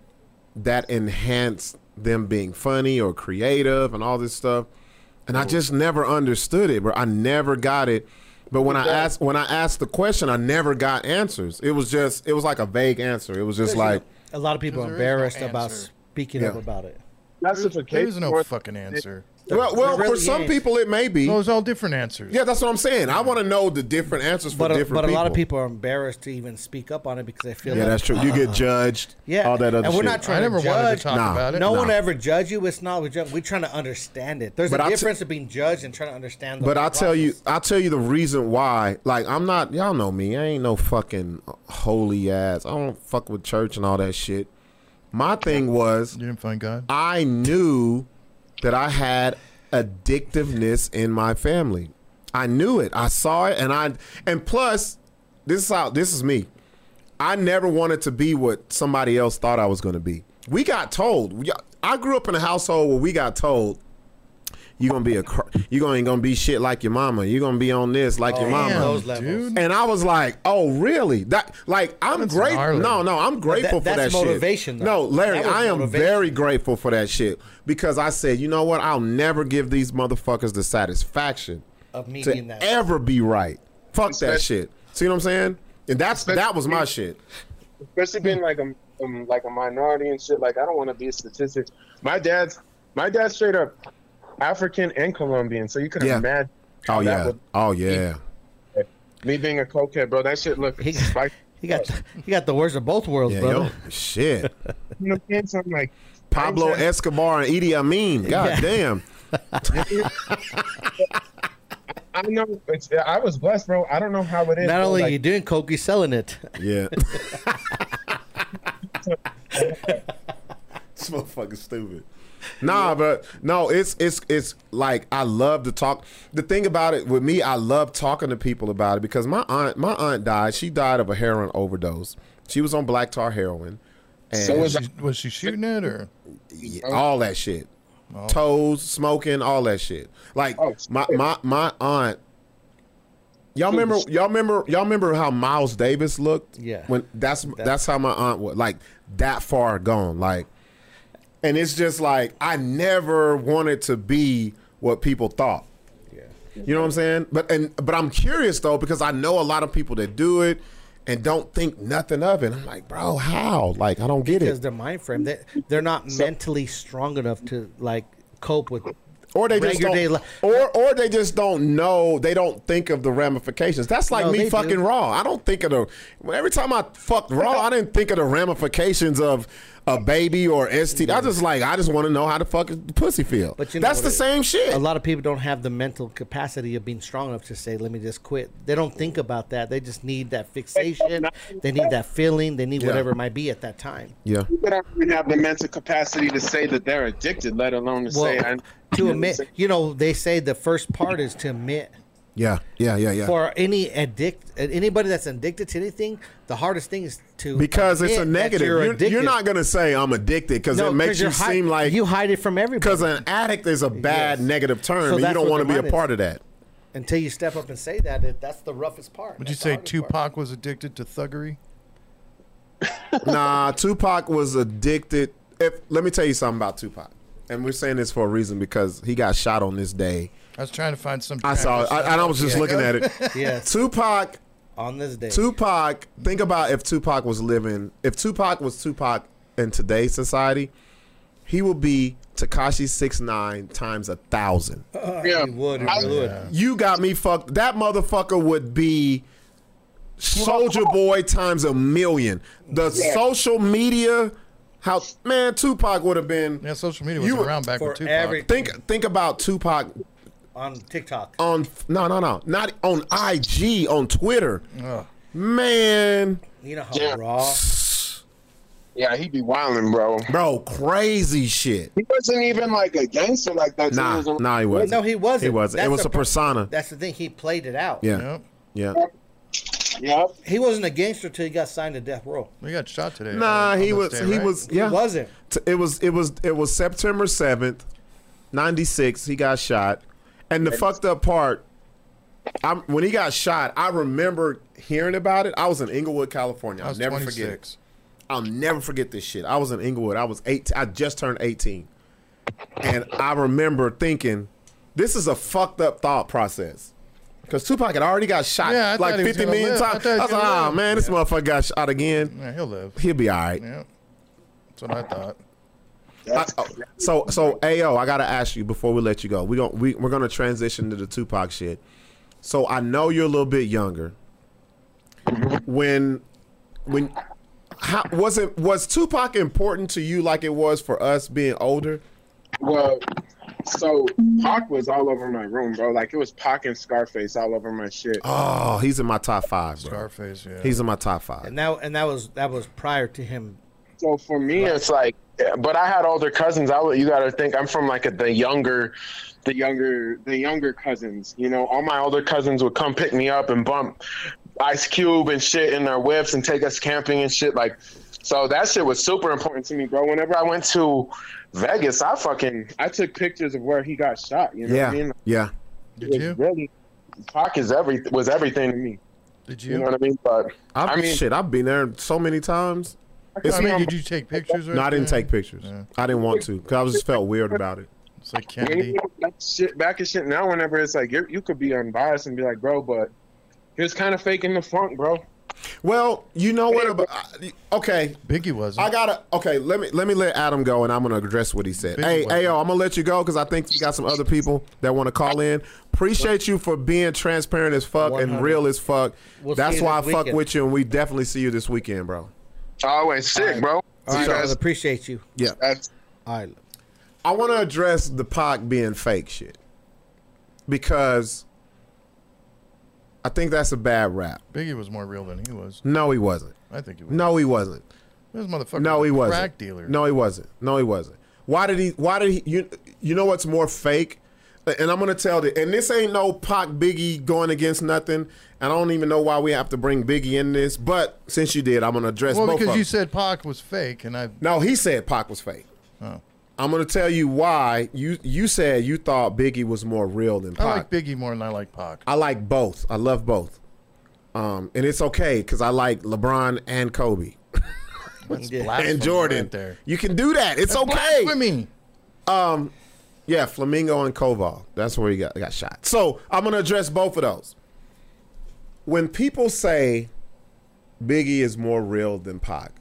Speaker 2: that enhanced them being funny or creative and all this stuff, and I just never understood it, bro. I never got it. But when I asked when I asked the question, I never got answers. It was just it was like a vague answer. It was just like
Speaker 3: A lot of people are
Speaker 4: Because there is no
Speaker 3: embarrassed about
Speaker 4: answer.
Speaker 3: speaking up
Speaker 2: Yeah.
Speaker 3: about it.
Speaker 8: Justification.
Speaker 4: There's no fucking answer.
Speaker 2: well, well,
Speaker 3: there
Speaker 2: for
Speaker 3: really
Speaker 2: some
Speaker 3: ain't.
Speaker 2: people it may be.
Speaker 4: Those all different answers.
Speaker 2: Yeah, that's what I'm saying. I want to know the different answers for
Speaker 3: But a,
Speaker 2: different
Speaker 3: but a lot of people are embarrassed to even speak up on it because they feel
Speaker 2: Yeah,
Speaker 3: like,
Speaker 2: that's true. You get judged.
Speaker 3: Yeah,
Speaker 2: all that other
Speaker 3: and we're
Speaker 2: shit.
Speaker 3: not trying
Speaker 4: I never
Speaker 3: to
Speaker 4: wanted
Speaker 3: judge.
Speaker 4: to talk
Speaker 2: Nah.
Speaker 4: about it.
Speaker 3: No one
Speaker 2: Nah.
Speaker 3: ever judge you. It's not we judge. We're trying to understand it. There's
Speaker 2: But
Speaker 3: a
Speaker 2: I'll t-
Speaker 3: difference of being judged and trying to understand. The
Speaker 2: But
Speaker 3: whole
Speaker 2: I tell you,
Speaker 3: process.
Speaker 2: I tell you the reason why. Like I'm not. Y'all know me. I ain't no fucking holy ass. I don't fuck with church and all that shit. My thing was,
Speaker 4: You didn't find God.
Speaker 2: I knew that I had addictiveness in my family. I knew it. I saw it, and I and plus, this is how this is me. I never wanted to be what somebody else thought I was going to be. We got told. We- I grew up in a household where we got told. You're gonna be a cr- you gonna ain't gonna be shit like your mama. You're gonna be on this like your mama.
Speaker 4: Damn,
Speaker 3: those levels.
Speaker 4: dude.
Speaker 2: And I was like, "Oh, really? That like I'm
Speaker 4: That's
Speaker 2: grateful.
Speaker 4: gnarly.
Speaker 2: No, no, I'm grateful
Speaker 3: that's
Speaker 2: for that shit.
Speaker 3: motivation, though.
Speaker 2: No, Larry,
Speaker 3: That was
Speaker 2: I am
Speaker 3: motivation.
Speaker 2: very grateful for that shit because I said, you know what? I'll never give these motherfuckers the satisfaction
Speaker 3: of me
Speaker 2: to
Speaker 3: being that.
Speaker 2: ever be right. Fuck that
Speaker 8: Especially-
Speaker 2: shit. See what I'm saying? And that's that was my shit.
Speaker 8: especially
Speaker 4: Hmm.
Speaker 8: being like a um, like a minority and shit. Like I don't want to be a statistic. My dad's my dad's straight up African and Colombian, so you can
Speaker 2: Yeah.
Speaker 8: imagine. how
Speaker 2: Oh
Speaker 8: that
Speaker 2: yeah.
Speaker 8: would-
Speaker 2: Oh yeah.
Speaker 8: me being a cokehead, bro. That shit look
Speaker 3: He-
Speaker 8: like
Speaker 3: He got he got the worst of both worlds,
Speaker 2: Yeah,
Speaker 3: brother.
Speaker 2: yo, shit.
Speaker 8: you know, what I'm saying? So I'm like
Speaker 2: Pablo
Speaker 8: I'm
Speaker 2: Escobar and Idi Amin. God
Speaker 3: Yeah.
Speaker 2: damn.
Speaker 8: I know it's, I was blessed, bro. I don't know how it is.
Speaker 3: Not
Speaker 8: bro.
Speaker 3: only
Speaker 8: Like,
Speaker 3: you doing coke, you selling it.
Speaker 2: Yeah. this motherfucker's stupid. Nah, but no, it's it's it's like I love to talk. The thing about it with me, I love talking to people about it because my aunt my aunt died. She died of a heroin overdose. She was on black tar heroin. And
Speaker 8: So
Speaker 4: Was she, was she shooting it or?
Speaker 2: yeah, all that shit. Toes, smoking, all that shit. Like
Speaker 8: Oh,
Speaker 2: my
Speaker 8: shit.
Speaker 2: my my aunt. Y'all remember y'all remember y'all remember how Miles Davis looked?
Speaker 3: Yeah.
Speaker 2: When that's that's, how my aunt was like that far gone. Like and it's just like I never wanted to be what people thought. You know what I'm saying? But and but I'm curious though because I know a lot of people that do it and don't think nothing of it. I'm like, bro, how? Like I don't get
Speaker 3: because
Speaker 2: it.
Speaker 3: their mind frame they they're not mentally strong enough to like cope with
Speaker 2: or they just
Speaker 3: regular
Speaker 2: don't,
Speaker 3: day li-
Speaker 2: or or they just don't know. They don't think of the ramifications. That's like
Speaker 3: No, they
Speaker 2: me
Speaker 3: do.
Speaker 2: fucking raw. I don't think of the well, every time I fucked raw, I didn't think of the ramifications of a baby or STD. I just like I just want to know how the fuck the pussy feel.
Speaker 3: But
Speaker 2: But
Speaker 3: you know
Speaker 2: that's the
Speaker 3: what it-
Speaker 2: same shit.
Speaker 3: a lot of people don't have the mental capacity of being strong enough to say let me just quit they don't think about that they just need that fixation they need that feeling they need
Speaker 2: Yeah.
Speaker 3: whatever it might be at that time
Speaker 2: yeah,
Speaker 8: People don't even have the mental capacity to say that they're addicted, let alone to say.
Speaker 3: well
Speaker 8: I'm-
Speaker 3: to admit you know they say the first part is to admit
Speaker 2: yeah, yeah, yeah, yeah.
Speaker 3: for any addict anybody that's addicted to anything the hardest thing is to
Speaker 2: because it's a
Speaker 3: admit that
Speaker 2: negative. You're, you're
Speaker 3: addicted.
Speaker 2: not gonna say I'm addicted because it
Speaker 3: No, 'cause
Speaker 2: makes you
Speaker 3: you're hi-
Speaker 2: seem like
Speaker 3: you hide it from everybody
Speaker 2: because an addict is a bad
Speaker 3: Yes.
Speaker 2: negative term,
Speaker 3: So
Speaker 2: and you
Speaker 3: that's
Speaker 2: don't
Speaker 3: what
Speaker 2: want
Speaker 3: the
Speaker 2: to be
Speaker 3: mind
Speaker 2: a
Speaker 3: is.
Speaker 2: part of that.
Speaker 3: until you step up and say that it, that's the roughest part
Speaker 4: Would you
Speaker 3: That's the
Speaker 4: say
Speaker 3: hardest part.
Speaker 4: Tupac was addicted to thuggery?
Speaker 2: nah, Tupac was addicted. If let me tell you something about Tupac, and we're saying this for a reason because he got shot on this day.
Speaker 4: I was trying to find some.
Speaker 2: I saw it, I, and I was just looking at it.
Speaker 3: yes
Speaker 2: Tupac
Speaker 3: on this day.
Speaker 2: Tupac, think about if Tupac was living, if Tupac was Tupac in today's society, he would be Takashi six nine times a thousand.
Speaker 8: Yeah.
Speaker 3: He would, he
Speaker 8: I-
Speaker 3: would.
Speaker 2: You got me fucked. That motherfucker would be Soldier Boy times a million. The social media, how man, Tupac would have been.
Speaker 4: Yeah, social media was
Speaker 2: You were-
Speaker 4: around back
Speaker 3: For
Speaker 4: with Tupac.
Speaker 3: every
Speaker 2: Think think about Tupac
Speaker 3: on TikTok.
Speaker 2: on no no no not on IG on Twitter.
Speaker 4: Ugh.
Speaker 2: Man,
Speaker 3: You know how
Speaker 8: Yeah.
Speaker 3: raw.
Speaker 8: Yeah, he be wilding, bro.
Speaker 2: bro, crazy shit.
Speaker 8: He wasn't even like a gangster like that. so he
Speaker 2: Nah,
Speaker 8: was a-
Speaker 2: nah, he wasn't.
Speaker 3: No, he wasn't.
Speaker 2: He was. It
Speaker 3: That's
Speaker 2: was
Speaker 3: the
Speaker 2: a persona.
Speaker 3: That's the thing. He played it out.
Speaker 2: Yeah,
Speaker 4: Yep.
Speaker 2: yeah.
Speaker 8: Yeah.
Speaker 3: He wasn't a gangster till he got signed to death row.
Speaker 4: We got shot today.
Speaker 2: Nah,
Speaker 4: on- on
Speaker 2: he
Speaker 4: this
Speaker 2: was.
Speaker 4: day,
Speaker 2: he
Speaker 4: right?
Speaker 2: was. Yeah,
Speaker 3: He wasn't.
Speaker 2: T- It was. It was. It was September seventh, ninety six. He got shot, and the fucked up part. I'm, when he got shot, I remember hearing about it. I was in Inglewood, California.
Speaker 4: I
Speaker 2: I'll
Speaker 4: was
Speaker 2: never forget it.
Speaker 4: 26.
Speaker 2: I'll never forget this shit. I was in Inglewood. I was 18. I just turned 18. And I remember thinking, this is a fucked up thought process. Because Tupac had already got shot
Speaker 4: Yeah, I thought
Speaker 2: like
Speaker 4: he was
Speaker 2: 50
Speaker 4: gonna
Speaker 2: million
Speaker 4: live. I
Speaker 2: times.
Speaker 4: thought
Speaker 2: I,
Speaker 4: he was
Speaker 2: was like,
Speaker 4: gonna
Speaker 2: ah,
Speaker 4: live."
Speaker 2: man, this motherfucker got shot again.
Speaker 4: Yeah, he'll live.
Speaker 2: He'll be all right.
Speaker 4: Yeah. That's what I thought.
Speaker 2: I- oh, so, so Ayo, I got to ask you before we let you go. We gonna, we, we're going to transition to the Tupac shit. So I know you're a little bit younger. When when how was it was Tupac important to you like it was for us being older?
Speaker 8: Well, so Pac was all over my room, bro. Like it was Pac and Scarface all over my shit.
Speaker 2: Oh, he's in my top five, bro.
Speaker 4: Scarface, yeah.
Speaker 2: He's in my top five.
Speaker 3: And that and that was that was prior to him.
Speaker 8: So for me, it's like, but I had older cousins. I would- you got to think I'm from like a, the younger, the younger, the younger cousins. You know, all my older cousins would come pick me up and bump Ice Cube and shit in their whips and take us camping and shit. Like, so that shit was super important to me, bro. Whenever I went to Vegas, I fucking I took pictures of where he got shot. You know what I
Speaker 2: Yeah,
Speaker 8: mean?
Speaker 2: yeah.
Speaker 4: Did
Speaker 8: It was
Speaker 4: you?
Speaker 8: really, Pac is every was everything to me.
Speaker 4: Did
Speaker 8: You know
Speaker 4: you?
Speaker 8: what I mean? But
Speaker 2: I've,
Speaker 8: I mean,
Speaker 2: shit, I've been there so many times. It's,
Speaker 4: I mean, did you take pictures? Or
Speaker 2: no, I didn't
Speaker 4: anything?
Speaker 2: take pictures.
Speaker 4: Yeah.
Speaker 2: I didn't want to because I was just felt weird about it.
Speaker 4: It's like
Speaker 8: Yeah, you
Speaker 4: candy.
Speaker 8: know, that shit back and shit now whenever it's like you're, you could be unbiased and be like bro but he was kind of faking the funk bro
Speaker 2: Well, you know what? About, I- okay,
Speaker 4: Biggie wasn't.
Speaker 2: I gotta. Okay, let me let me let Adam go, and I'm gonna address what he said.
Speaker 4: Big
Speaker 2: Hey,
Speaker 4: one.
Speaker 2: hey, yo, I'm gonna let you go because I think we got some other people that want to call in. Appreciate you for being transparent as fuck and
Speaker 3: 100.
Speaker 2: real as fuck.
Speaker 3: We'll see
Speaker 2: That's
Speaker 3: you
Speaker 2: why I
Speaker 3: this
Speaker 2: fuck
Speaker 3: weekend.
Speaker 2: with you, and we definitely see you this weekend, bro.
Speaker 8: always sick bro
Speaker 3: All right,
Speaker 8: You
Speaker 3: brother,
Speaker 8: guys-
Speaker 3: appreciate you.
Speaker 2: Yeah,
Speaker 8: that's-
Speaker 3: All right.
Speaker 2: I want to address the Pac being fake shit because I think that's a bad rap.
Speaker 4: Biggie was more real than he was.
Speaker 2: No, he wasn't.
Speaker 4: I think he was.
Speaker 2: No, he wasn't.
Speaker 4: This motherfucker
Speaker 2: No,
Speaker 4: was
Speaker 2: he
Speaker 4: a
Speaker 2: wasn't.
Speaker 4: crack dealer.
Speaker 2: No, he wasn't. No, he wasn't. Why did he? Why did he? You you know what's more fake? And I'm gonna tell the and this ain't no Pac Biggie going against nothing. And I don't even know why we have to bring Biggie in this, but since you did, I'm gonna address
Speaker 4: Well,
Speaker 2: both of
Speaker 4: because
Speaker 2: them.
Speaker 4: you said Pac was fake, and I.
Speaker 2: no, he said Pac was fake.
Speaker 4: Oh.
Speaker 2: I'm gonna tell you why. You you said you thought Biggie was more real than Pac.
Speaker 4: I like Biggie more than I like Pac.
Speaker 2: I like both. I love both. Um, and it's okay because I like LeBron and Kobe
Speaker 3: Yeah.
Speaker 4: Blasphemy
Speaker 2: and Jordan.
Speaker 4: right there.
Speaker 2: You can do that. It's okay.
Speaker 4: Blasphemy.
Speaker 2: Yeah, Flamingo and Koval. That's where he got, got shot. So I'm gonna address both of those. When people say Biggie is more real than Pac,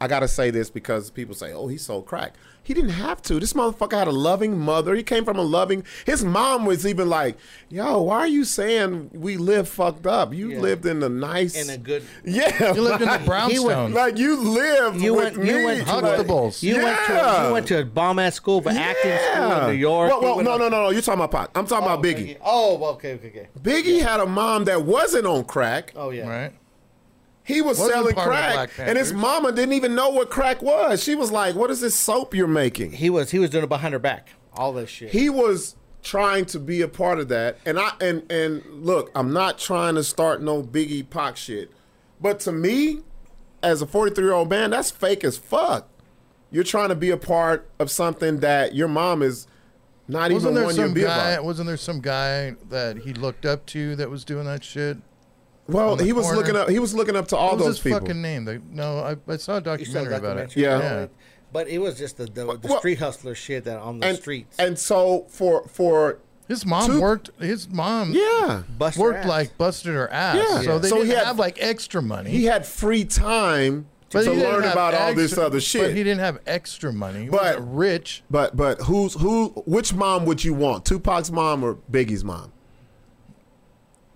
Speaker 2: I gotta say this because people say, "Oh, he sold crack." He didn't have to. This motherfucker had a loving mother. He came from a loving. His mom was even like, "Yo, why are you saying we live fucked up? You
Speaker 3: Yeah.
Speaker 2: lived in a nice,
Speaker 3: And a good.
Speaker 2: yeah,
Speaker 4: You lived in the
Speaker 2: like-
Speaker 4: brownstone.
Speaker 2: Like you lived
Speaker 3: You
Speaker 2: with
Speaker 3: went.
Speaker 2: me.
Speaker 3: You went to a,
Speaker 4: Huxtables.
Speaker 3: You went to.
Speaker 2: Yeah.
Speaker 3: You went to a bomb ass school, but acting school in New York.
Speaker 2: Well,
Speaker 3: You
Speaker 2: well,
Speaker 3: went
Speaker 2: no,
Speaker 3: on-
Speaker 2: no, no, no. You're talking about Pac. I'm talking
Speaker 3: Oh,
Speaker 2: about Biggie.
Speaker 3: Oh, well, okay, okay, okay.
Speaker 2: Biggie had a mom that wasn't on crack.
Speaker 3: Oh yeah.
Speaker 4: Right.
Speaker 2: He was
Speaker 4: Wasn't
Speaker 2: selling
Speaker 4: part of the
Speaker 2: crack,
Speaker 4: Black
Speaker 2: and his
Speaker 4: Panthers.
Speaker 2: mama didn't even know what crack was. She was like, "What is this soap you're making?"
Speaker 3: He was. He was doing it behind her back. All this shit.
Speaker 2: He was trying to be a part of that, and I and and look, I'm not trying to start no Biggie Pac shit, but to me, as a 43 year old man, that's fake as fuck. You're trying to be a part of something that your mom is not
Speaker 4: Wasn't
Speaker 2: even
Speaker 4: there
Speaker 2: wanting you to
Speaker 4: some
Speaker 2: be
Speaker 4: guy?
Speaker 2: about.
Speaker 4: Wasn't there some guy that he looked up to that was doing that shit?
Speaker 2: Well,
Speaker 4: on the
Speaker 2: he was
Speaker 4: corner?
Speaker 2: looking up. He was looking up to all
Speaker 4: What was
Speaker 2: those
Speaker 4: his
Speaker 2: people.
Speaker 4: fucking name? They, no, I, I saw a
Speaker 3: You saw
Speaker 4: documentary,
Speaker 3: the
Speaker 4: about it.
Speaker 3: documentary
Speaker 2: Yeah.
Speaker 3: about it. But it was just the, the, the
Speaker 2: Well-
Speaker 3: street hustler shit that on the streets.
Speaker 2: And so for for
Speaker 4: His mom
Speaker 2: Two-
Speaker 4: worked. His mom
Speaker 2: Yeah.
Speaker 3: Bust your
Speaker 4: worked
Speaker 3: ass.
Speaker 4: like busted her ass.
Speaker 2: Yeah.
Speaker 4: So they
Speaker 2: So he
Speaker 4: didn't
Speaker 2: had-
Speaker 4: have like extra money.
Speaker 2: He had free time
Speaker 4: But
Speaker 2: to
Speaker 4: he didn't
Speaker 2: learn
Speaker 4: have
Speaker 2: about all this
Speaker 4: extra-
Speaker 2: other
Speaker 4: But he
Speaker 2: shit.
Speaker 4: didn't have extra money. He
Speaker 2: But-
Speaker 4: wasn't rich.
Speaker 2: But, but who's who? Which mom would you want? Tupac's mom or Biggie's mom?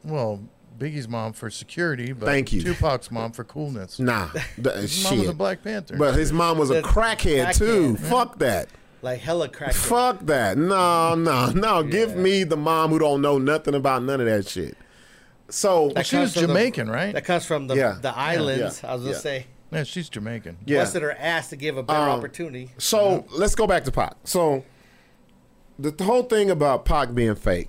Speaker 4: Well, Biggie's mom for security, but
Speaker 2: Thank you.
Speaker 4: Tupac's mom for coolness.
Speaker 2: Nah, that-
Speaker 4: His mom was a
Speaker 2: shit.
Speaker 4: Black Panther.
Speaker 2: But his mom was a
Speaker 3: The
Speaker 2: crackhead
Speaker 3: crackhead,
Speaker 2: too.
Speaker 3: yeah.
Speaker 2: Fuck that.
Speaker 3: like hella crack.
Speaker 2: Fuck that. No, no, no. Give me the mom who don't know nothing about none of that shit. So
Speaker 4: she
Speaker 3: comes
Speaker 4: was
Speaker 3: from the-
Speaker 4: Jamaican, right?
Speaker 3: That comes from the
Speaker 2: Yeah.
Speaker 3: the islands.
Speaker 2: yeah,
Speaker 3: I was gonna
Speaker 2: yeah.
Speaker 3: say
Speaker 4: yeah, she's Jamaican.
Speaker 2: yeah. Um,
Speaker 3: busted her ass to give a better opportunity.
Speaker 2: So let's go back to Pac. So the, the whole thing about Pac being fake.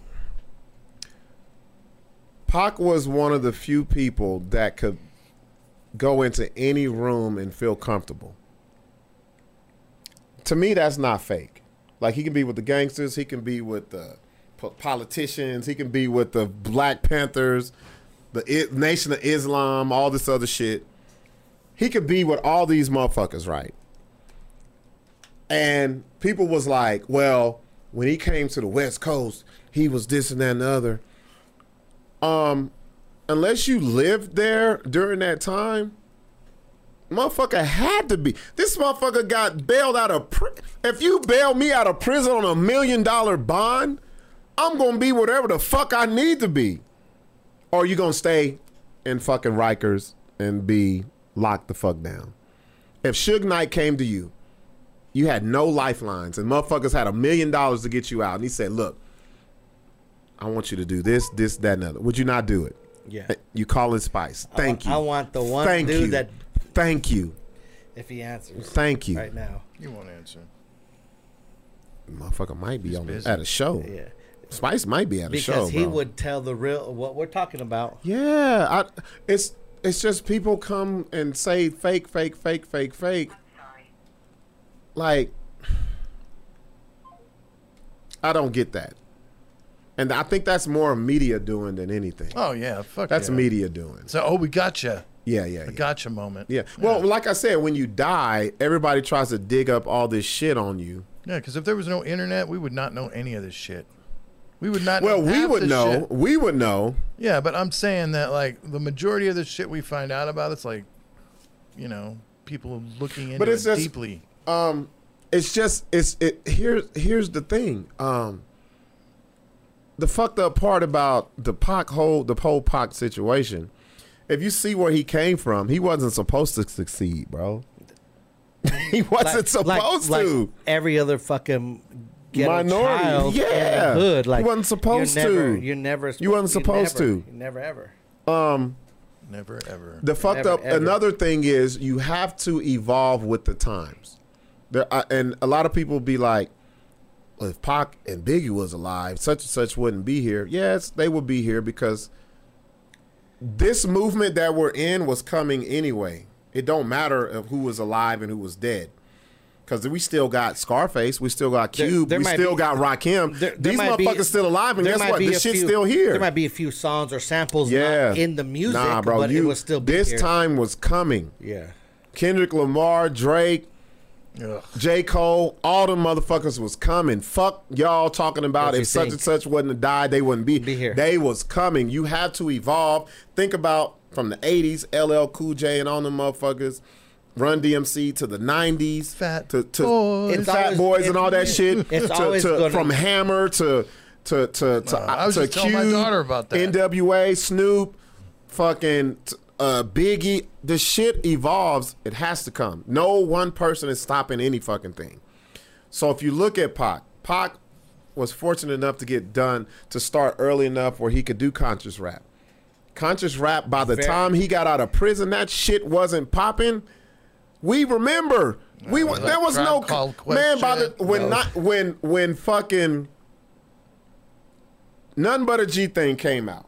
Speaker 2: Pac was one of the few people that could go into any room and feel comfortable. To me, that's not fake. Like he can be with the gangsters, he can be with the po- politicians, he can be with the Black Panthers, the I- Nation of Islam, all this other shit. He could be with all these motherfuckers, right? And people was like, well, when he came to the West Coast, he was this and that and the other. Um, unless you lived there during that time, motherfucker had to be. This motherfucker got bailed out of. Pri- if you bail me out of prison on a million dollar bond, I'm gonna be whatever the fuck I need to be. Or you gonna stay in fucking Rikers and be locked the fuck down. If Suge Knight came to you you had no lifelines, and motherfuckers had a million dollars to get you out. And he said, "Look, I want you to do this, this, that, and other." Would you not do it?
Speaker 3: Yeah.
Speaker 2: You call in Spice. Thank you.
Speaker 3: I want- I want the one
Speaker 2: Thank
Speaker 3: dude
Speaker 2: you.
Speaker 3: that-
Speaker 2: Thank you.
Speaker 3: If he answers
Speaker 2: Thank you.
Speaker 3: right now,
Speaker 4: You won't answer.
Speaker 2: Motherfucker might be on
Speaker 4: busy.
Speaker 2: at a show.
Speaker 3: yeah,
Speaker 2: Spice might be at a show.
Speaker 3: because he
Speaker 2: bro.
Speaker 3: would tell the real what we're talking about.
Speaker 2: Yeah, I, it's it's just people come and say fake, fake, fake, fake, fake. Like, I don't get that, and I think that's more media doing than anything.
Speaker 4: Oh yeah, fuck.
Speaker 2: that's
Speaker 4: yeah.
Speaker 2: media doing.
Speaker 4: So oh, we gotcha.
Speaker 2: Yeah, yeah,
Speaker 4: The
Speaker 2: yeah.
Speaker 4: gotcha moment.
Speaker 2: yeah. Well, like I said, when you die, everybody tries to dig up all this shit on you.
Speaker 4: Yeah, because if there was no internet, we would not know any of this shit. We would not.
Speaker 2: Well,
Speaker 4: know
Speaker 2: we
Speaker 4: half
Speaker 2: would
Speaker 4: this
Speaker 2: know.
Speaker 4: shit.
Speaker 2: We would know.
Speaker 4: Yeah, but I'm saying that like the majority of the shit we find out about, it's like, you know, people looking into
Speaker 2: But it's
Speaker 4: it
Speaker 2: just-
Speaker 4: deeply.
Speaker 2: um it's just it's it here's here's the thing um the fucked up part about the Pac whole the whole Pac situation if you see where he came from he wasn't supposed to succeed bro he wasn't supposed
Speaker 3: like
Speaker 2: to
Speaker 3: every other fucking ghetto
Speaker 2: Minority,
Speaker 3: child in the
Speaker 2: yeah.
Speaker 3: hood.
Speaker 2: You
Speaker 3: Like
Speaker 2: wasn't supposed
Speaker 3: you're never,
Speaker 2: to.
Speaker 3: You're never.
Speaker 2: You wasn't supposed
Speaker 3: never-
Speaker 2: to.
Speaker 3: you never ever.
Speaker 4: Never ever.
Speaker 2: The fucked
Speaker 3: Never,
Speaker 2: up.
Speaker 3: ever.
Speaker 2: Another thing is you have to evolve with the times. There I and a lot of people be like, "Well, if Pac and Biggie was alive, such and such wouldn't be here. Yes, they would be here because this movement that we're in was coming anyway. It don't matter of who was alive and who was dead. Because we still got Scarface, we still got
Speaker 3: There-
Speaker 2: Cube,
Speaker 3: there
Speaker 2: we
Speaker 3: might
Speaker 2: still
Speaker 3: be-
Speaker 2: got Rakim.
Speaker 3: There- there
Speaker 2: These
Speaker 3: might be-
Speaker 2: motherfuckers still alive, and
Speaker 3: there
Speaker 2: guess
Speaker 3: might
Speaker 2: what?
Speaker 3: be a
Speaker 2: This shit's
Speaker 3: few-
Speaker 2: still here.
Speaker 3: There might be a few songs or samples
Speaker 2: yeah,
Speaker 3: not in the music,
Speaker 2: nah, bro,
Speaker 3: but
Speaker 2: you,
Speaker 3: it was still be
Speaker 2: this
Speaker 3: here.
Speaker 2: time was coming.
Speaker 3: Yeah.
Speaker 2: Kendrick Lamar, Drake,
Speaker 4: Ugh.
Speaker 2: J. Cole, all them motherfuckers was coming. Fuck y'all talking about
Speaker 3: What you
Speaker 2: if such
Speaker 3: think?
Speaker 2: and such wasn't to die, they wouldn't be.
Speaker 3: Be here.
Speaker 2: They was coming. You have to evolve. Think about from the 80s, LL Cool J and all them motherfuckers, Run DMC to the 90s,
Speaker 4: Fat
Speaker 2: to, to
Speaker 4: Boys.
Speaker 2: Fat
Speaker 3: It's always-
Speaker 2: Boys and
Speaker 3: it-
Speaker 2: all that shit.
Speaker 3: it's
Speaker 2: to,
Speaker 3: always
Speaker 2: to-
Speaker 3: gonna-
Speaker 2: from Hammer to to to to,
Speaker 4: Uh, I was
Speaker 2: to
Speaker 4: just telling my
Speaker 2: Cube,
Speaker 4: daughter about that.
Speaker 2: NWA, Snoop, fucking t- uh, Biggie. The shit evolves. It has to come. No one person is stopping any fucking thing. So if you look at Pac, Pac was fortunate enough to get done to start early enough where he could do conscious rap. Conscious rap, by the
Speaker 3: Very-
Speaker 2: time he got out of prison, that shit wasn't popping. We remember. We wa-
Speaker 4: like
Speaker 2: there was
Speaker 4: crowd
Speaker 2: no
Speaker 4: call quit
Speaker 2: man by the
Speaker 4: shit.
Speaker 2: when
Speaker 4: No.
Speaker 2: not when when fucking none but a G thing came out.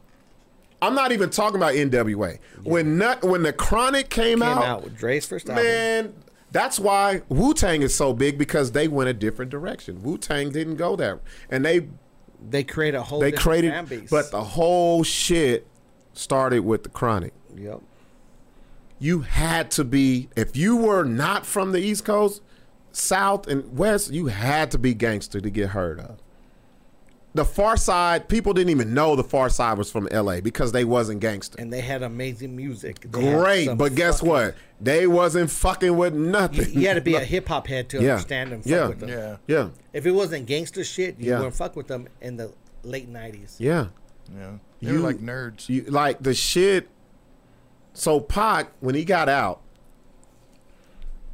Speaker 2: I'm not even talking about NWA. When not when the Chronic came,
Speaker 3: Came
Speaker 2: out,
Speaker 3: out with Dre's first album.
Speaker 2: man, that's why Wu Tang is so big because they went a different direction. Wu Tang didn't go that, and they
Speaker 3: They created a whole.
Speaker 2: they
Speaker 3: different
Speaker 2: created,
Speaker 3: fan base.
Speaker 2: but the whole shit started with the Chronic.
Speaker 3: yep.
Speaker 2: you had to be if you were not from the east coast south and west you had to be gangster to get heard of the Far Side people didn't even know the Far Side was from L.A. because they wasn't gangster.
Speaker 3: and they had amazing music. They had
Speaker 2: Great,
Speaker 3: some
Speaker 2: but guess
Speaker 3: fucking-
Speaker 2: what? They wasn't fucking with
Speaker 3: You,
Speaker 2: nothing.
Speaker 3: you had to be a hip hop head to
Speaker 2: Yeah.
Speaker 3: understand them. Fuck
Speaker 2: Yeah.
Speaker 3: With them.
Speaker 4: Yeah.
Speaker 2: yeah,
Speaker 3: If it wasn't gangster shit, you
Speaker 2: Yeah.
Speaker 3: wouldn't fuck with them in the late nineties.
Speaker 2: yeah.
Speaker 4: Yeah. They were like nerds.
Speaker 2: You, like the shit. So Pac, when he got out,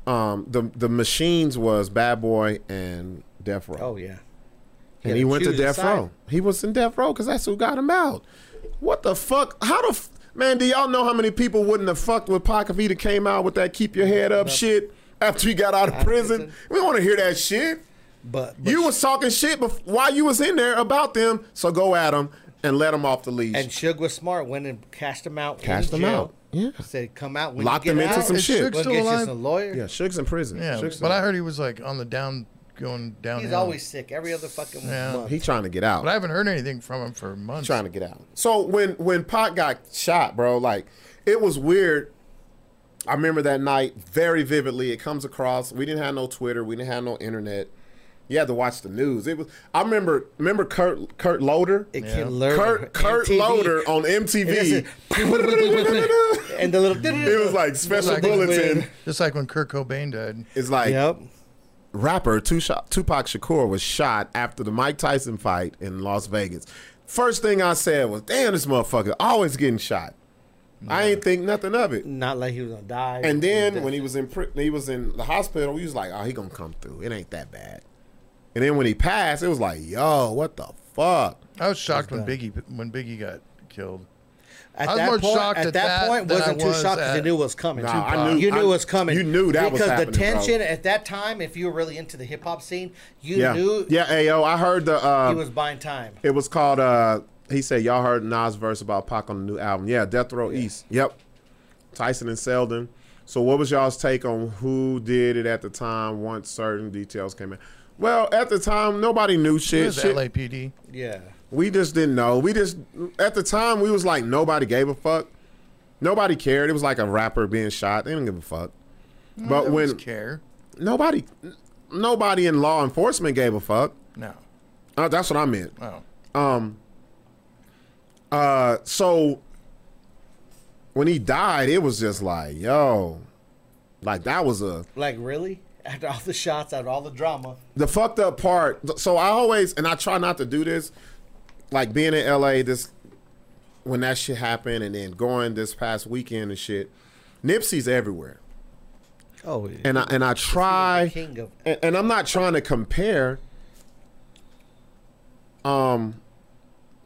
Speaker 2: um, the the machines was Bad Boy and Death Row.
Speaker 3: Oh yeah.
Speaker 2: and
Speaker 3: yeah,
Speaker 2: he went to
Speaker 3: choose a
Speaker 2: Death
Speaker 3: side.
Speaker 2: Row. He was in Death Row because that's who got him out. What the fuck? How the f- man? Do y'all know how many people wouldn't have fucked with Pac if he'd have came out with that "keep your head up" shit after he got out of prison?
Speaker 3: prison.
Speaker 2: We want to hear that shit.
Speaker 3: But, but
Speaker 2: You was talking shit bef- while you was in there about them, so go at them and let them off the leash.
Speaker 3: and Suge was smart, went and cashed him out. went
Speaker 2: Cashed
Speaker 3: to
Speaker 2: him
Speaker 3: jail.
Speaker 2: out. Yeah.
Speaker 3: Said come out. When
Speaker 2: Locked
Speaker 3: you get
Speaker 2: him into
Speaker 3: out,
Speaker 2: some
Speaker 4: Is
Speaker 2: shit.
Speaker 4: Suge
Speaker 3: We'll
Speaker 4: still
Speaker 3: get you
Speaker 4: alive?
Speaker 3: a lawyer.
Speaker 2: yeah, Suge's in prison.
Speaker 4: Yeah.
Speaker 2: Suge's
Speaker 4: but
Speaker 2: in-
Speaker 4: I heard he was like on the down, going down.
Speaker 3: He's always sick. Every other fucking
Speaker 4: Yeah.
Speaker 3: month.
Speaker 2: he trying to get out.
Speaker 4: But I haven't heard anything from him for months.
Speaker 2: trying to get out. So when when Pac got shot, bro, like it was weird. I remember that night very vividly. It comes across. We didn't have no Twitter. We didn't have no internet. You had to watch the news. It was. I remember. Remember Kurt Kurt Loader.
Speaker 3: It can learn.
Speaker 2: Kurt Kurt Loader on
Speaker 3: And, that's
Speaker 2: MTV.
Speaker 3: it. And the little.
Speaker 2: It was like special
Speaker 4: Like-
Speaker 2: bulletin.
Speaker 4: Just like when Kurt Cobain died.
Speaker 2: It's like
Speaker 3: Yep.
Speaker 2: rapper Tusha- Tupac Shakur was shot after the Mike Tyson fight in Las Vegas. First thing I said was, "Damn, this motherfucker always getting shot." I ain't think nothing of it.
Speaker 3: Not like he was gonna die.
Speaker 2: And then when he was in pri- he was in the hospital, we was like, "Oh, he gonna come through. It ain't that bad." And then when he passed, it was like, "Yo, what the fuck?"
Speaker 4: I was shocked when Biggie when Biggie got killed.
Speaker 3: At
Speaker 4: I was
Speaker 3: that
Speaker 4: more
Speaker 3: point,
Speaker 4: shocked
Speaker 3: at,
Speaker 4: at
Speaker 3: that,
Speaker 4: that
Speaker 3: point,
Speaker 4: than I
Speaker 3: wasn't too
Speaker 4: was
Speaker 3: shocked because
Speaker 4: at-
Speaker 3: you knew it was coming.
Speaker 2: Nah, I
Speaker 3: Tupac.
Speaker 2: knew-
Speaker 3: you knew
Speaker 2: I-
Speaker 3: it was coming.
Speaker 2: you knew that was
Speaker 3: because
Speaker 2: happening,
Speaker 3: the
Speaker 2: bro.
Speaker 3: tension at that time. If you were really into the hip hop scene, you
Speaker 2: Yeah,
Speaker 3: knew
Speaker 2: yeah. Ayo, I heard the uh,
Speaker 3: he was buying time.
Speaker 2: it was called. uh He said, "Y'all heard Nas verse about Pac on the new album." Yeah, Death Row East. Yep, Tyson and Seldon. So, what was y'all's take on who did it at the time? Once certain details came in. Well, at the time, nobody knew
Speaker 4: It
Speaker 2: shit.
Speaker 4: was
Speaker 2: shit
Speaker 4: LAPD.
Speaker 3: Yeah,
Speaker 2: we just didn't know. We just at the time we was like nobody gave a fuck. Nobody cared. It was like a rapper being shot. They didn't give a fuck.
Speaker 4: I
Speaker 2: but
Speaker 4: don't
Speaker 2: when
Speaker 4: care.
Speaker 2: nobody nobody in law enforcement gave a fuck.
Speaker 4: No.
Speaker 2: Uh, that's what I meant.
Speaker 4: Oh.
Speaker 2: Um uh so when he died, it was just like, yo. Like that was a
Speaker 3: like really. After all the shots, after all the drama,
Speaker 2: the fucked up part. So I always and I try not to do this. Like being in LA, this when that shit happened, and then going this past weekend and shit. Nipsey's everywhere,
Speaker 3: oh,
Speaker 2: and I and I try,
Speaker 3: king of
Speaker 2: and, and I'm not trying to compare. Um,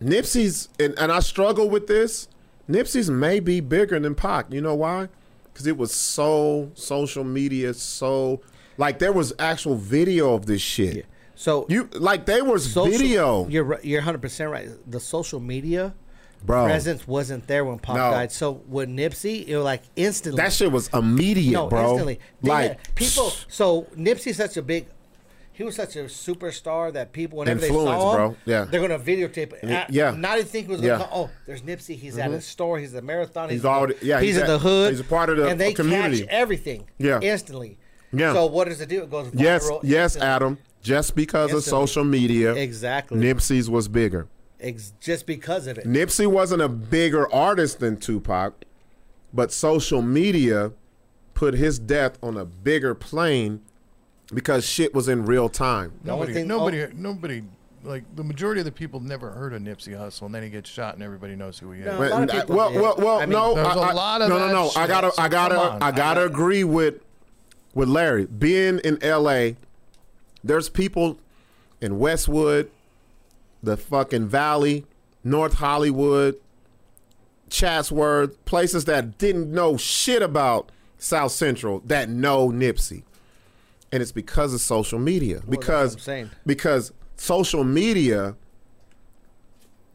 Speaker 2: Nipsey's and, and I struggle with this. Nipsey's may be bigger than Pac. You know why? Because it was so social media, so like there was actual video of this shit.
Speaker 3: so
Speaker 2: You like they was
Speaker 3: social,
Speaker 2: video,
Speaker 3: You're ri- you're 100 percent right. The social media
Speaker 2: bro.
Speaker 3: presence wasn't there when Pop
Speaker 2: Oh. No.
Speaker 3: died. So with Nipsey, it was like instantly.
Speaker 2: That shit was immediate,
Speaker 3: no,
Speaker 2: bro.
Speaker 3: instantly. They
Speaker 2: Like
Speaker 3: had- people. So Nipsey's such a big. He was such a superstar that people whenever they
Speaker 2: Influence,
Speaker 3: saw him,
Speaker 2: bro. Yeah.
Speaker 3: they're gonna videotape. It.
Speaker 2: Yeah.
Speaker 3: Uh, not even think it was gonna.
Speaker 2: Yeah. Mm-hmm.
Speaker 3: Call, oh, there's Nipsey. He's at a store. He's at a marathon. He's,
Speaker 2: He's already- yeah,
Speaker 3: He's,
Speaker 2: he's
Speaker 3: in
Speaker 2: at-
Speaker 3: the hood.
Speaker 2: he's a part of the
Speaker 3: and they
Speaker 2: community.
Speaker 3: catch everything.
Speaker 2: Yeah.
Speaker 3: instantly.
Speaker 2: Yeah.
Speaker 3: So what does it do? It goes viral.
Speaker 2: yes, yes,
Speaker 3: instantly.
Speaker 2: Adam. Just because of
Speaker 3: Instantly.
Speaker 2: social media,
Speaker 3: Exactly.
Speaker 2: Nipsey's was bigger.
Speaker 3: Ex- just because of it.
Speaker 2: Nipsey wasn't a bigger artist than Tupac, but social media put his death on a bigger plane because shit was in real time.
Speaker 4: Nobody
Speaker 3: thing-
Speaker 4: nobody nobody like the majority of the people never heard of Nipsey Hussle and then he gets shot and everybody knows who he is.
Speaker 3: No.
Speaker 2: But-
Speaker 3: A lot of people
Speaker 2: well,
Speaker 3: did.
Speaker 2: well, well,
Speaker 3: I mean,
Speaker 2: no,
Speaker 4: There's
Speaker 2: I,
Speaker 4: a
Speaker 2: I-
Speaker 4: lot of
Speaker 2: no, no,
Speaker 4: that
Speaker 2: no. I
Speaker 4: shit,
Speaker 2: gotta,
Speaker 4: so
Speaker 2: I gotta,
Speaker 4: come on.
Speaker 2: I gotta agree with with Larry. Being in L.A., there's people in Westwood, the fucking Valley, North Hollywood, Chatsworth, places that didn't know shit about South Central that know Nipsey, and it's because of social media.
Speaker 3: that's
Speaker 2: because
Speaker 3: what I'm saying.
Speaker 2: because social media.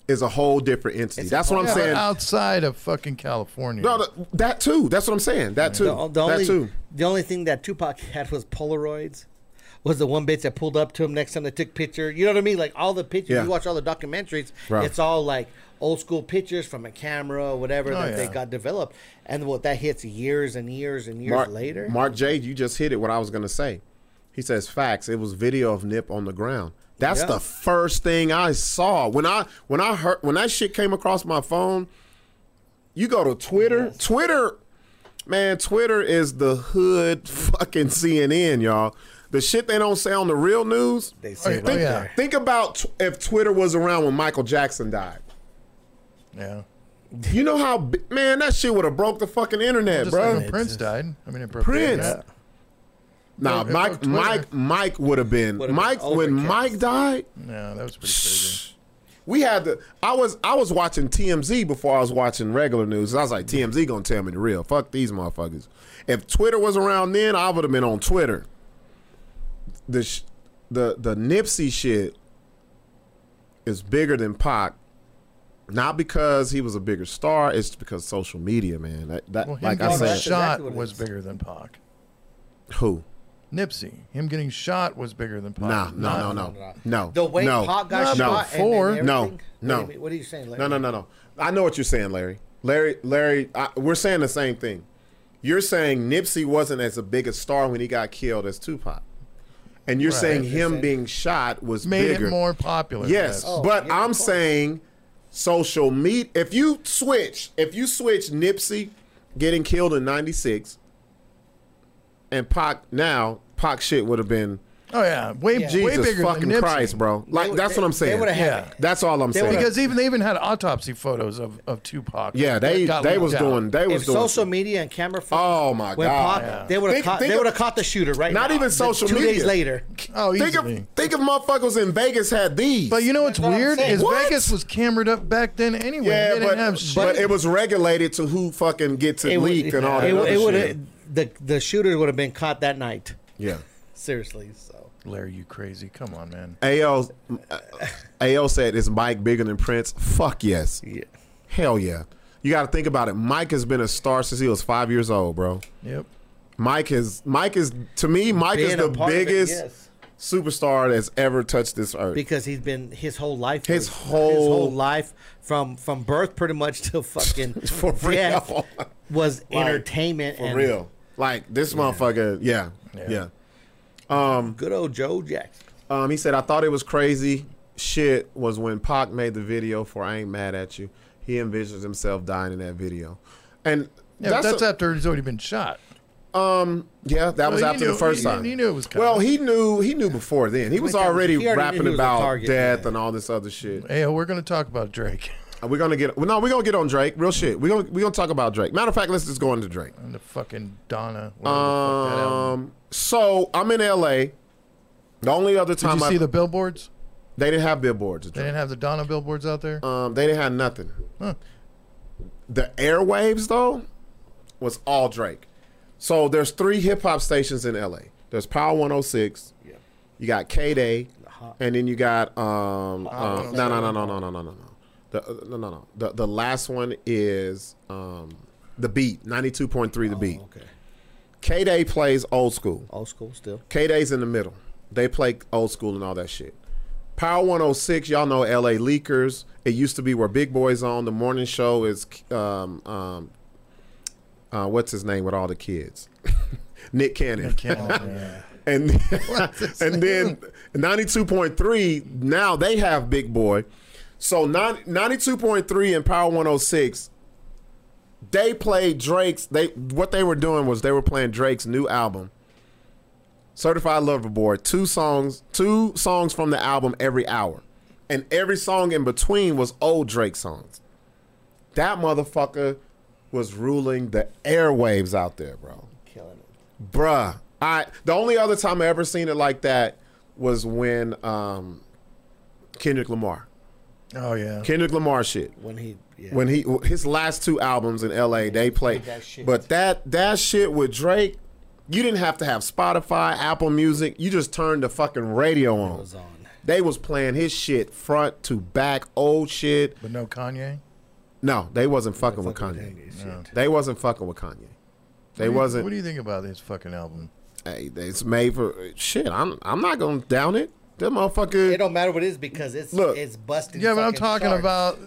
Speaker 2: Is a whole different entity.
Speaker 3: It's a
Speaker 2: That's what I'm
Speaker 4: Yeah, but
Speaker 2: saying.
Speaker 4: outside of fucking California.
Speaker 2: No, th- that too. That's what I'm saying. That too.
Speaker 3: The, the only
Speaker 2: that too.
Speaker 3: the only thing that Tupac had was Polaroids. Was the one bitch that pulled up to him next time they took picture. You know what I mean? Like all the pictures.
Speaker 2: Yeah.
Speaker 3: You watch all the documentaries.
Speaker 2: Right.
Speaker 3: It's all like old school pictures from a camera, or whatever
Speaker 2: Oh,
Speaker 3: that they
Speaker 4: yeah.
Speaker 3: got developed, and what that hits years and years and years
Speaker 2: Mark,
Speaker 3: later.
Speaker 2: Mark J, you just hit it. What I was gonna say. He says facts. It was video of Nip on the ground. That's
Speaker 3: Yeah.
Speaker 2: the first thing I saw when I when I heard when that shit came across my phone. You go to Twitter. Twitter, man, Twitter is the hood fucking CNN, y'all. The shit they don't say on the real news.
Speaker 3: They say it
Speaker 4: Oh,
Speaker 3: right
Speaker 4: yeah.
Speaker 3: there.
Speaker 2: Think about t- if Twitter was around when Michael Jackson died.
Speaker 4: Yeah.
Speaker 2: You know how bi- man that shit would have broke the fucking internet,
Speaker 4: Just
Speaker 2: bro.
Speaker 4: like when Prince died. I mean, it broke
Speaker 2: Prince.
Speaker 4: Yeah.
Speaker 2: Nah,
Speaker 4: Bro, it
Speaker 2: Mike,
Speaker 4: broke Twitter.
Speaker 2: Mike, Mike would have been
Speaker 3: Would've been
Speaker 2: Mike when
Speaker 3: overcast.
Speaker 2: Mike died.
Speaker 4: Yeah, that was pretty crazy.
Speaker 2: We had the I was I was watching TMZ before I was watching regular news. I was like, TMZ gonna tell me the real. Fuck these motherfuckers. If Twitter was around then, I would have been on Twitter. The sh- the the Nipsey shit is bigger than Pac. Not because he was a bigger star, it's because social media, man. That, that
Speaker 4: Well, him
Speaker 2: like I
Speaker 4: getting
Speaker 2: said,
Speaker 3: shot.
Speaker 4: shot
Speaker 3: Exactly what it
Speaker 4: was
Speaker 3: is.
Speaker 4: bigger than Pac.
Speaker 2: who?
Speaker 4: Nipsey, him getting shot was bigger than Pac.
Speaker 2: Nah, no, no, no, no, no.
Speaker 3: The way
Speaker 2: no,
Speaker 3: Pac got
Speaker 2: no,
Speaker 3: shot and-
Speaker 4: before.
Speaker 3: and
Speaker 2: No,
Speaker 3: everything?
Speaker 2: no.
Speaker 3: What do you- What are you saying? Larry?
Speaker 2: No, no, no, no. I know what you're saying, Larry. Larry, Larry, I, we're saying the same thing. You're saying Nipsey wasn't as a big a star when he got killed as Tupac, and you're saying him being shot was
Speaker 4: Made
Speaker 2: bigger.
Speaker 4: it more popular.
Speaker 2: yes, but
Speaker 3: Oh, yeah, of
Speaker 2: I'm
Speaker 3: course.
Speaker 2: saying social media. If you switch, if you switch Nipsey getting killed in '96 and Pac now, Pac shit would have been
Speaker 4: Oh yeah, way, way
Speaker 2: Jesus
Speaker 4: bigger
Speaker 2: fucking
Speaker 4: than Nipsey.
Speaker 2: Christ, bro. Like
Speaker 3: would-
Speaker 2: that's what I'm
Speaker 3: they- they
Speaker 2: saying.
Speaker 3: would've had
Speaker 4: Yeah.
Speaker 2: That's all I'm saying.
Speaker 4: Because even they even had autopsy photos of, of Tupac.
Speaker 2: Yeah, they
Speaker 4: Got
Speaker 2: they
Speaker 4: leaked
Speaker 2: was
Speaker 4: out.
Speaker 2: doing they was
Speaker 3: If
Speaker 2: doing
Speaker 3: social media and camera footage.
Speaker 2: Oh my
Speaker 3: when
Speaker 2: god.
Speaker 3: Pac, they would have
Speaker 2: Think-
Speaker 3: caught.
Speaker 2: think
Speaker 3: They
Speaker 2: of-
Speaker 3: would have caught the shooter right.
Speaker 2: Not
Speaker 3: now.
Speaker 2: even social
Speaker 3: two
Speaker 2: media.
Speaker 3: days later.
Speaker 4: Oh,
Speaker 2: Think
Speaker 4: easily.
Speaker 2: of think if motherfuckers in Vegas had these.
Speaker 4: but you know what's
Speaker 3: That's what I'm
Speaker 4: weird
Speaker 3: saying.
Speaker 4: is
Speaker 2: What?
Speaker 4: Vegas was cambered up back then anyway.
Speaker 2: yeah,
Speaker 4: they didn't
Speaker 2: but,
Speaker 4: have shit.
Speaker 2: but it was regulated to who fucking gets it,
Speaker 3: would-
Speaker 2: leaked and all that
Speaker 3: It,
Speaker 2: other
Speaker 3: it would
Speaker 2: shit.
Speaker 3: have. The the shooter would have been caught that night.
Speaker 2: Yeah.
Speaker 3: Seriously. So
Speaker 4: Larry, you crazy? Come on, man.
Speaker 2: AL uh, AL said is Mike bigger than Prince? Fuck yes.
Speaker 3: yeah.
Speaker 2: Hell yeah. You got to think about it. Mike has been a star since he was 5 years old, bro.
Speaker 4: Yep.
Speaker 2: Mike is Mike is to me Mike is
Speaker 3: Being
Speaker 2: the
Speaker 3: a part of it,
Speaker 2: biggest
Speaker 3: yes.
Speaker 2: superstar that's ever touched this earth.
Speaker 3: because he's been his whole life.
Speaker 2: His
Speaker 3: was- his
Speaker 2: whole-
Speaker 3: whole life from from birth pretty much to fucking
Speaker 2: For
Speaker 3: death
Speaker 2: real.
Speaker 3: was
Speaker 2: Like,
Speaker 3: entertainment
Speaker 2: For
Speaker 3: and
Speaker 2: real. Like this motherfucker, yeah, yeah.
Speaker 3: Good old Joe Jackson.
Speaker 2: Um, he said, I thought it was crazy shit was when Pac made the video for I Ain't Mad at You. He envisions himself dying in that video. And
Speaker 4: Yeah, that's,
Speaker 2: a-
Speaker 4: that's after he's already been shot.
Speaker 2: yeah, that was
Speaker 4: he
Speaker 2: after
Speaker 4: knew-
Speaker 2: the first
Speaker 4: he-
Speaker 2: time.
Speaker 4: he knew it was coming.
Speaker 2: Well, he knew he knew before then. He was
Speaker 3: He already
Speaker 2: already
Speaker 3: knew he was a
Speaker 2: rapping about
Speaker 3: target,
Speaker 2: death
Speaker 3: yeah.
Speaker 2: and all this other shit.
Speaker 4: Hey, we're gonna talk about Drake
Speaker 2: We're gonna get well, no, we're gonna get on Drake. Real shit. We're gonna we're gonna talk about Drake. Matter of fact, let's just go into Drake.
Speaker 4: and the fucking Donna. whatever the fuck that album-
Speaker 2: Um so I'm in LA. The only other
Speaker 4: Did
Speaker 2: time
Speaker 4: you
Speaker 2: I
Speaker 4: see the billboards?
Speaker 2: they didn't have billboards. at
Speaker 4: They didn't have the Donna billboards out there.
Speaker 2: Um, they didn't have nothing.
Speaker 4: Huh.
Speaker 2: The airwaves though was all Drake. So there's three hip hop stations in LA. There's Power 106. Yeah. You got K Day, and then you got um, um no no no no no no no no no the uh, no no no the the last one is um the beat 92.3 the beat.
Speaker 3: Okay.
Speaker 2: K Day plays old school.
Speaker 3: Old school still.
Speaker 2: K Day's in the middle. They play old school and all that shit. Power 106, y'all know LA Leakers. It used to be where Big Boy's on. The morning show is, um, um, uh, what's his name with all the kids? Nick Cannon. And, and then 92.3, now they have Big Boy. So nine- 92.3 and Power 106, they played Drake's. They What they were doing was they were playing Drake's new album. Certified Lover Boy, two songs, two songs from the album every hour. And every song in between was old Drake songs. That motherfucker was ruling the airwaves out there, bro.
Speaker 3: Killing it.
Speaker 2: Bruh. I the only other time I ever seen it like that was when um Kendrick Lamar.
Speaker 4: oh yeah.
Speaker 2: Kendrick Lamar shit.
Speaker 3: When he yeah.
Speaker 2: When he his last two albums in LA, they played
Speaker 3: that shit.
Speaker 2: But that that shit with Drake, you didn't have to have Spotify, Apple Music. You just turned the fucking radio on.
Speaker 3: was on.
Speaker 2: They was playing his shit front to back, old shit.
Speaker 4: But no Kanye.
Speaker 2: No, they wasn't fucking with
Speaker 3: Fucking
Speaker 2: Kanye.
Speaker 3: Kanye, shit.
Speaker 2: They wasn't fucking with Kanye. They
Speaker 4: What do you-
Speaker 2: wasn't.
Speaker 4: What do you think about his fucking album?
Speaker 2: hey, it's made for shit. I'm I'm not gonna down it. That motherfucker.
Speaker 3: It don't matter what it is because it's
Speaker 2: Look.
Speaker 3: it's busting.
Speaker 4: Yeah, but I'm
Speaker 3: fucking
Speaker 4: talking
Speaker 3: charts.
Speaker 4: about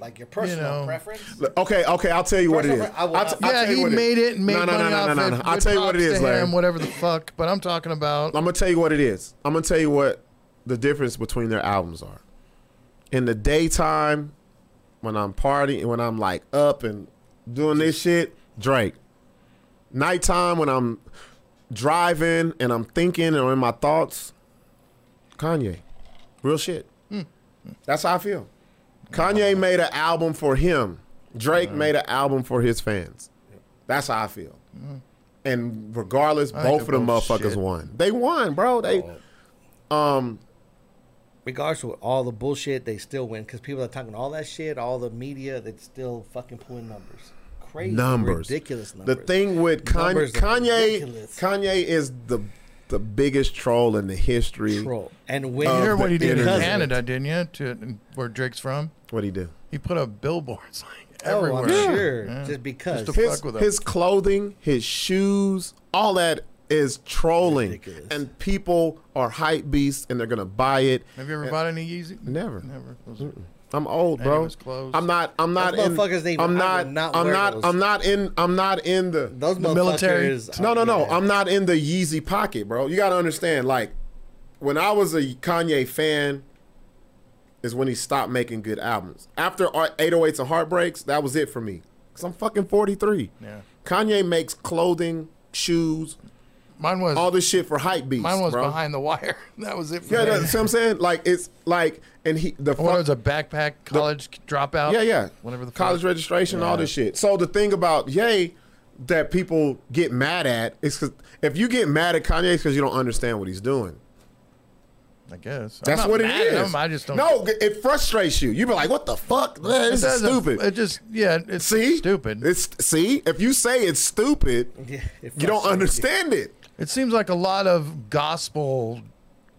Speaker 3: like your personal
Speaker 4: know.
Speaker 3: preference.
Speaker 2: Okay, okay, I'll tell you what it
Speaker 3: First
Speaker 2: is.
Speaker 3: of all, I will
Speaker 2: I'll
Speaker 3: not-
Speaker 2: t- I'll
Speaker 4: yeah,
Speaker 2: tell you
Speaker 4: he
Speaker 2: what it-
Speaker 4: made it, and made
Speaker 2: no, no,
Speaker 4: money
Speaker 2: no,
Speaker 4: off
Speaker 2: no, no, no.
Speaker 4: it.
Speaker 2: I'll
Speaker 4: Good
Speaker 2: tell you what it
Speaker 4: props
Speaker 2: is,
Speaker 4: to
Speaker 2: Larry.
Speaker 4: him, whatever the fuck. But I'm talking about.
Speaker 2: I'm gonna tell you what it is. I'm gonna tell you what the difference between their albums are. In the daytime, when I'm partying, when I'm like up and doing this shit, Drake. Nighttime, when I'm driving and I'm thinking or in my thoughts, Kanye. Real shit.
Speaker 3: Hmm.
Speaker 2: That's how I feel. Kanye made an album for him. Drake made an album for his fans. That's how I feel.
Speaker 3: Mm-hmm.
Speaker 2: And regardless, both of
Speaker 4: they're
Speaker 2: them
Speaker 4: both
Speaker 2: motherfuckers
Speaker 4: shit.
Speaker 2: won. They won, bro. They
Speaker 3: Oh, Regardless of all the bullshit, they still win because people are talking all that shit, all the media, they still fucking pulling numbers. Crazy
Speaker 2: numbers,
Speaker 3: ridiculous numbers.
Speaker 2: The thing with Kanye,
Speaker 3: Numbers are
Speaker 2: Kanye,
Speaker 3: ridiculous.
Speaker 2: Kanye is the the biggest troll in the history.
Speaker 3: Troll. and when
Speaker 4: You heard what he did in
Speaker 2: internet.
Speaker 4: Canada, didn't you? To where Drake's from,
Speaker 2: What he do?
Speaker 4: he put up billboards like
Speaker 3: Oh,
Speaker 4: everywhere.
Speaker 3: I'm sure.
Speaker 4: Yeah.
Speaker 3: Just because.
Speaker 4: Just to
Speaker 2: His
Speaker 4: fuck with him.
Speaker 2: his clothing, his shoes, all that is trolling,
Speaker 3: Ridiculous.
Speaker 2: and people are hype beasts, and they're gonna buy it.
Speaker 4: Have you ever bought any Yeezy?
Speaker 2: Never.
Speaker 4: Never. Those are-
Speaker 2: I'm old,
Speaker 4: And it
Speaker 2: bro.
Speaker 4: was clothes.
Speaker 2: I'm not. I'm not
Speaker 3: Those
Speaker 2: in.
Speaker 3: motherfuckers ain't- I
Speaker 2: I'm
Speaker 3: would
Speaker 2: not.
Speaker 3: not
Speaker 2: I'm
Speaker 3: wear
Speaker 2: not.
Speaker 3: those.
Speaker 2: I'm not in. I'm not in the.
Speaker 3: Those
Speaker 4: The
Speaker 3: motherfuckers.
Speaker 4: military.
Speaker 3: are-
Speaker 2: No, no, no.
Speaker 3: yeah.
Speaker 2: I'm not in the Yeezy pocket, bro. You gotta understand. Like, when I was a Kanye fan, is when he stopped making good albums. After our 808s and Heartbreaks, that was it for me. Cause I'm fucking 43.
Speaker 4: Yeah.
Speaker 2: Kanye makes clothing, shoes,
Speaker 4: Mine was.
Speaker 2: all this shit for hype beats.
Speaker 4: mine was
Speaker 2: bro.
Speaker 4: behind the wire. That was it. For
Speaker 2: Yeah,
Speaker 4: me.
Speaker 2: that's what I'm saying. Like, it's like, and he the
Speaker 4: When I
Speaker 2: fuck-
Speaker 4: was a backpack college dropout.
Speaker 2: Yeah, yeah.
Speaker 4: Whenever the
Speaker 2: college
Speaker 4: fuck.
Speaker 2: registration, all this shit. So the thing about Ye that people get mad at is 'cause if you get mad at Kanye, it's because you don't understand what he's doing.
Speaker 4: I guess I'm
Speaker 2: That's
Speaker 4: not
Speaker 2: what it
Speaker 4: mad at
Speaker 2: is.
Speaker 4: him, I just don't.
Speaker 2: No, it frustrates you. You be like, "What the fuck? Man, this is
Speaker 4: doesn't-
Speaker 2: stupid."
Speaker 4: It just yeah. It's
Speaker 2: see,
Speaker 4: stupid.
Speaker 2: It's see, if you say it's stupid,
Speaker 3: Yeah, it
Speaker 2: you don't
Speaker 3: frustrates
Speaker 2: understand it.
Speaker 4: it seems like a lot of gospel.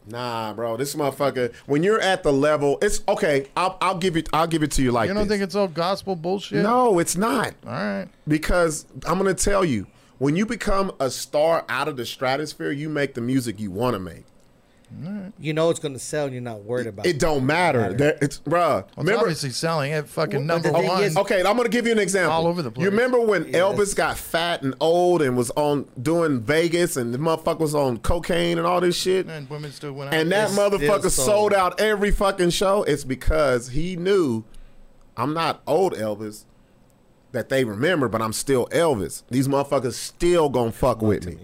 Speaker 2: Nah, bro, this motherfucker. When you're at the level, it's okay. I'll, I'll give it. I'll give it to you like
Speaker 4: You don't
Speaker 2: this.
Speaker 4: think it's all gospel bullshit?
Speaker 2: no, it's not.
Speaker 4: All right.
Speaker 2: because I'm gonna tell you, when you become a star out of the stratosphere, you make the music you want to make.
Speaker 3: You know it's going to sell and you're not worried about
Speaker 2: It don't matter. That it's bruh.
Speaker 4: Well, it's obviously selling at fucking
Speaker 3: Well, but
Speaker 4: number
Speaker 3: the thing
Speaker 4: one.
Speaker 3: is-
Speaker 2: Okay, I'm gonna give you an example.
Speaker 4: All over the place.
Speaker 2: You remember when
Speaker 3: Yeah, that's-
Speaker 2: Elvis got fat and old and was on doing Vegas and the motherfucker was on cocaine and all this shit?
Speaker 4: and women still went out.
Speaker 2: And that
Speaker 3: still
Speaker 2: motherfucker
Speaker 3: sold.
Speaker 2: sold out every fucking show. It's because he knew I'm not old Elvis that they remember, but I'm still Elvis. These motherfuckers still gonna fuck with me.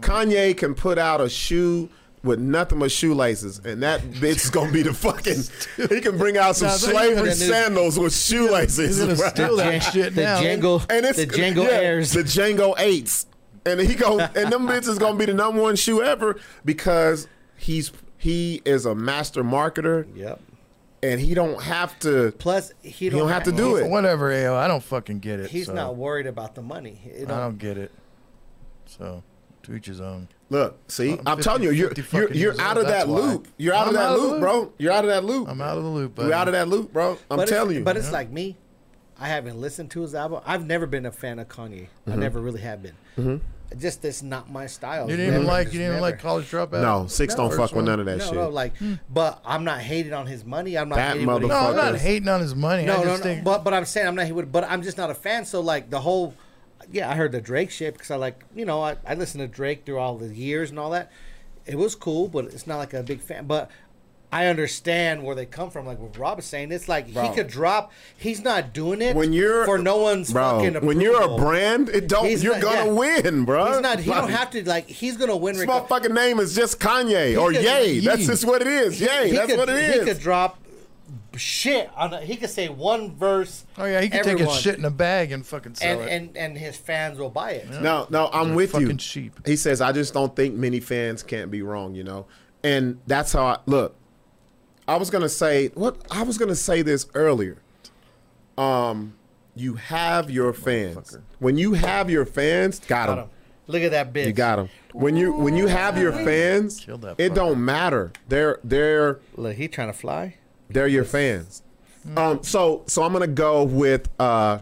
Speaker 2: Kanye can put out a shoe with nothing but shoelaces, and that bitch is gonna be the fucking. He can bring out some
Speaker 4: Nah, they-
Speaker 2: slavery
Speaker 4: that is-
Speaker 2: sandals with shoelaces.
Speaker 4: He's gonna
Speaker 2: bro.
Speaker 4: steal that shit
Speaker 3: the
Speaker 4: now.
Speaker 3: Django,
Speaker 2: And it's
Speaker 3: the Django
Speaker 2: yeah,
Speaker 3: airs.
Speaker 2: The Django eights. And he go and them bitches gonna be the number one shoe ever because he's he is a master marketer
Speaker 3: yep.
Speaker 2: and he don't have to
Speaker 3: Plus, he don't,
Speaker 2: don't have to do
Speaker 3: he's-
Speaker 2: it.
Speaker 4: Whatever, AO. I don't fucking get it.
Speaker 3: He's
Speaker 4: so
Speaker 3: not worried about the money. It
Speaker 4: I
Speaker 3: don't-
Speaker 4: don't get it. So, to each his own.
Speaker 2: look, see, I'm,
Speaker 4: I'm 50
Speaker 2: telling you, you're
Speaker 4: 50
Speaker 2: you're,
Speaker 4: fucking
Speaker 2: you're
Speaker 4: years
Speaker 2: out
Speaker 4: old,
Speaker 2: of that
Speaker 4: that's why.
Speaker 2: loop. You're out of
Speaker 4: I'm
Speaker 2: that
Speaker 4: out of the
Speaker 2: loop,
Speaker 4: loop.
Speaker 2: bro. You're out of that loop.
Speaker 4: I'm out of the loop.
Speaker 2: You're out of
Speaker 4: buddy.
Speaker 2: that loop, bro. I'm
Speaker 3: but it's-
Speaker 2: telling you.
Speaker 3: But it's like me. I haven't listened to his album. I've never been a fan of Kanye.
Speaker 2: Mm-hmm.
Speaker 3: I never really have been. Just it's not my style.
Speaker 4: You didn't
Speaker 3: Never,
Speaker 4: even like.
Speaker 3: just
Speaker 4: You didn't even
Speaker 3: never.
Speaker 4: like college dropout.
Speaker 2: no, six don't fuck with none of that
Speaker 3: no,
Speaker 2: shit.
Speaker 3: no, like, but I'm not hating on his money. I'm not
Speaker 2: That
Speaker 3: hating what he-
Speaker 4: Hmm. No, I'm not
Speaker 2: Fuckers.
Speaker 4: hating on his money.
Speaker 3: No,
Speaker 4: I
Speaker 3: no,
Speaker 4: just
Speaker 3: no.
Speaker 4: think
Speaker 3: But but I'm saying I'm not. He would. But I'm just not a fan. So like the whole, yeah, I heard the Drake shit because I like you know I, I listened to Drake through all the years and all that. It was cool, but it's not like a big fan. But I understand where they come from. Like what Rob is saying, it's like
Speaker 2: Bro.
Speaker 3: he could drop. He's not doing it
Speaker 2: when you're
Speaker 3: for no one's
Speaker 2: bro,
Speaker 3: fucking. Approval.
Speaker 2: when you're a brand, it don't
Speaker 3: He's
Speaker 2: you're
Speaker 3: not-
Speaker 2: gonna
Speaker 3: yeah.
Speaker 2: win, bro.
Speaker 3: he's not. He
Speaker 2: Like-
Speaker 3: don't have to like. He's gonna win.
Speaker 2: This
Speaker 3: regard-
Speaker 2: motherfucking name is just Kanye or
Speaker 3: could-
Speaker 2: Yay. That's
Speaker 4: Yee.
Speaker 2: just what it is. Yay.
Speaker 3: he
Speaker 2: That's
Speaker 3: could-
Speaker 2: what it
Speaker 3: He could
Speaker 2: is.
Speaker 3: drop shit on. A, he could say one verse.
Speaker 4: Oh yeah, he could take
Speaker 3: everyone,
Speaker 4: his shit in a bag and fucking
Speaker 3: And,
Speaker 4: sell it.
Speaker 3: and and his fans will buy it.
Speaker 2: No, no, I'm with you.
Speaker 4: fucking sheep.
Speaker 2: He says, I just don't think many fans can't be wrong, you know? And that's how I look. I was gonna say what I was gonna say this earlier. Um, you have your fans. When you have your fans, got
Speaker 3: Got 'em.
Speaker 2: them.
Speaker 3: Look at that bitch.
Speaker 2: You got them. When you when you have your fans,
Speaker 4: Kill that
Speaker 2: it
Speaker 4: fucker.
Speaker 2: don't matter. They're they're
Speaker 3: Look, he trying to fly.
Speaker 2: They're your fans. Um, so so I'm gonna go with uh,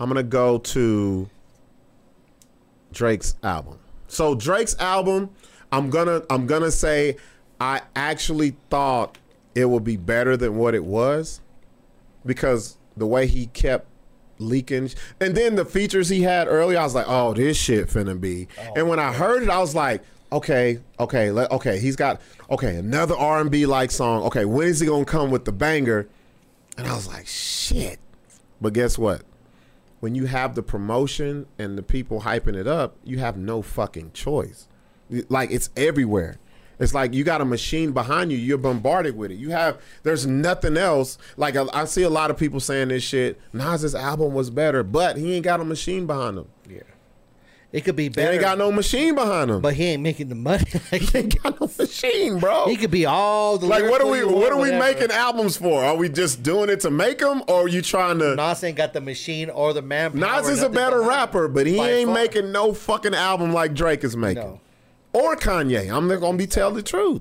Speaker 2: I'm gonna go to Drake's album. So Drake's album, I'm gonna I'm gonna say I actually thought it would be better than what it was because the way he kept leaking and then the features he had earlier, I was like, oh, this shit finna be. and when I heard it, I was like, okay, okay, let, okay, he's got okay another R and B like song. Okay, when is he gonna come with the banger? And I was like, shit. But guess what? When you have the promotion and the people hyping it up, you have no fucking choice. Like it's everywhere. It's like you got a machine behind you. You're bombarded with it. You have there's nothing else. Like I, I see a lot of people saying this shit. Nas's album was better, but he ain't got a machine behind him.
Speaker 3: It could be
Speaker 2: He
Speaker 3: better,
Speaker 2: ain't got no machine behind him.
Speaker 3: but he ain't making the money.
Speaker 2: He ain't got no machine, bro.
Speaker 3: he could be all the
Speaker 2: like, what are
Speaker 3: lyrical
Speaker 2: we?
Speaker 3: you want,
Speaker 2: What are we
Speaker 3: whatever.
Speaker 2: making albums for? Are we just doing it to make them, or are you trying to?
Speaker 3: Nas ain't got the machine or the manpower.
Speaker 2: Nas is a
Speaker 3: nothing
Speaker 2: better
Speaker 3: behind him.
Speaker 2: rapper, but he
Speaker 3: By
Speaker 2: ain't
Speaker 3: far.
Speaker 2: making no fucking album like Drake is making,
Speaker 3: No.
Speaker 2: or Kanye. I'm not gonna be tell the truth.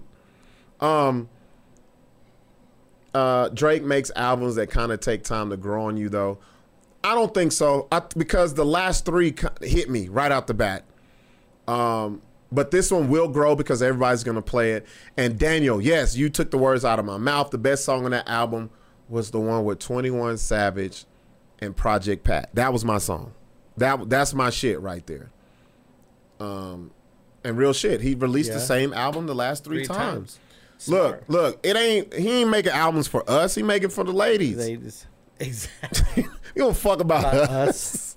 Speaker 2: Um, uh, Drake makes albums that kind of take time to grow on you, though. I don't think so, I, because the last three ki- hit me right out the bat. Um, But this one will grow because everybody's going to play it. And Daniel, yes, you took the words out of my mouth. The best song on that album was the one with 21 Savage and Project Pat. That was my song. That that's my shit right there. Um and real shit, he released the
Speaker 3: Yeah.
Speaker 2: same album the last 3,
Speaker 3: Three
Speaker 2: times.
Speaker 3: times.
Speaker 2: Look, look, it ain't he ain't making albums for us. He making for the ladies.
Speaker 3: They just exactly
Speaker 2: you don't fuck about, us.
Speaker 3: us.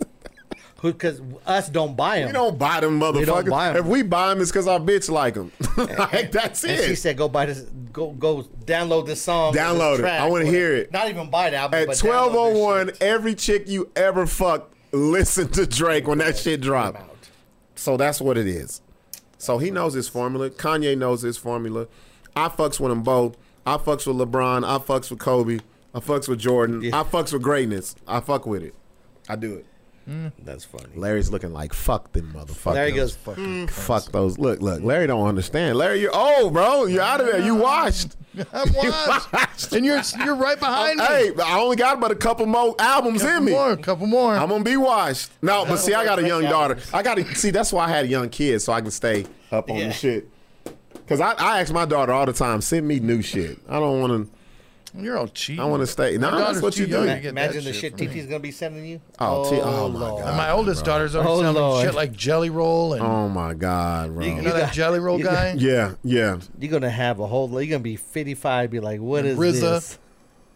Speaker 3: Who? Because us don't buy him.
Speaker 2: We don't buy them motherfuckers.
Speaker 3: don't buy 'em.
Speaker 2: If we buy them, it's because our bitch like them. like that's
Speaker 3: and
Speaker 2: it.
Speaker 3: she said, "Go buy this. Go go download this song. this
Speaker 2: Download it.
Speaker 3: track,
Speaker 2: I wanna
Speaker 3: whatever.
Speaker 2: hear it.
Speaker 3: Not even buy the album.
Speaker 2: At
Speaker 3: but download this
Speaker 2: twelve oh one,
Speaker 3: shit.
Speaker 2: every chick you ever fucked listened to Drake when that shit
Speaker 3: Come
Speaker 2: dropped.
Speaker 3: out.
Speaker 2: So that's what it is. So he knows his formula. Kanye knows his formula. I fucks with them both. I fucks with LeBron. I fucks with Kobe. I fucks with Jordan.
Speaker 3: Yeah.
Speaker 2: I fucks with greatness. I fuck with it. I do it.
Speaker 3: That's funny.
Speaker 2: Larry's looking like fuck them motherfuckers.
Speaker 3: Larry goes,
Speaker 4: "Hmm."
Speaker 2: fucking fuck those. Look, look. Larry don't understand. Larry, you're old, bro. You're out of there. You washed.
Speaker 4: I'm washed. and you're you're right behind me.
Speaker 2: Hey, I only got but a couple more albums
Speaker 4: couple
Speaker 2: in me.
Speaker 4: more, couple more.
Speaker 2: I'm gonna be washed. No, but see, I got a young daughter. I got to see. That's why I had a young kid, so I can stay up on
Speaker 3: Yeah.
Speaker 2: the shit. Cause I, I ask my daughter all the time, send me new shit. I don't want to.
Speaker 4: you're all cheating.
Speaker 2: I wanna stay- Nah,
Speaker 4: My
Speaker 2: that's
Speaker 4: daughter's
Speaker 2: what you
Speaker 4: too young
Speaker 2: do.
Speaker 4: to get that
Speaker 3: Imagine the shit
Speaker 4: from me.
Speaker 3: TT's gonna be sending you.
Speaker 2: Oh, T- oh my
Speaker 3: Lord.
Speaker 2: God.
Speaker 4: My oldest daughter's already
Speaker 3: Oh,
Speaker 4: selling
Speaker 3: Lord.
Speaker 4: shit like Jelly Roll and
Speaker 2: Oh my god, bro.
Speaker 4: you know that
Speaker 3: got-
Speaker 4: Jelly Roll
Speaker 3: you
Speaker 4: guy.
Speaker 2: yeah, yeah.
Speaker 3: You're gonna have a whole. You're gonna be 55. Be like, what is
Speaker 4: RZA.
Speaker 3: this?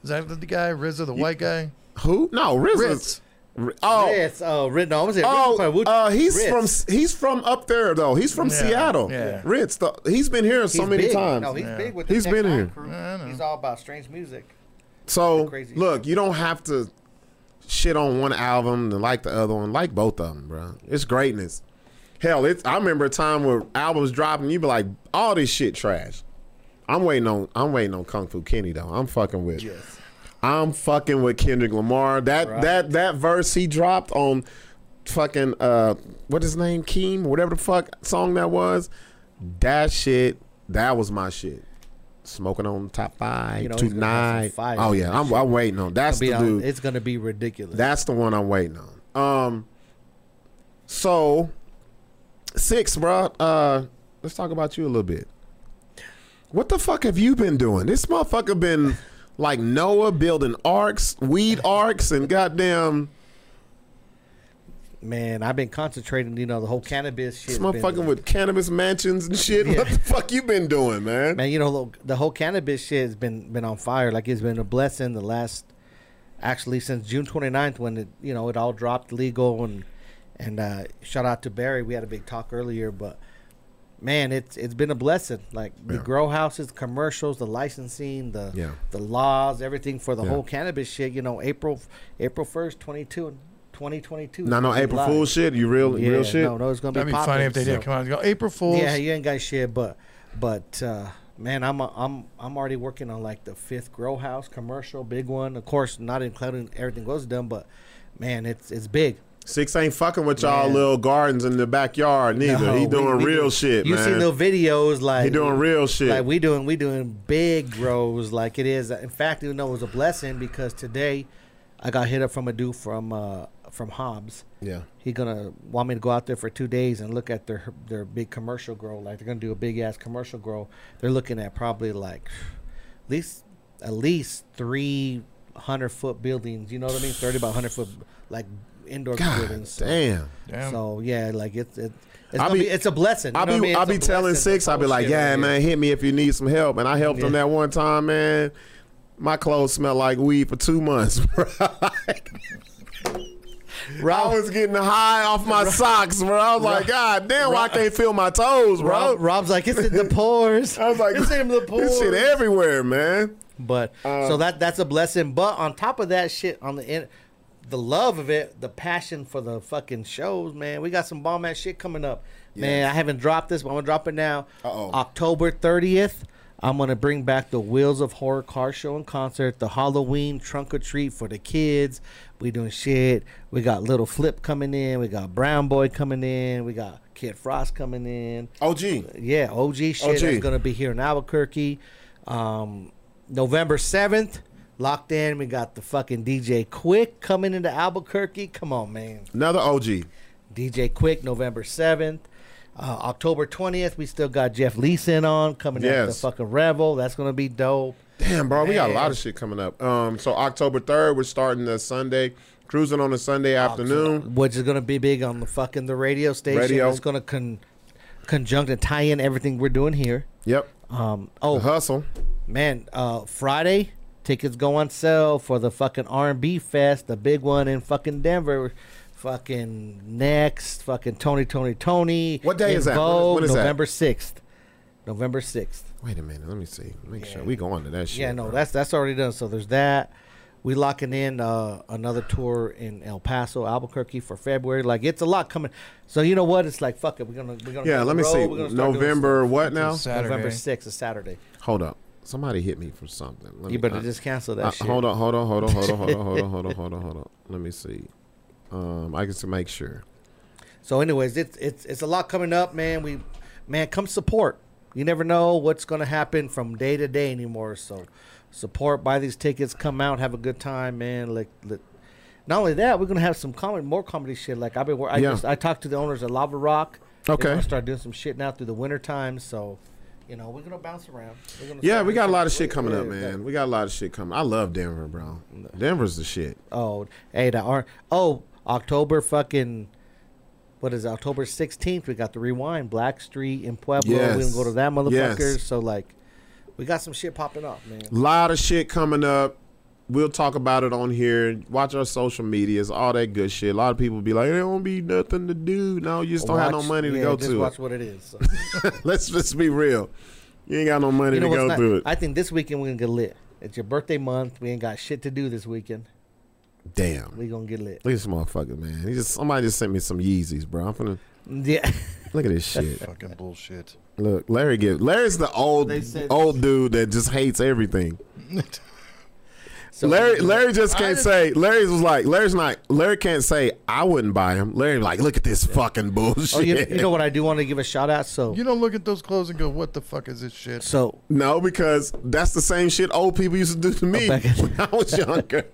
Speaker 4: Is that the guy RZA, the white guy?
Speaker 2: Who? No, Rizzo.
Speaker 4: Ritz.
Speaker 2: Ri- Oh,
Speaker 3: Ritz. Oh, Ritz. No, I was
Speaker 2: oh. Uh, he's
Speaker 3: Ritz.
Speaker 2: from he's from up there though. He's from
Speaker 4: Yeah,
Speaker 2: Seattle.
Speaker 4: yeah.
Speaker 2: Ritz. The, he's been here so
Speaker 3: He's
Speaker 2: many
Speaker 3: big.
Speaker 2: times.
Speaker 3: No, he's big with the
Speaker 2: He's been
Speaker 3: Tech Nine
Speaker 2: here.
Speaker 3: crew.
Speaker 4: I know.
Speaker 3: He's all about strange music.
Speaker 2: So
Speaker 3: crazy.
Speaker 2: look, you don't have to shit on one album and like the other one. Like both of them, bro. It's greatness. Hell, it's. I remember a time where albums dropping, you be like, all this shit trash. I'm waiting on. I'm waiting on Kung Fu Kenny though. I'm fucking with. I'm fucking with Kendrick Lamar. That that that verse he dropped on fucking uh what his name Keem whatever the fuck song that was. That shit. That was my shit. Smoking on top five
Speaker 3: You know he's gonna have
Speaker 2: tonight.
Speaker 3: some fire
Speaker 2: Oh
Speaker 3: in
Speaker 2: yeah,
Speaker 3: that
Speaker 2: I'm, I'm waiting on. That's
Speaker 3: Be
Speaker 2: the
Speaker 3: on-
Speaker 2: dude.
Speaker 3: it's gonna be ridiculous.
Speaker 2: That's the one I'm waiting on. Um, so six, bro. Uh, let's talk about you a little bit. What the fuck have you been doing? This motherfucker been like Noah building arcs, weed arcs, and goddamn
Speaker 3: Man, I've been concentrating. You know, the whole cannabis shit.
Speaker 2: this
Speaker 3: has been-
Speaker 2: motherfucker with cannabis mansions and shit. What
Speaker 3: Yeah.
Speaker 2: the fuck you been doing, man?
Speaker 3: man, you know, look, the whole cannabis shit has been been on fire. Like it's been a blessing the last, actually, since June 29th when it you know it all dropped legal and and uh, shout out to Barry. We had a big talk earlier, but man, it's it's been a blessing. Like the
Speaker 2: Yeah.
Speaker 3: grow houses, commercials, the licensing, the
Speaker 2: Yeah.
Speaker 3: the laws, everything for the
Speaker 2: Yeah.
Speaker 3: whole cannabis shit. You know, April April 1st, 22, 2022.
Speaker 2: No, no, April
Speaker 3: Live.
Speaker 2: Fool shit. You real,
Speaker 3: Yeah,
Speaker 2: real shit.
Speaker 3: No, no, it's gonna be.
Speaker 4: That'd be
Speaker 3: popping,
Speaker 4: funny if they
Speaker 3: so-
Speaker 4: did come out and go April Fools.
Speaker 3: yeah, you ain't got shit, but but uh, man, I'm I'm I'm already working on like the fifth grow house commercial, big one. Of course, not including everything goes done, but man, it's it's big.
Speaker 2: Six ain't fucking with y'all
Speaker 3: Man.
Speaker 2: little gardens in the backyard neither.
Speaker 3: No,
Speaker 2: he
Speaker 3: we-
Speaker 2: doing
Speaker 3: we
Speaker 2: real
Speaker 3: do-
Speaker 2: shit,
Speaker 3: You
Speaker 2: man.
Speaker 3: see no videos like
Speaker 2: he doing real shit.
Speaker 3: Like we doing we doing big grows like it is. In fact, you know, it was a blessing because today I got hit up from a dude from uh, from Hobbs.
Speaker 2: yeah.
Speaker 3: He gonna want me to go out there for two days and look at their their big commercial grow. Like they're gonna do a big ass commercial grow. They're looking at probably like at least at least three hundred foot buildings. You know what I mean? Thirty by hundred foot like indoor
Speaker 2: God
Speaker 3: buildings. So-
Speaker 2: damn.
Speaker 4: Damn.
Speaker 3: So yeah, like it's it, It's,
Speaker 2: I'll
Speaker 3: gonna be,
Speaker 2: be-
Speaker 3: it's a blessing.
Speaker 2: I'll
Speaker 3: you know what
Speaker 2: be
Speaker 3: I mean?
Speaker 2: I'll
Speaker 3: It's a
Speaker 2: be telling
Speaker 3: blessing,
Speaker 2: six.
Speaker 3: this
Speaker 2: I'll be
Speaker 3: whole
Speaker 2: like,
Speaker 3: shit
Speaker 2: Oh, yeah,
Speaker 3: right
Speaker 2: man, hit me if you need some help. And I helped him
Speaker 3: Yeah.
Speaker 2: that one time, man. My clothes smelled like weed for two months. Bro.
Speaker 3: here.
Speaker 2: I
Speaker 3: Rob,
Speaker 2: was getting high off my socks, bro. I was like, God damn, why I can't feel my toes, bro.
Speaker 3: Rob, Rob's like, it's in the pores.
Speaker 2: I was like,
Speaker 3: it's in the pores.
Speaker 2: this shit everywhere, man.
Speaker 3: But
Speaker 2: Uh,
Speaker 3: so that that's a blessing. But on top of that shit, on the end, the love of it, the passion for the fucking shows, man. We got some bomb ass shit coming up, man. I haven't dropped this, but I'm gonna drop it now.
Speaker 2: Uh-oh.
Speaker 3: October 30th, I'm gonna bring back the Wheels of Horror car show and concert, the Halloween trunk or treat for the kids. We doing shit. We got Little Flip coming in. We got Brown Boy coming in. We got Kid Frost coming in.
Speaker 2: OG.
Speaker 3: Yeah, OG shit
Speaker 2: OG.
Speaker 3: is gonna be here in Albuquerque. Um, November seventh, locked in. We got the fucking DJ Quick coming into Albuquerque. Come on, man.
Speaker 2: Another OG.
Speaker 3: DJ Quick, November seventh. Uh, October twentieth, we still got Jeff Leeson on coming out the
Speaker 2: Yes.
Speaker 3: fucking Revel. That's gonna be dope.
Speaker 2: Damn, bro, we got a
Speaker 3: Man.
Speaker 2: lot of shit coming up. Um, so October third, we're starting the Sunday cruising on a Sunday afternoon.
Speaker 3: which is gonna be big on the fucking the radio station.
Speaker 2: Radio.
Speaker 3: It's gonna con- conjunct and tie in everything we're doing here.
Speaker 2: Yep,
Speaker 3: Um, oh,
Speaker 2: hustle.
Speaker 3: man uh friday tickets go on sale for the fucking r&b fest the big one in fucking denver fucking next fucking tony tony tony
Speaker 2: What day
Speaker 3: In
Speaker 2: is that? When is-
Speaker 3: Vogue,
Speaker 2: when is that?
Speaker 3: november 6th november 6th
Speaker 2: Wait a minute, let me see. Make sure we go on to that shit.
Speaker 3: yeah no
Speaker 2: bro.
Speaker 3: that's that's already done so there's that we locking in uh, another tour in El Paso, Albuquerque for February. Like it's a lot coming. So you know what? It's like fuck it. We're gonna we're gonna
Speaker 2: yeah.
Speaker 3: hit
Speaker 2: Let
Speaker 3: the
Speaker 2: me
Speaker 3: road.
Speaker 2: see.
Speaker 3: We're gonna start doing
Speaker 2: November what now?
Speaker 3: stuff.
Speaker 4: Saturday.
Speaker 3: November sixth, a Saturday.
Speaker 2: Hold up, somebody hit me for something. Let
Speaker 3: You
Speaker 2: me-
Speaker 3: better
Speaker 2: I-
Speaker 3: just cancel that
Speaker 2: I-
Speaker 3: shit.
Speaker 2: Uh, Hold on, hold on, hold on, hold on, hold on, hold on, hold on, hold on, hold on. Let me see. Um, I can to make sure.
Speaker 3: So, anyways, it's it's it's a lot coming up, man. We, man, come support. You never know what's gonna happen from day to day anymore. So, support, buy these tickets, come out, have a good time, man. Like, like- not only that, we're gonna have some comedy, more comedy shit. Like I've been, wor- I
Speaker 2: Yeah.
Speaker 3: just I talked to the owners of Lava Rock. They're
Speaker 2: Okay.
Speaker 3: gonna start doing some shit now through the winter time. So, you know, we're gonna bounce around. We're gonna
Speaker 2: Yeah,
Speaker 3: start
Speaker 2: we
Speaker 3: doing
Speaker 2: got a
Speaker 3: some-
Speaker 2: lot of shit coming up,
Speaker 3: yeah, that-
Speaker 2: man. We got a lot of shit coming. I love Denver, bro. Denver's the shit.
Speaker 3: Oh, hey, that are oh October fucking. What is it, October sixteenth? We got the rewind Black Street in Pueblo. We
Speaker 2: Yes.
Speaker 3: can go to that motherfucker.
Speaker 2: Yes.
Speaker 3: So like, we got some shit popping up, man.
Speaker 2: lot of shit coming up. We'll talk about it on here. Watch our social medias, all that good shit. A lot of people be like, "There won't be nothing to do." No, you just don't have no
Speaker 3: Watch-
Speaker 2: money to
Speaker 3: yeah,
Speaker 2: go
Speaker 3: just
Speaker 2: to.
Speaker 3: Watch what it is. So.
Speaker 2: it. Let's just be real. You ain't got no money
Speaker 3: You know
Speaker 2: to
Speaker 3: what's
Speaker 2: go
Speaker 3: not-
Speaker 2: through it.
Speaker 3: I think this weekend we're gonna get lit. It's your birthday month. We ain't got shit to do this weekend.
Speaker 2: Damn.
Speaker 3: We gonna get lit.
Speaker 2: Look at this motherfucker, man. He just somebody just sent me some Yeezys, bro. I'm finna
Speaker 3: Yeah.
Speaker 2: look at this shit.
Speaker 4: Fucking bullshit.
Speaker 2: Look, Larry give Larry's the old
Speaker 3: They said-
Speaker 2: old dude that just hates everything.
Speaker 3: So
Speaker 2: Larry Larry just can't
Speaker 4: just-
Speaker 2: say Larry's was like Larry's not Larry can't say I wouldn't buy him. Larry like look at this fucking bullshit.
Speaker 3: Oh, you, you know what? I do want to give a shout out. So
Speaker 4: You don't look at those clothes and go, "What the fuck is this shit?"
Speaker 3: so
Speaker 2: No, because that's the same shit old people used to do to me
Speaker 3: Oh, back in-
Speaker 2: when I was younger.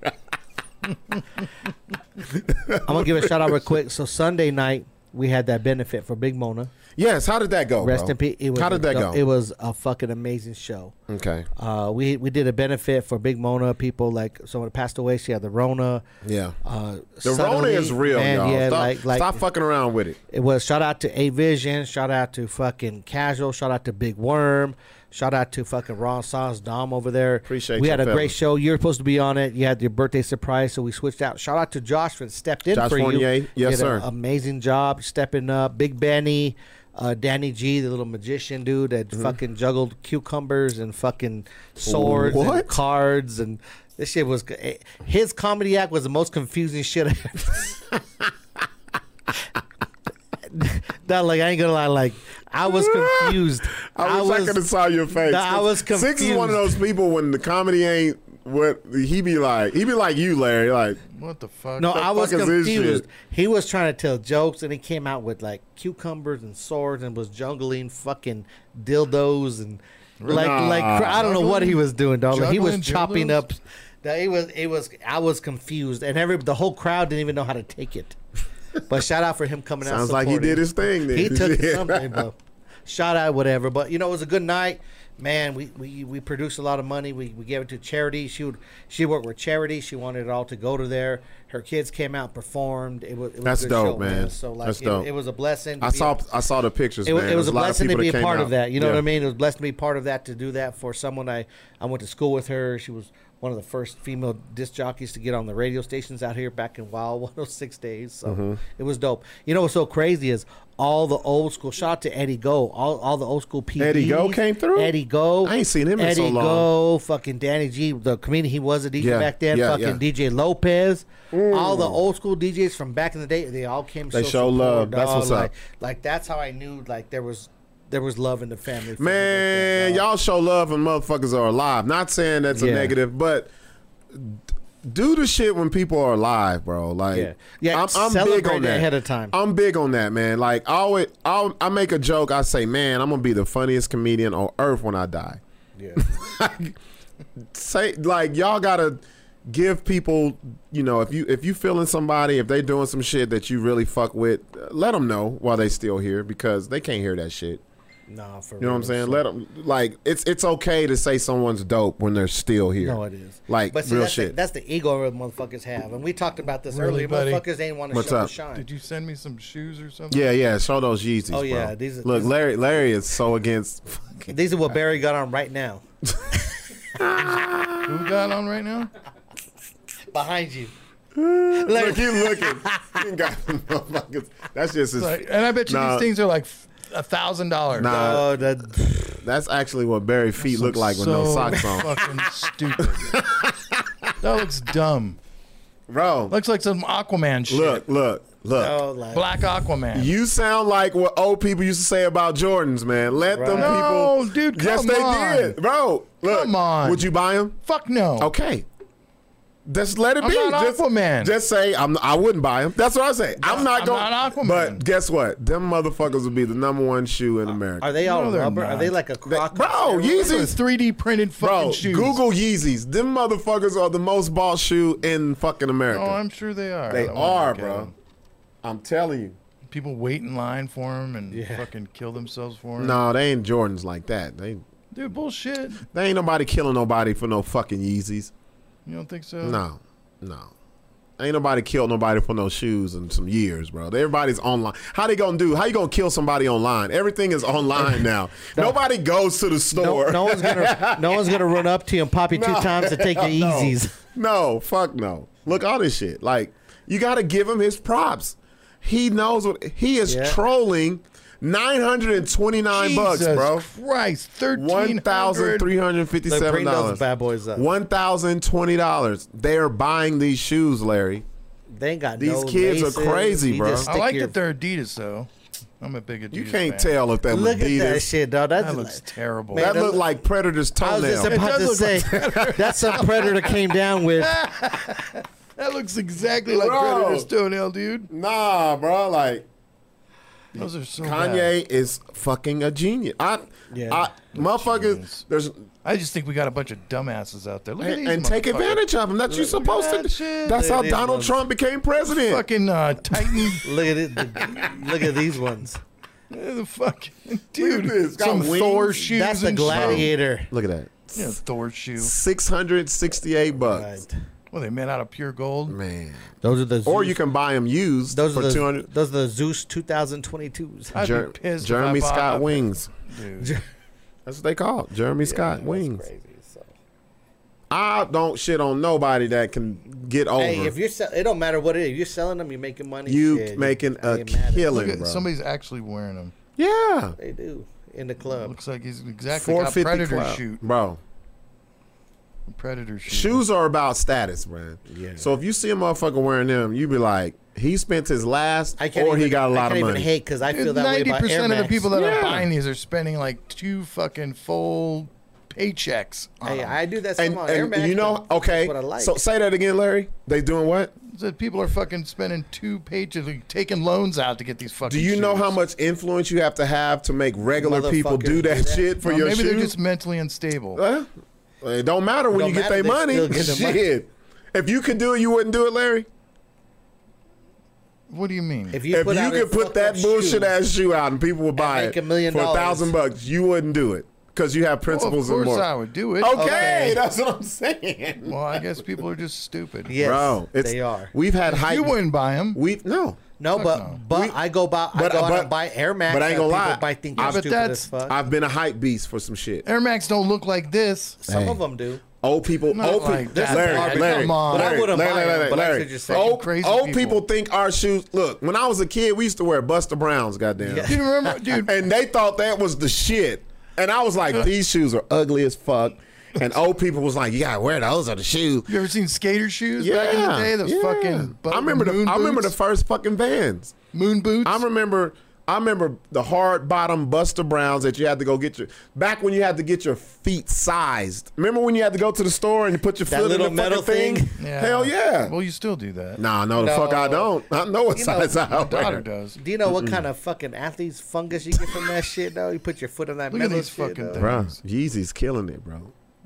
Speaker 3: I'm gonna give a shout out real quick. So Sunday night we had that benefit for Big Mona.
Speaker 2: yes, how did that go?
Speaker 3: Rest
Speaker 2: bro?
Speaker 3: in peace. It was
Speaker 2: Oh, How did that go?
Speaker 3: It was a fucking amazing show.
Speaker 2: okay.
Speaker 3: Uh, we we did a benefit for Big Mona. People like someone passed away. She had the Rona.
Speaker 2: Yeah.
Speaker 3: Uh,
Speaker 2: The Rona
Speaker 3: suddenly,
Speaker 2: is real,
Speaker 3: man,
Speaker 2: y'all.
Speaker 3: Yeah,
Speaker 2: stop,
Speaker 3: like like
Speaker 2: stop fucking around with it.
Speaker 3: it was. Shout out to A Vision. Shout out to fucking Casual. Shout out to Big Worm. Shout out to fucking Ron Sauce Dom over there.
Speaker 2: Appreciate
Speaker 3: We
Speaker 2: you,
Speaker 3: had a
Speaker 2: fella.
Speaker 3: great show. You're supposed to be on it. You had your birthday surprise, so we switched out. Shout out to Josh for stepped in
Speaker 2: Josh
Speaker 3: for
Speaker 2: Fournier.
Speaker 3: you.
Speaker 2: Yes,
Speaker 3: Did
Speaker 2: sir.
Speaker 3: a amazing job stepping up. Big Benny, uh, Danny G, the little magician dude that
Speaker 2: Mm-hmm.
Speaker 3: fucking juggled cucumbers and fucking swords
Speaker 2: What?
Speaker 3: and cards and this shit was g- eh, his comedy act was the most confusing shit. I ever- Not like I ain't gonna lie, like I was confused.
Speaker 2: I wish I, could have saw your face.
Speaker 3: Nah, I was
Speaker 2: Six is one of those people when the comedy ain't what he be like. He be like you, Larry. Like
Speaker 4: What the fuck?
Speaker 3: No,
Speaker 2: the
Speaker 3: I was
Speaker 2: fuck is this
Speaker 3: confused.
Speaker 2: shit?
Speaker 3: He was trying to tell jokes, and he came out with like cucumbers and swords, and was juggling fucking dildos and like
Speaker 2: Nah.
Speaker 3: like cr- I don't know what he was doing, dog. Like, he was
Speaker 4: Juggling
Speaker 3: chopping
Speaker 4: dildos?
Speaker 3: up. That it was it was I was confused, and every the whole crowd didn't even know how to take it. But shout out for him coming out.
Speaker 2: sounds like he
Speaker 3: supporting.
Speaker 2: did his thing. Then
Speaker 3: He took
Speaker 2: Yeah.
Speaker 3: something, bro. Shot out, whatever. But you know, it was a good night, man, we, we, we produced a lot of money. We, we gave it to charity. She would she worked with charity. She wanted it all to go to there. Her kids came out, performed. It was, it was
Speaker 2: That's
Speaker 3: a good
Speaker 2: dope,
Speaker 3: show,
Speaker 2: man.
Speaker 3: So like,
Speaker 2: That's
Speaker 3: it,
Speaker 2: dope.
Speaker 3: it was a blessing. to
Speaker 2: I
Speaker 3: be
Speaker 2: saw
Speaker 3: able-
Speaker 2: I saw the pictures.
Speaker 3: it, wa-
Speaker 2: man.
Speaker 3: it was a
Speaker 2: There's lot of
Speaker 3: blessing to
Speaker 2: people
Speaker 3: be a
Speaker 2: that came
Speaker 3: part
Speaker 2: out.
Speaker 3: of that. You know
Speaker 2: Yeah.
Speaker 3: what I mean? It was blessed to be part of that to do that for someone I I went to school with her. She was one of the first female disc jockeys to get on the radio stations out here back in Wild 106 days. So
Speaker 2: Mm-hmm.
Speaker 3: it was dope. You know what's so crazy is all the old school shout out to Eddie Go. All all the old school PDs.
Speaker 2: Eddie Go came through?
Speaker 3: Eddie Go.
Speaker 2: I ain't seen him in so
Speaker 3: Eddie
Speaker 2: long.
Speaker 3: Go, fucking Danny G, the comedian he was a DJ
Speaker 2: Yeah,
Speaker 3: back then,
Speaker 2: yeah, Mm.
Speaker 3: fucking DJ Lopez. All the old school DJs from back in the day, they all came
Speaker 2: They
Speaker 3: show
Speaker 2: show love.
Speaker 3: support,
Speaker 2: That's
Speaker 3: dawg.
Speaker 2: what's up.
Speaker 3: Like, like that's how I knew like there was there was love in the family. for
Speaker 2: Man,
Speaker 3: everything, dog.
Speaker 2: y'all show love when motherfuckers are alive. Not saying that's a
Speaker 3: Yeah.
Speaker 2: negative, but d- do the shit when people are alive, bro. Like,
Speaker 3: Yeah. Yeah, celebrate it ahead of time.
Speaker 2: I'm big on that, man. Like, I always, I'll, I make a joke. I say, man, I'm gonna be the funniest comedian on earth when I die. say like y'all gotta give people you know if you if you feeling somebody if they doing some shit that you really fuck with uh, let them know while they still here because they can't hear that shit
Speaker 3: Nah, for
Speaker 2: you know what i'm saying let them like it's it's okay to say someone's dope when they're still here
Speaker 3: No, it is
Speaker 2: like
Speaker 3: but see,
Speaker 2: real
Speaker 3: that's The,
Speaker 2: shit
Speaker 3: that's the ego that motherfuckers have, and we talked about this
Speaker 4: Really,
Speaker 3: earlier.
Speaker 4: buddy?
Speaker 3: Motherfuckers ain't want to
Speaker 2: What's
Speaker 3: show the
Speaker 2: up?
Speaker 3: shine.
Speaker 4: Did you send me some shoes or something?
Speaker 2: yeah yeah show those yeezys
Speaker 3: Oh, yeah,
Speaker 2: bro.
Speaker 3: these are-
Speaker 2: look
Speaker 3: these-
Speaker 2: larry larry is so against fucking
Speaker 3: These are what Barry got on right now,
Speaker 4: Who got on right now?
Speaker 3: behind you.
Speaker 2: look you looking you got motherfuckers. that's just his,
Speaker 4: Like, and I bet you
Speaker 2: Nah.
Speaker 4: these things are like a thousand dollars.
Speaker 2: Nah.
Speaker 3: oh, that
Speaker 2: that's actually what barry feet look like with no
Speaker 4: So
Speaker 2: socks on
Speaker 4: Fucking stupid. that looks dumb.
Speaker 2: bro
Speaker 4: Looks like some Aquaman shit.
Speaker 2: look look look
Speaker 3: oh, like
Speaker 4: Black Aquaman.
Speaker 2: You sound like what old people used to say about Jordans, man. Let them
Speaker 3: Right.
Speaker 2: people.
Speaker 4: No, dude,
Speaker 2: yes,
Speaker 4: come
Speaker 2: they
Speaker 4: on.
Speaker 2: did, bro. Look,
Speaker 4: Come on.
Speaker 2: Would you buy them?
Speaker 4: Fuck no.
Speaker 2: Okay. Just let it
Speaker 4: I'm
Speaker 2: be.
Speaker 4: not
Speaker 2: just,
Speaker 4: Aquaman.
Speaker 2: just say I'm. I wouldn't buy them. That's what I say. I'm not
Speaker 4: I'm
Speaker 2: going.
Speaker 4: not Aquaman.
Speaker 2: But guess what? Them motherfuckers would be the number one shoe in America.
Speaker 3: are they all
Speaker 4: No, they're
Speaker 3: rubber? Are
Speaker 4: not.
Speaker 3: they like a croc?
Speaker 2: bro,
Speaker 4: These are
Speaker 2: Yeezys.
Speaker 4: 3D printed fucking
Speaker 2: Bro,
Speaker 4: shoes.
Speaker 2: Google Yeezys. Them motherfuckers are the most bought shoe in fucking America.
Speaker 4: Oh, I'm sure they are.
Speaker 2: they
Speaker 4: I wouldn't
Speaker 2: are,
Speaker 4: get
Speaker 2: bro.
Speaker 4: them.
Speaker 2: I'm telling you.
Speaker 4: People wait in line for them and fucking kill themselves for them.
Speaker 2: No, they ain't Jordans like that. They
Speaker 4: Dude, bullshit. You
Speaker 2: They ain't nobody killing nobody for no fucking Yeezys.
Speaker 4: don't think so?
Speaker 2: No, no. Ain't nobody killed nobody for no shoes in some years, bro. Everybody's online. How they gonna do? How you gonna kill somebody online? Everything is online now. Nobody goes to the
Speaker 3: No,
Speaker 2: store.
Speaker 3: no one's gonna, no one's gonna run up to you and pop you two times to take your
Speaker 2: No.
Speaker 3: Yeezys.
Speaker 2: No, fuck no. Look all this shit. Like you got to give him his props. He knows what he is
Speaker 3: Yeah.
Speaker 2: trolling. Nine hundred and twenty nine bucks,
Speaker 4: Jesus
Speaker 2: bro.
Speaker 4: Christ, thirteen
Speaker 2: One thousand
Speaker 4: thousand
Speaker 2: three hundred
Speaker 3: Look,
Speaker 2: fifty-seven
Speaker 3: bring those
Speaker 2: dollars.
Speaker 3: bad boys up.
Speaker 2: One thousand twenty dollars. They are buying these shoes, Larry.
Speaker 3: They ain't got
Speaker 2: These
Speaker 3: no
Speaker 2: kids are
Speaker 3: laces.
Speaker 2: crazy,
Speaker 3: You
Speaker 2: bro.
Speaker 3: just
Speaker 4: I
Speaker 3: stick
Speaker 4: like
Speaker 3: your-
Speaker 4: that they're Adidas though. I'm a big Adidas.
Speaker 2: You can't
Speaker 4: fan.
Speaker 2: tell if that was
Speaker 3: Look at that
Speaker 2: Adidas.
Speaker 3: shit, dog. That's
Speaker 4: That looks terrible.
Speaker 3: Man,
Speaker 2: That
Speaker 3: that
Speaker 2: looked
Speaker 3: look-
Speaker 2: like Predator's
Speaker 3: I was
Speaker 2: toenail.
Speaker 3: just about to
Speaker 4: does
Speaker 3: say that's some predator came down with.
Speaker 4: that looks exactly like
Speaker 2: Bro.
Speaker 4: Predator's toenail, dude.
Speaker 2: nah, bro. Like
Speaker 4: Those are so bad.
Speaker 2: Kanye is fucking a genius. I,
Speaker 3: Yeah.
Speaker 2: I, motherfuckers.
Speaker 4: Genius.
Speaker 2: There's
Speaker 4: I just think we got a bunch of dumbasses out there. Look at
Speaker 2: and,
Speaker 4: these
Speaker 2: and take
Speaker 4: motherfuckers.
Speaker 2: advantage of them. That's you
Speaker 4: Look at
Speaker 2: supposed to.
Speaker 4: that shit.
Speaker 2: That's
Speaker 3: Look
Speaker 2: how
Speaker 3: at these
Speaker 2: Donald
Speaker 3: ones.
Speaker 2: Trump became president.
Speaker 4: Fucking uh, Titan,
Speaker 3: Look at it. the- look at these ones.
Speaker 4: the fuck, dude.
Speaker 2: this. It's got
Speaker 4: Some
Speaker 2: wings.
Speaker 4: Thor shoes.
Speaker 3: That's the
Speaker 4: and shit.
Speaker 3: gladiator.
Speaker 2: Look at that.
Speaker 4: Yeah, Thor shoe.
Speaker 2: Six hundred sixty-eight bucks,
Speaker 3: Right.
Speaker 4: Well, they made out of pure gold.
Speaker 2: man.
Speaker 3: Those are the Zeus,
Speaker 2: Or you can buy them used
Speaker 3: those are
Speaker 2: for
Speaker 3: the
Speaker 2: two hundred.
Speaker 3: those are the Zeus 2022s.
Speaker 4: I'd
Speaker 2: Jer-
Speaker 4: be pissed. if
Speaker 2: Jeremy
Speaker 4: I bought
Speaker 2: Scott
Speaker 4: a-
Speaker 2: Wings.
Speaker 4: Dude.
Speaker 2: That's what they call it, Jeremy Scott Wings.
Speaker 3: Crazy, so.
Speaker 2: I don't shit on nobody that can get over.
Speaker 3: Hey, if you're sell- it don't matter what it is. If you're selling them, you're making money.
Speaker 2: you
Speaker 3: Shit,
Speaker 2: making
Speaker 3: I
Speaker 2: a
Speaker 3: ain't mad at it.
Speaker 2: killing,
Speaker 4: Look at,
Speaker 2: bro.
Speaker 4: somebody's actually wearing them.
Speaker 2: yeah,
Speaker 3: They do in the club.
Speaker 4: Looks like he's exactly
Speaker 2: four
Speaker 4: got
Speaker 2: fifty
Speaker 4: predator
Speaker 2: club,
Speaker 4: shoot.
Speaker 2: bro.
Speaker 4: Predator shoot.
Speaker 2: Shoes are about status, man. Yeah. So if you see a motherfucker wearing them, you be like, he spent his last,
Speaker 3: I can't
Speaker 2: or
Speaker 3: even,
Speaker 2: he got a
Speaker 3: I
Speaker 2: lot
Speaker 3: can't
Speaker 2: of
Speaker 3: even
Speaker 2: money.
Speaker 3: hate because I feel that way
Speaker 4: Ninety
Speaker 3: about Air
Speaker 4: percent of the
Speaker 3: Max.
Speaker 4: people that
Speaker 2: Yeah.
Speaker 4: are buying these are spending like two fucking full paychecks. On
Speaker 3: Hey,
Speaker 4: them.
Speaker 3: I do that.
Speaker 2: And,
Speaker 3: some on Air
Speaker 2: and
Speaker 3: Max,
Speaker 2: you know,
Speaker 3: but that's
Speaker 2: okay.
Speaker 3: What I like.
Speaker 2: So say that again, Larry. They doing what?
Speaker 4: that people are fucking spending two pages, like, taking loans out to get these
Speaker 2: Do
Speaker 4: fucking.
Speaker 2: you know
Speaker 4: shoes.
Speaker 2: how much influence you have to have to make regular people do
Speaker 3: Motherfuckers
Speaker 2: that
Speaker 3: do that.
Speaker 2: shit for
Speaker 4: Well,
Speaker 2: your
Speaker 4: maybe
Speaker 2: shoes? Uh,
Speaker 4: they're just mentally unstable.
Speaker 2: Huh? It don't matter when
Speaker 3: Don't
Speaker 2: you get
Speaker 3: matter,
Speaker 2: their
Speaker 3: they
Speaker 2: money.
Speaker 3: still get the money.
Speaker 2: Shit. If you could do it, you wouldn't do it, Larry.
Speaker 4: What do you mean?
Speaker 3: if you,
Speaker 2: if
Speaker 3: put
Speaker 2: you
Speaker 3: out a
Speaker 2: could put
Speaker 3: fucking
Speaker 2: that bullshit
Speaker 3: shoe,
Speaker 2: ass shoe out and people would buy
Speaker 3: make
Speaker 2: it
Speaker 3: a million
Speaker 2: for a
Speaker 3: dollars.
Speaker 2: thousand bucks, you wouldn't do it because you have
Speaker 4: Well, of
Speaker 2: principles
Speaker 4: course
Speaker 2: and
Speaker 4: I
Speaker 2: morals.
Speaker 4: would do it.
Speaker 2: Okay,
Speaker 3: Okay.
Speaker 2: that's what I'm saying.
Speaker 4: Well, I guess people are just stupid.
Speaker 3: Yes,
Speaker 2: Bro, it's,
Speaker 3: they are.
Speaker 2: We've had hype.
Speaker 4: You wouldn't buy them.
Speaker 2: We no.
Speaker 3: No, but but
Speaker 2: We-
Speaker 3: I go buy I
Speaker 2: but-
Speaker 3: go out
Speaker 2: but-
Speaker 3: and buy Air Max.
Speaker 2: but I ain't
Speaker 3: that
Speaker 2: gonna
Speaker 3: people
Speaker 2: lie.
Speaker 3: buy think
Speaker 2: Yeah,
Speaker 3: you're
Speaker 4: but
Speaker 3: stupid
Speaker 4: that's-
Speaker 3: as fuck.
Speaker 2: I've been a hype beast for some shit.
Speaker 4: Air Max don't look like this.
Speaker 3: Some
Speaker 2: Hey.
Speaker 3: of them do.
Speaker 2: Old people,
Speaker 4: Not
Speaker 2: old
Speaker 4: like
Speaker 2: people,
Speaker 4: that,
Speaker 2: Larry,
Speaker 4: Barbie,
Speaker 2: Larry,
Speaker 4: come on.
Speaker 3: But I
Speaker 2: Larry,
Speaker 3: wouldn't
Speaker 2: Larry,
Speaker 3: buy
Speaker 2: Larry,
Speaker 3: them, but I
Speaker 2: Larry.
Speaker 3: could just say
Speaker 2: Old,
Speaker 4: crazy
Speaker 2: old people.
Speaker 4: people.
Speaker 2: think our shoes. Look, when I was a kid, we used to wear Buster Browns, goddamn,
Speaker 4: Do you remember, dude?
Speaker 2: and they thought that was the shit. And I was like, these shoes are ugly as fuck. And old people was like, you gotta wear those are the shoes.
Speaker 4: You ever seen skater shoes back in the day? Those
Speaker 2: yeah.
Speaker 4: fucking. bu-
Speaker 2: I remember the
Speaker 4: moon
Speaker 2: I remember the
Speaker 4: boots?
Speaker 2: first fucking Vans.
Speaker 4: moon boots.
Speaker 2: I remember I remember the hard bottom Buster Browns that you had to go get your back when you had to get your feet sized. Remember when you had to go to the store and you put your
Speaker 3: That
Speaker 2: foot
Speaker 3: little
Speaker 2: in the fucking
Speaker 3: metal
Speaker 2: thing?
Speaker 3: thing?
Speaker 2: Hell yeah.
Speaker 4: Well, you still do that.
Speaker 2: nah, no, the
Speaker 3: No.
Speaker 2: fuck I don't. I know what
Speaker 3: You know,
Speaker 2: size I
Speaker 4: My daughter
Speaker 2: wear.
Speaker 4: does.
Speaker 3: Do you know what kind of fucking athlete's fungus you get from that shit though? You put your foot on that
Speaker 4: Look at
Speaker 3: metal
Speaker 4: these
Speaker 3: shit,
Speaker 4: fucking
Speaker 3: though.
Speaker 4: things.
Speaker 2: Bro, Yeezy's killing it, bro.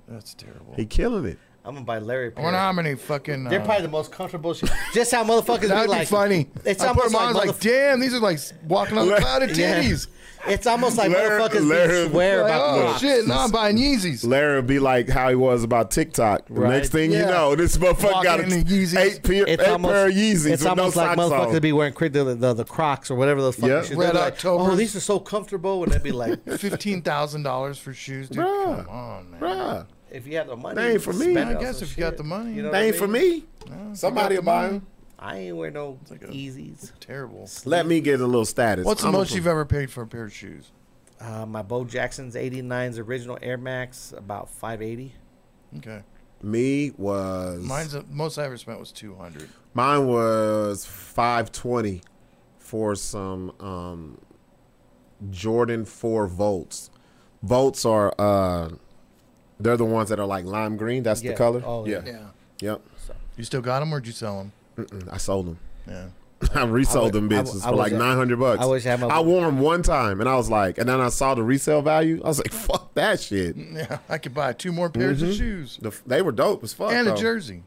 Speaker 4: That's terrible.
Speaker 2: He killing it.
Speaker 3: I'm gonna buy Larry.
Speaker 4: I
Speaker 3: Pair.
Speaker 4: wonder how many fucking.
Speaker 3: They're
Speaker 4: uh,
Speaker 3: probably the most comfortable shit. Just how motherfuckers
Speaker 4: That'd
Speaker 3: be
Speaker 4: be
Speaker 3: like
Speaker 4: funny.
Speaker 3: It's
Speaker 4: I put
Speaker 3: almost
Speaker 4: them on. I was
Speaker 3: like
Speaker 4: like, damn, these are like walking on a cloud of
Speaker 3: Yeah.
Speaker 4: titties.
Speaker 3: It's almost like
Speaker 2: Larry-
Speaker 3: motherfuckers
Speaker 2: Larry-
Speaker 3: be swear
Speaker 4: Like,
Speaker 3: about
Speaker 4: oh
Speaker 3: rocks.
Speaker 4: shit! Now I'm buying Yeezys.
Speaker 2: Larry would be like how he was about TikTok. The
Speaker 3: Right.
Speaker 2: next thing you
Speaker 4: Yeah.
Speaker 2: know, this motherfucker
Speaker 4: Walking
Speaker 2: got
Speaker 4: in the Yeezys.
Speaker 2: a eight, pair, eight
Speaker 3: It's almost,
Speaker 2: pair of Yeezys
Speaker 3: it's
Speaker 2: with
Speaker 3: almost
Speaker 2: no
Speaker 3: like
Speaker 2: socks
Speaker 3: motherfuckers
Speaker 2: on.
Speaker 3: be wearing cr- the, the, the Crocs or whatever those fucking
Speaker 2: Yeah.
Speaker 3: shoes.
Speaker 4: Red
Speaker 3: They're like,
Speaker 4: Octobers.
Speaker 3: oh, these are so comfortable, and they'd be like,
Speaker 4: Fifteen thousand dollars for shoes, dude.
Speaker 2: Bruh.
Speaker 4: Come on, man.
Speaker 2: Bruh.
Speaker 3: if you have the money,
Speaker 2: They ain't for me.
Speaker 3: spend
Speaker 4: I
Speaker 3: on
Speaker 4: guess
Speaker 3: some
Speaker 4: if you got
Speaker 3: shit.
Speaker 4: the money.
Speaker 3: You know what
Speaker 2: They
Speaker 3: I
Speaker 2: ain't for
Speaker 3: mean?
Speaker 2: me. Somebody will buy them.
Speaker 3: I ain't wear no
Speaker 4: a-
Speaker 3: Yeezys.
Speaker 4: Terrible.
Speaker 2: Let me get a little status.
Speaker 4: What's the
Speaker 2: I'm a
Speaker 4: most
Speaker 2: pro-
Speaker 4: you've ever paid for a pair of shoes?
Speaker 3: Uh, my Bo Jackson's '89's original Air Max, about 580.
Speaker 4: Okay.
Speaker 2: Me was
Speaker 4: Mine's the most I ever spent was two hundred.
Speaker 2: mine was five twenty for some um, Jordan four volts. Volts are uh, they're the ones that are like lime green. That's
Speaker 3: Yeah.
Speaker 2: the color.
Speaker 3: Oh,
Speaker 2: yeah.
Speaker 4: Yeah.
Speaker 2: Yep.
Speaker 4: You still got them, or did you sell them?
Speaker 2: Mm, I sold them.
Speaker 4: Yeah.
Speaker 2: I resold them
Speaker 3: I
Speaker 2: bitches
Speaker 3: would- I
Speaker 2: for
Speaker 3: wish
Speaker 2: like
Speaker 3: I-
Speaker 2: nine hundred bucks.
Speaker 3: I wish I had my-
Speaker 2: I wore them one time, and I was like, and then I saw the resale value. I was like, fuck that shit.
Speaker 3: Mm-hmm.
Speaker 4: Yeah. I could buy two more pairs of shoes
Speaker 2: The, they were dope as Mm-hmm. fuck.
Speaker 4: and a
Speaker 2: though.
Speaker 4: jersey.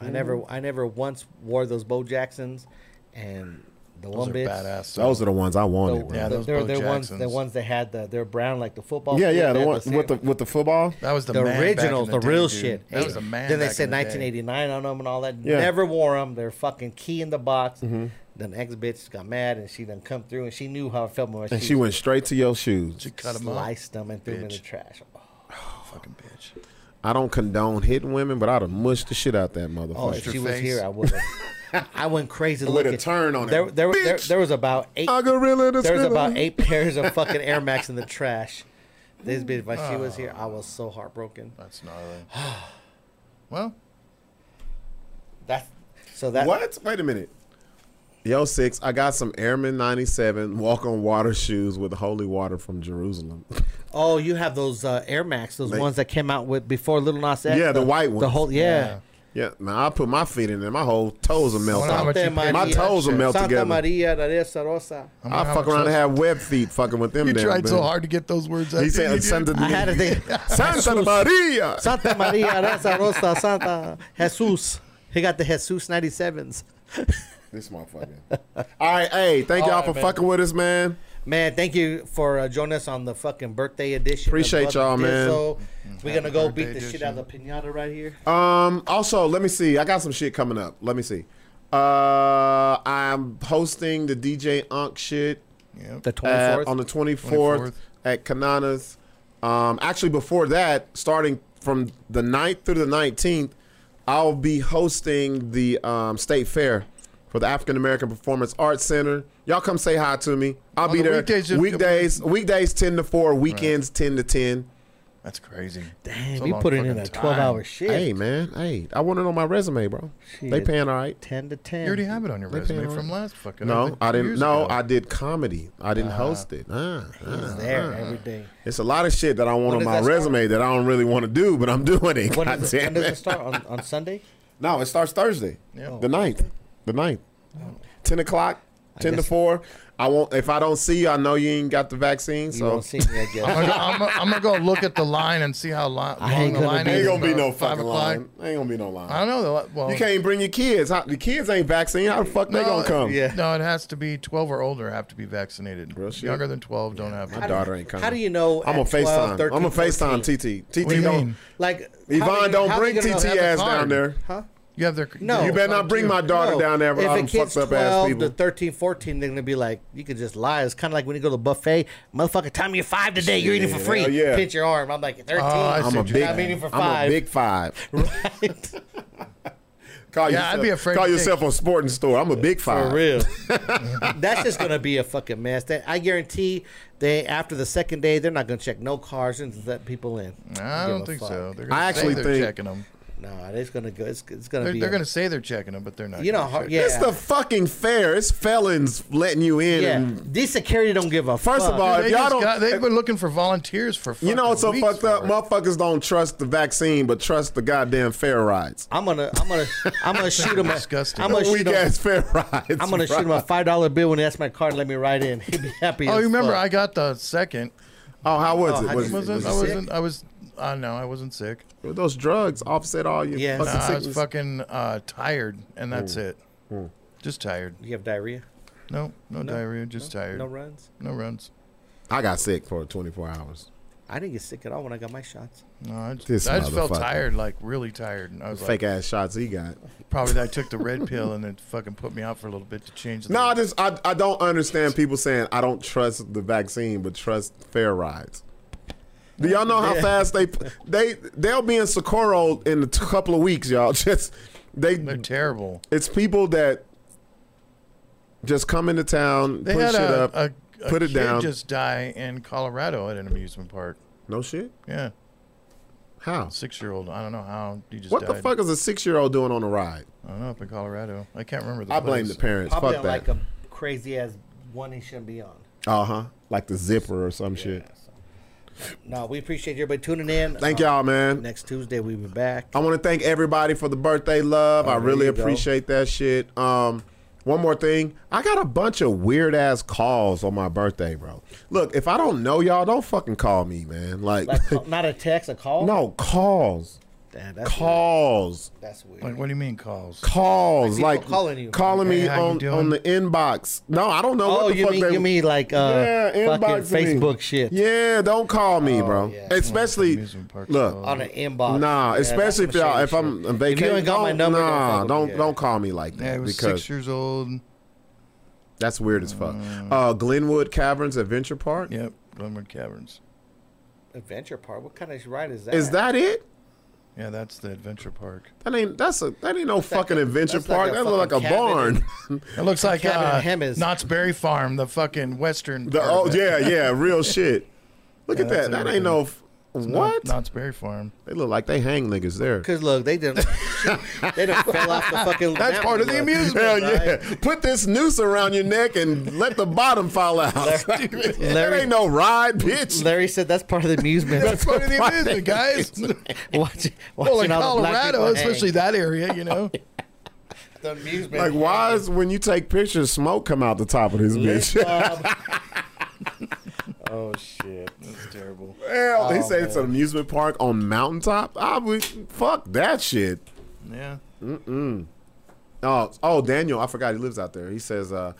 Speaker 3: I
Speaker 2: Mm-hmm.
Speaker 3: never, I never once wore those Bo Jacksons, and the
Speaker 4: Those
Speaker 3: one
Speaker 4: are
Speaker 3: bitch.
Speaker 4: badass.
Speaker 2: Those are the ones I wanted.
Speaker 3: So
Speaker 2: bro.
Speaker 4: Yeah,
Speaker 3: the-
Speaker 4: those
Speaker 3: they're,
Speaker 4: Bo
Speaker 3: they're ones, the
Speaker 4: Jacksons.
Speaker 3: ones that had the, they're brown like the football.
Speaker 2: Yeah,
Speaker 3: field,
Speaker 2: yeah,
Speaker 3: they
Speaker 2: the
Speaker 3: had
Speaker 2: one
Speaker 3: same-
Speaker 2: with the with the football.
Speaker 4: That was the,
Speaker 3: the
Speaker 4: man back in
Speaker 3: originals, the,
Speaker 4: day,
Speaker 3: real
Speaker 4: dude.
Speaker 3: shit.
Speaker 4: That was
Speaker 3: Hey,
Speaker 4: the man.
Speaker 3: Then they
Speaker 4: back
Speaker 3: said
Speaker 4: in the day.
Speaker 3: 1989 on them and all that.
Speaker 2: Yeah.
Speaker 3: Never wore them. They're fucking key in the box.
Speaker 4: Mm-hmm.
Speaker 3: Then the ex bitch got mad and she done come through and she knew how it felt when
Speaker 2: And she went straight to your shoes.
Speaker 4: She cut them off.
Speaker 3: sliced them and threw them in the
Speaker 4: Bitch.
Speaker 3: trash. Oh,
Speaker 4: Fucking bitch.
Speaker 2: I don't condone hitting women, but I'd have mushed the Oh, shit out that motherfucker.
Speaker 3: Oh, if
Speaker 4: your
Speaker 3: she was
Speaker 4: face.
Speaker 3: here, I would. have I went crazy
Speaker 2: With a
Speaker 3: looking.
Speaker 2: turn on it.
Speaker 3: There, there, there,
Speaker 2: Bitch.
Speaker 3: there was about eight.
Speaker 2: I gorilla the
Speaker 3: There was
Speaker 2: gorilla.
Speaker 3: about eight pairs of fucking Air Max in the trash. This bitch, if she
Speaker 4: Ah.
Speaker 3: was here, I was so heartbroken.
Speaker 4: That's gnarly. well,
Speaker 3: That's so that
Speaker 2: What? Wait a minute. Yo, six. I got some Airman '97 walk on water shoes with holy water from Jerusalem.
Speaker 3: Oh, you have those uh, Air Max, those
Speaker 2: They-
Speaker 3: ones that came out with before Little Nas X.
Speaker 2: Yeah, the white ones.
Speaker 3: The whole yeah.
Speaker 2: yeah. Now I put my feet in there. My whole toes will melt.
Speaker 4: Well, how
Speaker 2: out.
Speaker 4: much you
Speaker 3: Santa
Speaker 4: paid
Speaker 2: My
Speaker 4: for that
Speaker 2: toes will
Speaker 4: shit?
Speaker 2: melt
Speaker 3: Santa
Speaker 2: together.
Speaker 3: Maria de Esa Rosa.
Speaker 4: I wonder
Speaker 2: I
Speaker 4: how
Speaker 2: fuck
Speaker 4: much
Speaker 2: around and
Speaker 4: those-
Speaker 2: have web feet fucking with them.
Speaker 4: You
Speaker 2: damn
Speaker 4: tried so
Speaker 2: bitches.
Speaker 4: hard to get those words out.
Speaker 2: He
Speaker 4: didn't
Speaker 2: said
Speaker 4: you,
Speaker 2: Santa,
Speaker 4: dude?
Speaker 3: I had to think
Speaker 2: Santa Maria.
Speaker 3: Santa Maria de Esa Rosa, Santa Jesus. He got the Jesus 97s.
Speaker 2: This motherfucker. All right, hey, thank y'all all
Speaker 4: right,
Speaker 2: for
Speaker 4: man.
Speaker 2: fucking with us, man.
Speaker 3: Man, thank you for uh, joining us on the fucking birthday edition. of
Speaker 2: Appreciate
Speaker 3: Brother
Speaker 2: y'all, man.
Speaker 3: Dizzo. We're gonna go beat
Speaker 4: Mm-hmm. birthday
Speaker 3: the shit out of the pinata right here.
Speaker 2: Um, also, let me see. I got some shit coming up. Let me see. Uh, I'm hosting the DJ Unk shit
Speaker 4: Yep.
Speaker 3: the
Speaker 2: at-
Speaker 3: 24th.
Speaker 2: on the 24th,
Speaker 4: 24th.
Speaker 2: at Kanana's. Um, actually, before that, starting from the 9th through the 19th, I'll be hosting the um, State Fair for the African American Performance Arts Center. Y'all come say hi to me. I'll
Speaker 4: On
Speaker 2: be
Speaker 4: the
Speaker 2: there
Speaker 4: weekdays, you-
Speaker 2: weekdays, weekdays 10 to 4, weekends 10 to 10.
Speaker 4: That's crazy.
Speaker 3: Damn,
Speaker 4: It's a
Speaker 3: we
Speaker 4: long
Speaker 3: put it in
Speaker 4: fucking
Speaker 3: a 12
Speaker 4: time.
Speaker 3: hour shift.
Speaker 2: Hey man, hey, I want it on my resume, bro. They
Speaker 3: Shit.
Speaker 2: paying all right.
Speaker 3: 10 to 10.
Speaker 4: You already have it on your
Speaker 2: They
Speaker 4: resume
Speaker 2: paying
Speaker 4: from
Speaker 2: all-
Speaker 4: last fucking.
Speaker 2: No,
Speaker 4: think,
Speaker 2: I didn't.
Speaker 4: years
Speaker 2: No,
Speaker 4: ago.
Speaker 2: I did comedy. I didn't host it. Ah, ah.
Speaker 3: It's there every day.
Speaker 2: It's a lot of shit that I want on
Speaker 3: When does
Speaker 2: my
Speaker 3: that start?
Speaker 2: resume that I don't really want to do, but I'm doing it.
Speaker 3: When
Speaker 2: God
Speaker 3: does, it,
Speaker 2: damn
Speaker 3: when does
Speaker 2: it.
Speaker 3: it start? On, on Sunday?
Speaker 2: No, it starts Thursday,
Speaker 4: Yeah.
Speaker 2: the 9th. The 9th. ten o'clock. ten to
Speaker 3: Oh. guess-
Speaker 2: four. I won't. If I don't see you, I know you ain't got the vaccine.
Speaker 3: You
Speaker 2: So
Speaker 3: won't see me, I guess.
Speaker 4: I'm gonna, I'm gonna- I'm gonna go look at the line and see how long,
Speaker 3: I
Speaker 4: long
Speaker 3: ain't
Speaker 4: the
Speaker 3: gonna
Speaker 4: line
Speaker 3: be-
Speaker 4: is.
Speaker 2: ain't gonna be no
Speaker 4: about five
Speaker 2: fucking
Speaker 4: o'clock.
Speaker 2: line. Ain't gonna be no line.
Speaker 4: I don't know. though. Well,
Speaker 2: You can't bring your kids. How, the kids ain't vaccinated. How the fuck they
Speaker 4: No,
Speaker 2: gonna come?
Speaker 3: yeah.
Speaker 4: No, it has to be 12 or older have to be vaccinated.
Speaker 2: Real shit.
Speaker 4: Younger than 12 don't have
Speaker 2: My
Speaker 4: to.
Speaker 2: daughter ain't coming.
Speaker 3: How do you know?
Speaker 2: I'm gonna
Speaker 3: at 12,
Speaker 2: FaceTime.
Speaker 3: 13,
Speaker 2: I'm gonna FaceTime
Speaker 3: 14?
Speaker 2: TT. TT
Speaker 4: do you
Speaker 2: don't.
Speaker 4: mean?
Speaker 3: Like how do
Speaker 2: Yvonne,
Speaker 3: you-
Speaker 2: don't
Speaker 3: how
Speaker 2: bring
Speaker 3: you gonna know-
Speaker 2: TT
Speaker 4: have a
Speaker 2: ass
Speaker 4: card?
Speaker 2: down there.
Speaker 3: Huh?
Speaker 4: You have their.
Speaker 3: No.
Speaker 2: You better not bring my daughter
Speaker 3: No.
Speaker 2: down there with
Speaker 3: If
Speaker 2: all
Speaker 3: a
Speaker 2: them
Speaker 3: kid's
Speaker 2: fucked up
Speaker 3: 12
Speaker 2: ass people.
Speaker 3: to 13, 14, they're gonna be like, you could just lie. It's kind of like when you go to the buffet, motherfucker, time you're five today, you're eating for
Speaker 2: Shit,
Speaker 3: free.
Speaker 2: hell yeah.
Speaker 3: Pinch your arm. I'm like, 13.
Speaker 4: Oh, I
Speaker 2: I'm a
Speaker 4: Dude,
Speaker 2: big.
Speaker 3: I'm eating
Speaker 2: I'm
Speaker 3: for
Speaker 2: a
Speaker 3: five.
Speaker 2: big five. Call
Speaker 4: Yeah,
Speaker 2: yourself,
Speaker 4: I'd be afraid
Speaker 2: Call
Speaker 4: to
Speaker 2: yourself a sporting store. I'm a big five.
Speaker 3: For real. That's just gonna be a fucking mess. That I guarantee they after the second day, they're not gonna check no cars and just let people in.
Speaker 4: I
Speaker 3: Give
Speaker 4: don't
Speaker 3: a
Speaker 4: think
Speaker 3: fuck.
Speaker 4: so. They're gonna
Speaker 2: I actually
Speaker 4: say they're
Speaker 2: think-
Speaker 4: checking them.
Speaker 3: No, it's gonna go. It's, it's gonna
Speaker 4: They're,
Speaker 3: be.
Speaker 4: they're
Speaker 3: a-
Speaker 4: gonna say they're checking them, but they're not.
Speaker 3: You know,
Speaker 4: gonna
Speaker 3: how-
Speaker 4: check
Speaker 3: yeah.
Speaker 2: It's the fucking fair. It's felons letting you in.
Speaker 3: yeah.
Speaker 2: And
Speaker 3: These security don't give a.
Speaker 2: First
Speaker 3: fuck.
Speaker 2: of all,
Speaker 4: They
Speaker 2: if y'all
Speaker 4: just
Speaker 2: don't,
Speaker 4: got, they've been looking for volunteers for.
Speaker 2: you know,
Speaker 4: fucking
Speaker 2: it's so
Speaker 4: weeks
Speaker 2: fucked up.
Speaker 4: for it.
Speaker 2: Motherfuckers don't trust the vaccine, but trust the goddamn fair rides.
Speaker 3: I'm gonna, I'm gonna, I'm gonna shoot him. A,
Speaker 4: Disgusting.
Speaker 3: I'm gonna
Speaker 2: Weak
Speaker 3: shoot him.
Speaker 2: ass fair rides.
Speaker 3: I'm gonna
Speaker 2: bro.
Speaker 3: shoot him a five dollar bill when he asks my card. and Let me ride in. He'd be happy.
Speaker 4: Oh,
Speaker 3: as
Speaker 4: you remember
Speaker 3: fuck.
Speaker 4: I got the second.
Speaker 2: Oh, how was
Speaker 3: Oh,
Speaker 2: it?
Speaker 3: how
Speaker 2: Was,
Speaker 3: you-
Speaker 2: was,
Speaker 4: Was
Speaker 2: was,
Speaker 4: I
Speaker 3: you sick?
Speaker 4: wasn't. I was. Uh, no, I wasn't sick.
Speaker 2: those drugs offset all your
Speaker 3: Yeah.
Speaker 2: fucking
Speaker 3: Nah,
Speaker 4: I was
Speaker 2: sickness?
Speaker 4: fucking uh, tired, and
Speaker 2: Mm.
Speaker 4: that's it. Just tired.
Speaker 3: You have diarrhea.
Speaker 4: No, no, diarrhea. Just tired.
Speaker 3: No runs.
Speaker 4: no runs.
Speaker 2: I got sick for 24 hours.
Speaker 3: I didn't get sick at all when I got my shots.
Speaker 4: No, I just,
Speaker 2: This
Speaker 4: I just felt
Speaker 2: motherfucker.
Speaker 4: tired, like really tired, and I was
Speaker 2: Fake
Speaker 4: like,
Speaker 2: ass shots he got.
Speaker 4: probably I took the red pill and it fucking put me out for a little bit to change. The
Speaker 2: No, I just I, I don't understand people saying I don't trust the vaccine, but trust fair rides. Do y'all know how fast they they they'll be in Socorro in a t- couple of weeks, y'all? Just
Speaker 4: they're
Speaker 2: they
Speaker 4: terrible.
Speaker 2: it's people that just come into town,
Speaker 4: They
Speaker 2: put
Speaker 4: had
Speaker 2: shit
Speaker 4: a,
Speaker 2: up,
Speaker 4: a, a
Speaker 2: put it
Speaker 4: kid
Speaker 2: down.
Speaker 4: Just die in Colorado at an amusement park.
Speaker 2: no shit.
Speaker 4: Yeah,
Speaker 2: How?
Speaker 4: six year old. I don't know how he just.
Speaker 2: What the
Speaker 4: died.
Speaker 2: fuck is a six year old doing on a ride?
Speaker 4: I don't know. Up in Colorado, I can't remember. The
Speaker 2: I blame the
Speaker 4: place.
Speaker 2: parents.
Speaker 3: Probably
Speaker 2: fuck
Speaker 3: on
Speaker 2: that.
Speaker 3: like a crazy ass one he shouldn't be on.
Speaker 2: uh huh. Like the zipper or some shit.
Speaker 3: No, we appreciate everybody tuning in.
Speaker 2: Thank
Speaker 3: Uh,
Speaker 2: y'all, man.
Speaker 3: Next Tuesday we'll be back.
Speaker 2: I want to thank everybody for the birthday love. I
Speaker 3: Oh, there
Speaker 2: really
Speaker 3: you go.
Speaker 2: appreciate that shit. Um, one more thing, I got a bunch of weird ass calls on my birthday, bro. Look, if I don't know y'all, don't fucking call me, man. Like,
Speaker 3: Like, call- not a text, a call.
Speaker 2: no calls,
Speaker 3: Damn, that's Weird.
Speaker 2: calls,
Speaker 3: That's weird.
Speaker 4: Like, what do you mean calls?
Speaker 2: calls.
Speaker 3: People
Speaker 2: Like,
Speaker 3: calling you.
Speaker 2: calling
Speaker 4: Hey,
Speaker 2: me
Speaker 4: how you
Speaker 2: on
Speaker 4: doing?
Speaker 2: on the inbox. No, I don't know
Speaker 3: oh,
Speaker 2: what the
Speaker 3: you
Speaker 2: fuck
Speaker 3: mean
Speaker 2: they.
Speaker 3: you mean like uh,
Speaker 2: yeah,
Speaker 3: fucking
Speaker 2: inbox me.
Speaker 3: Facebook shit
Speaker 2: Yeah, don't call me,
Speaker 3: Oh,
Speaker 2: bro.
Speaker 3: yeah.
Speaker 2: Especially,
Speaker 4: Amusement park
Speaker 2: look,
Speaker 4: calls.
Speaker 3: on an inbox.
Speaker 2: Nah,
Speaker 3: Yeah, that's
Speaker 2: especially if
Speaker 3: some
Speaker 2: y'all,
Speaker 3: shady
Speaker 2: if I'm
Speaker 3: shit.
Speaker 2: on vacation,
Speaker 3: If you ain't got my
Speaker 2: don't-
Speaker 3: number,
Speaker 2: nah,
Speaker 3: don't, fuck
Speaker 2: don't
Speaker 3: with me.
Speaker 2: don't call me like that
Speaker 4: Yeah, he was
Speaker 2: because
Speaker 4: six years old.
Speaker 2: that's weird as fuck.
Speaker 4: Mm.
Speaker 2: Uh, Glenwood Caverns Adventure Park.
Speaker 4: Yep, Glenwood Caverns.
Speaker 3: Adventure Park. What kind of ride is that?
Speaker 2: Is that it?
Speaker 4: Yeah, that's the adventure park.
Speaker 2: That ain't that's a that ain't no fucking
Speaker 3: a-
Speaker 2: adventure
Speaker 3: that's like
Speaker 2: park.
Speaker 3: a
Speaker 2: that look like a
Speaker 3: fucking cabin.
Speaker 2: barn.
Speaker 4: It looks like
Speaker 3: cabin
Speaker 4: uh,
Speaker 3: in Hemis.
Speaker 4: Knott's Berry Farm, the fucking western.
Speaker 2: the
Speaker 4: part of
Speaker 2: oh
Speaker 4: it.
Speaker 2: yeah yeah real shit. Look
Speaker 4: Yeah,
Speaker 2: at
Speaker 4: that's
Speaker 2: that. That
Speaker 4: everything.
Speaker 2: ain't no f-
Speaker 4: Knott-
Speaker 2: what.
Speaker 4: Knott's Berry Farm.
Speaker 2: They look like they hang niggas there.
Speaker 3: Because look, they didn't. they done fell off the fucking.
Speaker 2: That's part of the
Speaker 3: mountain, look.
Speaker 2: amusement. Hell yeah! Put this noose around your neck and let the bottom fall out. that
Speaker 3: Larry-
Speaker 2: ain't no ride, bitch.
Speaker 3: Larry said that's part of the amusement.
Speaker 4: That's part of the amusement, guys.
Speaker 3: watching,
Speaker 4: Well,
Speaker 3: watching
Speaker 4: in
Speaker 3: all the black
Speaker 4: Colorado,
Speaker 3: people hang.
Speaker 4: especially that area, you know.
Speaker 3: the amusement.
Speaker 2: Like, why is when you take pictures, smoke come out the top of this bitch?
Speaker 3: oh shit!
Speaker 4: That's terrible.
Speaker 2: Hell, they say it's an amusement park on mountaintop. I would fuck that shit.
Speaker 4: Yeah.
Speaker 2: Oh, oh, Daniel, I forgot he lives out there. He says, uh,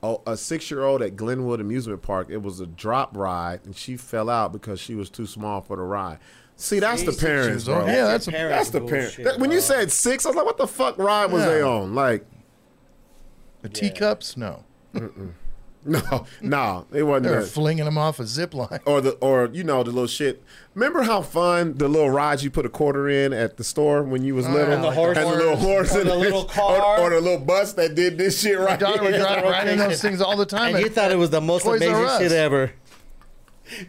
Speaker 2: oh, a six-year-old at Glenwood Amusement Park. It was a drop ride, and she fell out because she was too small for the ride. See, that's the
Speaker 3: six
Speaker 2: parents,
Speaker 4: years old.
Speaker 2: bro.
Speaker 4: Yeah, that's a-
Speaker 3: parent
Speaker 2: that's the parent.
Speaker 3: bullshit,
Speaker 2: That- when you
Speaker 3: bro.
Speaker 2: said six, I was like, what the fuck ride was
Speaker 4: Yeah.
Speaker 2: they on? Like,
Speaker 4: The teacups? No.
Speaker 2: no, no, it wasn't.
Speaker 4: They're
Speaker 2: that.
Speaker 4: flinging them off a zip line.
Speaker 2: or the or you know the little shit. Remember how fun the little rides you put a quarter in at the store when you was little,
Speaker 3: Ah, and the horse.
Speaker 2: and the little horse,
Speaker 3: Or
Speaker 2: and
Speaker 3: the little
Speaker 2: or,
Speaker 3: car.
Speaker 2: or the little bus that did this shit
Speaker 4: My
Speaker 2: right.
Speaker 4: daughter
Speaker 2: here.
Speaker 4: would drive riding those things all the time.
Speaker 3: and you thought it was the most
Speaker 4: Toys R
Speaker 3: amazing
Speaker 4: Us.
Speaker 3: shit ever.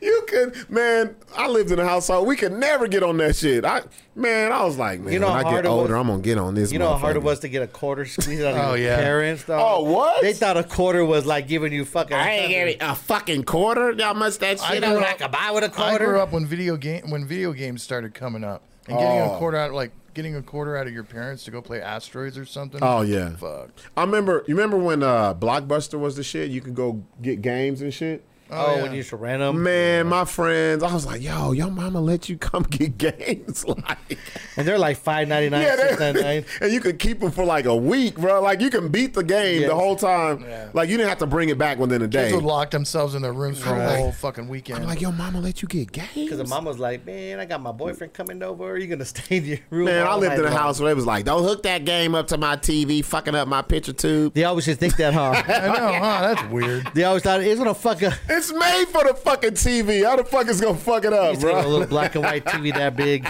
Speaker 2: You could, man. I lived in a household we could never get on that shit. I man, I was like, man,
Speaker 3: You know
Speaker 2: when
Speaker 3: how
Speaker 2: I
Speaker 3: hard
Speaker 2: get
Speaker 3: it was-
Speaker 2: older, I'm gonna get on this.
Speaker 3: You know how hard it
Speaker 2: motherfucker.
Speaker 3: was to get a quarter squeezed out of
Speaker 4: Oh,
Speaker 3: your
Speaker 4: yeah.
Speaker 3: parents, though?
Speaker 2: Oh, what?
Speaker 3: They thought a quarter was like giving you fucking.
Speaker 2: I ain't getting a fucking quarter. Y'all must that
Speaker 4: I
Speaker 2: shit.
Speaker 4: grew
Speaker 2: I'm
Speaker 4: up-
Speaker 2: like,
Speaker 3: I could buy with a
Speaker 4: I
Speaker 3: quarter.
Speaker 4: grew up when video game when video games started coming up. And getting
Speaker 2: Oh.
Speaker 4: a quarter out, like getting a quarter out of your parents to go play asteroids or something.
Speaker 2: Oh, yeah.
Speaker 4: fuck.
Speaker 2: I remember. You remember when uh, Blockbuster was the shit? You could go get games and shit.
Speaker 3: Oh,
Speaker 4: yeah.
Speaker 3: when you used to rent them.
Speaker 2: Man, my friends, I was like, "Yo, your mama let you come get games, like,
Speaker 3: And they're like five ninety nine,
Speaker 2: yeah,
Speaker 3: six ninety
Speaker 2: they,
Speaker 3: nine.
Speaker 2: and you could keep them for like a week, bro. Like, you can beat the game
Speaker 3: Yes.
Speaker 2: the whole time. Like, you didn't have to bring it back within a day.
Speaker 4: Kids would lock themselves in their rooms for a whole fucking weekend.
Speaker 2: I'm like, "Yo, mama let you get games."
Speaker 3: Because the mom was like, "Man, I got my boyfriend coming over. Are you gonna stay in your room?"
Speaker 2: Man, I
Speaker 3: all
Speaker 2: lived
Speaker 3: night
Speaker 2: in a
Speaker 3: long?"
Speaker 2: house where it was like, "Don't hook that game up to my TV, fucking up my picture tube."
Speaker 3: They always just think that, huh?
Speaker 4: I know, huh? That's weird.
Speaker 3: they always thought it's gonna fuck up.
Speaker 2: It's made for the fucking TV. How the fuck is gonna fuck it up,
Speaker 3: It's a
Speaker 2: bro?
Speaker 3: little black and white TV that big.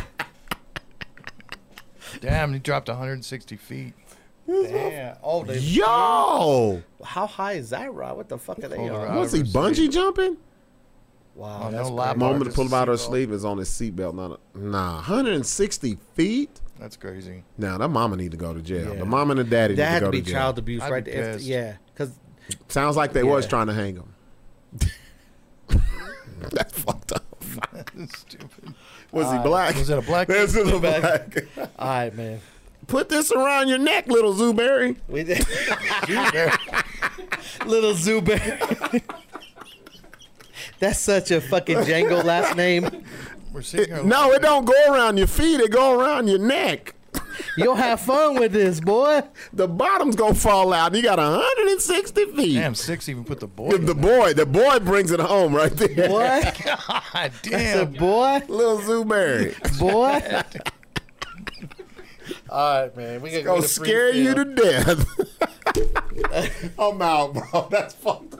Speaker 4: Damn, he dropped 160 feet.
Speaker 3: Yeah. Oh, they-
Speaker 2: Yo,
Speaker 3: how high is that rod? What the fuck are they
Speaker 4: Hold
Speaker 3: on?
Speaker 4: on.
Speaker 2: was he
Speaker 4: Driver's
Speaker 2: bungee
Speaker 4: seat.
Speaker 2: jumping?
Speaker 3: Wow.
Speaker 4: Oh,
Speaker 3: that's
Speaker 4: no lap bar,
Speaker 2: Moment to
Speaker 4: just
Speaker 2: pull him out of her
Speaker 4: seatbelt.
Speaker 2: sleeve is on his seatbelt. Not a, nah, 160 feet.
Speaker 4: That's crazy.
Speaker 2: Now that mama need to go to jail.
Speaker 3: Yeah.
Speaker 2: The mom and the daddy
Speaker 3: that
Speaker 2: need
Speaker 3: had
Speaker 2: to
Speaker 3: to
Speaker 2: go
Speaker 3: be
Speaker 2: to jail.
Speaker 3: child abuse,
Speaker 4: I'd be
Speaker 3: right? there. If-
Speaker 4: pissed.
Speaker 3: yeah, because
Speaker 2: Sounds like they was
Speaker 3: Yeah.
Speaker 2: trying to hang him. That's fucked up.
Speaker 4: Stupid.
Speaker 2: Was he black?
Speaker 4: Was it a black?
Speaker 2: This is a
Speaker 3: black.
Speaker 2: black.
Speaker 3: all right, man.
Speaker 2: Put this around your neck, little Zooberry.
Speaker 3: We did. Little Zuber. That's such a fucking Django last name.
Speaker 4: We're seeing our
Speaker 2: No, it don't go around your feet. It go around your neck.
Speaker 3: You'll have fun with this, boy.
Speaker 2: The bottom's gonna fall out. You got 160 feet.
Speaker 4: Damn, six even put the boy.
Speaker 2: If
Speaker 4: in
Speaker 2: the
Speaker 4: there.
Speaker 2: boy, the boy brings it home right there.
Speaker 3: Boy,
Speaker 4: God
Speaker 3: That's a
Speaker 4: damn.
Speaker 3: boy,
Speaker 2: Little Zooberry.
Speaker 3: boy. All right, man. We gotta
Speaker 2: Gonna scare you to death. I'm out, bro. That's fucked